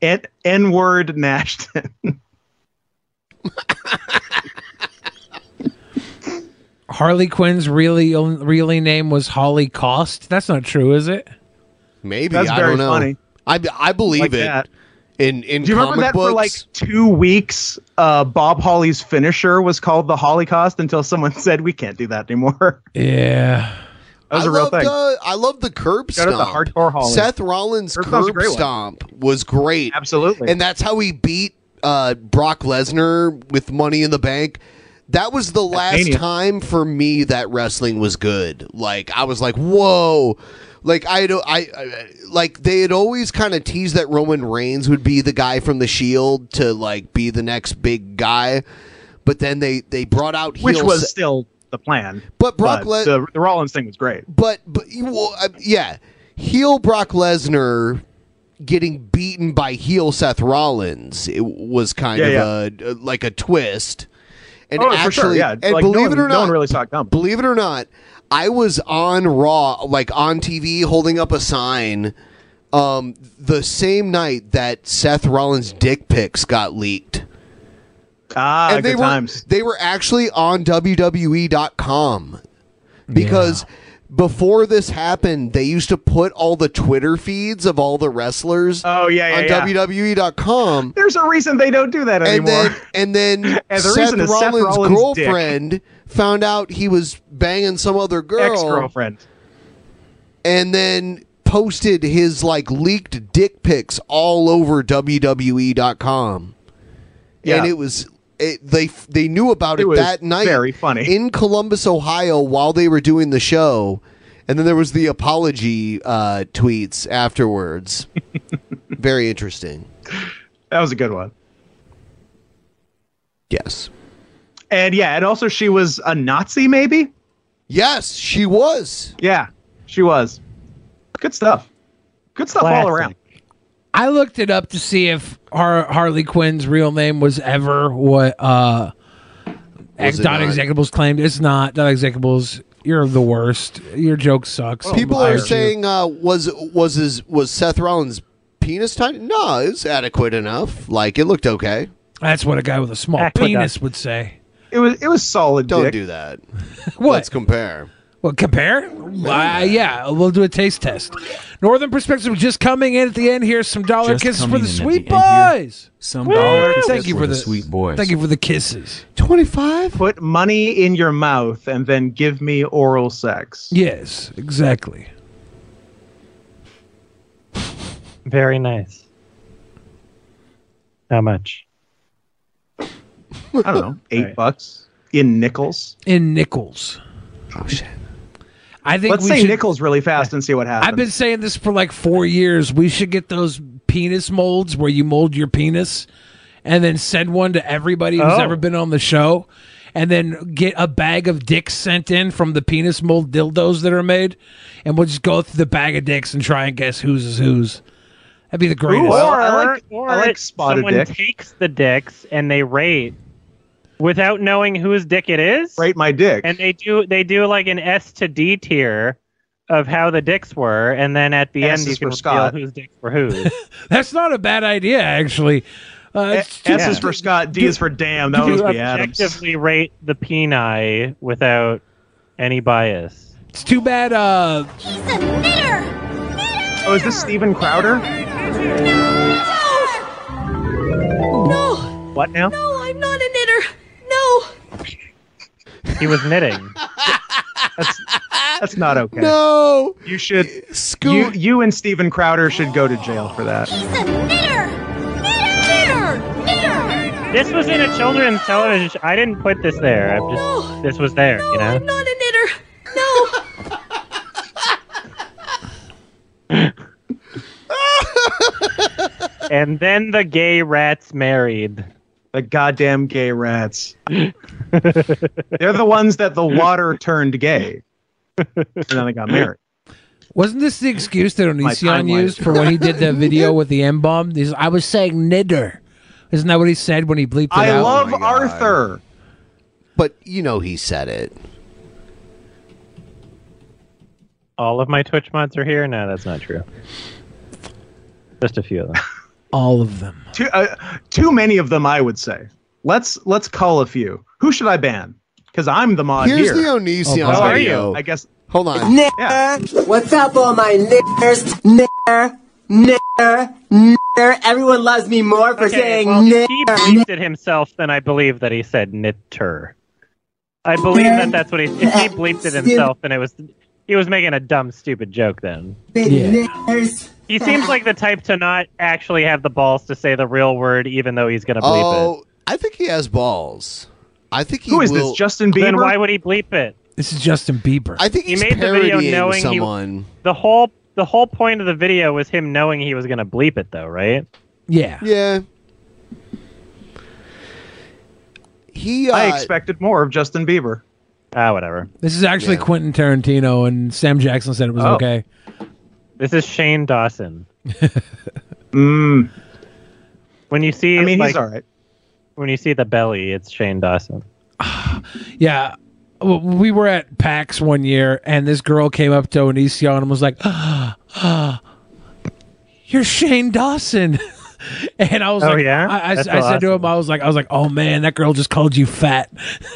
Speaker 11: N N word Nashton.
Speaker 12: Harley Quinn's really really name was Holly Cost. That's not true, is it?
Speaker 9: Maybe
Speaker 12: That's
Speaker 9: I
Speaker 12: very
Speaker 9: don't know.
Speaker 12: funny.
Speaker 9: I I believe
Speaker 12: Like
Speaker 9: it.
Speaker 12: that.
Speaker 9: In in
Speaker 11: Do you
Speaker 9: comic
Speaker 11: remember that
Speaker 9: books,
Speaker 11: for like two weeks? Uh, Bob Holly's finisher was called the Holocaust until someone said we can't do that anymore.
Speaker 12: Yeah.
Speaker 11: That was
Speaker 9: I
Speaker 11: a real
Speaker 9: loved,
Speaker 11: thing.
Speaker 9: uh, I love the curb
Speaker 11: Shout out to
Speaker 9: stomp.
Speaker 11: Hardcore Holly.
Speaker 9: Seth Rollins'
Speaker 11: Curb
Speaker 9: curb,
Speaker 11: stomp's a great one.
Speaker 9: stomp was great.
Speaker 11: Absolutely.
Speaker 9: And that's how he beat uh, Brock Lesnar with Money in the Bank. That was the last
Speaker 11: Mania.
Speaker 9: time for me that wrestling was good. Like I was like, whoa. Like I don't, I, I like they had always kind of teased that Roman Reigns would be the guy from the Shield to like be the next big guy, but then they they brought out heel
Speaker 11: which was
Speaker 9: Se-
Speaker 11: still the plan.
Speaker 9: But Brock Le-
Speaker 11: the, the Rollins thing was great.
Speaker 9: but but you- well, uh, yeah, heel Brock Lesnar getting beaten by heel Seth Rollins it was kind
Speaker 11: Yeah,
Speaker 9: of A, a- like a twist. And
Speaker 11: Oh, for
Speaker 9: actually,
Speaker 11: sure, yeah.
Speaker 9: and
Speaker 11: Like, no
Speaker 9: believe
Speaker 11: one-
Speaker 9: it or not,
Speaker 11: no one really saw it coming.
Speaker 9: Believe it or not, I was on Raw, like on TV, holding up a sign. Um, the same night that Seth Rollins' dick pics got leaked.
Speaker 11: Ah,
Speaker 9: they
Speaker 11: good
Speaker 9: were,
Speaker 11: times.
Speaker 9: They were actually on WWE.com because before this happened, they used to put all the Twitter feeds of all the wrestlers
Speaker 11: Oh yeah, yeah,
Speaker 9: on
Speaker 11: yeah.
Speaker 9: WWE.com.
Speaker 11: There's a reason they don't do that
Speaker 9: And
Speaker 11: anymore.
Speaker 9: then, and then
Speaker 11: And the
Speaker 9: Seth,
Speaker 11: reason is
Speaker 9: Rollins
Speaker 11: Seth Rollins' dick.
Speaker 9: girlfriend found out he was banging some other girl,
Speaker 11: Ex-girlfriend.
Speaker 9: and then posted his like leaked dick pics all over WWE.com.
Speaker 11: Yeah.
Speaker 9: And it was it, they they knew about
Speaker 11: It
Speaker 9: it,
Speaker 11: was
Speaker 9: that night.
Speaker 11: very funny.
Speaker 9: in Columbus, Ohio, while they were doing the show, and then there was the apology uh, tweets afterwards. very interesting.
Speaker 11: That was a good one.
Speaker 9: Yes.
Speaker 11: And yeah, and also she was a Nazi, maybe.
Speaker 9: Yes, she was.
Speaker 11: Yeah, she was. Good stuff. Good stuff all around.
Speaker 12: I looked it up to see if Har- Harley Quinn's real name was ever what uh, ex-
Speaker 9: it
Speaker 12: Don
Speaker 9: not?
Speaker 12: Execubles claimed. It's not. Don Execubles, you're the worst. Your joke sucks.
Speaker 9: People
Speaker 12: I
Speaker 9: are
Speaker 12: hate you.
Speaker 9: saying uh, was was his was Seth Rollins penis tiny? No, it was adequate enough. Like it looked okay.
Speaker 12: That's what a guy with a small
Speaker 9: Act like
Speaker 12: penis
Speaker 9: that.
Speaker 12: would say.
Speaker 11: It was it was solid.
Speaker 9: Don't
Speaker 12: dick.
Speaker 9: do that.
Speaker 12: What?
Speaker 9: Let's compare.
Speaker 12: Well, compare? Uh, yeah, we'll do a taste test. Northern Perspective just coming in at the end. Here's some dollar
Speaker 24: Just
Speaker 12: kisses for
Speaker 24: coming
Speaker 12: the
Speaker 24: in at
Speaker 12: sweet
Speaker 24: the end
Speaker 12: boys.
Speaker 24: Some dollar kisses
Speaker 12: Thank you
Speaker 24: for
Speaker 12: for
Speaker 24: the
Speaker 12: the
Speaker 24: sweet boys.
Speaker 12: Thank you for the kisses.
Speaker 9: 25?
Speaker 11: Put money in your mouth and then give me oral sex.
Speaker 12: Yes, exactly.
Speaker 10: Very nice. How much?
Speaker 11: I don't know. Eight bucks in nickels.
Speaker 12: In nickels.
Speaker 9: Oh shit.
Speaker 12: I think
Speaker 11: Let's
Speaker 12: we
Speaker 11: say
Speaker 12: should-
Speaker 11: nickels really fast and see what happens.
Speaker 12: I've been saying this for like four years. We should get those penis molds where you mold your penis and then send one to everybody who's
Speaker 10: Oh.
Speaker 12: ever been on the show and then get a bag of dicks sent in from the penis mold dildos that are made. And we'll just go through the bag of dicks and try and guess whose is whose. That'd be the greatest.
Speaker 10: Or,
Speaker 11: I like
Speaker 10: or
Speaker 11: spotted
Speaker 10: someone
Speaker 11: dick.
Speaker 10: takes the dicks and they rate without knowing whose dick it is.
Speaker 11: Rate my dick.
Speaker 10: And they do they do like an S to D tier of how the dicks were, and then at the
Speaker 12: S
Speaker 10: end
Speaker 12: is
Speaker 10: you can
Speaker 12: for
Speaker 10: reveal
Speaker 12: Scott.
Speaker 10: whose dicks were whose.
Speaker 12: That's not a bad idea, actually. Uh, it's
Speaker 10: S
Speaker 12: just-
Speaker 10: is for
Speaker 11: Scott, D is for damn. That
Speaker 10: you
Speaker 11: must be Adams.
Speaker 10: objectively rate the peni without any bias.
Speaker 12: It's too bad. Uh,
Speaker 11: Oh, is this Steven Crowder?
Speaker 10: No. What now?
Speaker 23: No, I'm not a knitter. No.
Speaker 10: He was knitting.
Speaker 11: That's not okay.
Speaker 9: No.
Speaker 11: You should.
Speaker 9: Scoot.
Speaker 11: You, you and Steven Crowder should go to jail for that.
Speaker 10: This was in a children's television. Sh- I didn't put this there. I'm just this was there. You know.
Speaker 23: Not a knitter. No.
Speaker 10: and then the gay rats married.
Speaker 11: The goddamn gay rats. They're the ones that the water turned gay. And then they got married.
Speaker 12: Wasn't this the excuse that
Speaker 11: My
Speaker 12: Onision
Speaker 11: timeline.
Speaker 12: used for when he did the video with the M bomb? He's, I was saying nidder. Isn't that what he said when he bleeped it
Speaker 9: I
Speaker 12: out?
Speaker 9: love Oh my God.
Speaker 11: Arthur.
Speaker 9: But you know he said it.
Speaker 10: All of my Twitch mods are here. No, that's not true. Just a few of them.
Speaker 12: All of them.
Speaker 11: Too, uh, too many of them, I would say. Let's let's call a few. Who should I ban? Because I'm the mod
Speaker 9: Here's
Speaker 11: here.
Speaker 9: the Onision
Speaker 11: How are
Speaker 9: video.
Speaker 11: you? I guess.
Speaker 9: Hold on.
Speaker 11: Yeah.
Speaker 24: What's up, all my knitters? Knitter, knitter, knitter. Everyone loves me more for saying
Speaker 10: well,
Speaker 24: knitter.
Speaker 10: he bleeped it himself. Then I believe that he said knitter. I believe that that's what he. If he bleeped it himself, then it was he was making a dumb, stupid joke. Then he seems like the type to not actually have the balls to say the real word, even though he's gonna bleep
Speaker 9: Oh, I think he has balls. I think he will-
Speaker 10: Then why would he bleep it?
Speaker 12: This is Justin Bieber.
Speaker 9: I think
Speaker 10: he
Speaker 9: he's
Speaker 10: made the video
Speaker 9: parodying
Speaker 10: knowing
Speaker 9: someone.
Speaker 10: He, the whole the whole point of the video was him knowing he was going to bleep it, though, right?
Speaker 12: Yeah.
Speaker 9: Yeah. He.
Speaker 11: I
Speaker 12: uh,
Speaker 11: expected more of Justin Bieber.
Speaker 10: Ah, whatever.
Speaker 12: This is actually Quentin Tarantino, and Sam Jackson said it was
Speaker 10: Oh.
Speaker 12: okay.
Speaker 10: This is Shane Dawson.
Speaker 11: mm.
Speaker 10: When you see,
Speaker 12: I mean, he's
Speaker 10: like,
Speaker 12: alright.
Speaker 10: When you see the belly, it's Shane Dawson.
Speaker 12: Yeah. W- We were at PAX one year, and this girl came up to Onision and was like, ah, ah, "You're Shane Dawson," and I was
Speaker 10: Oh,
Speaker 12: like,
Speaker 10: yeah?
Speaker 12: I, I, I
Speaker 10: That's
Speaker 12: said to him, "I was like, I was like, oh man, that girl just called you fat."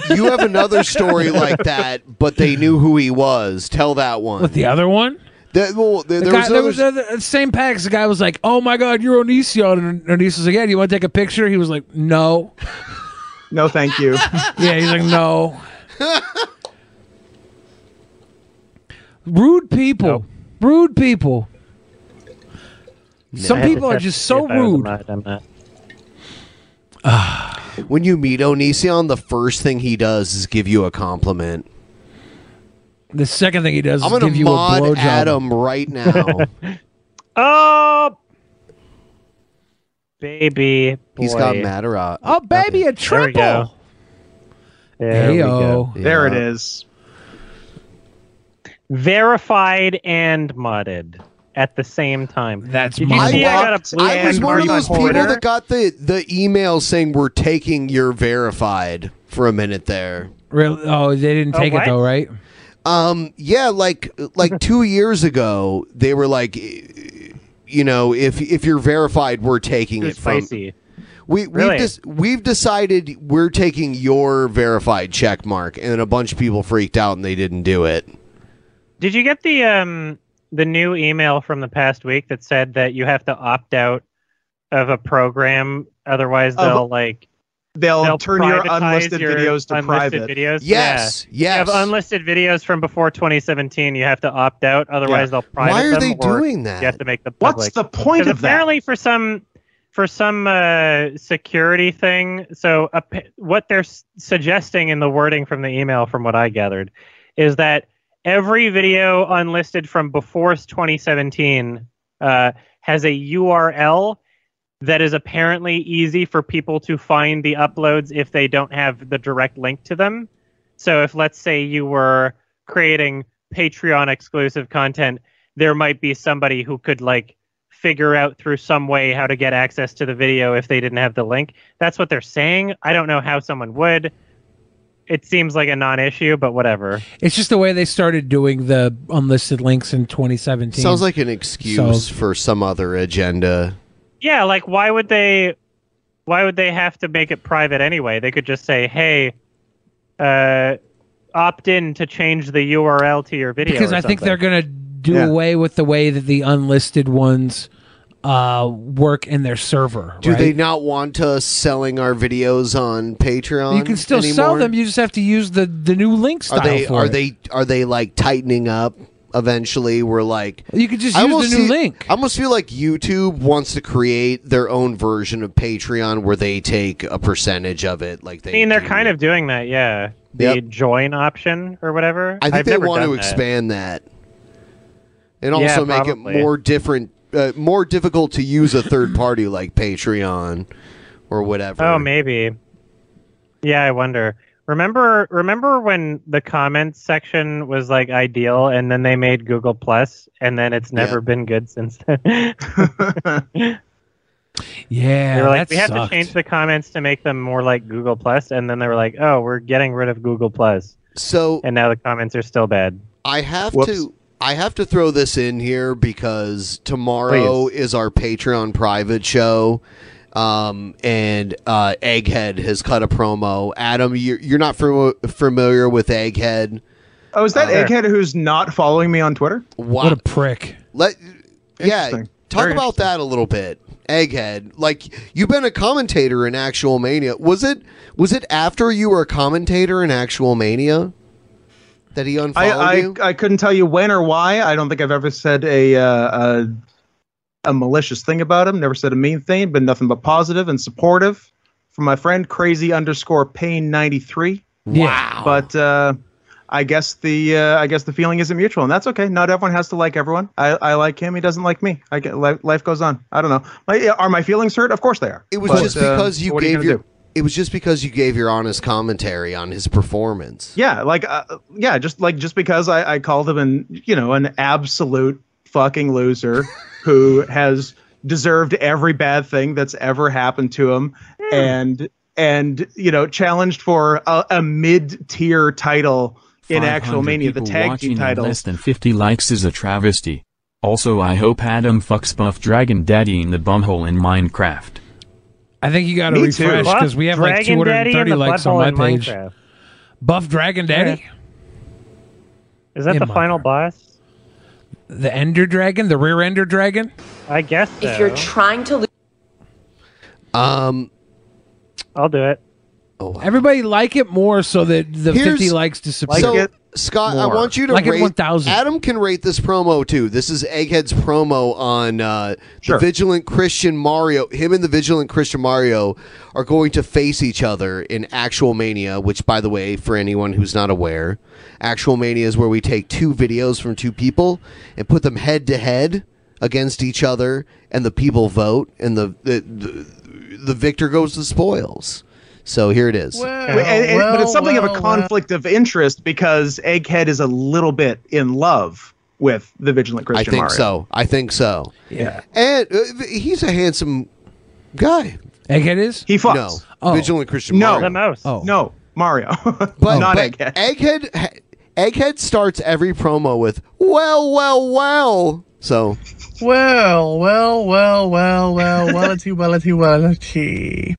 Speaker 9: you have another story like that, but they knew who he was. Tell that one.
Speaker 12: With the other one?
Speaker 9: The, well, there,
Speaker 12: The
Speaker 9: there
Speaker 12: guy-
Speaker 9: was
Speaker 12: there
Speaker 9: other-
Speaker 12: was other- at the same packs. The guy was like, "Oh my God, you're Onision," and Onision's was like, "Yeah, do you want to take a picture?" He was like, "No."
Speaker 11: No, thank you.
Speaker 12: yeah, he's like, "No." Rude people. Rude people. Some
Speaker 10: I had to
Speaker 12: people are
Speaker 10: test
Speaker 12: just
Speaker 10: to see
Speaker 12: so
Speaker 10: if I was a
Speaker 12: rude.
Speaker 10: mod. I'm not.
Speaker 9: when you meet Onision, the first thing he does is give you a compliment.
Speaker 12: The second thing he does
Speaker 9: I'm
Speaker 12: is
Speaker 9: gonna
Speaker 12: give you
Speaker 9: mod
Speaker 12: a blowjob.
Speaker 9: Adam right now.
Speaker 10: Oh, baby. Boy.
Speaker 9: He's got Matterot.
Speaker 12: Oh, baby, a
Speaker 10: There we go.
Speaker 12: triple.
Speaker 10: There we go.
Speaker 12: Heyo.
Speaker 11: There it is.
Speaker 10: Verified and modded at the same time. That's Did you
Speaker 9: I,
Speaker 10: see I got
Speaker 9: walked-
Speaker 10: a blue
Speaker 9: I was
Speaker 10: and
Speaker 9: one of
Speaker 10: purple
Speaker 9: those people
Speaker 10: border?
Speaker 9: that got the, the email saying we're taking your verified for a minute there.
Speaker 12: Really? Oh, they didn't
Speaker 9: Oh,
Speaker 12: take
Speaker 9: what?
Speaker 12: it though, right?
Speaker 9: Um, yeah, like like two years ago, they were like, you know, if if you're verified, we're taking
Speaker 10: Too
Speaker 9: it from.
Speaker 10: spicy.
Speaker 9: We
Speaker 10: Really?
Speaker 9: we've, des- we've decided we're taking your verified check mark, and then a bunch of people freaked out and they didn't do it.
Speaker 10: Did you get the um the new email from the past week that said that you have to opt out of a program, otherwise
Speaker 11: Of-
Speaker 10: they'll like
Speaker 11: They'll, turn your
Speaker 10: privatize
Speaker 11: unlisted
Speaker 10: your
Speaker 11: videos to
Speaker 10: unlisted
Speaker 11: private.
Speaker 10: videos?
Speaker 11: Yes,
Speaker 10: yeah. You have
Speaker 11: yes.
Speaker 10: unlisted videos from before 2017. You have to opt out, otherwise
Speaker 11: Yeah.
Speaker 10: they'll private
Speaker 11: Why are
Speaker 10: them
Speaker 11: they
Speaker 10: or
Speaker 11: doing that?
Speaker 10: You have to make the public.
Speaker 11: What's the point
Speaker 10: 'Cause
Speaker 11: of that?
Speaker 10: Apparently, for some for some uh, security thing. So ap- what they're s- suggesting in the wording from the email, from what I gathered, is that every video unlisted from before 2017 uh, has a URL that is apparently easy for people to find the uploads if they don't have the direct link to them. So if let's say you were creating Patreon exclusive content, there might be somebody who could like figure out through some way how to get access to the video if they didn't have the link. That's what they're saying. I don't know how someone would. It seems like a non-issue, but whatever.
Speaker 12: It's just the way they started doing the unlisted links in 2017.
Speaker 9: Sounds like an excuse
Speaker 12: So-
Speaker 9: for some other agenda.
Speaker 10: Yeah, like why would they why would they have to make it private anyway? They could just say, "Hey, uh opt in to change the URL to your video."
Speaker 12: because
Speaker 10: or
Speaker 12: I think
Speaker 10: something."
Speaker 12: they're gonna do
Speaker 10: Yeah.
Speaker 12: away with the way that the unlisted ones uh, work in their server.
Speaker 9: Do
Speaker 12: right?
Speaker 9: they not want us selling our videos on Patreon?
Speaker 12: You can still
Speaker 9: anymore?
Speaker 12: sell them. You just have to use the the new link style
Speaker 9: Are they
Speaker 12: for
Speaker 9: are
Speaker 12: it.
Speaker 9: they are they like tightening up? Eventually, we're like
Speaker 12: you could just use the new link.
Speaker 9: I almost feel like YouTube wants to create their own version of Patreon where they take a percentage of it. Like
Speaker 10: I
Speaker 9: they,
Speaker 10: mean, they're kind of doing that, yeah. The
Speaker 9: Yep.
Speaker 10: join option or whatever.
Speaker 9: I think
Speaker 10: I've
Speaker 9: they
Speaker 10: never
Speaker 9: want to
Speaker 10: done that.
Speaker 9: expand that, and
Speaker 10: Yeah,
Speaker 9: also make
Speaker 10: probably.
Speaker 9: it more different, uh, more difficult to use a third party like Patreon or whatever.
Speaker 10: Oh, maybe. Yeah, I wonder. Remember, remember when the comments section was like ideal, and then they made Google Plus, and then it's never been good since then.
Speaker 12: yeah,
Speaker 10: they were like,
Speaker 12: that
Speaker 10: we have
Speaker 12: sucked.
Speaker 10: to change the comments to make them more like Google Plus, and then they were like, oh, we're getting rid of Google Plus.
Speaker 9: So
Speaker 10: and now the comments are still bad.
Speaker 9: I have to I have to throw this in here because tomorrow is our Patreon private show. Um, and uh, Egghead has cut a promo. Adam, you're, you're not fam- familiar with Egghead.
Speaker 11: Oh, is that
Speaker 9: Uh,
Speaker 11: Egghead who's not following me on Twitter?
Speaker 9: What a
Speaker 12: prick.
Speaker 9: Let yeah,
Speaker 11: Interesting.
Speaker 9: talk
Speaker 11: Very
Speaker 9: about that a little bit. Egghead, like you've been a commentator in Actual Mania. Was it was it after you were a commentator in Actual Mania that he unfollowed
Speaker 11: I, I,
Speaker 9: you?
Speaker 11: I couldn't tell you when or why. I don't think I've ever said a, uh, a a malicious thing about him. Never said a mean thing. Been nothing but positive and supportive from my friend Crazy underscore Pain ninety three.
Speaker 12: Wow.
Speaker 11: But uh, I guess the uh, I guess the feeling isn't mutual, and that's okay. Not everyone has to like everyone. I, I like him. He doesn't like me. I get, life, life goes on. I don't know. Like, are my feelings hurt? Of course they are.
Speaker 9: It was
Speaker 11: But,
Speaker 9: just
Speaker 11: uh,
Speaker 9: because you
Speaker 11: what are
Speaker 9: gave
Speaker 11: gonna
Speaker 9: your.
Speaker 11: do?
Speaker 9: It was just because you gave your honest commentary on his performance.
Speaker 11: Yeah, like uh, yeah, just like just because I, I called him an you know an absolute fucking loser who has deserved every bad thing that's ever happened to him, and and you know challenged for a, a mid tier title in actual
Speaker 6: 500
Speaker 11: mania, the
Speaker 6: people
Speaker 11: tag
Speaker 6: watching
Speaker 11: team
Speaker 6: and
Speaker 11: title.
Speaker 6: Less than 50 likes is a travesty. Also, I hope Adam fucks Buff Dragon Daddy in the bumhole in Minecraft.
Speaker 12: I think you got to
Speaker 6: Me too.
Speaker 12: refresh because
Speaker 6: Buff
Speaker 12: we have like
Speaker 6: Dragon Daddy
Speaker 12: 230
Speaker 6: and the
Speaker 12: likes on
Speaker 6: butthole
Speaker 12: my
Speaker 6: in
Speaker 12: page.
Speaker 6: Minecraft.
Speaker 12: Buff Dragon Daddy.
Speaker 10: Is that
Speaker 12: In
Speaker 10: the final boss?
Speaker 12: The Ender Dragon, the Rear Ender Dragon.
Speaker 10: I guess.
Speaker 23: If you're trying to lose.
Speaker 9: Um, oh,
Speaker 10: I'll do it.
Speaker 12: Everybody like it more so that the
Speaker 9: Here's-
Speaker 12: 50 likes disappear.
Speaker 9: so, Scott, I want you to
Speaker 12: like
Speaker 9: rate.
Speaker 12: it 1,000.
Speaker 9: Adam can rate this promo too. This is Egghead's promo on uh,
Speaker 12: Sure.
Speaker 9: the Vigilant Christian Mario. Him and the Vigilant Christian Mario are going to face each other in Actual Mania, which, by the way, for anyone who's not aware, Actual Mania is where we take two videos from two people and put them head to head against each other, and the people vote, and the the, the, the victor goes to spoils. So here it is.
Speaker 11: And- and- but
Speaker 9: Oh,
Speaker 11: it's something of a conflict of interest because Egghead is a little bit in love with the Vigilant
Speaker 9: I
Speaker 11: Christian.
Speaker 9: think
Speaker 11: Mario.
Speaker 9: so. I think so.
Speaker 11: Yeah.
Speaker 9: And uh, he's a handsome guy.
Speaker 12: Egghead is?
Speaker 11: He fucks.
Speaker 9: No. Vigilant Christian
Speaker 11: No.
Speaker 9: Mario.
Speaker 11: The mouse.
Speaker 12: Oh.
Speaker 11: No. Mario. but,
Speaker 9: Not Egghead. Egghead. ha- Egghead starts every promo with, well, well, well. So,
Speaker 25: Well, well, well, well, well, wellity, wellity, wellity.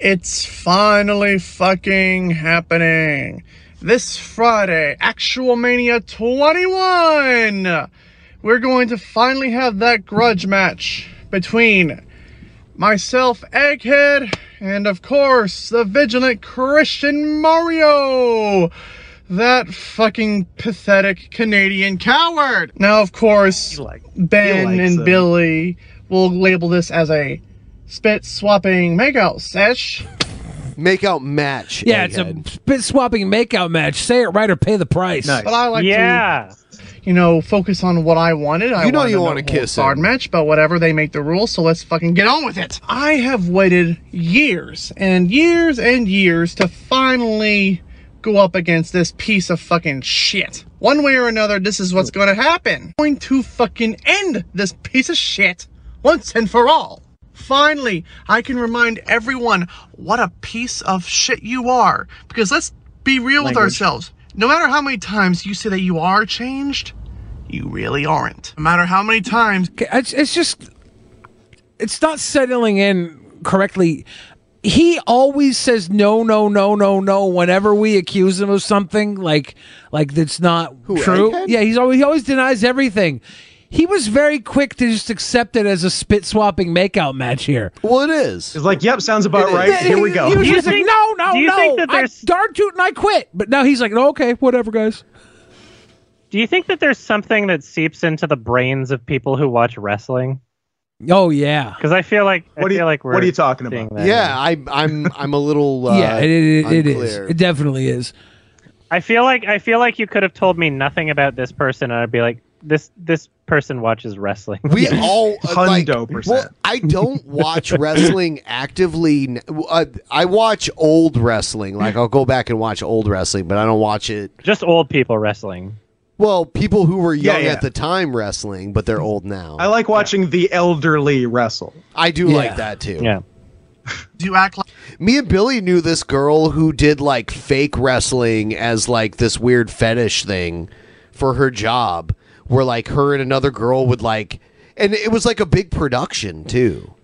Speaker 25: It's finally fucking happening. This Friday, Actual Mania 21, we're going to finally have that grudge match between myself, Egghead, and of course, the vigilant Christian Mario. That fucking pathetic Canadian coward. Now, of course, Ben
Speaker 17: likes
Speaker 25: and
Speaker 17: him.
Speaker 25: Billy will label this as a spit swapping makeout sesh.
Speaker 9: Makeout match.
Speaker 12: Yeah, it's a spit swapping makeout match. Say it right or pay the price.
Speaker 25: But I like to, you know, focus on what I wanted. I
Speaker 12: You know
Speaker 25: wanted
Speaker 12: you
Speaker 25: a
Speaker 12: wanna
Speaker 25: no
Speaker 12: kiss
Speaker 25: holds barred
Speaker 12: him.
Speaker 25: match, but whatever. They make the rules, so let's fucking get on with it. I have waited years and years and years to finally go up against this piece of fucking shit. One way or another, this is what's going to happen. I'm going to fucking end this piece of shit once and for all. Finally, I can remind everyone what a piece of shit you are. Because let's be real with
Speaker 11: Language.
Speaker 25: ourselves. No matter how many times you say that you are changed, you really aren't. No matter how many times.
Speaker 12: It's, it's just, it's not settling in correctly. He always says no, no, no, no, no. Whenever we accuse him of something, like like that's not true.
Speaker 26: Egghead?
Speaker 12: Yeah, he's always he always denies everything. He was very quick to just accept it as a spit swapping makeout match here.
Speaker 9: Well, it is.
Speaker 11: It's like, yep, sounds about
Speaker 12: It
Speaker 11: right.
Speaker 12: is.
Speaker 11: Here we go.
Speaker 12: He was just like, no, no,
Speaker 10: do you
Speaker 12: no.
Speaker 10: think that
Speaker 12: I'm
Speaker 10: there's-
Speaker 12: darn tootin' I quit. But now he's like, "No, okay, whatever, guys.
Speaker 10: Do you think that there's something that seeps into the brains of people who watch wrestling?
Speaker 12: Oh yeah.
Speaker 10: Because I feel like I
Speaker 12: What are you-
Speaker 10: feel like we're
Speaker 12: what are you
Speaker 9: talking
Speaker 10: about?
Speaker 9: yeah, I, I'm. I'm a little. Uh,
Speaker 12: yeah, it, it, it is.
Speaker 9: unclear.
Speaker 12: It definitely is.
Speaker 10: I feel like I feel like you could have told me nothing about this person, and I'd be like, this this person watches wrestling.
Speaker 9: We all uh, like, Well,
Speaker 10: percent.
Speaker 9: I don't watch wrestling actively. n- Uh, I watch old wrestling. Like I'll go back and watch old wrestling, but I don't watch it.
Speaker 10: Just old people wrestling.
Speaker 9: Well, people who were
Speaker 11: Yeah,
Speaker 9: young
Speaker 11: yeah.
Speaker 9: at the time wrestling, but they're old now.
Speaker 11: I like watching the elderly wrestle.
Speaker 9: I do like that too.
Speaker 10: Yeah.
Speaker 25: Do you act like
Speaker 9: Me and Billy knew this girl who did like fake wrestling as like this weird fetish thing for her job, where like her and another girl would like, and it was like a big production too.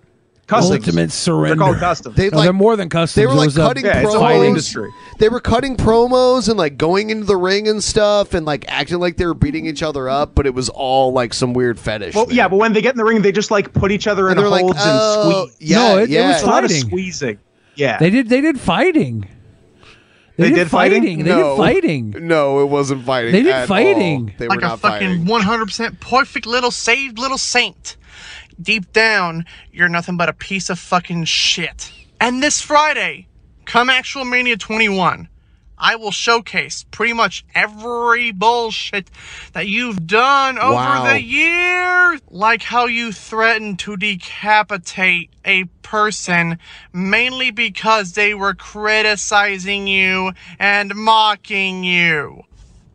Speaker 12: Customs. Ultimate surrender.
Speaker 11: They're called customs. uh,
Speaker 9: They
Speaker 12: No, they're more than customs.
Speaker 9: They were
Speaker 12: It
Speaker 9: like
Speaker 12: was a-
Speaker 9: cutting
Speaker 12: Yeah, it's a whole
Speaker 9: promos.
Speaker 12: industry.
Speaker 9: They were cutting promos and like going into the ring and stuff and like acting like they were beating each other up, but it was all like some weird fetish.
Speaker 11: Well, yeah, but when they get in the ring, they just like put each other in
Speaker 9: And they're like,
Speaker 11: holds
Speaker 9: "Oh,
Speaker 11: and squeeze.
Speaker 9: yeah, No, it- it yeah. was
Speaker 11: It's a lot of
Speaker 9: fighting.
Speaker 11: squeezing. Yeah,
Speaker 12: They did. They did fighting.
Speaker 11: They did fighting?
Speaker 12: They
Speaker 9: No.
Speaker 12: did fighting.
Speaker 9: No, it wasn't fighting.
Speaker 12: They did
Speaker 9: at all.
Speaker 12: fighting.
Speaker 9: They
Speaker 25: like
Speaker 9: were
Speaker 25: a
Speaker 9: not
Speaker 25: fucking
Speaker 9: fighting.
Speaker 25: 100% perfect little saved little saint. Deep down, you're nothing but a piece of fucking shit. And this Friday, come Actual Mania 21, I will showcase pretty much every bullshit that you've done over
Speaker 14: Wow.
Speaker 25: the years. Like how you threatened to decapitate a person mainly because they were criticizing you and mocking you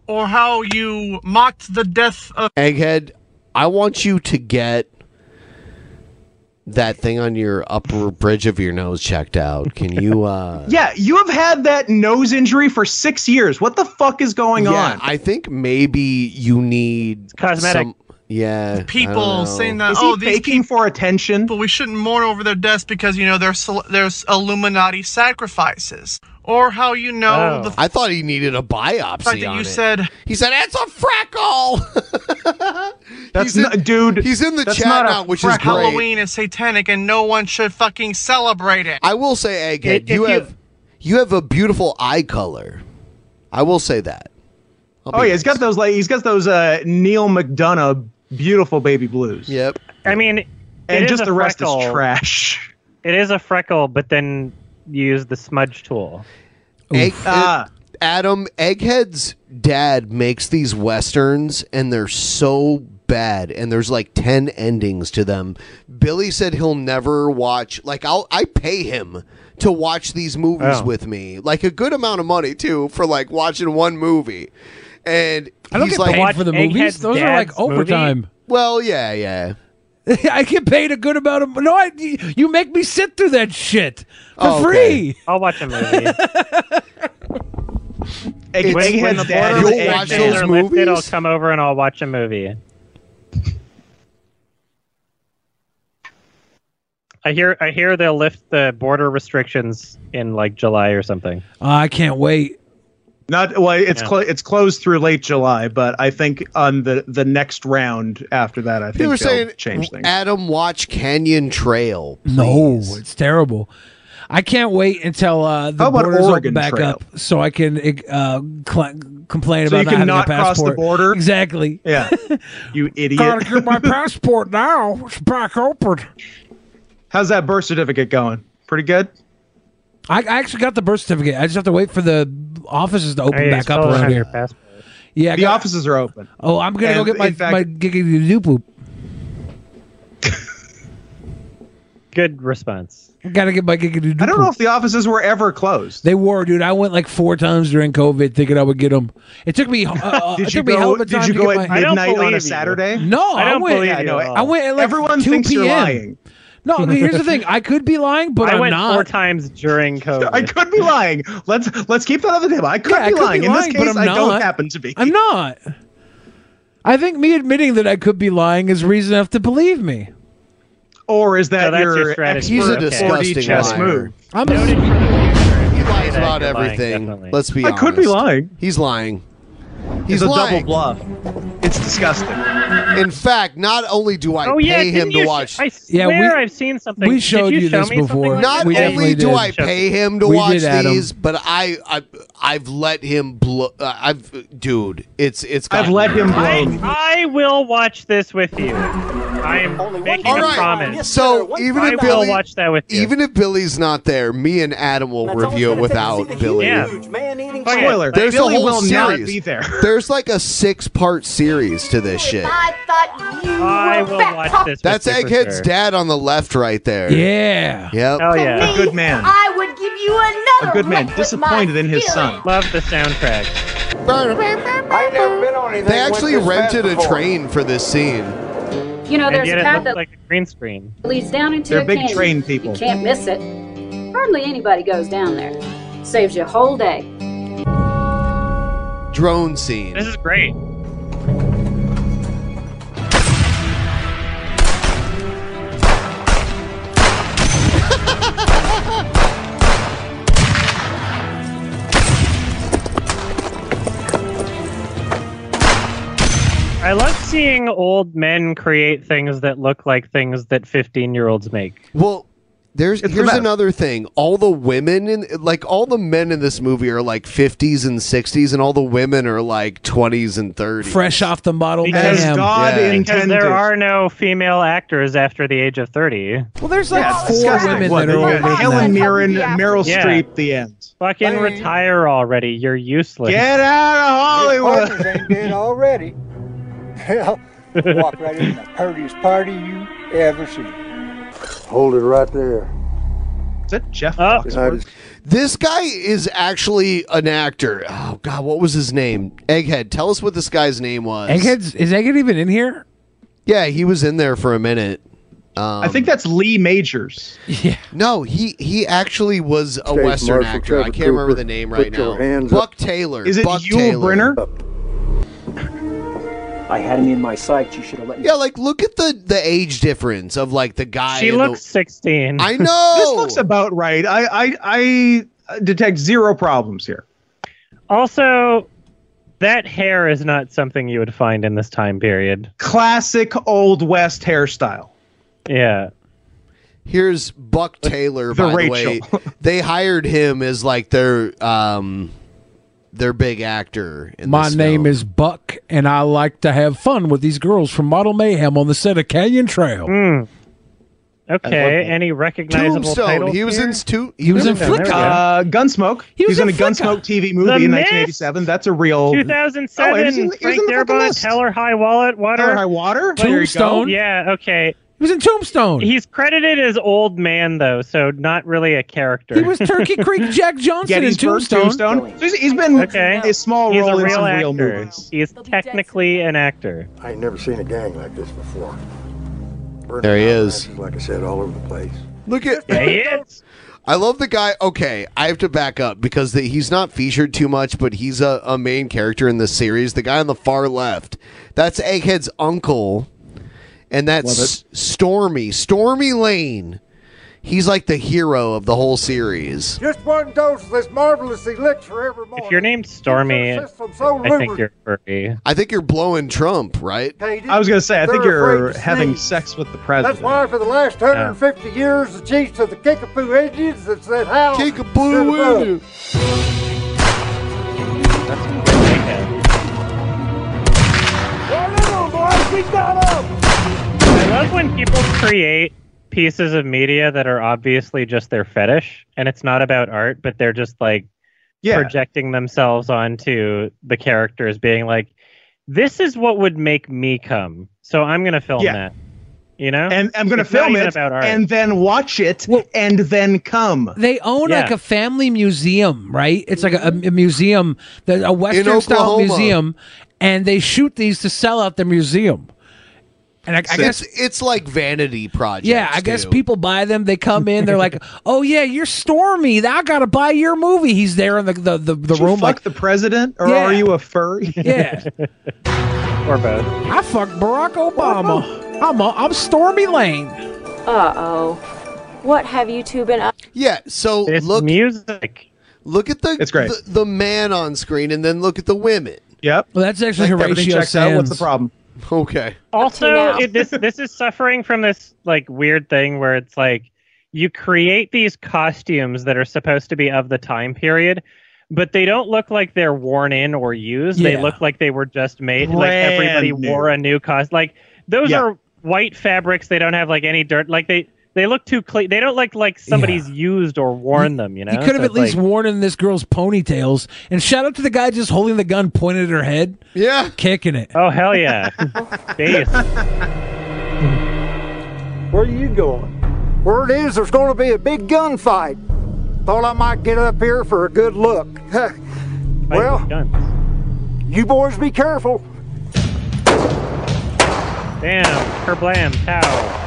Speaker 25: or how you mocked the death of
Speaker 9: Egghead, I want you to get that thing on your upper bridge of your nose checked out. Can you? uh
Speaker 11: Yeah, you have had that nose injury for six years. What the fuck is going
Speaker 9: yeah,
Speaker 11: on?
Speaker 9: I think maybe you need
Speaker 11: cosmetic.
Speaker 9: some- yeah, I don't
Speaker 25: people
Speaker 9: know.
Speaker 25: saying that
Speaker 11: Is he
Speaker 25: oh these
Speaker 11: faking for attention
Speaker 25: but we shouldn't mourn over their deaths because you know there's sol- there's illuminati sacrifices or how you know the
Speaker 9: I thought he needed a biopsy.
Speaker 25: fact that
Speaker 9: on
Speaker 25: you
Speaker 9: it.
Speaker 25: said
Speaker 9: he said it's a freckle
Speaker 11: That's not, dude.
Speaker 9: He's in the
Speaker 11: that's
Speaker 9: chat
Speaker 11: not a
Speaker 9: now, which is great.
Speaker 25: halloween is satanic and no one should fucking celebrate it
Speaker 9: I will say,
Speaker 25: If-
Speaker 9: Egghead,
Speaker 25: if
Speaker 9: you
Speaker 25: you-
Speaker 9: have you have a beautiful eye color. I will say that.
Speaker 11: Oh yeah, he's got those like he's got those uh, Neil McDonough beautiful baby blues.
Speaker 9: Yep.
Speaker 10: I mean,
Speaker 11: And
Speaker 10: it is
Speaker 11: just
Speaker 10: a
Speaker 11: the rest is
Speaker 10: freckle.
Speaker 11: trash.
Speaker 10: It is a freckle, but then you use the smudge tool.
Speaker 9: Egg, it- Adam Egghead's dad makes these westerns, and they're so bad. And there's like ten endings to them. Billy said he'll never watch. Like I'll I pay him to watch these movies
Speaker 12: Oh.
Speaker 9: with me, like a good amount of money too, for like watching one movie. And
Speaker 12: I don't
Speaker 9: he's
Speaker 12: get
Speaker 9: like,
Speaker 12: paid for the movies. Those are like overtime.
Speaker 9: Well, yeah, yeah.
Speaker 12: I get paid a good amount of no. I, you make me sit through that shit for
Speaker 9: Oh, okay.
Speaker 12: free.
Speaker 10: I'll watch a movie.
Speaker 11: Egg-
Speaker 10: when, when the
Speaker 11: Egghead's dad is
Speaker 10: borders
Speaker 11: You'll watch
Speaker 10: restrictions
Speaker 11: those
Speaker 10: are lifted, I'll
Speaker 11: movies?
Speaker 10: come over and I'll watch a movie. I hear I hear they'll lift the border restrictions in like July or something.
Speaker 12: Uh, I can't wait.
Speaker 11: Not well. It's
Speaker 10: Yeah.
Speaker 11: clo- it's closed through late July, but I think on the the next round after that, I think
Speaker 9: They were
Speaker 11: they'll
Speaker 9: saying
Speaker 11: change things.
Speaker 9: Adam watch Canyon Trail.
Speaker 12: No, it's terrible. I can't wait until uh,
Speaker 9: How
Speaker 12: the
Speaker 9: about
Speaker 12: borders
Speaker 9: Oregon
Speaker 12: open back
Speaker 9: Trail?
Speaker 12: up so I can uh, cl- complain
Speaker 11: So
Speaker 12: about
Speaker 11: you
Speaker 12: not
Speaker 11: can
Speaker 12: having
Speaker 11: not
Speaker 12: a
Speaker 11: cross
Speaker 12: passport.
Speaker 11: the border.
Speaker 12: Exactly.
Speaker 11: Yeah, you idiot.
Speaker 12: Gotta get my passport now. It's back open.
Speaker 11: How's that birth certificate going? Pretty good.
Speaker 12: I, I actually got the birth certificate. I just have to wait for the offices to open
Speaker 10: Hey,
Speaker 12: back up
Speaker 10: spell
Speaker 12: around
Speaker 10: check
Speaker 12: here.
Speaker 10: passport.
Speaker 12: Yeah,
Speaker 11: the offices are open.
Speaker 12: Oh, I'm gonna go
Speaker 11: And
Speaker 12: get my
Speaker 11: in fact-
Speaker 12: my giggity doo poop.
Speaker 10: Good response.
Speaker 12: I gotta get my giggity doo. I don't know
Speaker 11: if the offices were ever closed.
Speaker 12: They were, dude. I went like four times during COVID, thinking I would get them. It took me. Uh, uh,
Speaker 11: Did
Speaker 12: it
Speaker 11: you
Speaker 12: took me a
Speaker 11: go-
Speaker 12: hell of a
Speaker 11: did
Speaker 12: time
Speaker 11: you
Speaker 12: to
Speaker 11: go
Speaker 12: get
Speaker 11: at
Speaker 12: my-
Speaker 11: midnight I don't on a believe you. Saturday?
Speaker 12: No,
Speaker 11: I don't
Speaker 12: went,
Speaker 11: believe
Speaker 12: I,
Speaker 11: you at all.
Speaker 12: I went at like
Speaker 11: Everyone
Speaker 12: 2
Speaker 11: thinks
Speaker 12: p.m.
Speaker 11: you're lying.
Speaker 12: No, here's the thing. I could be lying, but
Speaker 10: I
Speaker 12: I'm
Speaker 10: went
Speaker 12: not.
Speaker 10: four times during COVID.
Speaker 11: I could be lying. Let's let's keep that on the table. I could
Speaker 12: Yeah, I
Speaker 11: be
Speaker 12: could be
Speaker 11: lying. In this
Speaker 12: lying, but
Speaker 11: case,
Speaker 12: I'm
Speaker 11: I don't
Speaker 12: not.
Speaker 11: happen to be.
Speaker 12: I'm not. I think me admitting that I could be lying is reason enough to believe me.
Speaker 11: Or is that
Speaker 10: So that's
Speaker 11: your,
Speaker 10: your strategy.
Speaker 9: He's a
Speaker 11: expert 4D
Speaker 9: disgusting
Speaker 11: chess
Speaker 9: liar.
Speaker 11: move?
Speaker 12: I'm
Speaker 9: He lies about
Speaker 11: you're lying,
Speaker 9: everything.
Speaker 11: definitely.
Speaker 9: Let's be
Speaker 11: I
Speaker 9: honest.
Speaker 11: could be lying.
Speaker 9: He's lying. He's
Speaker 11: It's a
Speaker 9: lying.
Speaker 11: double bluff. It's disgusting.
Speaker 9: In fact, not only do I
Speaker 10: Oh,
Speaker 9: pay
Speaker 10: yeah,
Speaker 9: him
Speaker 10: didn't
Speaker 9: to
Speaker 10: you sh-
Speaker 9: watch.
Speaker 10: I Yeah, we- swear I've seen something. we Did showed you you show this me something before. like
Speaker 9: not
Speaker 10: that? We
Speaker 9: only
Speaker 10: definitely
Speaker 9: do
Speaker 10: did.
Speaker 9: I pay him to
Speaker 12: We
Speaker 9: watch
Speaker 12: did, Adam.
Speaker 9: these, but I, I I've let him blow. Uh, I've dude, it's it's. gotten-
Speaker 10: I, I will watch this with you. I am making
Speaker 9: All
Speaker 10: a
Speaker 9: right.
Speaker 10: promise.
Speaker 9: So even
Speaker 10: I
Speaker 9: if
Speaker 10: will
Speaker 9: Billy,
Speaker 10: watch that with you.
Speaker 9: even if Billy's not there, me and Adam will review it without Billy.
Speaker 10: Yeah.
Speaker 11: Okay. Spoiler,
Speaker 9: There's
Speaker 11: Billy
Speaker 9: a whole
Speaker 11: will not
Speaker 9: series.
Speaker 11: be there.
Speaker 9: There's like a six part series to this shit.
Speaker 23: I thought you
Speaker 10: I will watch this.
Speaker 9: That's
Speaker 10: with you for
Speaker 9: Egghead's
Speaker 10: sure.
Speaker 9: dad on the left, right there.
Speaker 12: Yeah.
Speaker 9: Yep.
Speaker 10: Hell yeah.
Speaker 11: A good man.
Speaker 23: I would give you
Speaker 11: A
Speaker 23: another.
Speaker 11: good man. Disappointed in his son.
Speaker 10: Love the soundtrack.
Speaker 23: I've never been on
Speaker 9: They actually rented a train for this scene.
Speaker 26: You know,
Speaker 10: And
Speaker 26: there's a
Speaker 10: yet it
Speaker 26: path
Speaker 10: looked
Speaker 26: that
Speaker 10: like a green screen.
Speaker 26: leads down into
Speaker 11: They're
Speaker 26: a
Speaker 11: big
Speaker 26: canyon.
Speaker 11: train people.
Speaker 26: You can't miss it. Hardly anybody goes down there. Saves you a whole day.
Speaker 9: Drone scene.
Speaker 10: This is great. I love seeing old men create things that look like things that 15 year olds make.
Speaker 9: Well, there's
Speaker 10: It's the
Speaker 9: here's
Speaker 10: best.
Speaker 9: another thing. All the women in like all the men in this movie are like 50s and 60s, and all the women are like 20s and 30s.
Speaker 12: Fresh off the model.
Speaker 9: Because
Speaker 12: ma'am.
Speaker 9: God Yeah.
Speaker 10: Because
Speaker 9: intended.
Speaker 10: there are no female actors after the age of 30.
Speaker 12: Well, there's like
Speaker 11: Yeah, it's
Speaker 12: four
Speaker 11: disgusting.
Speaker 12: women
Speaker 11: What,
Speaker 12: that are
Speaker 11: you got
Speaker 12: older than
Speaker 11: Helen
Speaker 12: that.
Speaker 11: Mirren, Meryl
Speaker 10: Yeah.
Speaker 11: Streep, the end.
Speaker 10: Fucking retire already. You're useless.
Speaker 11: Get out of Hollywood.
Speaker 14: ain't dead already. Hell, walk right in the purtiest party you ever see.
Speaker 9: Hold it right there.
Speaker 11: Is that Jeff?
Speaker 9: Foxworth? This guy is actually an actor. Oh God, what was his name? Egghead. Tell us what this guy's name was.
Speaker 12: Egghead's is Egghead even in here?
Speaker 9: Yeah, he was in there for a minute. Um,
Speaker 11: I think that's Lee Majors.
Speaker 12: Yeah.
Speaker 9: No, he he actually was a
Speaker 11: State
Speaker 9: Western
Speaker 11: Marshal
Speaker 9: actor. I
Speaker 11: Trevor
Speaker 9: can't remember
Speaker 11: Cooper,
Speaker 9: the name
Speaker 11: put
Speaker 9: right
Speaker 11: your
Speaker 9: now.
Speaker 11: hands
Speaker 9: Buck
Speaker 11: up.
Speaker 9: Taylor.
Speaker 11: Is it
Speaker 9: Buck
Speaker 11: Yul
Speaker 9: Taylor.
Speaker 14: I had him in my sights. You should have let me.
Speaker 9: Yeah, like look at the the age difference of like the guy.
Speaker 10: She
Speaker 9: and the-
Speaker 10: looks 16.
Speaker 9: I know.
Speaker 11: This looks about right. I I, I detect zero problems here.
Speaker 10: Also, that hair is not something you would find in this time period.
Speaker 11: Classic old west hairstyle.
Speaker 10: Yeah.
Speaker 9: Here's Buck Taylor.
Speaker 11: The
Speaker 9: by
Speaker 11: Rachel.
Speaker 9: the way, they hired him as like their um their big actor. In
Speaker 12: My
Speaker 9: this
Speaker 12: name
Speaker 9: film.
Speaker 12: is Buck, and I like to have fun with these girls from Model Mayhem on the set of Canyon Trail.
Speaker 11: Hmm.
Speaker 10: Okay. Any recognizable
Speaker 12: Tombstone.
Speaker 10: titles
Speaker 12: He was
Speaker 10: here?
Speaker 12: in Stu- he was in
Speaker 10: Tombstone, there we
Speaker 12: Flicka.
Speaker 10: go.
Speaker 11: Uh, Gunsmoke.
Speaker 10: He was
Speaker 11: He's in a
Speaker 10: in
Speaker 11: Gunsmoke TV movie
Speaker 10: The
Speaker 11: in
Speaker 10: Mist?
Speaker 11: 1987. That's a real.
Speaker 10: 2007.
Speaker 11: Oh, he was in- he was
Speaker 10: Frank
Speaker 11: in the fucking
Speaker 10: Darabont,
Speaker 11: Mist.
Speaker 10: Hell or High Wallet, Water.
Speaker 11: Hell or High Water?
Speaker 10: There you go.
Speaker 11: Tombstone?
Speaker 10: Yeah. Okay.
Speaker 12: He was in Tombstone.
Speaker 10: He's credited as old man though, so not really a character.
Speaker 12: He was Turkey Creek Jack Johnson in
Speaker 10: Gettysburg,
Speaker 12: Tombstone.
Speaker 10: Tombstone.
Speaker 11: So he's- he's been
Speaker 10: Okay.
Speaker 11: a small
Speaker 10: He's
Speaker 11: role
Speaker 10: a
Speaker 11: in
Speaker 10: real
Speaker 11: some
Speaker 10: actor.
Speaker 11: real movies.
Speaker 10: He's technically an actor.
Speaker 14: I ain't never seen a gang like this before.
Speaker 9: There he is.
Speaker 14: Like I said, all over the place.
Speaker 9: Look at
Speaker 10: it.
Speaker 9: I love the guy. Okay, I have to back up because the, he's not featured too much, but he's a, a main character in this series. The guy on the far left, that's Egghead's uncle, and that's S- Stormy. Stormy Lane. He's like the hero of the whole series.
Speaker 14: Just one dose of this marvelous elixir every morning.
Speaker 10: If your name's Stormy, I
Speaker 14: so
Speaker 10: think you're furry.
Speaker 9: I think you're blowing Trump, right?
Speaker 11: I was gonna say, I think
Speaker 14: They're
Speaker 11: you're
Speaker 14: afraid to
Speaker 11: having
Speaker 14: sneeze.
Speaker 11: sex with the
Speaker 14: That's
Speaker 11: president.
Speaker 14: why for the last 150 years, the chiefs of the Kickapoo Indians have said how.
Speaker 9: Kickapoo
Speaker 14: Indians.
Speaker 10: I love when people create pieces of media that are obviously just their fetish, and it's not about art, but they're just like
Speaker 11: Yeah.
Speaker 10: projecting themselves onto the characters, being like, "This is what would make me come, so I'm gonna film
Speaker 11: Yeah.
Speaker 10: that." You know,
Speaker 11: and I'm going to
Speaker 10: It's not
Speaker 11: film it
Speaker 10: even about art.
Speaker 11: and then watch it and then come.
Speaker 12: They own like a family museum, right? It's like a,
Speaker 11: Mm-hmm.
Speaker 12: a museum, that a Western style
Speaker 9: Oklahoma.
Speaker 12: museum, and they shoot these to sell out the museum. And I, I guess
Speaker 9: it's, it's like vanity
Speaker 11: Uh,
Speaker 9: projects.
Speaker 12: Yeah, I guess
Speaker 9: too.
Speaker 12: people buy them. They come in. They're like, "Oh yeah, you're Stormy. I gotta buy your movie." He's there in the the the, the room.
Speaker 11: fuck
Speaker 12: like
Speaker 11: the president, or
Speaker 12: Yeah.
Speaker 11: are you a furry?
Speaker 12: Yeah.
Speaker 10: or both.
Speaker 12: I fucked Barack Obama. I'm a, I'm Stormy Lane.
Speaker 26: Uh oh. What have you two been up?
Speaker 9: Yeah, so look
Speaker 10: music.
Speaker 9: Look at the
Speaker 11: It's great.
Speaker 9: The, the man on screen, and then look at the women.
Speaker 11: Yep.
Speaker 12: Well, that's
Speaker 10: actually
Speaker 11: everything
Speaker 10: Horatio
Speaker 11: checks out. What's the
Speaker 10: Sands.
Speaker 11: problem?
Speaker 9: Okay.
Speaker 10: also it, this this is suffering from this like weird thing where it's like you create these costumes that are supposed to be of the time period but they don't look like they're worn in or used
Speaker 11: Yeah.
Speaker 10: they look like they were just made like
Speaker 11: Brand
Speaker 10: everybody
Speaker 11: new.
Speaker 10: wore a new costume like those
Speaker 11: Yeah.
Speaker 10: are white fabrics they don't have like any dirt like they they look too clean they don't look like somebody's used or worn them you know
Speaker 12: You could
Speaker 10: So
Speaker 12: have at
Speaker 10: it's
Speaker 12: least
Speaker 10: like-
Speaker 12: worn in this girl's ponytails. And shout out to the guy just holding the gun pointed at her head.
Speaker 9: Yeah,
Speaker 12: kicking it.
Speaker 10: Oh hell yeah!
Speaker 14: Where are you going? Where it is, there's going to be a big gunfight. Thought I might get up here for a good look. well, you boys be careful.
Speaker 10: Damn, kerblam, pow.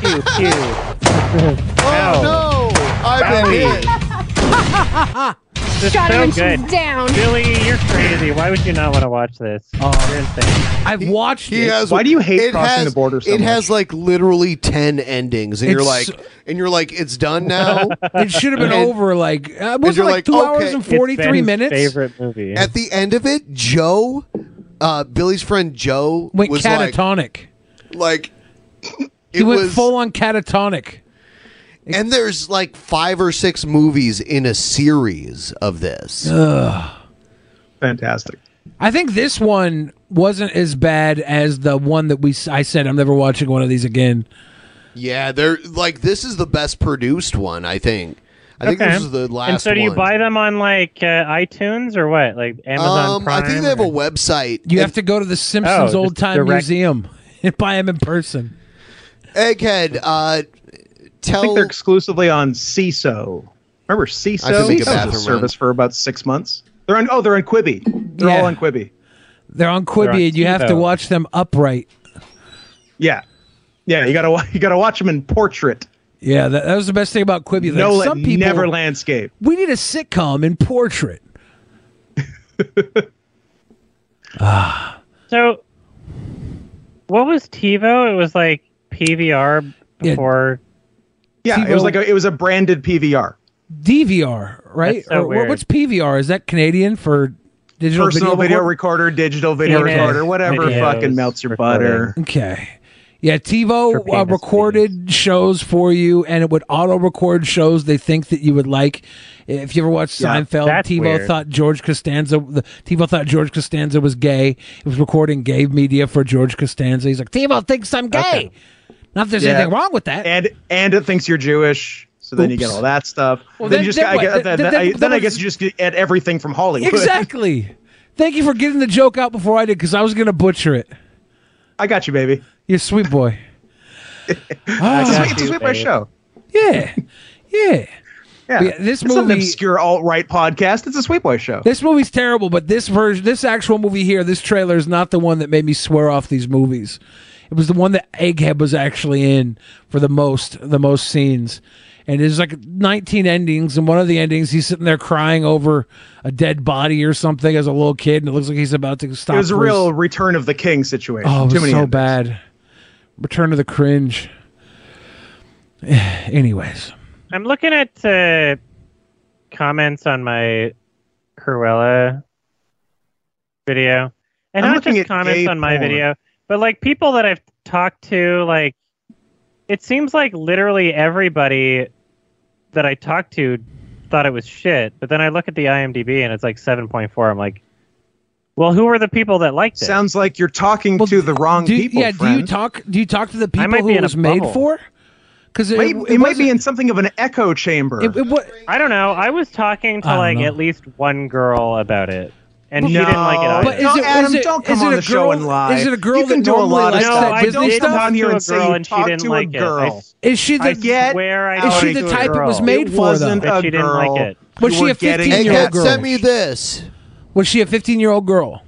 Speaker 10: Pew, pew.
Speaker 9: oh no! I've been
Speaker 10: Owie.
Speaker 9: hit.
Speaker 10: This is
Speaker 23: Shot
Speaker 10: so
Speaker 23: her when she
Speaker 10: good.
Speaker 23: was down.
Speaker 10: Billy, you're crazy. Why would you not want to watch this?
Speaker 9: Um,
Speaker 10: Oh, you're insane.
Speaker 12: I've watched
Speaker 9: He has. it has- it has like literally ten endings, and you're like,
Speaker 12: It's-
Speaker 9: and you're like, it's done now.
Speaker 12: It should have been
Speaker 9: And-
Speaker 12: over like uh,
Speaker 9: and
Speaker 12: was it
Speaker 9: you're
Speaker 12: like,
Speaker 9: like,
Speaker 12: two
Speaker 9: okay.
Speaker 12: hours and
Speaker 9: It's
Speaker 12: forty three
Speaker 9: Ben's
Speaker 12: minutes?
Speaker 9: favorite
Speaker 10: movie.
Speaker 9: At the end of it, Joe, uh, Billy's friend Joe,
Speaker 12: Went
Speaker 9: was
Speaker 12: catatonic.
Speaker 9: Like, like
Speaker 12: He
Speaker 9: it
Speaker 12: went
Speaker 9: was.
Speaker 12: full on catatonic.
Speaker 9: and there's like five or six movies in a series of this.
Speaker 12: Ugh.
Speaker 11: Fantastic.
Speaker 12: I think this one wasn't as bad as the one that we. s- I said I'm never watching one of these again.
Speaker 9: Yeah, they're like this is the best produced one. I think. I think
Speaker 10: Okay.
Speaker 9: this is the last.
Speaker 10: And so, do you
Speaker 9: one.
Speaker 10: buy them on like uh, iTunes or what? Like Amazon
Speaker 9: Um, I
Speaker 10: Prime?
Speaker 9: think they have a website.
Speaker 12: You have to go to the Simpsons
Speaker 10: Oh,
Speaker 12: Old
Speaker 10: just
Speaker 12: Time
Speaker 10: direct-
Speaker 12: Museum and buy them in person.
Speaker 9: Egghead, uh,
Speaker 11: I think they're exclusively on CISO. Remember CISO?
Speaker 12: I should make a
Speaker 11: That was
Speaker 12: bathroom
Speaker 11: service for about six months. They're on. Oh, they're on Quibi. They're all on Quibi.
Speaker 12: They're on
Speaker 11: They're on
Speaker 12: Quibi, and you have to
Speaker 11: TiVo.
Speaker 12: watch them upright.
Speaker 11: Yeah, yeah. You gotta wa- you gotta watch them in portrait.
Speaker 12: Yeah, that, that was the best thing about Quibi. Like,
Speaker 11: no, la-
Speaker 12: some people
Speaker 11: never landscape.
Speaker 12: We need a sitcom in portrait.
Speaker 10: So, what was TiVo? It was like PVR before.
Speaker 11: Yeah, it was like a, it was a branded PVR.
Speaker 12: DVR, right?
Speaker 11: That's so
Speaker 12: or,
Speaker 11: weird.
Speaker 12: What's PVR? Is that Canadian for digital
Speaker 11: Personal video,
Speaker 12: record-
Speaker 11: recorder, digital video
Speaker 12: Okay.
Speaker 11: recorder, whatever
Speaker 12: Videos,
Speaker 11: fucking melts your butter.
Speaker 12: Okay. Yeah, TiVo uh, recorded shows for you, and it would auto-record shows they think that you would like. If you ever watched
Speaker 10: Yeah,
Speaker 12: Seinfeld,
Speaker 10: that's
Speaker 12: TiVo
Speaker 10: weird.
Speaker 12: thought George Costanza, the, TiVo thought George Costanza was gay. It was recording gay media for George Costanza. He's like, TiVo thinks I'm gay. Not that there's
Speaker 11: Yeah.
Speaker 12: anything wrong with that.
Speaker 11: And and it thinks you're Jewish, so then you get
Speaker 12: Oops.
Speaker 11: all that stuff.
Speaker 12: Well,
Speaker 11: then,
Speaker 12: then-
Speaker 11: you just
Speaker 12: then
Speaker 11: I,
Speaker 12: what?
Speaker 11: guess-
Speaker 12: Th-
Speaker 11: then,
Speaker 12: th-
Speaker 11: I,
Speaker 12: then
Speaker 11: then I
Speaker 12: was-
Speaker 11: guess you just get at everything from Hollywood.
Speaker 12: Exactly. Thank you for getting the joke out before I did because I was going to butcher it.
Speaker 11: I got you, baby.
Speaker 12: You're a sweet boy.
Speaker 11: It's a
Speaker 12: Ah.
Speaker 11: sweet- it's a sweet boy show.
Speaker 12: Yeah. Yeah.
Speaker 11: Yeah.
Speaker 12: But yeah, this
Speaker 11: It's not an
Speaker 12: movie-
Speaker 11: obscure alt right podcast. It's a sweet boy show.
Speaker 12: This movie's terrible, but this version, this actual movie here, this trailer is not the one that made me swear off these movies. It was the one that Egghead was actually in for the most, the most scenes. And there's like 19 endings, and one of the endings, he's sitting there crying over a dead body or something as a little kid, and it looks like he's about to stop.
Speaker 11: it was a
Speaker 12: for his-
Speaker 11: real Return of the King situation.
Speaker 12: Oh, it was
Speaker 11: Too many
Speaker 12: so
Speaker 11: endings.
Speaker 12: bad. Return of the cringe. Anyways,
Speaker 10: I'm looking at uh, comments on my Cruella video, and
Speaker 11: I'm
Speaker 10: not
Speaker 11: looking
Speaker 10: just
Speaker 11: at
Speaker 10: comments
Speaker 11: gay
Speaker 10: on my
Speaker 11: porn.
Speaker 10: video, but like people that I've talked to. Like, it seems like literally everybody that I talked to thought it was shit. But then I look at the IMDb and it's like 7.4. I'm like, well, who are the people that liked it?
Speaker 11: Sounds like you're talking to the wrong
Speaker 12: do you,
Speaker 11: people.
Speaker 12: yeah, do you
Speaker 11: friend.
Speaker 12: talk? Do you talk to the people
Speaker 10: might be
Speaker 12: who it
Speaker 10: in a
Speaker 12: was made
Speaker 10: bubble.
Speaker 12: for? Because
Speaker 11: it, might be in something of an echo chamber.
Speaker 10: I don't know. I was talking to
Speaker 11: I don't
Speaker 10: like
Speaker 11: know.
Speaker 10: at least one girl about it, and she
Speaker 11: No.
Speaker 10: didn't like it. Either.
Speaker 11: But is No, it- Adam, is it- don't come is it on a the show girl- and lie. is it a girl You can that do a normally lot of likes
Speaker 10: no,
Speaker 11: that
Speaker 10: I
Speaker 11: Disney
Speaker 10: did
Speaker 11: stuff?
Speaker 10: talk
Speaker 11: Come
Speaker 10: to
Speaker 11: here
Speaker 10: a
Speaker 11: and say
Speaker 10: girl
Speaker 11: you
Speaker 10: and she
Speaker 11: talked
Speaker 10: didn't
Speaker 11: to a
Speaker 10: like
Speaker 11: girl.
Speaker 10: it. I-
Speaker 12: Is she
Speaker 10: I
Speaker 12: the- Get
Speaker 10: swear I
Speaker 12: is she
Speaker 10: talked
Speaker 12: the
Speaker 10: to a
Speaker 12: type it
Speaker 10: girl.
Speaker 12: was made It for, though? wasn't
Speaker 10: But
Speaker 12: a
Speaker 10: she didn't
Speaker 12: girl.
Speaker 10: like it.
Speaker 12: Was she a 15-year-old girl?
Speaker 9: Send me this.
Speaker 12: Was she a 15 year old girl?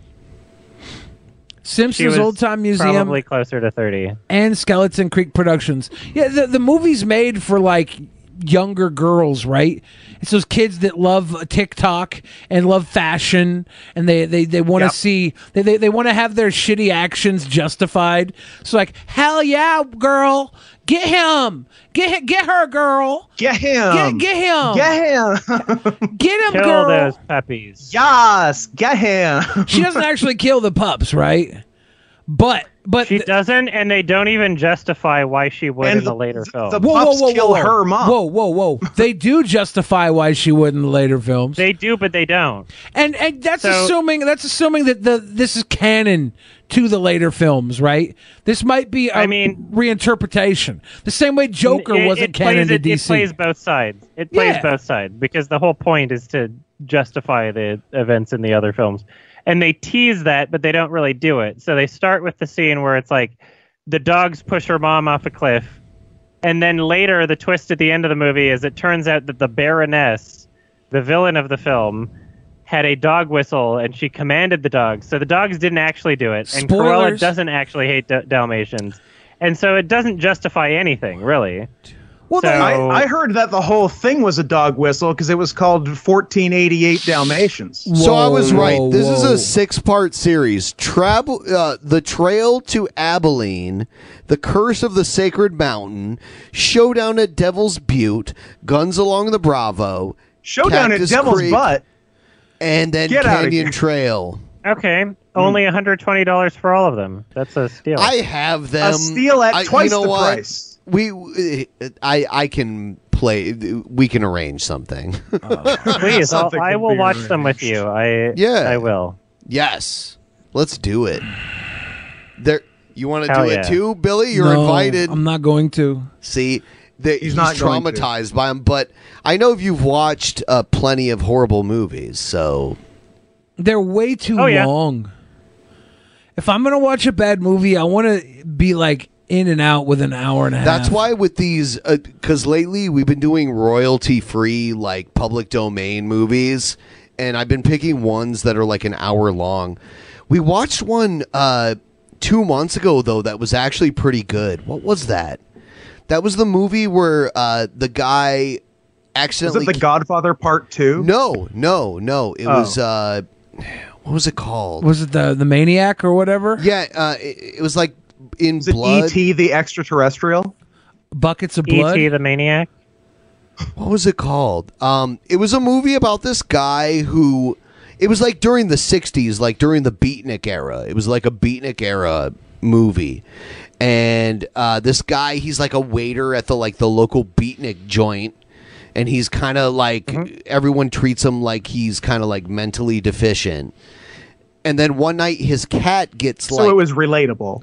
Speaker 12: Simpsons
Speaker 10: was
Speaker 12: Old Time Museum
Speaker 10: Probably closer to thirty.
Speaker 12: and Skeleton Creek Productions. Yeah, the, the movie's made for like younger girls, right? It's those kids that love TikTok and love fashion and they they, they want to
Speaker 13: Yep.
Speaker 12: see they they, they want to have their shitty actions justified. So like, hell yeah, girl, get him. Get hi- get her, girl.
Speaker 11: Get
Speaker 12: Get,
Speaker 11: him.
Speaker 12: get him.
Speaker 11: Get
Speaker 12: him. get him,
Speaker 10: Kill
Speaker 12: girl.
Speaker 10: those puppies.
Speaker 11: Yes, get him.
Speaker 12: she doesn't actually kill the pups, right? But but
Speaker 10: she doesn't, and they don't even justify why she would in the, later film.
Speaker 12: Oh. Whoa, whoa, whoa! They do justify why she would in the later films.
Speaker 10: They do, but they don't.
Speaker 12: And and that's
Speaker 10: So-
Speaker 12: assuming that's assuming that the this is canon to the later films, right? This might be a
Speaker 10: I mean-
Speaker 12: reinterpretation. The same way Joker
Speaker 10: It-
Speaker 12: wasn't
Speaker 10: it
Speaker 12: canon
Speaker 10: plays,
Speaker 12: to
Speaker 10: it-
Speaker 12: DC.
Speaker 10: It plays both sides. It plays
Speaker 12: Yeah.
Speaker 10: both sides because the whole point is to justify the events in the other films, and they tease that, but they don't really do it. So they start with the scene where it's like the dogs push her mom off a cliff, and then later the twist at the end of the movie is it turns out that the Baroness, the villain of the film. Had a dog whistle and she commanded the dogs. So the dogs didn't actually do it. And Cruella
Speaker 12: Spoilers.
Speaker 10: doesn't actually hate D- Dalmatians. And so it doesn't justify anything, really.
Speaker 11: Well,
Speaker 10: So-
Speaker 11: I, I heard that the whole thing was a dog whistle because it was called 1488 Dalmatians.
Speaker 9: So I was right. This is a six-part series: Travel, uh, the Trail to Abilene, the Curse of the Sacred Mountain, Showdown at Devil's Butte, Guns Along the Bravo,
Speaker 11: Showdown at
Speaker 9: Cactus
Speaker 11: Devil's
Speaker 9: Creek,
Speaker 11: Butt?
Speaker 9: and then
Speaker 10: Get outta
Speaker 9: Canyon
Speaker 10: here.
Speaker 9: Trail.
Speaker 10: Okay, only $120 for all of them. That's a steal.
Speaker 9: I have them. I- you know what? We, I, I can play. We can arrange something.
Speaker 10: Please, I'll,
Speaker 9: Something
Speaker 10: I
Speaker 9: can
Speaker 10: will
Speaker 9: be
Speaker 10: watch them with you. I
Speaker 9: Yeah.
Speaker 10: I will.
Speaker 9: Yes. Let's do it. There you want to
Speaker 12: Hell
Speaker 9: do
Speaker 12: yeah.
Speaker 9: it too, Billy? You're
Speaker 12: No,
Speaker 9: invited.
Speaker 12: I'm not going to.
Speaker 9: See, the, he's,
Speaker 12: not going to.
Speaker 9: traumatized by him, but I know you've watched uh, plenty of horrible movies, so
Speaker 12: They're way too
Speaker 9: Oh, yeah.
Speaker 12: long. If I'm gonna watch a bad movie, I want to be like in and out with an hour and a half.
Speaker 9: that's why with these because lately we've been doing royalty free like public domain movies and i've been picking ones that are like an hour long we watched one uh two months ago though that was actually pretty good what was that that was the movie where uh the guy accidentally
Speaker 11: The Godfather Part Two?
Speaker 9: no no no it
Speaker 12: Oh.
Speaker 9: was uh what was it called
Speaker 12: Was it the the maniac or whatever?
Speaker 9: Yeah, uh, it, it was like in blood.
Speaker 11: E.T. E the extraterrestrial?
Speaker 12: Buckets of
Speaker 10: E.T.
Speaker 9: blood?
Speaker 10: the Maniac?
Speaker 9: what was it called? Um, it was a movie about this guy who. It was like during the '60s, like during the Beatnik era. It was like a Beatnik era movie, and uh, this guy, he's like a waiter at the like the local Beatnik joint, and he's kind of like
Speaker 11: Mm-hmm.
Speaker 9: everyone treats him like he's kind of like mentally deficient. And then one night, his cat gets
Speaker 11: So
Speaker 9: like
Speaker 11: it was relatable.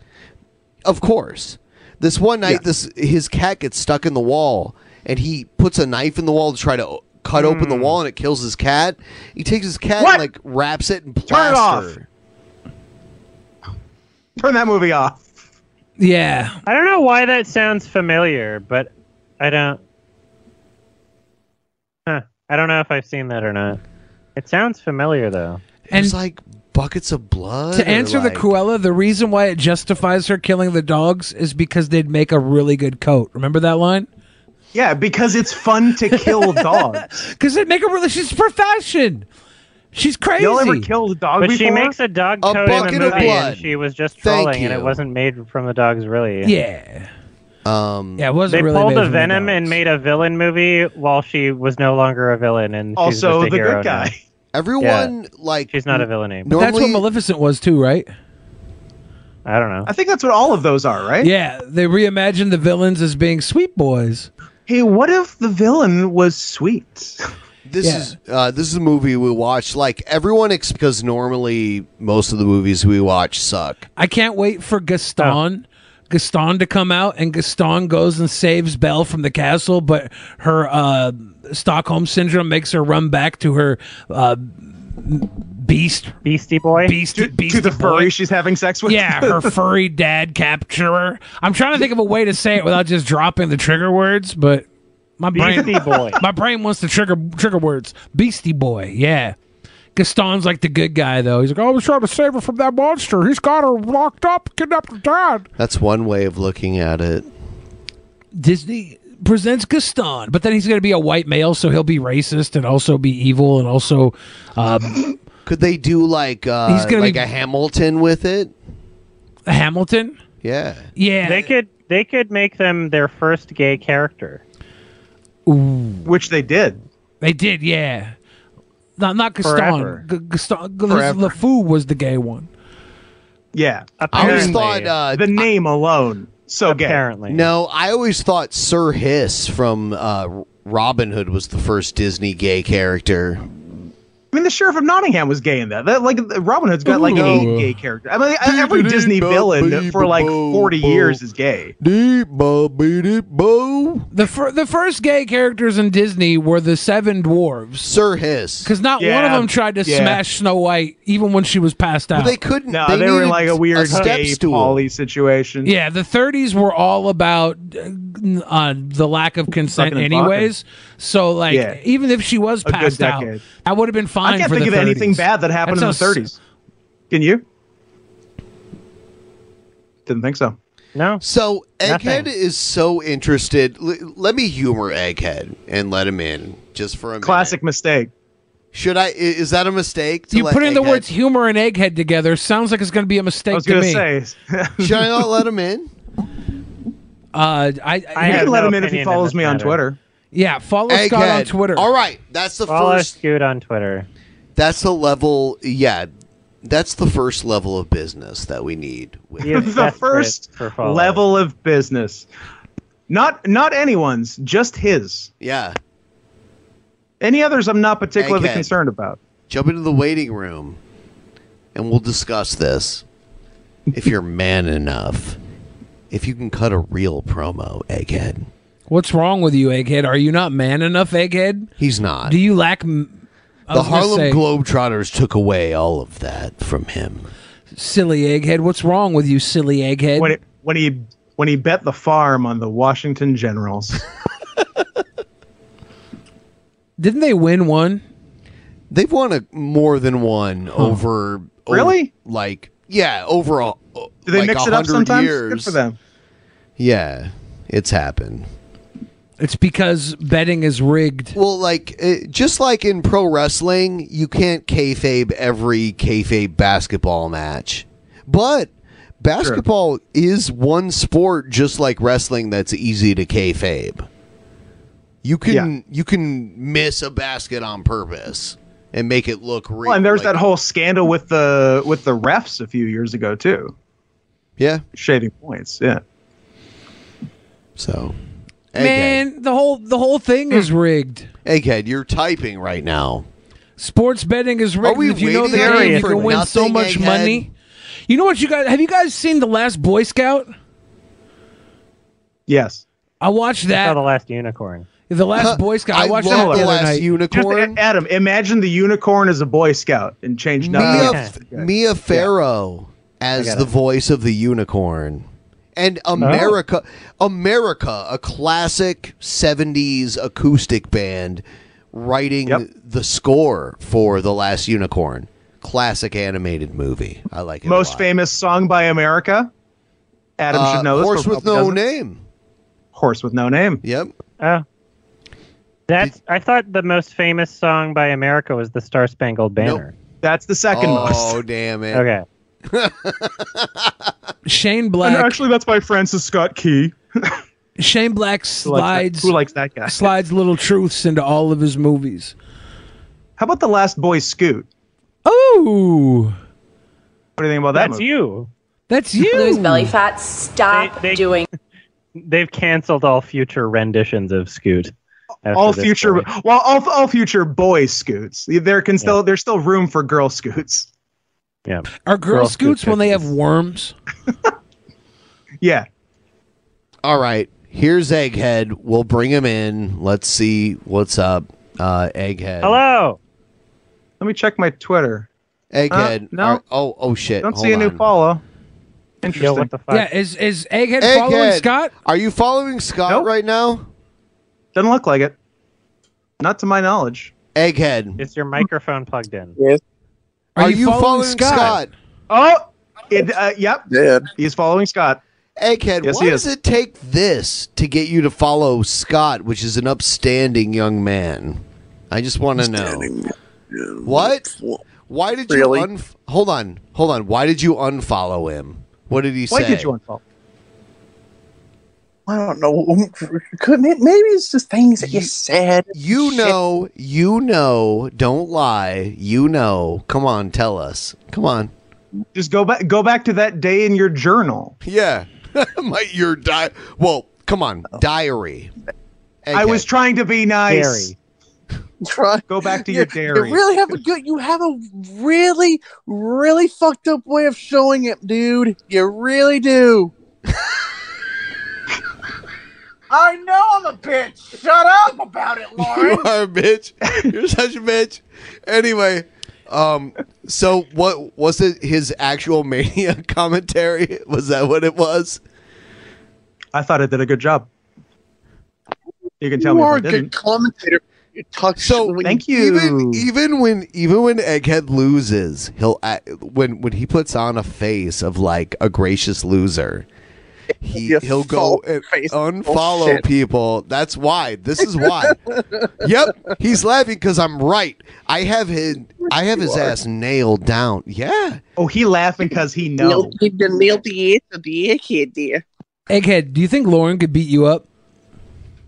Speaker 9: Of course. This one night, this his cat gets stuck in the wall, and he puts a knife in the wall to try to o- cut open
Speaker 11: Hmm.
Speaker 9: the wall, and it kills his cat. He takes his cat and like wraps it in
Speaker 11: Turn it off.
Speaker 9: plaster.
Speaker 11: Turn that movie off.
Speaker 12: Yeah.
Speaker 10: I don't know why that sounds familiar, but I don't. Huh. I don't know if I've seen that or not. It sounds familiar, though.
Speaker 12: And
Speaker 9: like buckets of blood.
Speaker 12: To answer the Cruella, the reason why it justifies her killing the dogs is because they'd make a really good coat. Remember that line?
Speaker 11: Yeah, because it's fun to kill dogs.
Speaker 12: Because they'd make a really. She's profession. She's crazy.
Speaker 11: Y'all ever killed a dog
Speaker 10: But she
Speaker 11: before?
Speaker 10: makes a dog coat in the movie, and she was just
Speaker 11: Thank
Speaker 10: trolling, and
Speaker 11: you.
Speaker 10: it wasn't made from the dogs, really.
Speaker 12: Yeah.
Speaker 9: Um,
Speaker 12: yeah, it wasn't
Speaker 10: they
Speaker 12: really
Speaker 10: pulled
Speaker 12: made
Speaker 10: a
Speaker 12: from the
Speaker 10: Venom and made a villain movie while she was no longer a villain, and she's
Speaker 12: Also
Speaker 10: just a
Speaker 12: the
Speaker 10: hero
Speaker 12: good
Speaker 10: now.
Speaker 12: guy.
Speaker 9: Everyone like
Speaker 10: she's not a villain anymore.
Speaker 12: But that's what Maleficent was too, right?
Speaker 10: I don't know.
Speaker 11: I think that's what all of those are, right?
Speaker 12: Yeah, they reimagined the villains as being sweet boys.
Speaker 11: Hey, what if the villain was sweet?
Speaker 9: This is uh, this is a movie we watched. Like everyone, ex- because normally most of the movies we watch suck.
Speaker 12: I can't wait for Gaston Gaston to come out, and Gaston goes and saves Belle from the castle, but her uh, Stockholm syndrome makes her run back to her uh, beast,
Speaker 10: beastie boy,
Speaker 12: beast, beastie
Speaker 11: to the furry
Speaker 12: boy.
Speaker 11: she's having sex with.
Speaker 12: Yeah, her furry dad capturer. I'm trying to think of a way to say it without just dropping the trigger words, but my brain,
Speaker 10: Beastie Boy.
Speaker 12: my brain wants to trigger trigger words. Beastie boy, yeah. Gaston's like the good guy though. He's like, oh, I was trying to save her from that monster. He's got her locked up, kidnapped her dad.
Speaker 9: That's one way of looking at it.
Speaker 12: Disney presents Gaston, but then he's going to be a white male, so he'll be racist and also be evil and also. Um,
Speaker 9: Could they do like uh,
Speaker 12: He's gonna
Speaker 9: like
Speaker 12: be-
Speaker 9: a Hamilton with it?
Speaker 12: Hamilton?
Speaker 9: Yeah.
Speaker 12: Yeah,
Speaker 10: they could they could make them their first gay character.
Speaker 11: Which they did.
Speaker 12: They did, yeah. No, not Gaston.
Speaker 11: Forever.
Speaker 12: G- Gaston. G-
Speaker 11: Forever.
Speaker 12: LeFou was the gay one.
Speaker 11: Yeah.
Speaker 9: I always
Speaker 11: Apparently.
Speaker 9: thought uh,
Speaker 11: the name alone so apparently.
Speaker 9: No, I always thought Sir Hiss from uh, Robin Hood was the first Disney gay character.
Speaker 11: I mean, the sheriff of Nottingham was gay in that. that like Robin Hood's got like
Speaker 9: Ooh.
Speaker 11: eight gay characters. I mean, every Disney villain for like forty years is gay.
Speaker 12: The fir- the first gay characters in Disney were the seven dwarves.
Speaker 9: Sir Hiss.
Speaker 12: Because not one of
Speaker 11: Yeah,
Speaker 12: them tried to
Speaker 11: yeah.
Speaker 12: smash Snow White, even when she was passed out.
Speaker 11: No, they, were in like a weird gay poly situation.
Speaker 12: Yeah, the 30s were all about uh, uh, the lack of consent,
Speaker 11: Fucking and
Speaker 12: anyways. So, like,
Speaker 11: Yeah.
Speaker 12: even if she was
Speaker 11: A good
Speaker 12: passed out,
Speaker 11: decade.
Speaker 12: I would have been fine.
Speaker 11: I can't
Speaker 12: for
Speaker 11: think
Speaker 12: the
Speaker 11: of anything
Speaker 12: 30s.
Speaker 11: bad that happened
Speaker 12: That's
Speaker 11: in
Speaker 12: how
Speaker 11: the 30s. Can you? Didn't think so.
Speaker 10: No.
Speaker 9: So Egghead
Speaker 11: Nothing.
Speaker 9: is so interested. L- let me humor Egghead and let him in just for a minute.
Speaker 11: Classic mistake.
Speaker 9: Should I? i- Is that a mistake? to
Speaker 12: You
Speaker 9: let
Speaker 12: put in the
Speaker 9: Egghead-
Speaker 12: words humor and egghead together. Sounds like it's going to be a mistake
Speaker 11: I was
Speaker 12: to
Speaker 11: gonna
Speaker 12: me.
Speaker 11: say.
Speaker 9: Should I not let him in?
Speaker 12: Uh, I,
Speaker 11: I have let no him in if he opinion in follows this me on matter. Twitter.
Speaker 12: Yeah, follow Scott on
Speaker 9: Egghead.
Speaker 12: Twitter.
Speaker 9: All right, that's the
Speaker 10: Follow
Speaker 9: first.
Speaker 10: Scoot on Twitter.
Speaker 9: That's the level. Yeah, that's the first level of business that we need. With
Speaker 11: the first level of business. Not not anyone's, just his.
Speaker 9: Yeah.
Speaker 11: Any others I'm not particularly
Speaker 9: Egghead.
Speaker 11: concerned about.
Speaker 9: Jump into the waiting room, and we'll discuss this. If you're man enough, if you can cut a real promo, Egghead.
Speaker 12: What's wrong with you, egghead? Are you not man enough, egghead?
Speaker 9: He's not.
Speaker 12: Do you lack? m- I
Speaker 9: The
Speaker 12: was gonna
Speaker 9: Harlem
Speaker 12: say,
Speaker 9: Globetrotters took away all of that from him.
Speaker 12: Silly egghead. What's wrong with you, silly egghead?
Speaker 11: When it, when he when he bet the farm on the Washington Generals.
Speaker 12: Didn't they win one?
Speaker 9: They've won a more than one over
Speaker 11: Really?
Speaker 9: o- like yeah, overall.
Speaker 11: Do they
Speaker 9: like
Speaker 11: mix it up
Speaker 9: 100
Speaker 11: sometimes?
Speaker 9: Years.
Speaker 11: Good for them.
Speaker 9: Yeah, it's happened.
Speaker 12: It's because betting is rigged.
Speaker 9: Well, like uh, just like in pro wrestling, you can't kayfabe every kayfabe basketball match, but basketball is one sport just like wrestling that's easy to kayfabe. You can you can miss a basket on purpose and make it look real.
Speaker 11: Well, and there's
Speaker 9: like-
Speaker 11: that whole scandal with the with the refs a few years ago too.
Speaker 9: Yeah.
Speaker 11: Shaving points, yeah.
Speaker 9: So
Speaker 12: Man, the whole the whole thing is
Speaker 11: Hmm.
Speaker 12: rigged.
Speaker 9: Egghead, you're typing right now.
Speaker 12: Sports betting is rigged.
Speaker 9: Are we
Speaker 12: if you know the
Speaker 9: waiting
Speaker 12: game, you
Speaker 9: for
Speaker 12: can win so
Speaker 9: nothing,
Speaker 12: much
Speaker 9: egghead?
Speaker 12: money. You know what you guys have you guys seen The Last Boy Scout?
Speaker 11: Yes.
Speaker 12: I watched
Speaker 10: I
Speaker 12: that.
Speaker 10: saw the last unicorn.
Speaker 12: The Last Boy Scout. I watched that the other night.
Speaker 11: Just, Adam, imagine the unicorn as a Boy Scout and change
Speaker 9: Mia,
Speaker 11: nothing.
Speaker 9: Mia Farrow
Speaker 11: I
Speaker 9: as
Speaker 11: got
Speaker 9: the
Speaker 11: it.
Speaker 9: voice of the unicorn. And America, America, a classic 70s acoustic band writing the score for The Last Unicorn. Classic animated movie. I like it. a
Speaker 11: Most
Speaker 9: lot.
Speaker 11: famous song by America. Adam
Speaker 9: Uh,
Speaker 11: should know this.
Speaker 9: Horse
Speaker 11: but
Speaker 9: with
Speaker 11: probably
Speaker 9: No
Speaker 11: doesn't.
Speaker 9: Name.
Speaker 11: Horse with no name.
Speaker 9: Yep.
Speaker 10: Oh. That's I thought the most famous song by America was the Star Spangled Banner.
Speaker 11: That's the second most.
Speaker 9: Oh, damn it.
Speaker 10: Okay.
Speaker 12: Shane Black.
Speaker 11: And actually, that's by Francis Scott Key.
Speaker 12: Shane Black slides
Speaker 11: Who likes that guy?
Speaker 12: slides little truths into all of his movies.
Speaker 11: How about the Last Boy Scoot?
Speaker 12: Oh,
Speaker 11: What do you think about that?
Speaker 10: That's
Speaker 11: movie?
Speaker 10: you.
Speaker 12: That's you.
Speaker 26: Lose belly fat. Stop doing.
Speaker 10: They've canceled all future renditions of Scoot. after
Speaker 11: All
Speaker 10: this
Speaker 11: future,
Speaker 10: point.
Speaker 11: well, all, all future boy scoots. There can still there's still room for girl scoots.
Speaker 10: Yeah.
Speaker 12: Are girl,
Speaker 11: Girl Scout
Speaker 12: scoots when they have worms?
Speaker 11: Yeah,
Speaker 9: all right, here's Egghead. We'll bring him in. Let's see what's up, uh, Egghead.
Speaker 11: Oh,
Speaker 10: Hello.
Speaker 11: Let me check my Twitter.
Speaker 9: Egghead.
Speaker 11: Uh, no.
Speaker 9: Are- oh, oh shit.
Speaker 11: Don't
Speaker 9: Hold
Speaker 11: see a new
Speaker 9: on.
Speaker 11: follow. Interesting.
Speaker 12: Yeah, is is Egghead, following
Speaker 9: Egghead,
Speaker 12: Scott?
Speaker 9: Are you following Scott right now?
Speaker 11: Doesn't look like it. Not to my knowledge.
Speaker 9: Egghead.
Speaker 10: Is your microphone plugged in?
Speaker 11: Yes.
Speaker 10: Are you following Scott?
Speaker 11: Oh, it, uh, yep.
Speaker 9: Dead.
Speaker 11: He's following Scott.
Speaker 9: Egghead,
Speaker 11: Yes,
Speaker 9: why
Speaker 11: he
Speaker 9: does
Speaker 11: is.
Speaker 9: it take this to get you to follow Scott, which is an upstanding young man? I just want to know. What? Why did
Speaker 11: Really?
Speaker 9: you un- hold on? Hold on. Why did you unfollow him? What did he
Speaker 11: Why
Speaker 9: say?
Speaker 11: did you unfollow?
Speaker 9: I don't know. Couldn't it? Maybe it's just things that you, said. You know. You know. Don't lie. You know. Come on. Tell us. Come on.
Speaker 11: Just go back. Go back to that day in your journal.
Speaker 9: Yeah. My your di. Well, come on. Diary.
Speaker 11: I was trying to be nice.
Speaker 9: Dairy.
Speaker 11: Try. Go back to your dairy.
Speaker 13: You really have a good. You have a really, really fucked up way of showing it, dude. You really do.
Speaker 23: I know I'm a bitch. Shut up about it, Lauren.
Speaker 9: you are a bitch. You're such a bitch. Anyway, um, so what was it? His actual mania commentary was that what it was?
Speaker 11: I thought I did a good job. You can tell
Speaker 9: You
Speaker 11: me.
Speaker 9: are
Speaker 11: if I
Speaker 9: a
Speaker 11: didn't.
Speaker 9: good
Speaker 13: commentator. You talk
Speaker 9: so.
Speaker 11: Thank you.
Speaker 9: Even even when even when Egghead loses, he'll act- when when he puts on a face of like a gracious loser. He he'll go and
Speaker 25: Oh,
Speaker 9: unfollow
Speaker 13: Bullshit.
Speaker 9: people. That's why. This is why. yep, he's laughing because I'm right. I have his I have his ass nailed down. Yeah.
Speaker 11: Oh, he laughing because he
Speaker 13: Neil, the Neil the of the egghead there.
Speaker 12: Egghead, do you think Lauren could beat you up?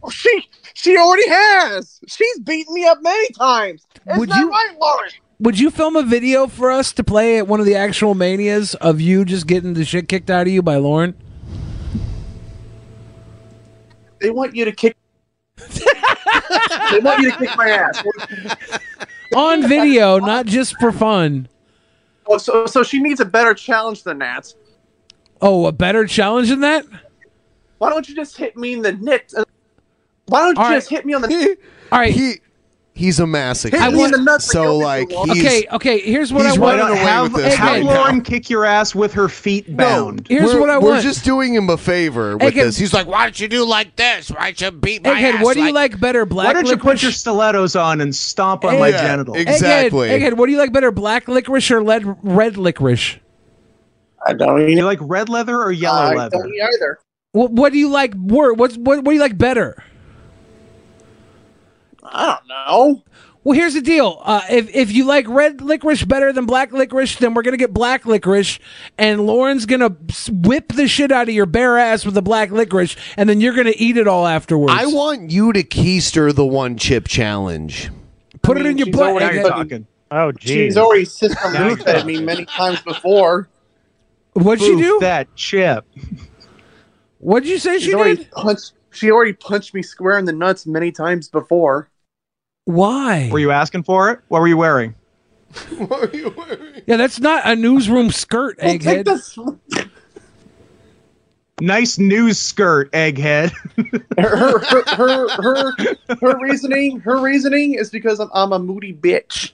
Speaker 13: Oh, she she already has. She's beaten me up many times. It's
Speaker 12: Would
Speaker 13: not
Speaker 12: you-
Speaker 13: right, Lauren.
Speaker 12: Would you film a video for us to play at one of the actual manias of you just getting the shit kicked out of you by Lauren?
Speaker 13: They want you to kick. they want you to kick my ass.
Speaker 12: On video, not just for fun.
Speaker 13: Oh, so so she needs a better challenge than that.
Speaker 12: Oh, a better challenge than that?
Speaker 13: Why don't you just hit me in the nick? Uh, Why don't you just hit me on the?
Speaker 12: All right.
Speaker 9: He he's a masochist.
Speaker 13: I want-
Speaker 9: so like he's,
Speaker 12: okay, okay, here's what
Speaker 9: he's
Speaker 12: I want.
Speaker 9: running away with this
Speaker 11: Have
Speaker 9: right now.
Speaker 11: Lauren kick your ass with her feet bound.
Speaker 12: here's
Speaker 9: we're,
Speaker 12: what I
Speaker 9: we're
Speaker 12: want.
Speaker 9: just doing him a favor with
Speaker 12: Egghead-
Speaker 9: this. He's like, why don't you do like this? Why don't you beat my
Speaker 12: Egghead,
Speaker 9: ass?
Speaker 12: what do you like better, black
Speaker 11: Why don't you put
Speaker 12: licorice?
Speaker 11: your stilettos on and stomp on
Speaker 12: Egg-
Speaker 11: my
Speaker 12: Yeah,
Speaker 11: genitals?
Speaker 12: Egghead, Egghead, what do you like better, black licorice or lead, red licorice?
Speaker 13: I don't.
Speaker 11: You like red leather or yellow leather?
Speaker 13: either.
Speaker 12: What, what do you like? Wor- what's what? What do you like better?
Speaker 13: I don't know.
Speaker 12: Well, here's the deal. Uh, if if you like red licorice better than black licorice, then we're gonna get black licorice, and Lauren's gonna s- whip the shit out of your bare ass with the black licorice, and then you're gonna eat it all afterwards.
Speaker 9: I want you to keister the one chip challenge.
Speaker 12: Put it in your butt.
Speaker 13: already
Speaker 12: Egghead.
Speaker 13: fucking-
Speaker 10: Oh,
Speaker 13: She's already system boofed at me many times before.
Speaker 12: What'd
Speaker 13: she
Speaker 12: do?
Speaker 11: That chip.
Speaker 12: What'd you say
Speaker 13: she already did? Punched, she already punched me square in the nuts many times before.
Speaker 12: Why?
Speaker 11: Were you asking for it? What were you wearing?
Speaker 12: Yeah, that's not a newsroom skirt, Egghead.
Speaker 11: Nice news skirt, egghead.
Speaker 13: her, her, her, her, her reasoning, her reasoning is because I'm, I'm a moody bitch.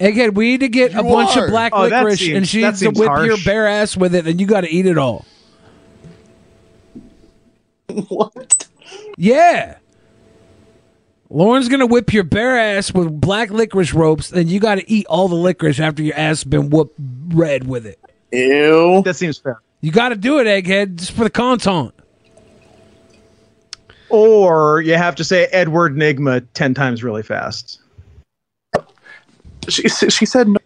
Speaker 12: Egghead, we need to get a bunch of black
Speaker 11: Oh,
Speaker 12: licorice, and she needs to whip your bare ass with it, and you got to eat it all.
Speaker 13: What?
Speaker 12: Yeah. Lauren's gonna whip your bare ass with black licorice ropes, and you got to eat all the licorice after your ass been whooped red with it.
Speaker 13: Ew.
Speaker 11: That seems fair.
Speaker 12: You got to do it, Egghead, just for the content.
Speaker 11: Or you have to say Edward Nigma 10 times really fast.
Speaker 13: She, she said no.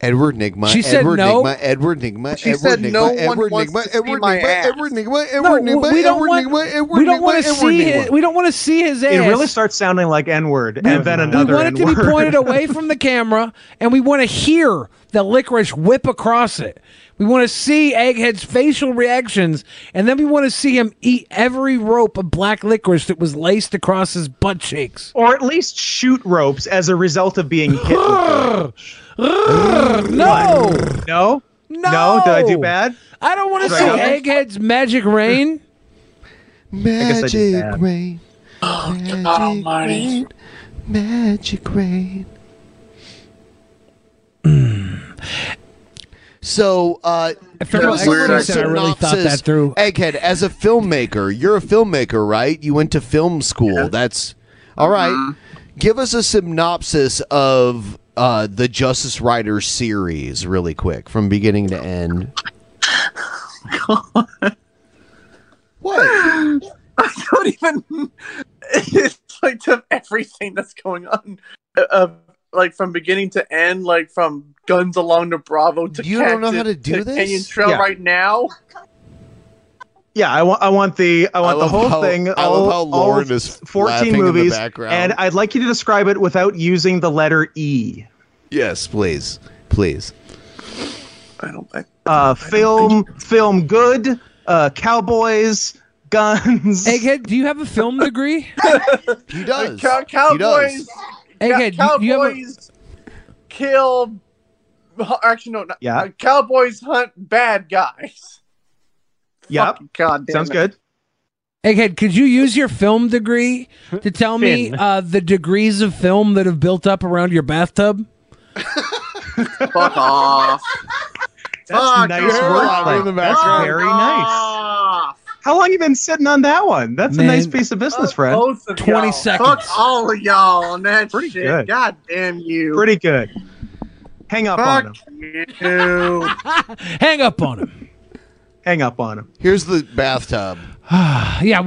Speaker 9: Edward Nigma.
Speaker 11: She said
Speaker 9: Edward
Speaker 11: no.
Speaker 9: Nigma. Edward Nigma.
Speaker 13: She
Speaker 9: Edward
Speaker 13: said
Speaker 9: Nigma,
Speaker 13: no one
Speaker 9: Edward
Speaker 13: wants
Speaker 9: Nigma.
Speaker 13: to see
Speaker 9: Edward
Speaker 13: my
Speaker 9: Nigma.
Speaker 13: ass.
Speaker 9: Edward Nigma. Edward
Speaker 13: No,
Speaker 9: Nigma.
Speaker 13: we don't
Speaker 9: Edward
Speaker 13: want-
Speaker 9: Nigma. Edward
Speaker 12: we don't
Speaker 9: Nigma,
Speaker 12: want to
Speaker 9: Edward
Speaker 12: see
Speaker 9: Nigma.
Speaker 12: his, we don't want to see his ass.
Speaker 11: It really starts sounding like N word and then another
Speaker 12: we want it to be
Speaker 11: N-word.
Speaker 12: pointed away from the camera, and we want to hear the licorice whip across it. We want to see Egghead's facial reactions, and then we want to see him eat every rope of black licorice that was laced across his butt cheeks.
Speaker 11: Or at least shoot ropes as a result of being hit. no.
Speaker 12: No.
Speaker 11: No? No. Did I do bad?
Speaker 12: I don't want to
Speaker 11: Should
Speaker 12: see
Speaker 11: I go?
Speaker 12: Egghead's magic rain.
Speaker 11: I guess I did that.
Speaker 9: rain.
Speaker 23: Oh, God almighty.
Speaker 9: Magic rain. So, uh,
Speaker 12: felt
Speaker 9: give us a
Speaker 12: weird.
Speaker 9: little
Speaker 12: I said I really thought
Speaker 9: synopsis.
Speaker 12: that through.
Speaker 9: Egghead, as a filmmaker, you're a filmmaker, right? You went to film school. That's all right.
Speaker 23: Mm-hmm.
Speaker 9: Give us a synopsis of uh, the Justice Riders series, really quick, from beginning to end. What?
Speaker 13: I don't even. It's like to everything that's going on, uh, uh, like from beginning to end, like from guns along the Bravo to
Speaker 9: You don't know how
Speaker 13: Cactus
Speaker 9: to do this?
Speaker 13: Canyon Trail
Speaker 11: Yeah.
Speaker 13: right now.
Speaker 11: Yeah, I want I want the I want the
Speaker 9: I love
Speaker 11: whole
Speaker 9: how-
Speaker 11: thing.
Speaker 9: I love
Speaker 11: all-
Speaker 9: how
Speaker 11: all
Speaker 9: Lauren is laughing
Speaker 11: fourteen
Speaker 9: in the
Speaker 11: movies,
Speaker 9: background.
Speaker 11: and I'd like you to describe it without using the letter E.
Speaker 9: Yes, please, please.
Speaker 13: I don't. I,
Speaker 11: Uh, film, film, good. Uh, cowboys, guns.
Speaker 12: Egghead, do you have a film degree?
Speaker 9: he
Speaker 12: does.
Speaker 13: Cow- cowboys.
Speaker 12: Egghead,
Speaker 13: cow-
Speaker 12: you- you have a-
Speaker 13: cowboys kill. hu- Actually, no. Not,
Speaker 11: Yeah.
Speaker 13: uh, cowboys hunt bad guys.
Speaker 11: Yep.
Speaker 13: God damn
Speaker 11: Sounds
Speaker 13: it.
Speaker 11: good.
Speaker 12: Egghead, could you use your film degree to tell me
Speaker 11: Finn.
Speaker 12: uh, the degrees of film that have built up around your bathtub?
Speaker 13: Fuck off.
Speaker 11: That's
Speaker 23: Fuck
Speaker 11: nice
Speaker 23: off.
Speaker 11: wordplay.
Speaker 23: In the
Speaker 11: That's
Speaker 23: background.
Speaker 11: very nice. How long you been sitting on that one? That's
Speaker 12: Man.
Speaker 11: a nice piece of business, Fred.
Speaker 13: Both of y'all. Fuck all of y'all on that shit.
Speaker 11: good.
Speaker 13: God damn you.
Speaker 11: Pretty good. Hang up
Speaker 13: Fuck
Speaker 11: on him.
Speaker 13: you.
Speaker 12: Hang up on him.
Speaker 11: Hang up on him.
Speaker 9: Here's the bathtub.
Speaker 12: yeah.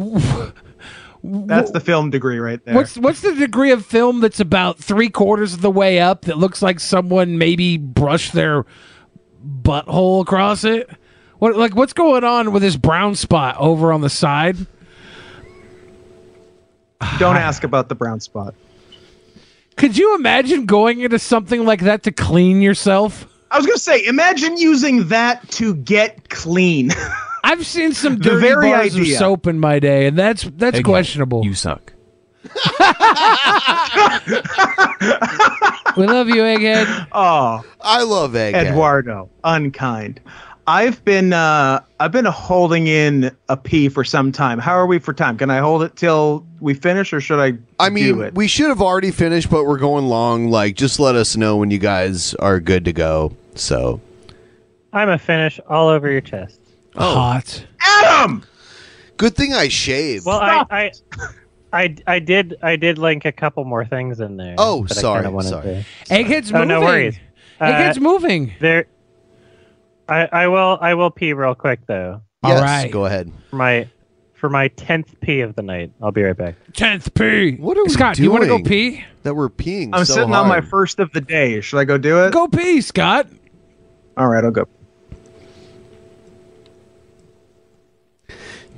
Speaker 11: That's the film degree right there.
Speaker 12: What's what's the degree of film that's about three quarters of the way up that looks like someone maybe brushed their butthole across it? What like what's going on with this brown spot over on the side?
Speaker 11: Don't ask about the brown spot.
Speaker 12: Could you imagine going into something like that to clean yourself?
Speaker 11: I was gonna say, imagine using that to get clean.
Speaker 12: I've seen some
Speaker 11: the
Speaker 12: dirty
Speaker 11: very
Speaker 12: bars of
Speaker 11: idea.
Speaker 12: soap in my day, and that's that's
Speaker 6: Egghead,
Speaker 12: questionable.
Speaker 6: You suck.
Speaker 12: we love you, Egghead.
Speaker 11: Oh,
Speaker 9: I love Egghead.
Speaker 11: Eduardo, unkind. I've been uh, I've been holding in a pee for some time. How are we for time? Can I hold it till we finish, or should I?
Speaker 9: I
Speaker 11: do
Speaker 9: mean,
Speaker 11: it?
Speaker 9: we should have already finished, but we're going long. Like, just let us know when you guys are good to go. So,
Speaker 10: I'm a finish all over your chest.
Speaker 12: hot
Speaker 11: Adam.
Speaker 9: Oh. Good thing I shaved.
Speaker 10: Well, I, I, I, I did, I did link a couple more things in there.
Speaker 9: Oh,
Speaker 10: that I
Speaker 9: sorry,
Speaker 10: kinda wanted
Speaker 9: sorry.
Speaker 10: to-
Speaker 12: Egghead's
Speaker 10: Oh, no
Speaker 12: moving.
Speaker 10: worries. Uh,
Speaker 12: Egghead's moving.
Speaker 10: There, I, I will, I will pee real quick though.
Speaker 9: Yes, All right. go ahead.
Speaker 10: For my, for my tenth pee of the night. I'll be right back.
Speaker 12: Tenth pee.
Speaker 9: What are we
Speaker 12: Scott,
Speaker 9: doing?
Speaker 12: you want to go pee?
Speaker 9: That we're peeing.
Speaker 11: I'm
Speaker 9: so
Speaker 11: sitting
Speaker 9: hard.
Speaker 11: on my first of the day. Should I go do it?
Speaker 12: Go pee, Scott.
Speaker 11: All right, I'll go.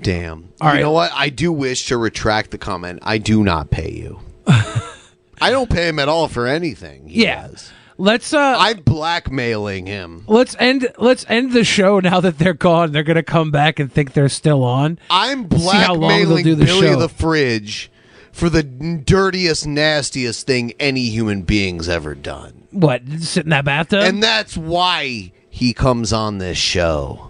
Speaker 9: Damn.
Speaker 12: All
Speaker 9: you
Speaker 12: right.
Speaker 9: know what? I do wish to retract the comment. I do not pay you. I don't pay him at all for anything. He
Speaker 12: Yeah.
Speaker 9: does.
Speaker 12: Let's uh
Speaker 9: I'm blackmailing him.
Speaker 12: Let's end. Let's end the show now that they're gone. They're gonna come back and think they're still on.
Speaker 9: I'm
Speaker 12: See how long they'll
Speaker 9: blackmailing
Speaker 12: do the
Speaker 9: Billy
Speaker 12: show.
Speaker 9: the Fridge for the dirtiest, nastiest thing any human being's ever done.
Speaker 12: What? Sit in that bathtub?
Speaker 9: And that's why he comes on this show.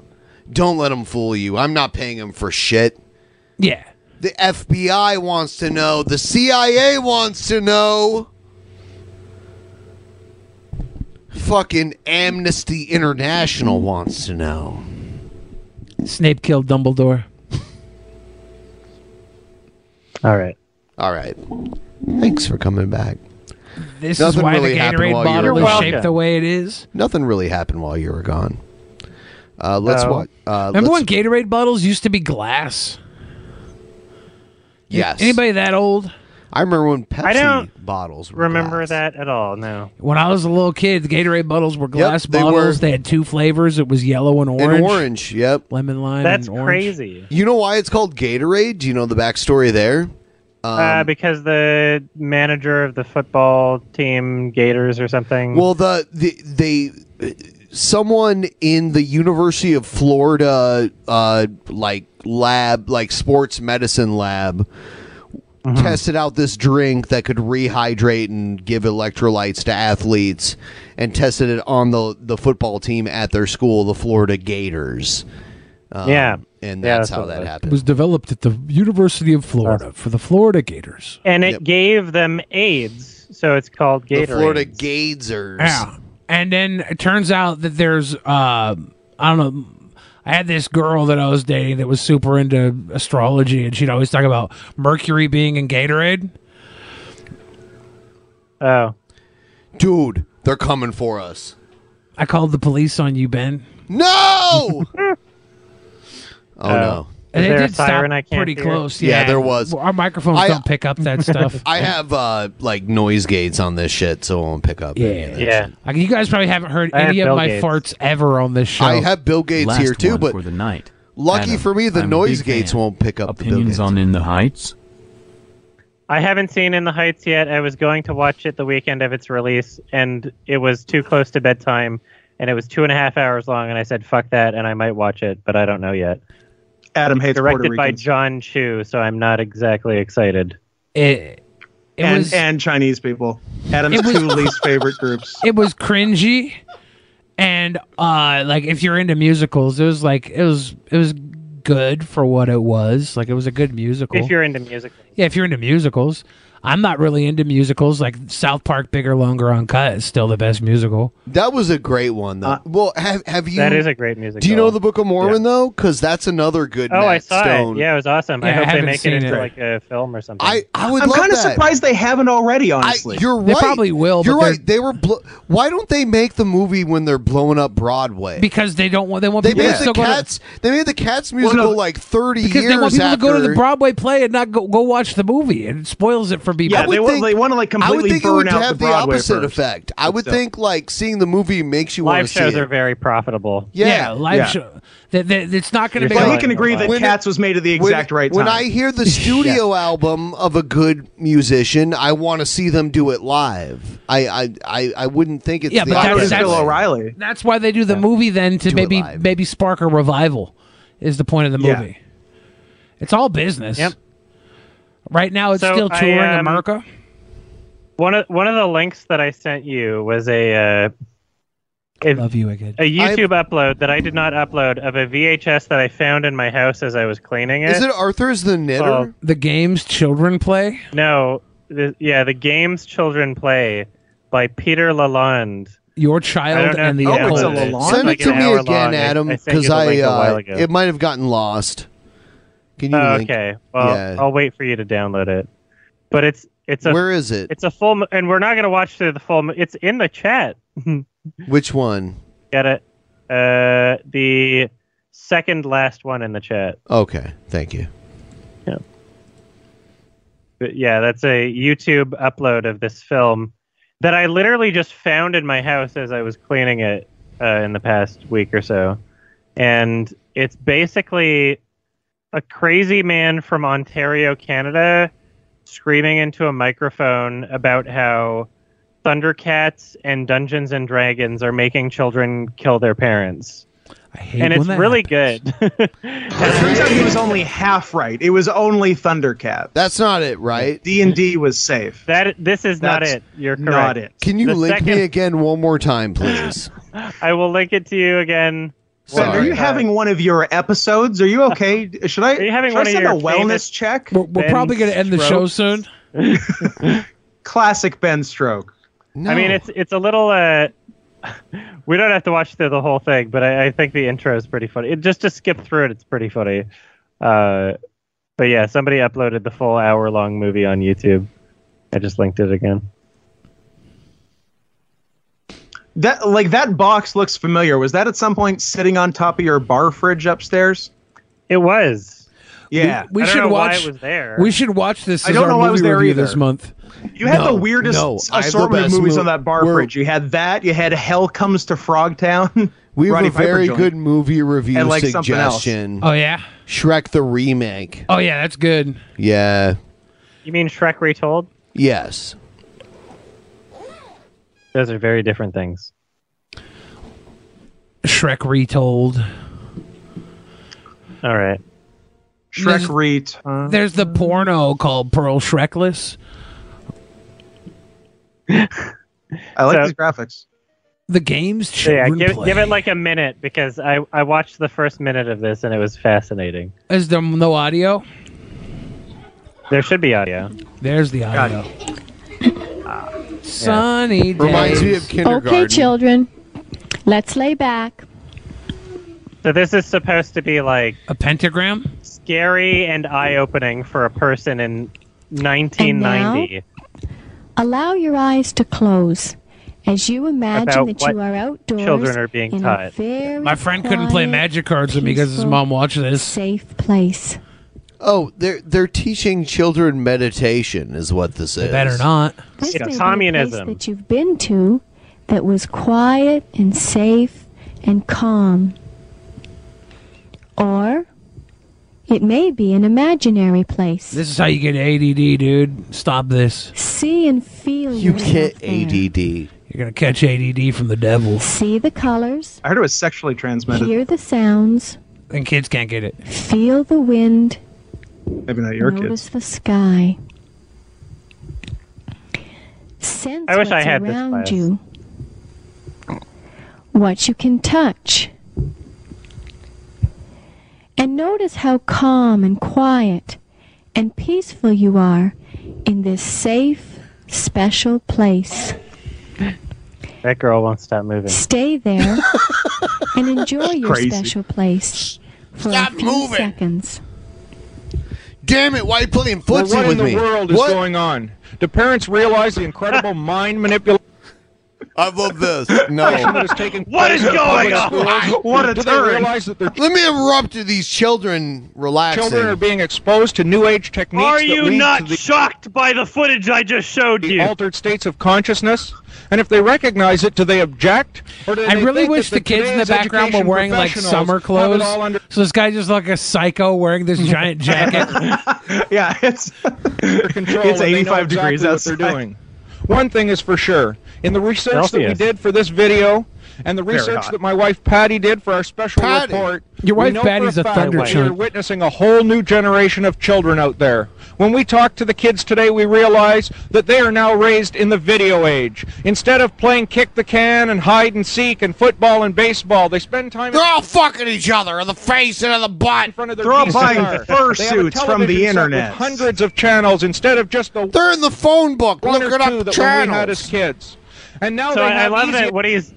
Speaker 9: Don't let him fool you. I'm not paying him for shit.
Speaker 12: Yeah.
Speaker 9: The FBI wants to know. The CIA wants to know. Fucking Amnesty International wants to know.
Speaker 12: Snape killed Dumbledore.
Speaker 10: All right.
Speaker 9: All right. Thanks for coming back.
Speaker 12: This
Speaker 9: Nothing
Speaker 12: is why
Speaker 9: really
Speaker 12: the
Speaker 9: happened
Speaker 12: Gatorade
Speaker 9: while you
Speaker 12: bottle
Speaker 9: were
Speaker 12: is
Speaker 9: gone.
Speaker 12: shaped the way it is.
Speaker 9: Nothing really happened while you were gone. Uh, let's
Speaker 12: No.
Speaker 9: watch. Uh,
Speaker 12: Oh. Remember
Speaker 9: let's-
Speaker 12: when Gatorade bottles used to be glass?
Speaker 9: Yes.
Speaker 12: Anybody that old?
Speaker 9: I remember when Pepsi
Speaker 10: don't
Speaker 9: bottles were
Speaker 10: Remember that at all? No.
Speaker 12: When I was a little kid, the Gatorade bottles were glass
Speaker 9: they
Speaker 12: bottles.
Speaker 9: were.
Speaker 12: They had two flavors. It was yellow and
Speaker 9: glass.
Speaker 12: orange.
Speaker 9: And orange. Yep.
Speaker 12: Lemon lime.
Speaker 10: That's
Speaker 12: and orange.
Speaker 10: crazy.
Speaker 9: You know why it's called Gatorade? Do you know the backstory there? Um,
Speaker 10: uh, because the manager of the football team, Gators or something.
Speaker 9: Well, the, the they someone in the University of Florida, uh, like lab, like sports medicine lab,
Speaker 10: Mm-hmm.
Speaker 9: tested out this drink that could rehydrate and give electrolytes to athletes, and tested it on the the football team at their school, the Florida Gators. Um,
Speaker 10: Yeah.
Speaker 9: and
Speaker 10: Yeah,
Speaker 9: that's
Speaker 10: that's
Speaker 9: how
Speaker 10: what it
Speaker 9: that
Speaker 10: was.
Speaker 9: happened.
Speaker 12: It was developed at the University of Florida for the Florida Gators.
Speaker 10: and it gave them AIDS, so it's called Gatorade.
Speaker 9: Florida Gazers.
Speaker 12: Yeah. And then it turns out that there's, uh, I don't know, I had this girl that I was dating that was super into astrology, and she'd always talk about Mercury being in Gatorade.
Speaker 10: Oh.
Speaker 9: Dude, they're coming for us.
Speaker 12: I called the police on you, Ben.
Speaker 9: No! Oh, no.
Speaker 12: And it Uh, did stop pretty close. Yeah.
Speaker 9: there was.
Speaker 12: Our microphones
Speaker 9: I-
Speaker 12: don't pick up that stuff.
Speaker 9: I have uh, like noise gates on this shit, so it won't pick up. any of that
Speaker 12: Yeah. Like, you guys probably haven't heard
Speaker 9: I
Speaker 12: any
Speaker 9: have
Speaker 12: of
Speaker 9: Bill
Speaker 12: my
Speaker 9: Gates.
Speaker 12: farts ever on this show.
Speaker 9: I have Bill Gates
Speaker 6: Last
Speaker 9: here too,
Speaker 6: one
Speaker 9: but
Speaker 6: for the night.
Speaker 9: lucky
Speaker 6: Adam,
Speaker 9: for me, the
Speaker 6: I'm a
Speaker 9: noise
Speaker 6: big
Speaker 9: gates
Speaker 6: fan.
Speaker 9: won't pick up the Bill
Speaker 6: Opinions
Speaker 9: Gates.
Speaker 6: on In the Heights.
Speaker 10: I haven't seen In the Heights yet. I was going to watch it the weekend of its release, and it was too close to bedtime, and it was two and a half hours long, and I said, fuck that, and I might watch it, but I don't know yet.
Speaker 11: Adam hates
Speaker 10: Directed
Speaker 11: Puerto
Speaker 10: by
Speaker 11: Ricans.
Speaker 10: John Chu, so I'm not exactly excited.
Speaker 12: It, it
Speaker 11: and,
Speaker 12: was-
Speaker 11: and Chinese people. Adam's
Speaker 12: It was-
Speaker 11: two least favorite groups.
Speaker 12: it was cringy and uh like if you're into musicals it was like it was it was good for what it was like it was a good musical
Speaker 10: If you're into music.
Speaker 12: yeah if you're into musicals i'm not really into musicals like south park bigger longer uncut is still the best musical
Speaker 9: That was a great one, though. well, have have you?
Speaker 10: Uh, That is a great musical.
Speaker 9: Do you know the Book of Mormon though? Because that's another good.
Speaker 10: Oh,
Speaker 9: Matt
Speaker 10: I saw
Speaker 9: Stone.
Speaker 10: it. Yeah, it was awesome.
Speaker 9: Yeah,
Speaker 10: I
Speaker 9: I
Speaker 10: hope they
Speaker 9: haven't
Speaker 10: make
Speaker 9: seen
Speaker 10: it into
Speaker 9: it.
Speaker 10: like a film or something.
Speaker 9: I, I would.
Speaker 11: I'm
Speaker 9: love
Speaker 11: kind of
Speaker 9: that.
Speaker 11: surprised they haven't already. Honestly,
Speaker 9: You're right. You're right. They were. Blo- Why don't they make the movie when they're blowing up Broadway?
Speaker 12: because they don't want they want
Speaker 9: they
Speaker 12: people
Speaker 9: made
Speaker 12: to
Speaker 9: the
Speaker 12: still go to-
Speaker 9: cats. they made the Cats
Speaker 12: Well, no,
Speaker 9: musical like thirty
Speaker 12: because
Speaker 9: years
Speaker 12: they want people
Speaker 9: after.
Speaker 12: to go to the broadway play and not go, go watch the movie and it spoils it for people
Speaker 9: I would think- I would think it would have the, opposite
Speaker 12: first.
Speaker 9: effect. I would
Speaker 12: Still.
Speaker 9: think like seeing the movie makes you want
Speaker 10: Live
Speaker 9: to see
Speaker 10: shows
Speaker 9: it.
Speaker 10: are very profitable.
Speaker 9: Yeah.
Speaker 12: live
Speaker 9: Yeah.
Speaker 12: show that, that, it's not going to
Speaker 9: You're
Speaker 12: be
Speaker 9: telling
Speaker 12: like-
Speaker 9: me. We can agree that When- Cats was
Speaker 11: made at the
Speaker 9: when, when I hear the studio album of a good musician, I want to see them do it live. I I, I, I wouldn't think it's
Speaker 12: yeah,
Speaker 9: the
Speaker 12: but
Speaker 9: opposite
Speaker 12: that's,
Speaker 9: way.
Speaker 12: that's That's why they do the movie then to maybe maybe spark a revival. Is the point of the
Speaker 10: Yeah.
Speaker 12: movie? It's all business. Yep. Right now, it's
Speaker 10: So
Speaker 12: still
Speaker 10: I,
Speaker 12: touring
Speaker 10: um,
Speaker 12: America.
Speaker 10: One of one of the links that I sent you was a uh,
Speaker 12: I love you again.
Speaker 10: a YouTube upload that I did not upload of a VHS that I found in my house as I was cleaning it.
Speaker 9: Is it Arthur's the Knitter?
Speaker 10: Oh.
Speaker 12: The games children play.
Speaker 10: No, the, yeah, the games children play by Peter Lalonde.
Speaker 12: Your
Speaker 10: I
Speaker 12: child
Speaker 10: don't know
Speaker 12: and the
Speaker 10: if
Speaker 9: Oh,
Speaker 10: you
Speaker 12: occult.
Speaker 10: downloaded it.
Speaker 9: Send
Speaker 10: Like
Speaker 9: it to
Speaker 10: an
Speaker 9: me
Speaker 10: hour
Speaker 9: again,
Speaker 10: long. I-
Speaker 9: Adam,
Speaker 10: I sent you
Speaker 9: because
Speaker 10: the
Speaker 9: I,
Speaker 10: link a while
Speaker 9: uh,
Speaker 10: ago.
Speaker 9: it might have gotten lost. Can you?
Speaker 10: Oh,
Speaker 9: link?
Speaker 10: okay. Well,
Speaker 9: Yeah.
Speaker 10: I'll wait for you to download it. But it's it's a
Speaker 9: Where is it?
Speaker 10: It's a full mo- and we're not going to watch through the full mo- it's in the chat.
Speaker 9: Which one?
Speaker 10: Got it. Uh the second last one in the chat.
Speaker 9: Okay, thank you.
Speaker 10: But yeah, that's a YouTube upload of this film that I literally just found in my house as I was cleaning it uh, in the past week or so. And it's basically a crazy man from Ontario, Canada, screaming into a microphone about how Thundercats and Dungeons and Dragons are making children kill their parents. I
Speaker 12: hate
Speaker 10: and
Speaker 11: when
Speaker 10: it's
Speaker 11: that
Speaker 10: really good.
Speaker 11: It turns out he was only half right. It was only Thundercat.
Speaker 9: That's not it, right?
Speaker 11: D and D was safe.
Speaker 10: That this is not it. You're correct.
Speaker 11: Not it.
Speaker 9: Can you
Speaker 10: The
Speaker 9: link
Speaker 10: second-
Speaker 9: me again one more time, please?
Speaker 10: I will link it to you again. Uh,
Speaker 11: Ben, are you having one of your episodes? Are you okay? Should I?
Speaker 10: Are you having
Speaker 11: should
Speaker 10: one
Speaker 11: I
Speaker 10: of
Speaker 11: send
Speaker 10: your
Speaker 11: a wellness
Speaker 10: famous
Speaker 11: check?
Speaker 10: We're- we're Ben probably gonna end the show
Speaker 12: soon.
Speaker 11: Classic Ben Stroke.
Speaker 10: I mean, it's it's a little. Uh, we don't have to watch through the whole thing, but I, I think the intro is pretty funny. It, just to skip through it, it's pretty funny. Uh, but yeah, somebody uploaded the full hour long movie on YouTube. I just linked it again.
Speaker 11: that like that box looks familiar. Was that at some point sitting on top of your bar fridge upstairs?
Speaker 10: It was.
Speaker 11: Yeah,
Speaker 12: we, we should watch. We should watch this.
Speaker 11: I
Speaker 12: as
Speaker 11: don't
Speaker 12: our
Speaker 11: know why
Speaker 12: movie
Speaker 11: I was there
Speaker 12: review
Speaker 11: either.
Speaker 12: this month.
Speaker 11: You had the
Speaker 12: No,
Speaker 11: weirdest
Speaker 12: no, I have the
Speaker 11: assortment of
Speaker 9: best
Speaker 11: movies
Speaker 9: mo-
Speaker 11: on that bar
Speaker 9: we're-
Speaker 11: fridge. You had that. You had Hell Comes to Frogtown.
Speaker 9: We have
Speaker 11: Roddy
Speaker 9: a
Speaker 11: Piper
Speaker 9: very
Speaker 11: joint.
Speaker 9: good movie review
Speaker 11: And, like, something else.
Speaker 9: suggestion.
Speaker 12: Oh yeah.
Speaker 9: Shrek the remake.
Speaker 12: Oh yeah, that's good.
Speaker 9: Yeah.
Speaker 10: You mean Shrek Retold?
Speaker 9: Yes.
Speaker 10: Those are very different things.
Speaker 12: Shrek retold.
Speaker 10: All right.
Speaker 11: Shrek Reet. Uh,
Speaker 12: There's the porno called Pearl Shrekless.
Speaker 11: I like
Speaker 10: So-
Speaker 11: these graphics.
Speaker 12: The games
Speaker 10: yeah,
Speaker 12: children
Speaker 10: give,
Speaker 12: play.
Speaker 10: give it like a minute because I, I watched the first minute of this and it was fascinating.
Speaker 12: Is there no audio?
Speaker 10: There should be audio.
Speaker 12: There's the audio. Ah. Sunny
Speaker 10: Reminds me
Speaker 12: days.
Speaker 10: of kindergarten.
Speaker 8: Okay, children, let's lay back.
Speaker 10: So this is supposed to be like
Speaker 12: a pentagram,
Speaker 10: scary and eye-opening for a person in 1990.
Speaker 8: Allow your eyes to close as you imagine
Speaker 12: About
Speaker 8: that you
Speaker 12: what
Speaker 8: are outdoors.
Speaker 12: children are being
Speaker 8: in A
Speaker 12: taught.
Speaker 8: very
Speaker 12: My friend couldn't play magic cards with me because his
Speaker 8: peaceful,
Speaker 12: mom watched this.
Speaker 8: safe place.
Speaker 9: Oh, they're they're teaching children meditation is what this is.
Speaker 12: better not.
Speaker 8: This may be a Place that you've been to that was quiet and safe and calm. Or it may be an imaginary place.
Speaker 12: This is how you get ADD, dude. Stop this.
Speaker 8: See and feel. You
Speaker 9: get ADD. You're
Speaker 12: gonna catch ADD from the devil.
Speaker 8: See the colors,
Speaker 11: I heard it was sexually transmitted.
Speaker 8: hear the sounds,
Speaker 12: And kids can't get it.
Speaker 8: feel the wind,
Speaker 11: Maybe not Uh, your kids.
Speaker 8: notice the sky. Sense
Speaker 10: I wish
Speaker 8: what's
Speaker 10: I had this
Speaker 8: around
Speaker 10: class.
Speaker 8: you. What you can touch. And notice how calm and quiet and peaceful you are in this safe, special place.
Speaker 10: That girl won't stop moving.
Speaker 8: Stay there and enjoy your
Speaker 10: Crazy.
Speaker 8: special place for a few seconds.
Speaker 9: Damn it! Why are you playing
Speaker 15: Well,
Speaker 9: footsie
Speaker 15: what
Speaker 9: with
Speaker 15: in
Speaker 9: me?
Speaker 15: the world is going on? Do parents realize the incredible mind manipulation?
Speaker 9: I love this.
Speaker 15: that is taking place in public schools? Do they realize that their
Speaker 9: Let me interrupt you. These children relaxing.
Speaker 15: children are being exposed to new age techniques?
Speaker 10: Are
Speaker 15: that
Speaker 10: you
Speaker 15: lead
Speaker 10: not
Speaker 15: to the,
Speaker 10: shocked by the footage I just showed
Speaker 15: the
Speaker 10: you?
Speaker 15: altered states of consciousness? And if they recognize it, do they object? Or do
Speaker 12: I
Speaker 15: they
Speaker 12: really
Speaker 15: think
Speaker 12: wish the
Speaker 15: that
Speaker 12: kids in the
Speaker 15: today's
Speaker 12: background were
Speaker 15: education
Speaker 12: wearing like
Speaker 15: professionals
Speaker 12: summer
Speaker 15: have it
Speaker 12: clothes.
Speaker 15: all under-
Speaker 12: So this guy just like a psycho wearing this giant jacket.
Speaker 15: yeah, it's control.
Speaker 12: it's
Speaker 15: and they know
Speaker 12: 85 degrees
Speaker 15: exactly what
Speaker 12: outside.
Speaker 15: they're doing. One thing is for sure: in the research that we
Speaker 12: Celsius.
Speaker 15: did for this video, and the
Speaker 12: Very
Speaker 15: research
Speaker 12: hot.
Speaker 15: that my wife Patty did for our special
Speaker 12: Patty.
Speaker 15: report,
Speaker 12: Your
Speaker 15: we
Speaker 12: wife
Speaker 15: know for
Speaker 12: Patty's a
Speaker 15: fact
Speaker 12: thunder
Speaker 15: that
Speaker 12: chunk.
Speaker 15: We're witnessing a whole new generation of children out there. When we talk to the kids today, we realize that they are now raised in the video age. Instead of playing kick the can and hide and seek and football and baseball, they spend time.
Speaker 9: They're all fucking each other in the face and in the butt. In
Speaker 15: front of their
Speaker 9: They're all
Speaker 15: VCR.
Speaker 9: buying
Speaker 15: They have a
Speaker 9: fursuits from
Speaker 15: television
Speaker 9: the
Speaker 15: set with
Speaker 9: internet.
Speaker 15: hundreds of channels instead of just the.
Speaker 9: They're in the phone book.
Speaker 15: One
Speaker 9: Look
Speaker 15: or
Speaker 9: it up
Speaker 15: two that when we
Speaker 9: channels.
Speaker 15: had as kids, and now
Speaker 10: So
Speaker 15: they
Speaker 10: I- I
Speaker 15: have
Speaker 10: love
Speaker 15: easy-
Speaker 10: that what he's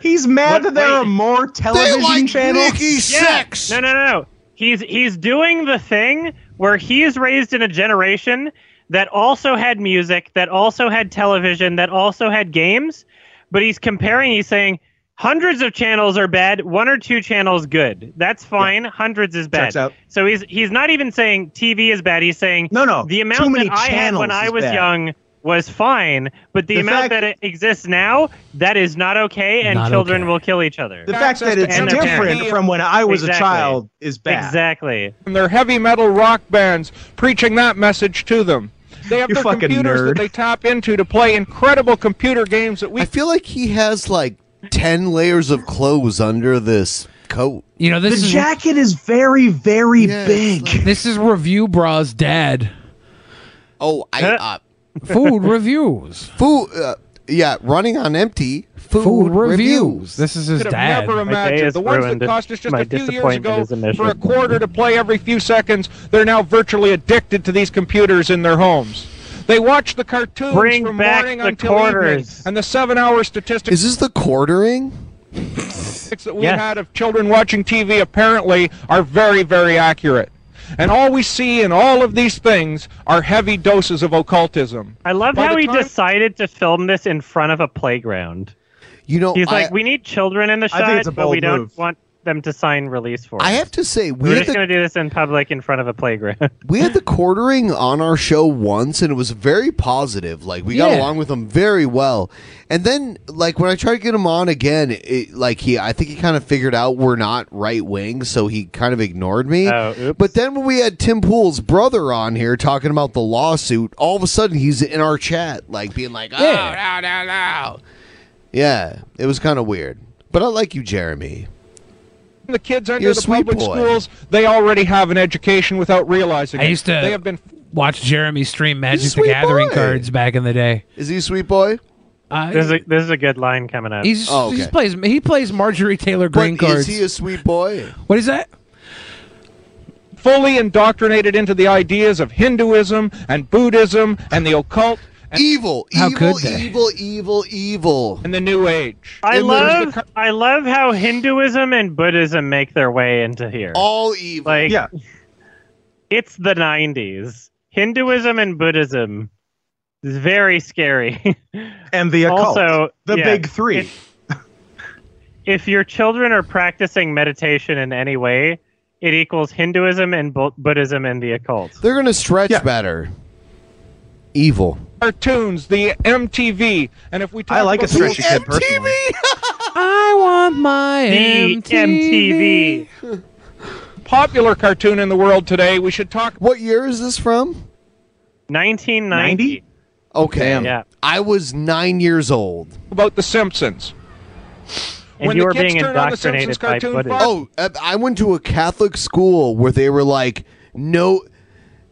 Speaker 15: He's
Speaker 10: mad
Speaker 15: that there are
Speaker 10: more
Speaker 15: television like channels? Nikki Sixx.
Speaker 10: No, no, no, no. He's he's doing the thing where he is raised in a generation that also had music, that also had television, that also had games, but he's comparing. He's saying hundreds of channels are bad, one or two channels good. That's fine. Hundreds is bad.
Speaker 11: Checks out.
Speaker 10: So he's he's not even saying TV is bad. He's saying
Speaker 11: No, no.
Speaker 10: the
Speaker 11: Too
Speaker 10: amount
Speaker 11: many
Speaker 10: that I had when
Speaker 11: channels
Speaker 10: I
Speaker 11: is
Speaker 10: was
Speaker 11: bad.
Speaker 10: young was fine, but the,
Speaker 11: The
Speaker 10: amount
Speaker 11: fact-
Speaker 10: that it exists now, that is not okay, and
Speaker 11: Not
Speaker 10: children will kill each other.
Speaker 11: The fact that it's
Speaker 10: And the
Speaker 11: different
Speaker 10: parents.
Speaker 11: from when I was a
Speaker 10: Exactly.
Speaker 11: child is bad.
Speaker 10: Exactly.
Speaker 15: and their heavy metal rock bands preaching that message to them. They have
Speaker 11: You
Speaker 15: their
Speaker 11: fucking
Speaker 15: computers
Speaker 11: nerd.
Speaker 15: that they tap into to play incredible computer games that we.
Speaker 9: I feel like he has like ten layers of clothes under this coat.
Speaker 12: You know this
Speaker 9: The
Speaker 12: is,
Speaker 11: jacket is very very
Speaker 9: big.
Speaker 12: This is review bra's dad.
Speaker 9: Oh, I uh,
Speaker 12: Food reviews.
Speaker 9: Food. Uh, yeah, running on empty. Food,
Speaker 12: Food reviews.
Speaker 9: reviews.
Speaker 12: This is
Speaker 15: could have never imagined. The ones that cost us just a few years ago for a quarter to play every few seconds, they're now virtually addicted to these computers in their homes. They watch the cartoons
Speaker 10: Bring
Speaker 15: from
Speaker 10: back
Speaker 15: morning
Speaker 10: the
Speaker 15: until evening,
Speaker 10: quarters.
Speaker 15: and the seven-hour statistics.
Speaker 9: Is this the quartering?
Speaker 15: statistics that we
Speaker 9: Yes.
Speaker 15: had of children watching TV apparently are very, very accurate. And all we see in all of these things are heavy doses of occultism.
Speaker 10: I love
Speaker 15: By
Speaker 10: how
Speaker 15: the
Speaker 10: he
Speaker 15: time-
Speaker 10: decided to film this in front of a playground.
Speaker 9: You know,
Speaker 10: he's
Speaker 9: I-
Speaker 10: like, we need children in the
Speaker 9: I think
Speaker 10: shot,
Speaker 9: it's a
Speaker 10: but we
Speaker 9: bold
Speaker 10: don't
Speaker 9: move."
Speaker 10: want them to sign release forms.
Speaker 9: I have to say, we
Speaker 10: are
Speaker 9: had
Speaker 10: just
Speaker 9: the-
Speaker 10: going to do this in public in front of a playground.
Speaker 9: We had the quartering on our show once, and it was very positive. Like we got
Speaker 10: Yeah.
Speaker 9: along with him very well. And then, like when I tried to get him on again, it, like he, I think he kind of figured out we're not right wing, so he kind of ignored me. but then when we had Tim Pool's brother on here talking about the lawsuit, all of a sudden he's in our chat, like being like, "Oh,
Speaker 12: Yeah.
Speaker 9: no, no, no." Yeah, it was kind of weird. But I like you, Jeremy.
Speaker 15: the kids under
Speaker 9: You're a
Speaker 15: the
Speaker 9: sweet
Speaker 15: public
Speaker 9: boy.
Speaker 15: schools, they already have an education without realizing
Speaker 12: I
Speaker 15: it.
Speaker 12: used to
Speaker 15: They have been
Speaker 12: watch Jeremy stream Magic the
Speaker 15: sweet
Speaker 12: Gathering
Speaker 15: boy.
Speaker 12: cards back in the day.
Speaker 9: Is he a sweet boy?
Speaker 12: I-
Speaker 10: this is a, this is a good line coming up.
Speaker 12: He's,
Speaker 9: Oh,
Speaker 15: Oh,
Speaker 12: he plays he plays Marjorie Taylor Greene cards.
Speaker 9: a sweet boy?
Speaker 12: What is that?
Speaker 15: Fully indoctrinated into the ideas of Hinduism and Buddhism and the occult. And
Speaker 9: evil,
Speaker 15: how
Speaker 9: evil, evil, evil, evil.
Speaker 15: And the New Age.
Speaker 10: I
Speaker 15: And there's
Speaker 10: love I love how Hinduism and Buddhism make their way into here.
Speaker 9: All evil.
Speaker 10: Like, yeah. It's the 90s. Hinduism and Buddhism is very scary.
Speaker 11: And the occult.
Speaker 10: Also,
Speaker 11: the
Speaker 10: yeah,
Speaker 11: big three.
Speaker 10: it- if your children are practicing meditation in any way, it equals Hinduism and Bu- Buddhism and the occult.
Speaker 9: They're going to stretch better. Evil.
Speaker 15: cartoons, the MTV, and if we talk I
Speaker 11: like
Speaker 15: about
Speaker 11: a stretchy kid
Speaker 15: personally.
Speaker 12: I want my
Speaker 15: The
Speaker 12: MTV.
Speaker 15: Popular cartoon in the world today. We should talk.
Speaker 9: What year is this from?
Speaker 10: 1990.
Speaker 9: Okay.
Speaker 10: Yeah.
Speaker 9: I was nine years old.
Speaker 15: About The Simpsons.
Speaker 10: And you were being indoctrinated by Buddhism.
Speaker 9: Oh, uh, I went to a Catholic school where they were like, no,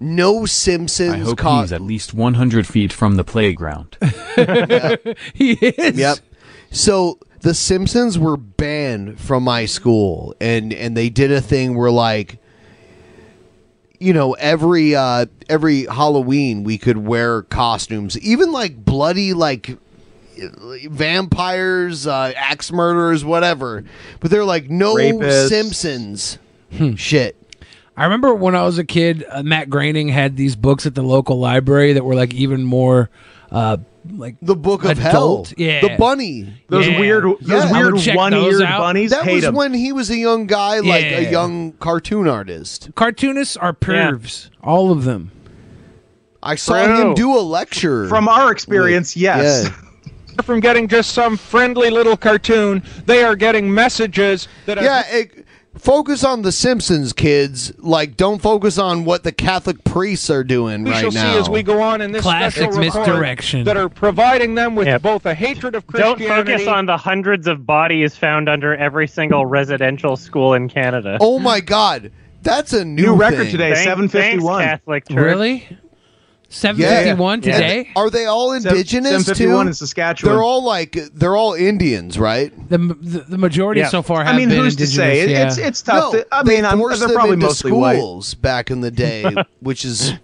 Speaker 9: no Simpsons.
Speaker 6: I hope he's at least 100 feet from the playground.
Speaker 12: he is.
Speaker 9: Yep. So the Simpsons were banned from my school, and and they did a thing where like, you know, every uh every Halloween we could wear costumes, even like bloody like vampires, uh, axe murderers, whatever. But they're like no
Speaker 12: Rapists.
Speaker 9: Simpsons. Shit.
Speaker 12: Hmm. I remember when I was a kid, uh, Matt Groening had these books at the local library that were like even more uh, like
Speaker 9: the Book of Hell.
Speaker 12: Yeah,
Speaker 9: The bunny.
Speaker 11: Those weird- those weird one-eared bunnies,
Speaker 9: That
Speaker 11: hate
Speaker 9: was
Speaker 11: 'em.
Speaker 9: when he was a young guy, like
Speaker 12: Yeah.
Speaker 9: a young cartoon artist.
Speaker 12: Cartoonists are pervs, all of them.
Speaker 9: I saw him do a lecture.
Speaker 11: From our experience, yes.
Speaker 15: From getting just some friendly little cartoon, they are getting messages that are
Speaker 9: Yeah, it, focus on the Simpsons, kids. Like, don't focus on what the Catholic priests are doing
Speaker 15: we
Speaker 9: right
Speaker 15: shall
Speaker 9: now.
Speaker 15: see as we go on in this
Speaker 12: Classic
Speaker 15: special report
Speaker 12: misdirection.
Speaker 15: that are providing them with both a hatred of
Speaker 10: Don't
Speaker 15: Christianity.
Speaker 10: focus on the hundreds of bodies found under every single residential school in Canada.
Speaker 9: Oh my God, that's a new,
Speaker 10: New record
Speaker 9: thing.
Speaker 10: today, Thank- 751. thanks, Catholic Church. Really?
Speaker 9: Yeah. And Are they all indigenous too? They're all like they're all Indians, right?
Speaker 12: The the, the majority so far. Have
Speaker 9: I mean,
Speaker 12: been
Speaker 9: who's to say? It's-
Speaker 12: indigenous, yeah.
Speaker 9: it's tough. No, Th- I
Speaker 11: I
Speaker 9: they
Speaker 11: mean, I'm,
Speaker 9: forced
Speaker 11: they're
Speaker 9: them
Speaker 11: probably
Speaker 9: into
Speaker 11: mostly
Speaker 9: schools back in the day, which is
Speaker 11: white.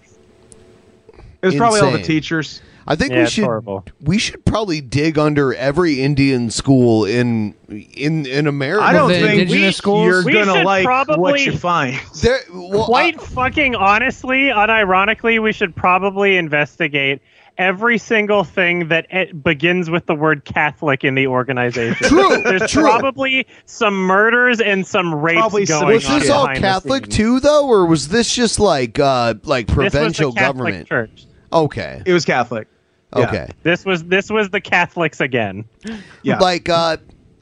Speaker 11: It was probably all the
Speaker 9: insane.
Speaker 11: teachers.
Speaker 9: I think we should we should probably dig under every Indian school in in in America.
Speaker 11: I don't think you're gonna like what you find.
Speaker 9: There, well, uh,
Speaker 10: Quite fucking honestly, unironically, we should probably investigate every single thing that it begins with the word Catholic in the organization.
Speaker 9: True,
Speaker 10: There's
Speaker 9: true.
Speaker 10: probably some murders and some rapes going
Speaker 9: was
Speaker 10: on.
Speaker 9: this all
Speaker 10: behind the
Speaker 9: Catholic
Speaker 10: scenes.
Speaker 9: too, though, or was this just like uh like
Speaker 10: was the
Speaker 9: provincial
Speaker 10: Catholic
Speaker 9: government?
Speaker 10: Church.
Speaker 9: Okay,
Speaker 11: it was Catholic.
Speaker 10: Yeah.
Speaker 9: Okay,
Speaker 10: This was this was the Catholics again.
Speaker 9: Like uh,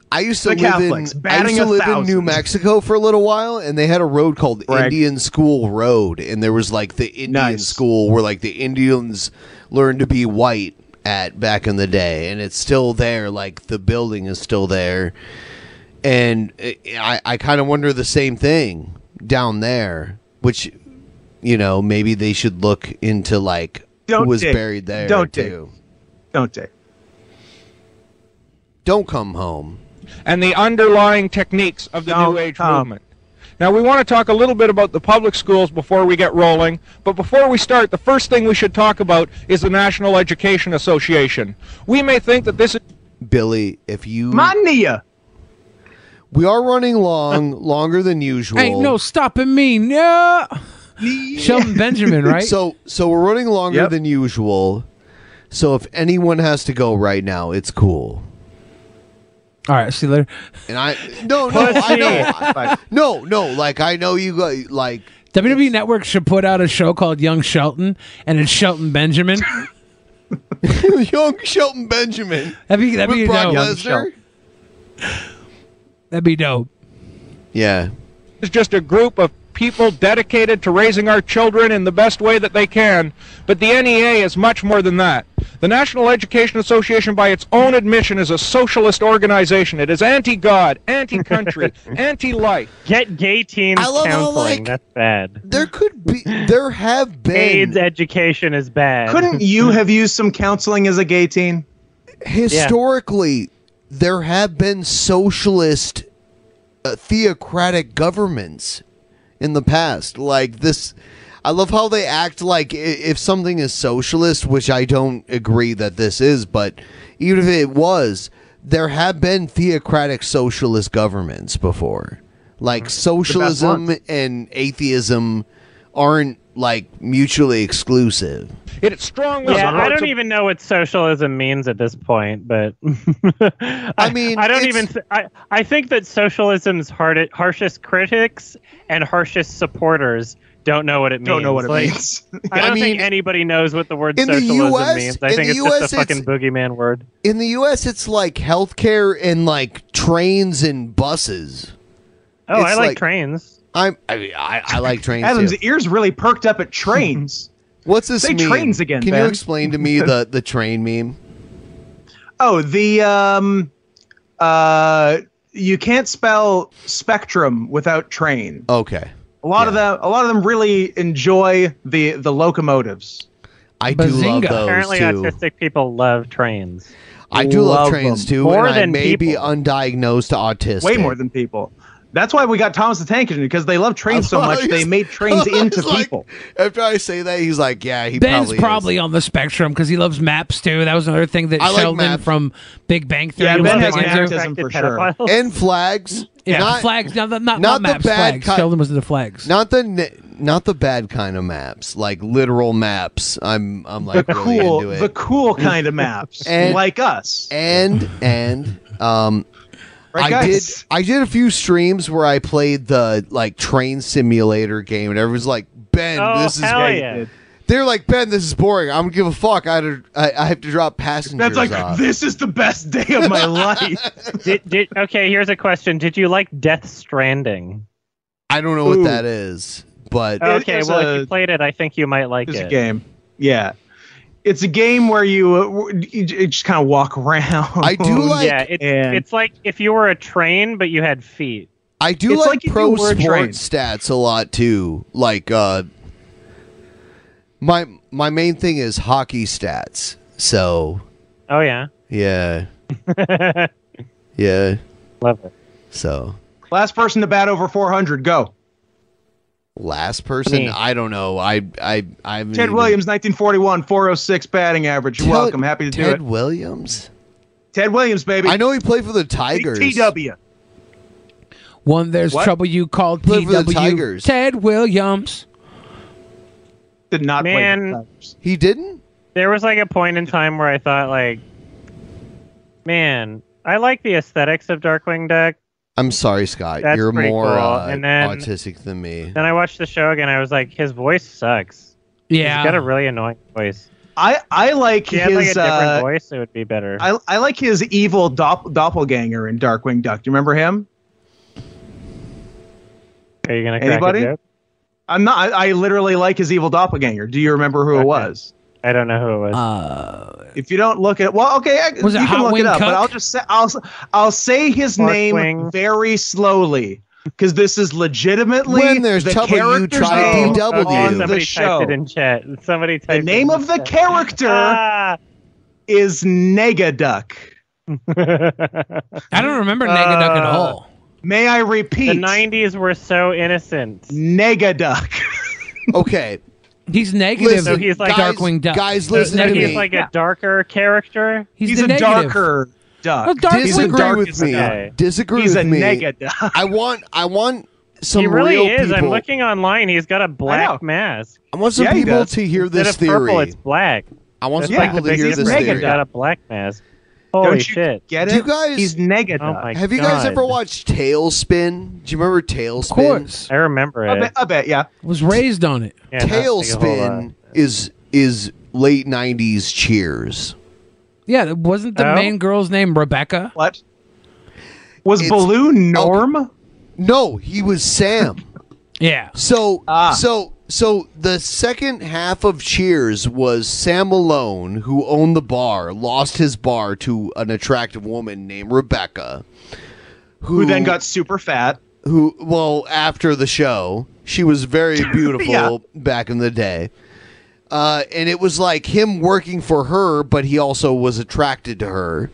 Speaker 9: I used to
Speaker 10: The
Speaker 9: live
Speaker 10: Catholics,
Speaker 9: in I
Speaker 10: batting
Speaker 9: used to
Speaker 10: a
Speaker 9: live in
Speaker 10: thousand.
Speaker 9: New Mexico for a little while, and they had a road called Indian School Road, and there was like the Indian school where like the Indians learned to be white at back in the day, and it's still there. Like the building is still there, and i I, I kind of wonder the same thing down there, which you know maybe they should look into like
Speaker 11: Don't
Speaker 9: who was
Speaker 11: dig.
Speaker 9: buried there.
Speaker 11: Don't dig.
Speaker 9: too.
Speaker 11: Don't dig.
Speaker 9: Don't come home.
Speaker 15: and the underlying techniques of the New Age
Speaker 11: come.
Speaker 15: movement. Now, we want to talk a little bit about the public schools before we get rolling, but before we start, the first thing we should talk about is the National Education Association. We may think that this is.
Speaker 9: Billy, if you.
Speaker 11: Mania!
Speaker 9: We are running long, longer than usual.
Speaker 12: Ain't no stopping me, no. Shelton Benjamin, right?
Speaker 9: So, so we're running longer
Speaker 12: Yep.
Speaker 9: than usual. So if anyone has to go right now, it's cool.
Speaker 12: All right, see you later.
Speaker 9: And I no no I know I- no no like I know you guys like
Speaker 12: WWE Network should put out a show called Young Shelton, and it's Shelton Benjamin.
Speaker 9: Young Shelton Benjamin.
Speaker 12: That'd be that'd
Speaker 9: With
Speaker 12: be
Speaker 9: Brock
Speaker 12: dope.
Speaker 9: Lesnar?
Speaker 12: That'd be dope.
Speaker 9: Yeah.
Speaker 15: It's just a group of people dedicated to raising our children in the best way that they can, but the NEA is much more than that. The National Education Association, by its own admission, is a socialist organization. It is anti God, anti country, anti life.
Speaker 10: Get gay teens
Speaker 15: I love how,
Speaker 10: counseling.
Speaker 15: like,
Speaker 10: That's bad.
Speaker 9: There could be. There have been.
Speaker 10: AIDS education is bad.
Speaker 11: Couldn't you have used some counseling as a gay teen?
Speaker 9: historically there have been socialist uh, theocratic governments in the past like this i love how they act like i- if something is socialist which i don't agree that this is but even if it was there have been theocratic socialist governments before like socialism and atheism aren't like mutually exclusive
Speaker 15: It strongly
Speaker 10: yeah, I
Speaker 15: supports
Speaker 10: don't
Speaker 15: a-
Speaker 10: even know what socialism means at this point, but I, mean, I don't even. Th- I I think that socialism's hard- harshest critics and harshest supporters don't know what it means.
Speaker 11: Don't know what it
Speaker 10: Like,
Speaker 11: means.
Speaker 10: I don't think anybody knows what the word
Speaker 9: in the
Speaker 10: socialism
Speaker 9: US
Speaker 10: means. I
Speaker 9: in
Speaker 10: think
Speaker 9: the
Speaker 10: it's
Speaker 9: US,
Speaker 10: just a
Speaker 9: it's-
Speaker 10: fucking boogeyman word.
Speaker 9: In the U.S., it's like healthcare and like trains and buses.
Speaker 10: Oh,
Speaker 9: It's
Speaker 10: I like, trains.
Speaker 9: I'm, I, mean, I I like trains.
Speaker 11: Adam's e-
Speaker 9: too.
Speaker 11: ears really perked up at trains.
Speaker 9: What's this
Speaker 11: Say
Speaker 9: meme?
Speaker 11: trains again,
Speaker 9: Can you
Speaker 11: Ben.
Speaker 9: explain to me the the train meme?
Speaker 11: Oh, the um, uh, you can't spell spectrum without train.
Speaker 9: Okay.
Speaker 11: A lot of them, a lot of them really enjoy the the locomotives.
Speaker 9: I
Speaker 11: do
Speaker 10: Bazinga. Apparently, autistic people love trains.
Speaker 9: I do love, trains too,
Speaker 11: More
Speaker 9: and I
Speaker 11: than
Speaker 9: may be
Speaker 11: people.
Speaker 9: undiagnosed autistic.
Speaker 11: Way more than people. That's why we got Thomas the Tank Engine because they love trains so much they made trains into
Speaker 9: It's like-
Speaker 11: people.
Speaker 9: After I say that, he's like, "Yeah, he
Speaker 12: Ben's
Speaker 9: probably,
Speaker 12: probably, on the spectrum because he loves maps too. That was another thing that
Speaker 9: I like
Speaker 12: Sheldon
Speaker 9: maps.
Speaker 12: from Big Bang Theory.
Speaker 9: Yeah,
Speaker 12: was
Speaker 9: Ben
Speaker 12: big
Speaker 9: has
Speaker 12: into.
Speaker 9: magnetism for sure. And flags.
Speaker 12: Yeah,
Speaker 9: Not-
Speaker 12: flags. Not, not, not,
Speaker 9: not the
Speaker 12: maps,
Speaker 9: bad
Speaker 12: flags.
Speaker 9: kind-
Speaker 12: Sheldon was into flags.
Speaker 9: is. Not the ne- not the bad kind of maps, like literal maps. I'm I'm like
Speaker 11: the
Speaker 9: really
Speaker 11: cool,
Speaker 9: into it.
Speaker 11: the cool kind of maps,
Speaker 9: And-
Speaker 11: like us.
Speaker 9: and and um
Speaker 11: Right,
Speaker 9: I
Speaker 11: guys?
Speaker 9: did I did a few streams where I played the like train simulator game and everyone's like Ben
Speaker 10: Oh,
Speaker 9: this is
Speaker 10: hell yeah.
Speaker 9: they're like Ben this is boring I don't give a fuck I, had I, I have to drop passengers
Speaker 10: That's like,
Speaker 9: off.
Speaker 10: "This
Speaker 11: is the best day of my life.
Speaker 10: did, did, okay, here's a question. Did you like Death Stranding?
Speaker 9: I don't know what that is but
Speaker 10: Okay, well, if you played it, I think you might like
Speaker 11: It's a
Speaker 10: it.
Speaker 11: game. Yeah. It's a game where you, uh, w- you j- you just kind of walk around. I
Speaker 10: yeah, it's, it's like if you were a train, but you had feet.
Speaker 9: I do
Speaker 10: It's
Speaker 9: like,
Speaker 10: like you
Speaker 9: pro
Speaker 10: do word
Speaker 9: sports
Speaker 10: train.
Speaker 9: stats a lot too. Like uh my my main thing is hockey stats. So
Speaker 10: Oh, yeah.
Speaker 9: yeah. yeah.
Speaker 10: Love it.
Speaker 9: So
Speaker 11: last person to bat over 400. Go.
Speaker 9: last person,
Speaker 11: Me.
Speaker 9: I don't know. I I I haven't
Speaker 11: Ted
Speaker 9: even-
Speaker 11: Williams, 1941, 406 batting average. You're
Speaker 9: Ted-
Speaker 11: welcome. Happy to do
Speaker 9: Ted
Speaker 11: it.
Speaker 9: Williams.
Speaker 11: Ted Williams, baby.
Speaker 9: I know he played for the Tigers.
Speaker 11: TW.
Speaker 12: One, there's
Speaker 11: What?
Speaker 12: trouble you called
Speaker 9: Play for the
Speaker 12: TW.
Speaker 9: Tigers.
Speaker 12: Ted Williams.
Speaker 11: Did not
Speaker 10: Man,
Speaker 9: he didn't.
Speaker 10: There was like a point in time where I thought, like, man, I like the aesthetics of Darkwing Duck.
Speaker 9: I'm sorry, Scott.
Speaker 10: That's
Speaker 9: You're
Speaker 10: pretty
Speaker 9: more
Speaker 10: cool.
Speaker 9: uh,
Speaker 10: And then-
Speaker 9: autistic than me.
Speaker 10: Then I watched the show again. I was like, his voice sucks.
Speaker 12: Yeah.
Speaker 10: he's got a really annoying voice.
Speaker 11: I, I like
Speaker 10: If he had like a
Speaker 11: his,
Speaker 10: different
Speaker 11: uh,
Speaker 10: voice, it would be better.
Speaker 11: I, I like his evil dop- doppelganger in Darkwing Duck. Do you remember him?
Speaker 10: Are you gonna crack a
Speaker 11: Anybody?
Speaker 10: joke?
Speaker 11: I'm not. I, I literally like his evil doppelganger. Do you remember who it was?
Speaker 10: I don't know who it was.
Speaker 11: Uh, if you don't look at well, okay, I,
Speaker 10: Was it
Speaker 11: you can
Speaker 10: Hot
Speaker 11: look
Speaker 10: Wing
Speaker 11: it up.
Speaker 10: Cook?
Speaker 11: But I'll just say I'll I'll say his
Speaker 10: North
Speaker 11: name
Speaker 10: Wing.
Speaker 11: very slowly because this is legitimately
Speaker 9: When there's
Speaker 11: the
Speaker 9: trouble, you
Speaker 11: character's
Speaker 9: try
Speaker 11: name on
Speaker 9: DW.
Speaker 11: the
Speaker 10: Oh, Somebody
Speaker 11: show.
Speaker 10: typed it in chat. Somebody typed
Speaker 11: The name
Speaker 10: it in
Speaker 11: of the
Speaker 10: chat.
Speaker 11: character
Speaker 10: Ah!
Speaker 11: is Negaduck.
Speaker 12: I don't remember Negaduck at all.
Speaker 11: May I repeat?
Speaker 10: The '90s were so innocent.
Speaker 11: Negaduck.
Speaker 9: okay.
Speaker 12: He's negative.
Speaker 10: so he's like
Speaker 12: Darkwing Duck.
Speaker 10: So- so he's like a darker character.
Speaker 12: He's He's the a negative. darker
Speaker 11: duck.
Speaker 9: Disagree with me.
Speaker 10: guy.
Speaker 9: Disagree
Speaker 10: He's
Speaker 9: with
Speaker 10: a
Speaker 9: me.
Speaker 10: nega-
Speaker 9: I want. I want some
Speaker 10: he really
Speaker 9: real
Speaker 10: is.
Speaker 9: people.
Speaker 10: I'm looking online. He's got a black mask.
Speaker 9: I want some people to hear
Speaker 10: Instead
Speaker 9: this
Speaker 10: of purple,
Speaker 9: theory.
Speaker 10: it's black.
Speaker 9: I want
Speaker 10: That's
Speaker 9: some
Speaker 10: like
Speaker 9: people
Speaker 10: the
Speaker 9: to hear
Speaker 10: biggest
Speaker 9: this
Speaker 10: difference.
Speaker 9: theory.
Speaker 10: He's got a black mask. Holy
Speaker 9: Don't you
Speaker 10: shit!
Speaker 11: Get
Speaker 9: Do you guys?
Speaker 11: He's Negaduck.
Speaker 10: Oh my
Speaker 9: have you guys
Speaker 10: God.
Speaker 9: ever watched Tailspin? Do you remember Tailspin? Of
Speaker 12: course.
Speaker 10: I remember
Speaker 11: I bet, I bet, yeah.
Speaker 12: was raised on it.
Speaker 9: Tailspin is is late '90s Cheers.
Speaker 12: Yeah, that wasn't the
Speaker 9: Oh.
Speaker 12: main girl's name Rebecca?
Speaker 11: What? Was Baloo Norm?
Speaker 9: No, he was Sam.
Speaker 12: yeah.
Speaker 9: So
Speaker 11: Ah.
Speaker 9: so so the second half of Cheers was Sam Malone, who owned the bar, lost his bar to an attractive woman named Rebecca,
Speaker 11: Who, then got super fat.
Speaker 9: Who well after the show, she was very beautiful
Speaker 11: Yeah.
Speaker 9: back in the day. Uh, and it was like him working for her, but he also was attracted to her,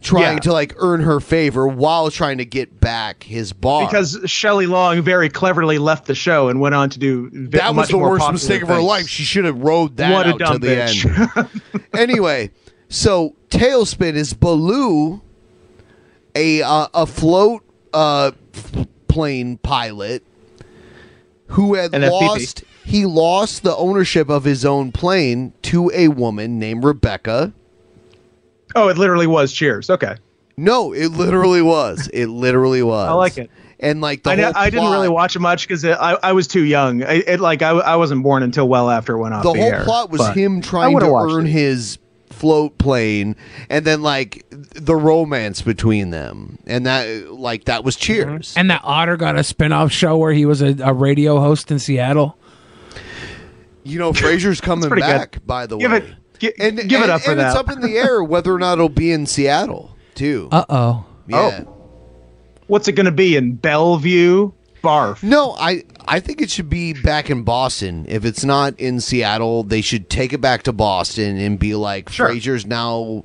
Speaker 9: trying
Speaker 11: Yeah.
Speaker 9: to like earn her favor while trying to get back his bar.
Speaker 11: Because Shelley Long very cleverly left the show and went on to do v-
Speaker 9: that was
Speaker 11: much
Speaker 9: the
Speaker 11: more
Speaker 9: worst
Speaker 11: popular
Speaker 9: mistake of her
Speaker 11: things.
Speaker 9: life. She should have rode that
Speaker 11: What a
Speaker 9: out
Speaker 11: dumb
Speaker 9: to
Speaker 11: bitch.
Speaker 9: the end. anyway, so Tailspin is Baloo, a uh, a float uh, f- plane pilot who had
Speaker 11: And that's Pee-Pee.
Speaker 9: lost he lost the ownership of his own plane to a woman named Rebecca.
Speaker 11: Oh, it literally was Cheers. Okay.
Speaker 9: No, it literally was. It literally was.
Speaker 11: I like it.
Speaker 9: And like the
Speaker 11: I,
Speaker 9: whole
Speaker 11: I didn't
Speaker 9: plot-
Speaker 11: really watch it much because I, I was too young. I, it like I, I wasn't born until well after it went off
Speaker 9: the
Speaker 11: the,
Speaker 9: whole
Speaker 11: air,
Speaker 9: plot was
Speaker 11: but I
Speaker 9: him trying
Speaker 11: would've
Speaker 9: to
Speaker 11: watched
Speaker 9: earn
Speaker 11: it.
Speaker 9: his float plane and then like the romance between them and that like that
Speaker 12: Mm-hmm.
Speaker 9: was cheers
Speaker 12: And that Otter got a spin-off show where he was a, a radio host in Seattle.
Speaker 9: you know frasier's coming
Speaker 12: pretty good.
Speaker 9: back by the
Speaker 12: Give
Speaker 9: way
Speaker 12: it-
Speaker 9: and,
Speaker 12: give it
Speaker 9: and-
Speaker 12: up for
Speaker 9: and it's
Speaker 12: that.
Speaker 9: up in the air whether or not it'll be in seattle too
Speaker 12: Uh-oh.
Speaker 9: yeah
Speaker 11: what's it going to be in bellevue barf
Speaker 9: no i i think it should be back in boston if it's not in seattle they should take it back to boston and be like frasier's now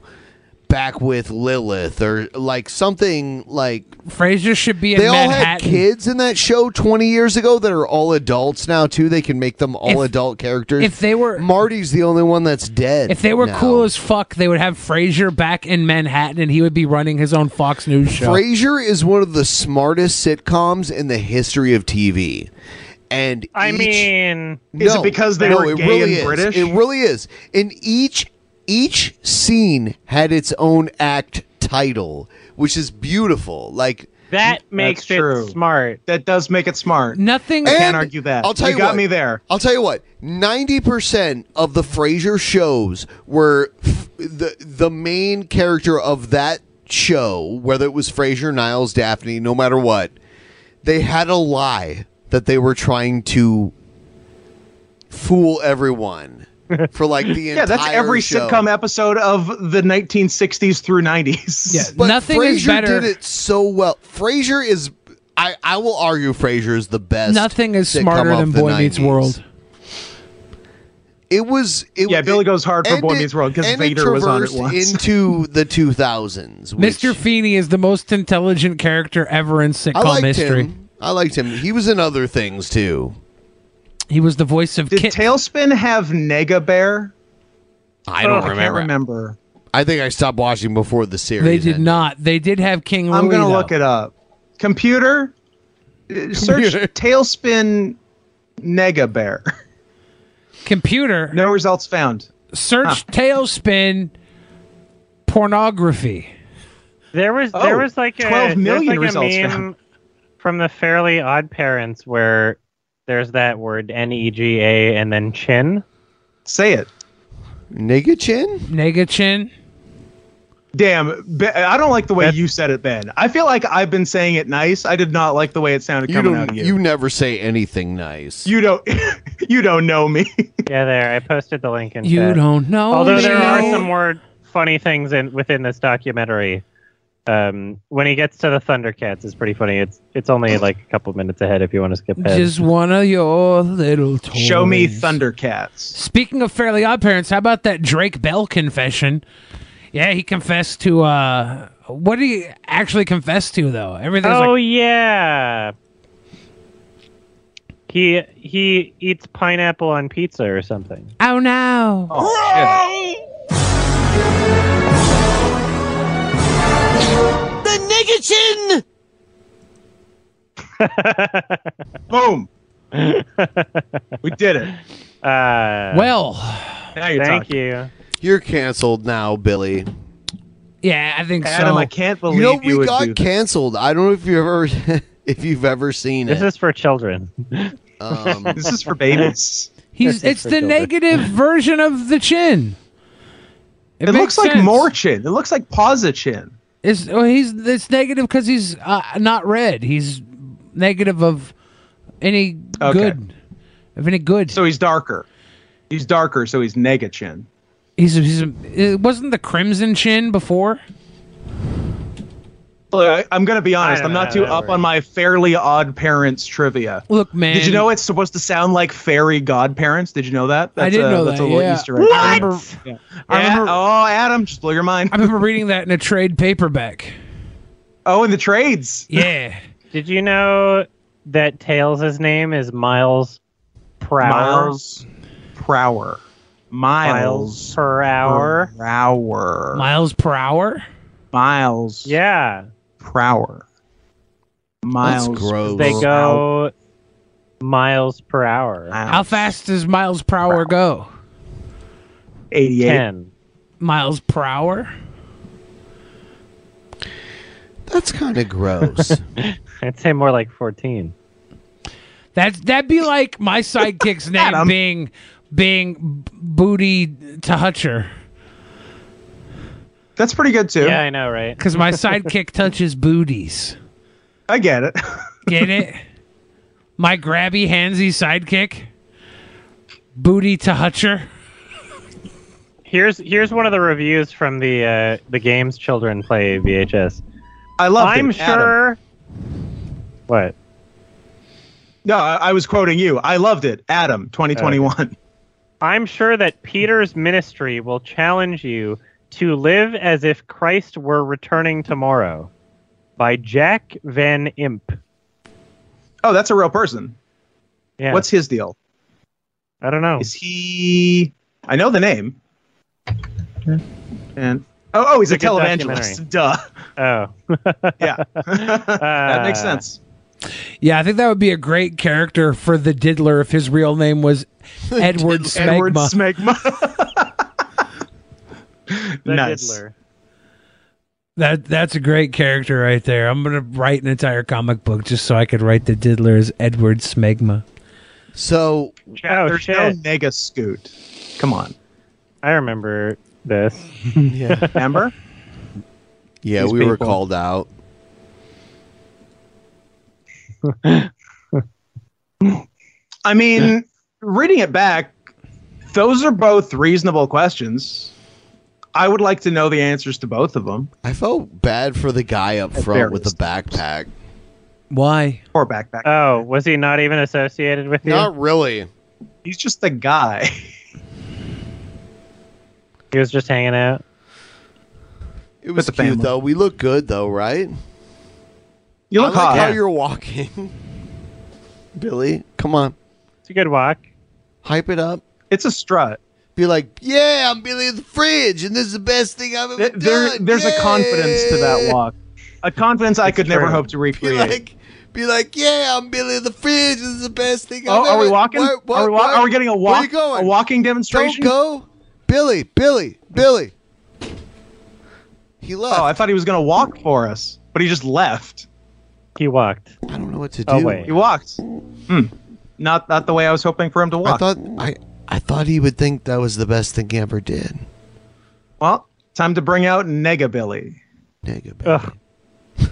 Speaker 9: back with lilith or like something like
Speaker 12: Frasier should be in
Speaker 9: they all had
Speaker 12: Manhattan.
Speaker 9: kids in that show 20 years ago that are all adults now too they can make them all adult characters
Speaker 12: if they were
Speaker 9: marty's the only one that's dead
Speaker 12: If they were
Speaker 9: now.
Speaker 12: cool as fuck, they would have Frasier back in Manhattan and he would be running his own Fox News show.
Speaker 9: frasier is one of the smartest sitcoms in the history of tv and
Speaker 10: I
Speaker 9: each-
Speaker 10: mean,
Speaker 9: No, no, it really is. It really is. And each each scene had its own act title, which is beautiful. Like
Speaker 10: that
Speaker 11: That's
Speaker 10: makes
Speaker 11: true.
Speaker 10: smart.
Speaker 11: That does make it smart.
Speaker 12: Nothing.
Speaker 11: I can't argue that.
Speaker 9: I'll tell you,
Speaker 11: you got
Speaker 9: what,
Speaker 11: me there.
Speaker 9: I'll tell you what. Ninety percent of the Frasier shows were f- the the main character of that show, whether it was Frasier, Niles, Daphne, no matter what, they had a lie that they were trying to fool everyone for like the
Speaker 11: yeah, that's
Speaker 9: entire
Speaker 11: every
Speaker 9: show.
Speaker 11: sitcom episode of the 1960s through 90s. Yeah,
Speaker 9: But Frasier did it so well. Frasier is. I, I will argue Frasier is the best.
Speaker 12: Nothing is
Speaker 9: sitcom
Speaker 12: smarter
Speaker 9: of
Speaker 12: than
Speaker 9: the
Speaker 12: Boy Meets
Speaker 9: 90s.
Speaker 12: World.
Speaker 9: It was. It,
Speaker 11: yeah, Billy goes hard for
Speaker 9: and
Speaker 11: Boy
Speaker 9: it-
Speaker 11: Meets World because
Speaker 9: and it
Speaker 11: Vader was on it
Speaker 9: traversed
Speaker 11: once.
Speaker 9: into the 2000s.
Speaker 12: Mr. Feeney is the most intelligent character ever in
Speaker 9: I
Speaker 12: sitcom
Speaker 9: liked
Speaker 12: history.
Speaker 9: him. I liked him. He was in other things too.
Speaker 12: He was the voice of
Speaker 11: Did Tailspin have Nega Bear?
Speaker 9: I don't
Speaker 11: Oh, I
Speaker 9: remember.
Speaker 11: can't remember.
Speaker 9: I think I stopped watching before the series.
Speaker 12: They did
Speaker 9: ended.
Speaker 12: not. They did have King Louis.
Speaker 11: I'm gonna
Speaker 12: though.
Speaker 11: look it up. Computer, uh, search Tailspin Nega Bear.
Speaker 12: Computer.
Speaker 11: No results found.
Speaker 12: Search Tailspin pornography.
Speaker 10: There was there
Speaker 25: Oh,
Speaker 10: was like a,
Speaker 11: 12 Oh, million
Speaker 10: there's like
Speaker 11: results
Speaker 10: a meme
Speaker 11: found.
Speaker 10: from the Fairly Odd Parents where there's that word N E G A and then chin.
Speaker 11: Say it.
Speaker 9: Nega chin.
Speaker 12: Nega chin.
Speaker 11: Damn, Ben- I don't like the way you said it, Ben. I feel like I've been saying it nice. I did not like the way it sounded
Speaker 9: You
Speaker 11: coming out
Speaker 9: don't.
Speaker 11: of
Speaker 9: You.
Speaker 11: you.
Speaker 9: never say anything nice.
Speaker 11: You don't. you don't know me.
Speaker 10: Yeah, there. I posted the link in.
Speaker 12: You
Speaker 10: chat.
Speaker 12: don't know
Speaker 10: Although there
Speaker 12: me.
Speaker 10: are some more funny things in within this documentary. Um, when he gets to the Thundercats, it's pretty funny. It's it's only like a couple minutes ahead if you want to skip ahead.
Speaker 12: Just one of your little toys.
Speaker 10: Show me
Speaker 11: Thundercats.
Speaker 12: Speaking of Fairly Odd Parents, how about that Drake Bell confession? Yeah, he confessed to. uh What did he actually confess to though? Everything's
Speaker 10: oh
Speaker 12: like
Speaker 10: yeah. He he eats pineapple on pizza or something.
Speaker 12: Oh no.
Speaker 23: The nigga
Speaker 11: Boom. we did it.
Speaker 10: Uh,
Speaker 12: Well.
Speaker 11: Now you're
Speaker 10: thank
Speaker 11: talking.
Speaker 10: you.
Speaker 9: You're canceled now, Billy.
Speaker 12: Yeah, I think
Speaker 11: Adam,
Speaker 12: so.
Speaker 11: I can't believe
Speaker 9: you
Speaker 11: you,
Speaker 9: know we
Speaker 11: would do
Speaker 9: got
Speaker 11: that.
Speaker 9: canceled. I don't know if you've ever if you've ever seen
Speaker 10: This
Speaker 9: it.
Speaker 10: is for children.
Speaker 9: Um,
Speaker 11: This is for babies.
Speaker 12: He's it's the negative version of the chin.
Speaker 11: It, looks like more chin. It looks like Paza chin.
Speaker 12: Is well, he's it's negative because he's uh, not red. He's negative of any
Speaker 11: Okay.
Speaker 12: good of any good.
Speaker 11: So he's darker. He's darker, so he's nega chin.
Speaker 12: He's, he's it wasn't the crimson chin before.
Speaker 11: Look, I- I'm gonna be honest.
Speaker 10: I don't
Speaker 11: I'm not
Speaker 10: know
Speaker 11: too
Speaker 10: how that
Speaker 11: up on my Fairly Odd Parents trivia.
Speaker 12: Look, man.
Speaker 11: Did you know it's supposed to sound like Fairy Godparents? Did you know that?
Speaker 12: I didn't
Speaker 11: a,
Speaker 12: know
Speaker 11: that's
Speaker 12: that.
Speaker 11: a little
Speaker 12: yeah.
Speaker 11: Easter egg.
Speaker 12: I remember, I
Speaker 11: Yeah,
Speaker 12: remember-
Speaker 11: oh, Adam, just blow your mind.
Speaker 12: I remember reading that in a trade paperback.
Speaker 11: Oh, in the trades.
Speaker 12: Yeah.
Speaker 10: Did you know that Tails' name is Miles Prower?
Speaker 11: Miles Prower. Miles
Speaker 10: per hour.
Speaker 11: Per hour.
Speaker 12: Miles per hour.
Speaker 11: Miles.
Speaker 10: Yeah.
Speaker 11: Per hour. Miles.
Speaker 9: gross.
Speaker 10: They
Speaker 11: per hour.
Speaker 10: go miles per hour.
Speaker 12: How fast does miles per hour go?
Speaker 11: 88.
Speaker 10: Ten.
Speaker 12: Miles per hour.
Speaker 9: That's kind of gross.
Speaker 10: I'd say more like fourteen.
Speaker 12: That's that'd be like my sidekick's name being being B- booty to Hutcher.
Speaker 11: That's pretty good too.
Speaker 10: Yeah, I know, right?
Speaker 12: Because my sidekick touches booties.
Speaker 11: I get it.
Speaker 12: Get it? My grabby handsy sidekick. Booty to Hutcher.
Speaker 10: Here's here's one of the reviews from the uh, the games children play VHS.
Speaker 11: I love
Speaker 10: I'm
Speaker 11: it. Adam.
Speaker 10: sure. What?
Speaker 11: No, I, I was quoting you. I loved it.
Speaker 10: Uh,
Speaker 11: Adam, 2021.
Speaker 10: I'm sure that Peter's ministry will challenge you to live as if Christ were returning tomorrow. By Jack Van Imp.
Speaker 11: Oh, that's a real person.
Speaker 10: Yeah.
Speaker 11: What's his deal?
Speaker 10: I don't know.
Speaker 11: Is he? I know the name. And oh, oh, he's
Speaker 10: It's
Speaker 11: a,
Speaker 10: a good
Speaker 11: televangelist.
Speaker 10: documentary.
Speaker 11: Duh.
Speaker 10: Oh.
Speaker 11: yeah. that makes sense.
Speaker 12: Yeah, I think that would be a great character for the diddler if his real name was Edward Smegma.
Speaker 11: Edward Smegma.
Speaker 10: The
Speaker 12: Nice.
Speaker 10: Diddler.
Speaker 12: That that's a great character right there. I'm gonna write an entire comic book just so I could write the diddler as Edward Smegma.
Speaker 9: So
Speaker 11: there's no mega scoot. Come on.
Speaker 10: I remember this.
Speaker 11: Yeah. Remember?
Speaker 9: yeah,
Speaker 11: These
Speaker 9: we were
Speaker 11: people.
Speaker 9: called out.
Speaker 11: I mean, reading it back, those are both reasonable questions. I would like to know the answers to both of them.
Speaker 9: I felt bad for the guy up front with the backpack.
Speaker 12: Why?
Speaker 11: Poor backpack.
Speaker 10: Oh, was he not even associated with you?
Speaker 9: Not really.
Speaker 11: He's just the guy.
Speaker 10: He was just hanging out.
Speaker 9: It was cute though. We look good though, right?
Speaker 11: You
Speaker 9: look I like
Speaker 10: hot.
Speaker 9: how
Speaker 10: Yeah.
Speaker 9: you're walking, Billy. Come on,
Speaker 10: it's a good walk.
Speaker 9: Hype it up.
Speaker 11: It's a strut.
Speaker 9: Be like, yeah, I'm Billy the Fridge, and this is the best thing I've ever done.
Speaker 11: There, there's a confidence to that
Speaker 9: Yeah.
Speaker 11: walk, a confidence I could never hope to recreate.
Speaker 9: Be like, yeah, I'm Billy the Fridge. This is the best thing I've
Speaker 11: oh,
Speaker 9: ever.
Speaker 11: are we walking?
Speaker 9: What- what-
Speaker 11: are, we wa-
Speaker 9: what?
Speaker 11: are we getting a
Speaker 9: Where
Speaker 11: walk?
Speaker 9: you going?
Speaker 11: A walking demonstration?
Speaker 9: Don't go, Billy, Billy, Billy. He left.
Speaker 11: Oh, I thought he was going to walk for us, but he just left.
Speaker 10: He walked.
Speaker 9: I don't know what to do.
Speaker 11: Oh, wait. He walked. Hmm. Not not the way I was hoping for him to walk.
Speaker 9: I thought I, I thought he would think that was the best thing he ever did.
Speaker 11: Well, time to bring out Negabilly.
Speaker 9: Negabilly.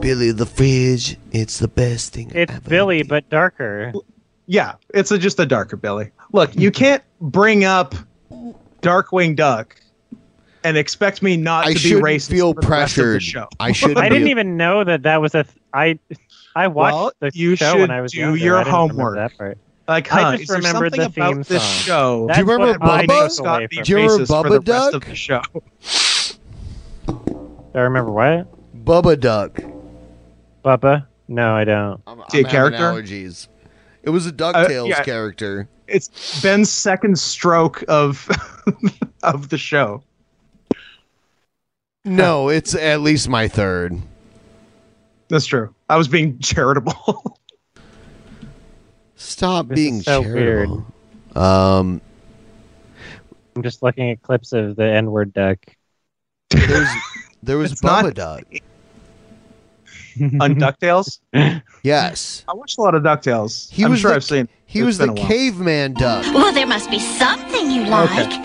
Speaker 9: Billy the Fridge. It's the best thing.
Speaker 10: It's Billy, but darker.
Speaker 11: Yeah, it's a, just a darker Billy. Look, you can't bring up Darkwing Duck and expect me not
Speaker 9: I
Speaker 11: to be
Speaker 9: shouldn't
Speaker 11: racist.
Speaker 9: feel
Speaker 11: for the rest of the
Speaker 9: pressured.
Speaker 11: show.
Speaker 9: I shouldn't
Speaker 10: I didn't even know that that was a. Th- I I watched
Speaker 11: Well,
Speaker 10: the
Speaker 11: you
Speaker 10: show
Speaker 11: should
Speaker 10: when I was
Speaker 11: do
Speaker 10: younger.
Speaker 11: your
Speaker 10: I didn't remember
Speaker 11: homework.
Speaker 10: That part.
Speaker 11: Like, huh,
Speaker 10: I
Speaker 11: is
Speaker 10: just
Speaker 11: there
Speaker 10: remembered
Speaker 11: something
Speaker 10: the
Speaker 11: about
Speaker 10: theme
Speaker 11: this
Speaker 10: song.
Speaker 11: show?
Speaker 10: That's
Speaker 11: Do you remember
Speaker 10: what I
Speaker 11: Bubba?
Speaker 10: took away
Speaker 11: Scott
Speaker 10: from
Speaker 11: Do you remember
Speaker 10: it.
Speaker 11: racist for the Bubba rest of Duck? the show.
Speaker 10: Do I remember what?
Speaker 9: Bubba Duck.
Speaker 10: Bubba? No, I don't.
Speaker 11: See a character?
Speaker 9: Allergies. It was a
Speaker 11: Uh,
Speaker 9: Ducktales
Speaker 11: yeah.
Speaker 9: character.
Speaker 11: It's Ben's second stroke of of the show.
Speaker 9: No, it's at least my third.
Speaker 11: That's true. I was being charitable.
Speaker 9: Stop
Speaker 10: This
Speaker 9: being
Speaker 10: is so
Speaker 9: charitable.
Speaker 10: weird.
Speaker 9: Um,
Speaker 10: I'm just looking at clips of the N-word duck.
Speaker 9: There was
Speaker 10: It's
Speaker 9: Bubba
Speaker 10: not-
Speaker 9: Duck.
Speaker 11: On DuckTales?
Speaker 9: Yes.
Speaker 11: I watched a lot of DuckTales.
Speaker 9: He
Speaker 11: I'm
Speaker 9: was
Speaker 11: sure
Speaker 9: the-
Speaker 11: I've seen.
Speaker 9: He
Speaker 11: it's
Speaker 9: was
Speaker 11: been
Speaker 9: the
Speaker 11: a while.
Speaker 9: caveman duck.
Speaker 19: Well, there must be something you like.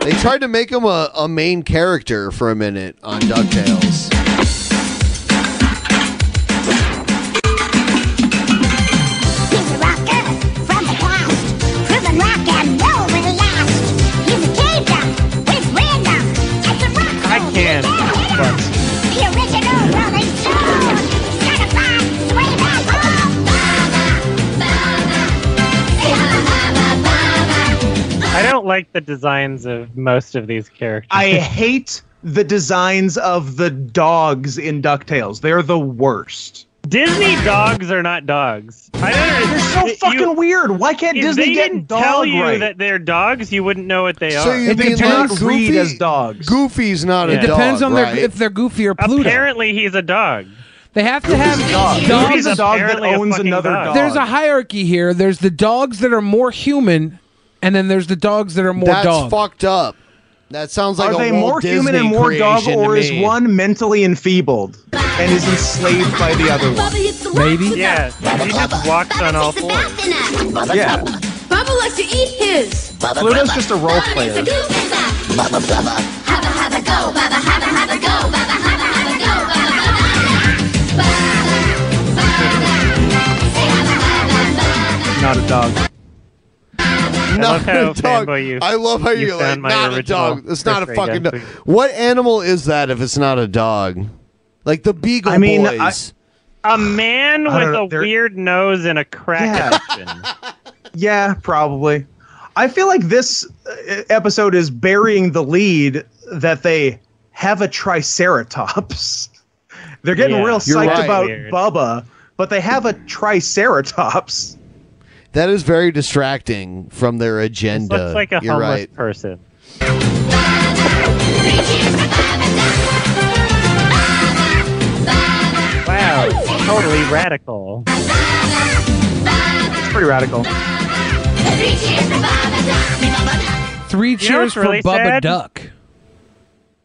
Speaker 9: They tried to make him a, a main character for a minute on DuckTales.
Speaker 19: He's a rocker from the past. Proven rock and roll with a last. He's a cave duck
Speaker 10: don't like the designs of most of these characters.
Speaker 11: I hate the designs of the dogs in DuckTales. They're the worst.
Speaker 10: Disney dogs are not dogs. I don't understand.
Speaker 11: They're so fucking weird. Why can't
Speaker 10: If
Speaker 11: Disney
Speaker 10: they
Speaker 11: get
Speaker 10: didn't
Speaker 11: dog
Speaker 10: tell you
Speaker 11: right?
Speaker 10: that they're dogs, you wouldn't know what they
Speaker 11: So
Speaker 10: are.
Speaker 11: you If they mean cannot like read Goofy? as dogs.
Speaker 9: Goofy's not
Speaker 12: it depends on their, if they're goofy or Pluto.
Speaker 10: Apparently, he's a dog.
Speaker 12: They have to have
Speaker 10: Goofy's a dog.
Speaker 12: dogs.
Speaker 10: Goofy's a dog that Apparently a owns fucking another dog. dog.
Speaker 12: There's a hierarchy here. There's the dogs that are more human, and then there's the dogs that are more
Speaker 9: That's
Speaker 12: dog.
Speaker 9: fucked up. That sounds like
Speaker 11: Are
Speaker 9: a
Speaker 11: they
Speaker 9: Walt
Speaker 11: more human
Speaker 9: Disney
Speaker 11: and more dog,
Speaker 9: creation to
Speaker 11: or is
Speaker 9: me.
Speaker 11: one mentally enfeebled and is enslaved by the other one?
Speaker 12: Maybe.
Speaker 10: Yeah, he just walks on all fours.
Speaker 11: Yeah.
Speaker 19: Bubba likes to eat his.
Speaker 11: Pluto's just a role player. Not a dog.
Speaker 9: Not
Speaker 10: I love
Speaker 9: a
Speaker 10: how
Speaker 9: dog.
Speaker 10: fanboy you-
Speaker 9: I love how
Speaker 10: you
Speaker 9: you're like,
Speaker 10: found my
Speaker 9: not a
Speaker 10: original
Speaker 9: dog. It's not a
Speaker 10: Chris
Speaker 9: fucking
Speaker 10: Reagan.
Speaker 9: dog. What animal is that if it's not a dog? Like the Beagle
Speaker 10: I mean, I-
Speaker 9: Boys.
Speaker 10: A man
Speaker 11: I don't
Speaker 10: with
Speaker 11: know,
Speaker 10: a
Speaker 11: they're-
Speaker 10: weird nose and a crack.
Speaker 11: Yeah, probably. I feel like this uh, episode is burying the lead that they have a Triceratops. They're getting
Speaker 9: Yeah,
Speaker 11: real
Speaker 9: you're
Speaker 11: psyched
Speaker 9: right.
Speaker 11: about
Speaker 9: Weird.
Speaker 11: Bubba, but they have a Triceratops.
Speaker 9: that is very distracting from their agenda.
Speaker 11: looks like a
Speaker 9: you're
Speaker 11: homeless
Speaker 9: right.
Speaker 10: person. Wow, totally radical.
Speaker 11: It's pretty radical.
Speaker 12: Three
Speaker 10: You know
Speaker 12: cheers
Speaker 10: what's
Speaker 12: for
Speaker 10: really
Speaker 12: Bubba
Speaker 10: sad?
Speaker 12: Duck.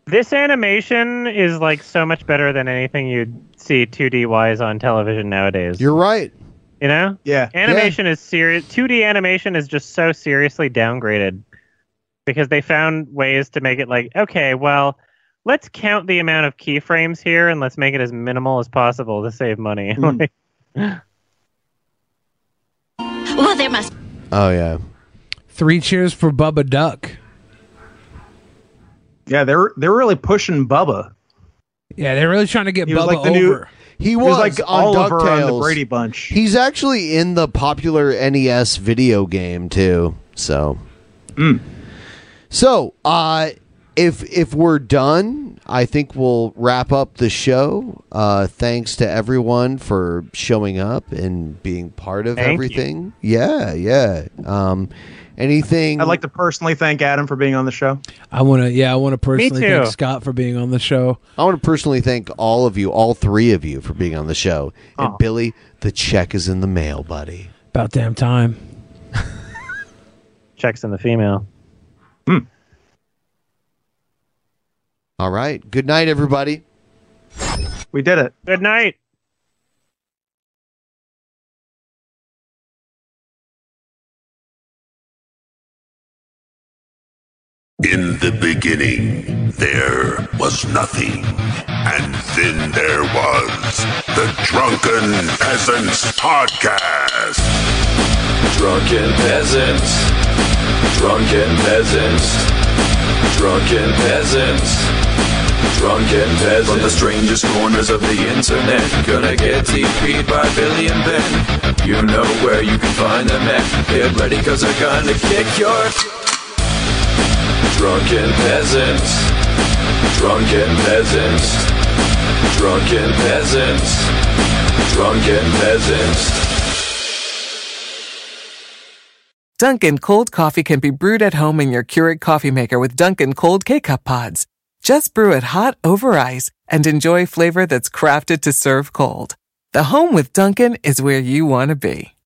Speaker 10: This animation is like so much better than anything you'd see 2D wise on television nowadays.
Speaker 9: You're right.
Speaker 10: You know?
Speaker 11: Yeah.
Speaker 10: Animation is serious. 2D animation is just so seriously downgraded because they found ways to make it like, okay, well, let's count the amount of keyframes here and let's make it as minimal as possible to save money.
Speaker 16: Hmm.
Speaker 10: Like,
Speaker 19: Well, there must
Speaker 9: Oh yeah.
Speaker 12: Three cheers for Bubba Duck.
Speaker 11: Yeah, they're they're really pushing Bubba.
Speaker 12: Yeah, they're really trying to get
Speaker 11: He
Speaker 12: Bubba
Speaker 11: was like the
Speaker 12: over.
Speaker 11: new.
Speaker 9: He was,
Speaker 11: like
Speaker 9: on
Speaker 11: Oliver
Speaker 9: DuckTales.
Speaker 11: on the Brady Bunch.
Speaker 9: He's actually in the popular NES video game too. So,
Speaker 11: Mm.
Speaker 9: so uh, if if we're done, I think we'll wrap up the show. Uh, thanks to everyone for showing up and being part of
Speaker 11: Thank you.
Speaker 9: everything. Yeah, yeah. Um, anything?
Speaker 11: I'd like to personally thank Adam for being on the show.
Speaker 12: I want to. Yeah, I want to personally
Speaker 11: too.
Speaker 12: thank Scott for being on the show.
Speaker 9: I want to personally thank all of you, all three of you, for being on the show. And Billy, the check is in the mail, buddy.
Speaker 12: About damn time.
Speaker 10: Checks in the female.
Speaker 11: Hmm.
Speaker 9: All right. Good night, everybody.
Speaker 11: We did it.
Speaker 10: Good night.
Speaker 18: In the beginning, there was nothing. And then there was the Drunken Peasants Podcast.
Speaker 2: Drunken peasants. Drunken peasants. Drunken peasants. Drunken peasants. From the strangest corners of the internet. Gonna get TP'd by Billy and Ben. You know where you can find them at. Get ready, cause they're gonna kick your. Drunken peasants. Drunken peasants. Drunken peasants. Drunken peasants.
Speaker 1: Dunkin' cold coffee can be brewed at home in your Keurig coffee maker with Dunkin' cold K-cup pods. Just brew it hot over ice and enjoy flavor that's crafted to serve cold. The home with Dunkin' is where you want to be.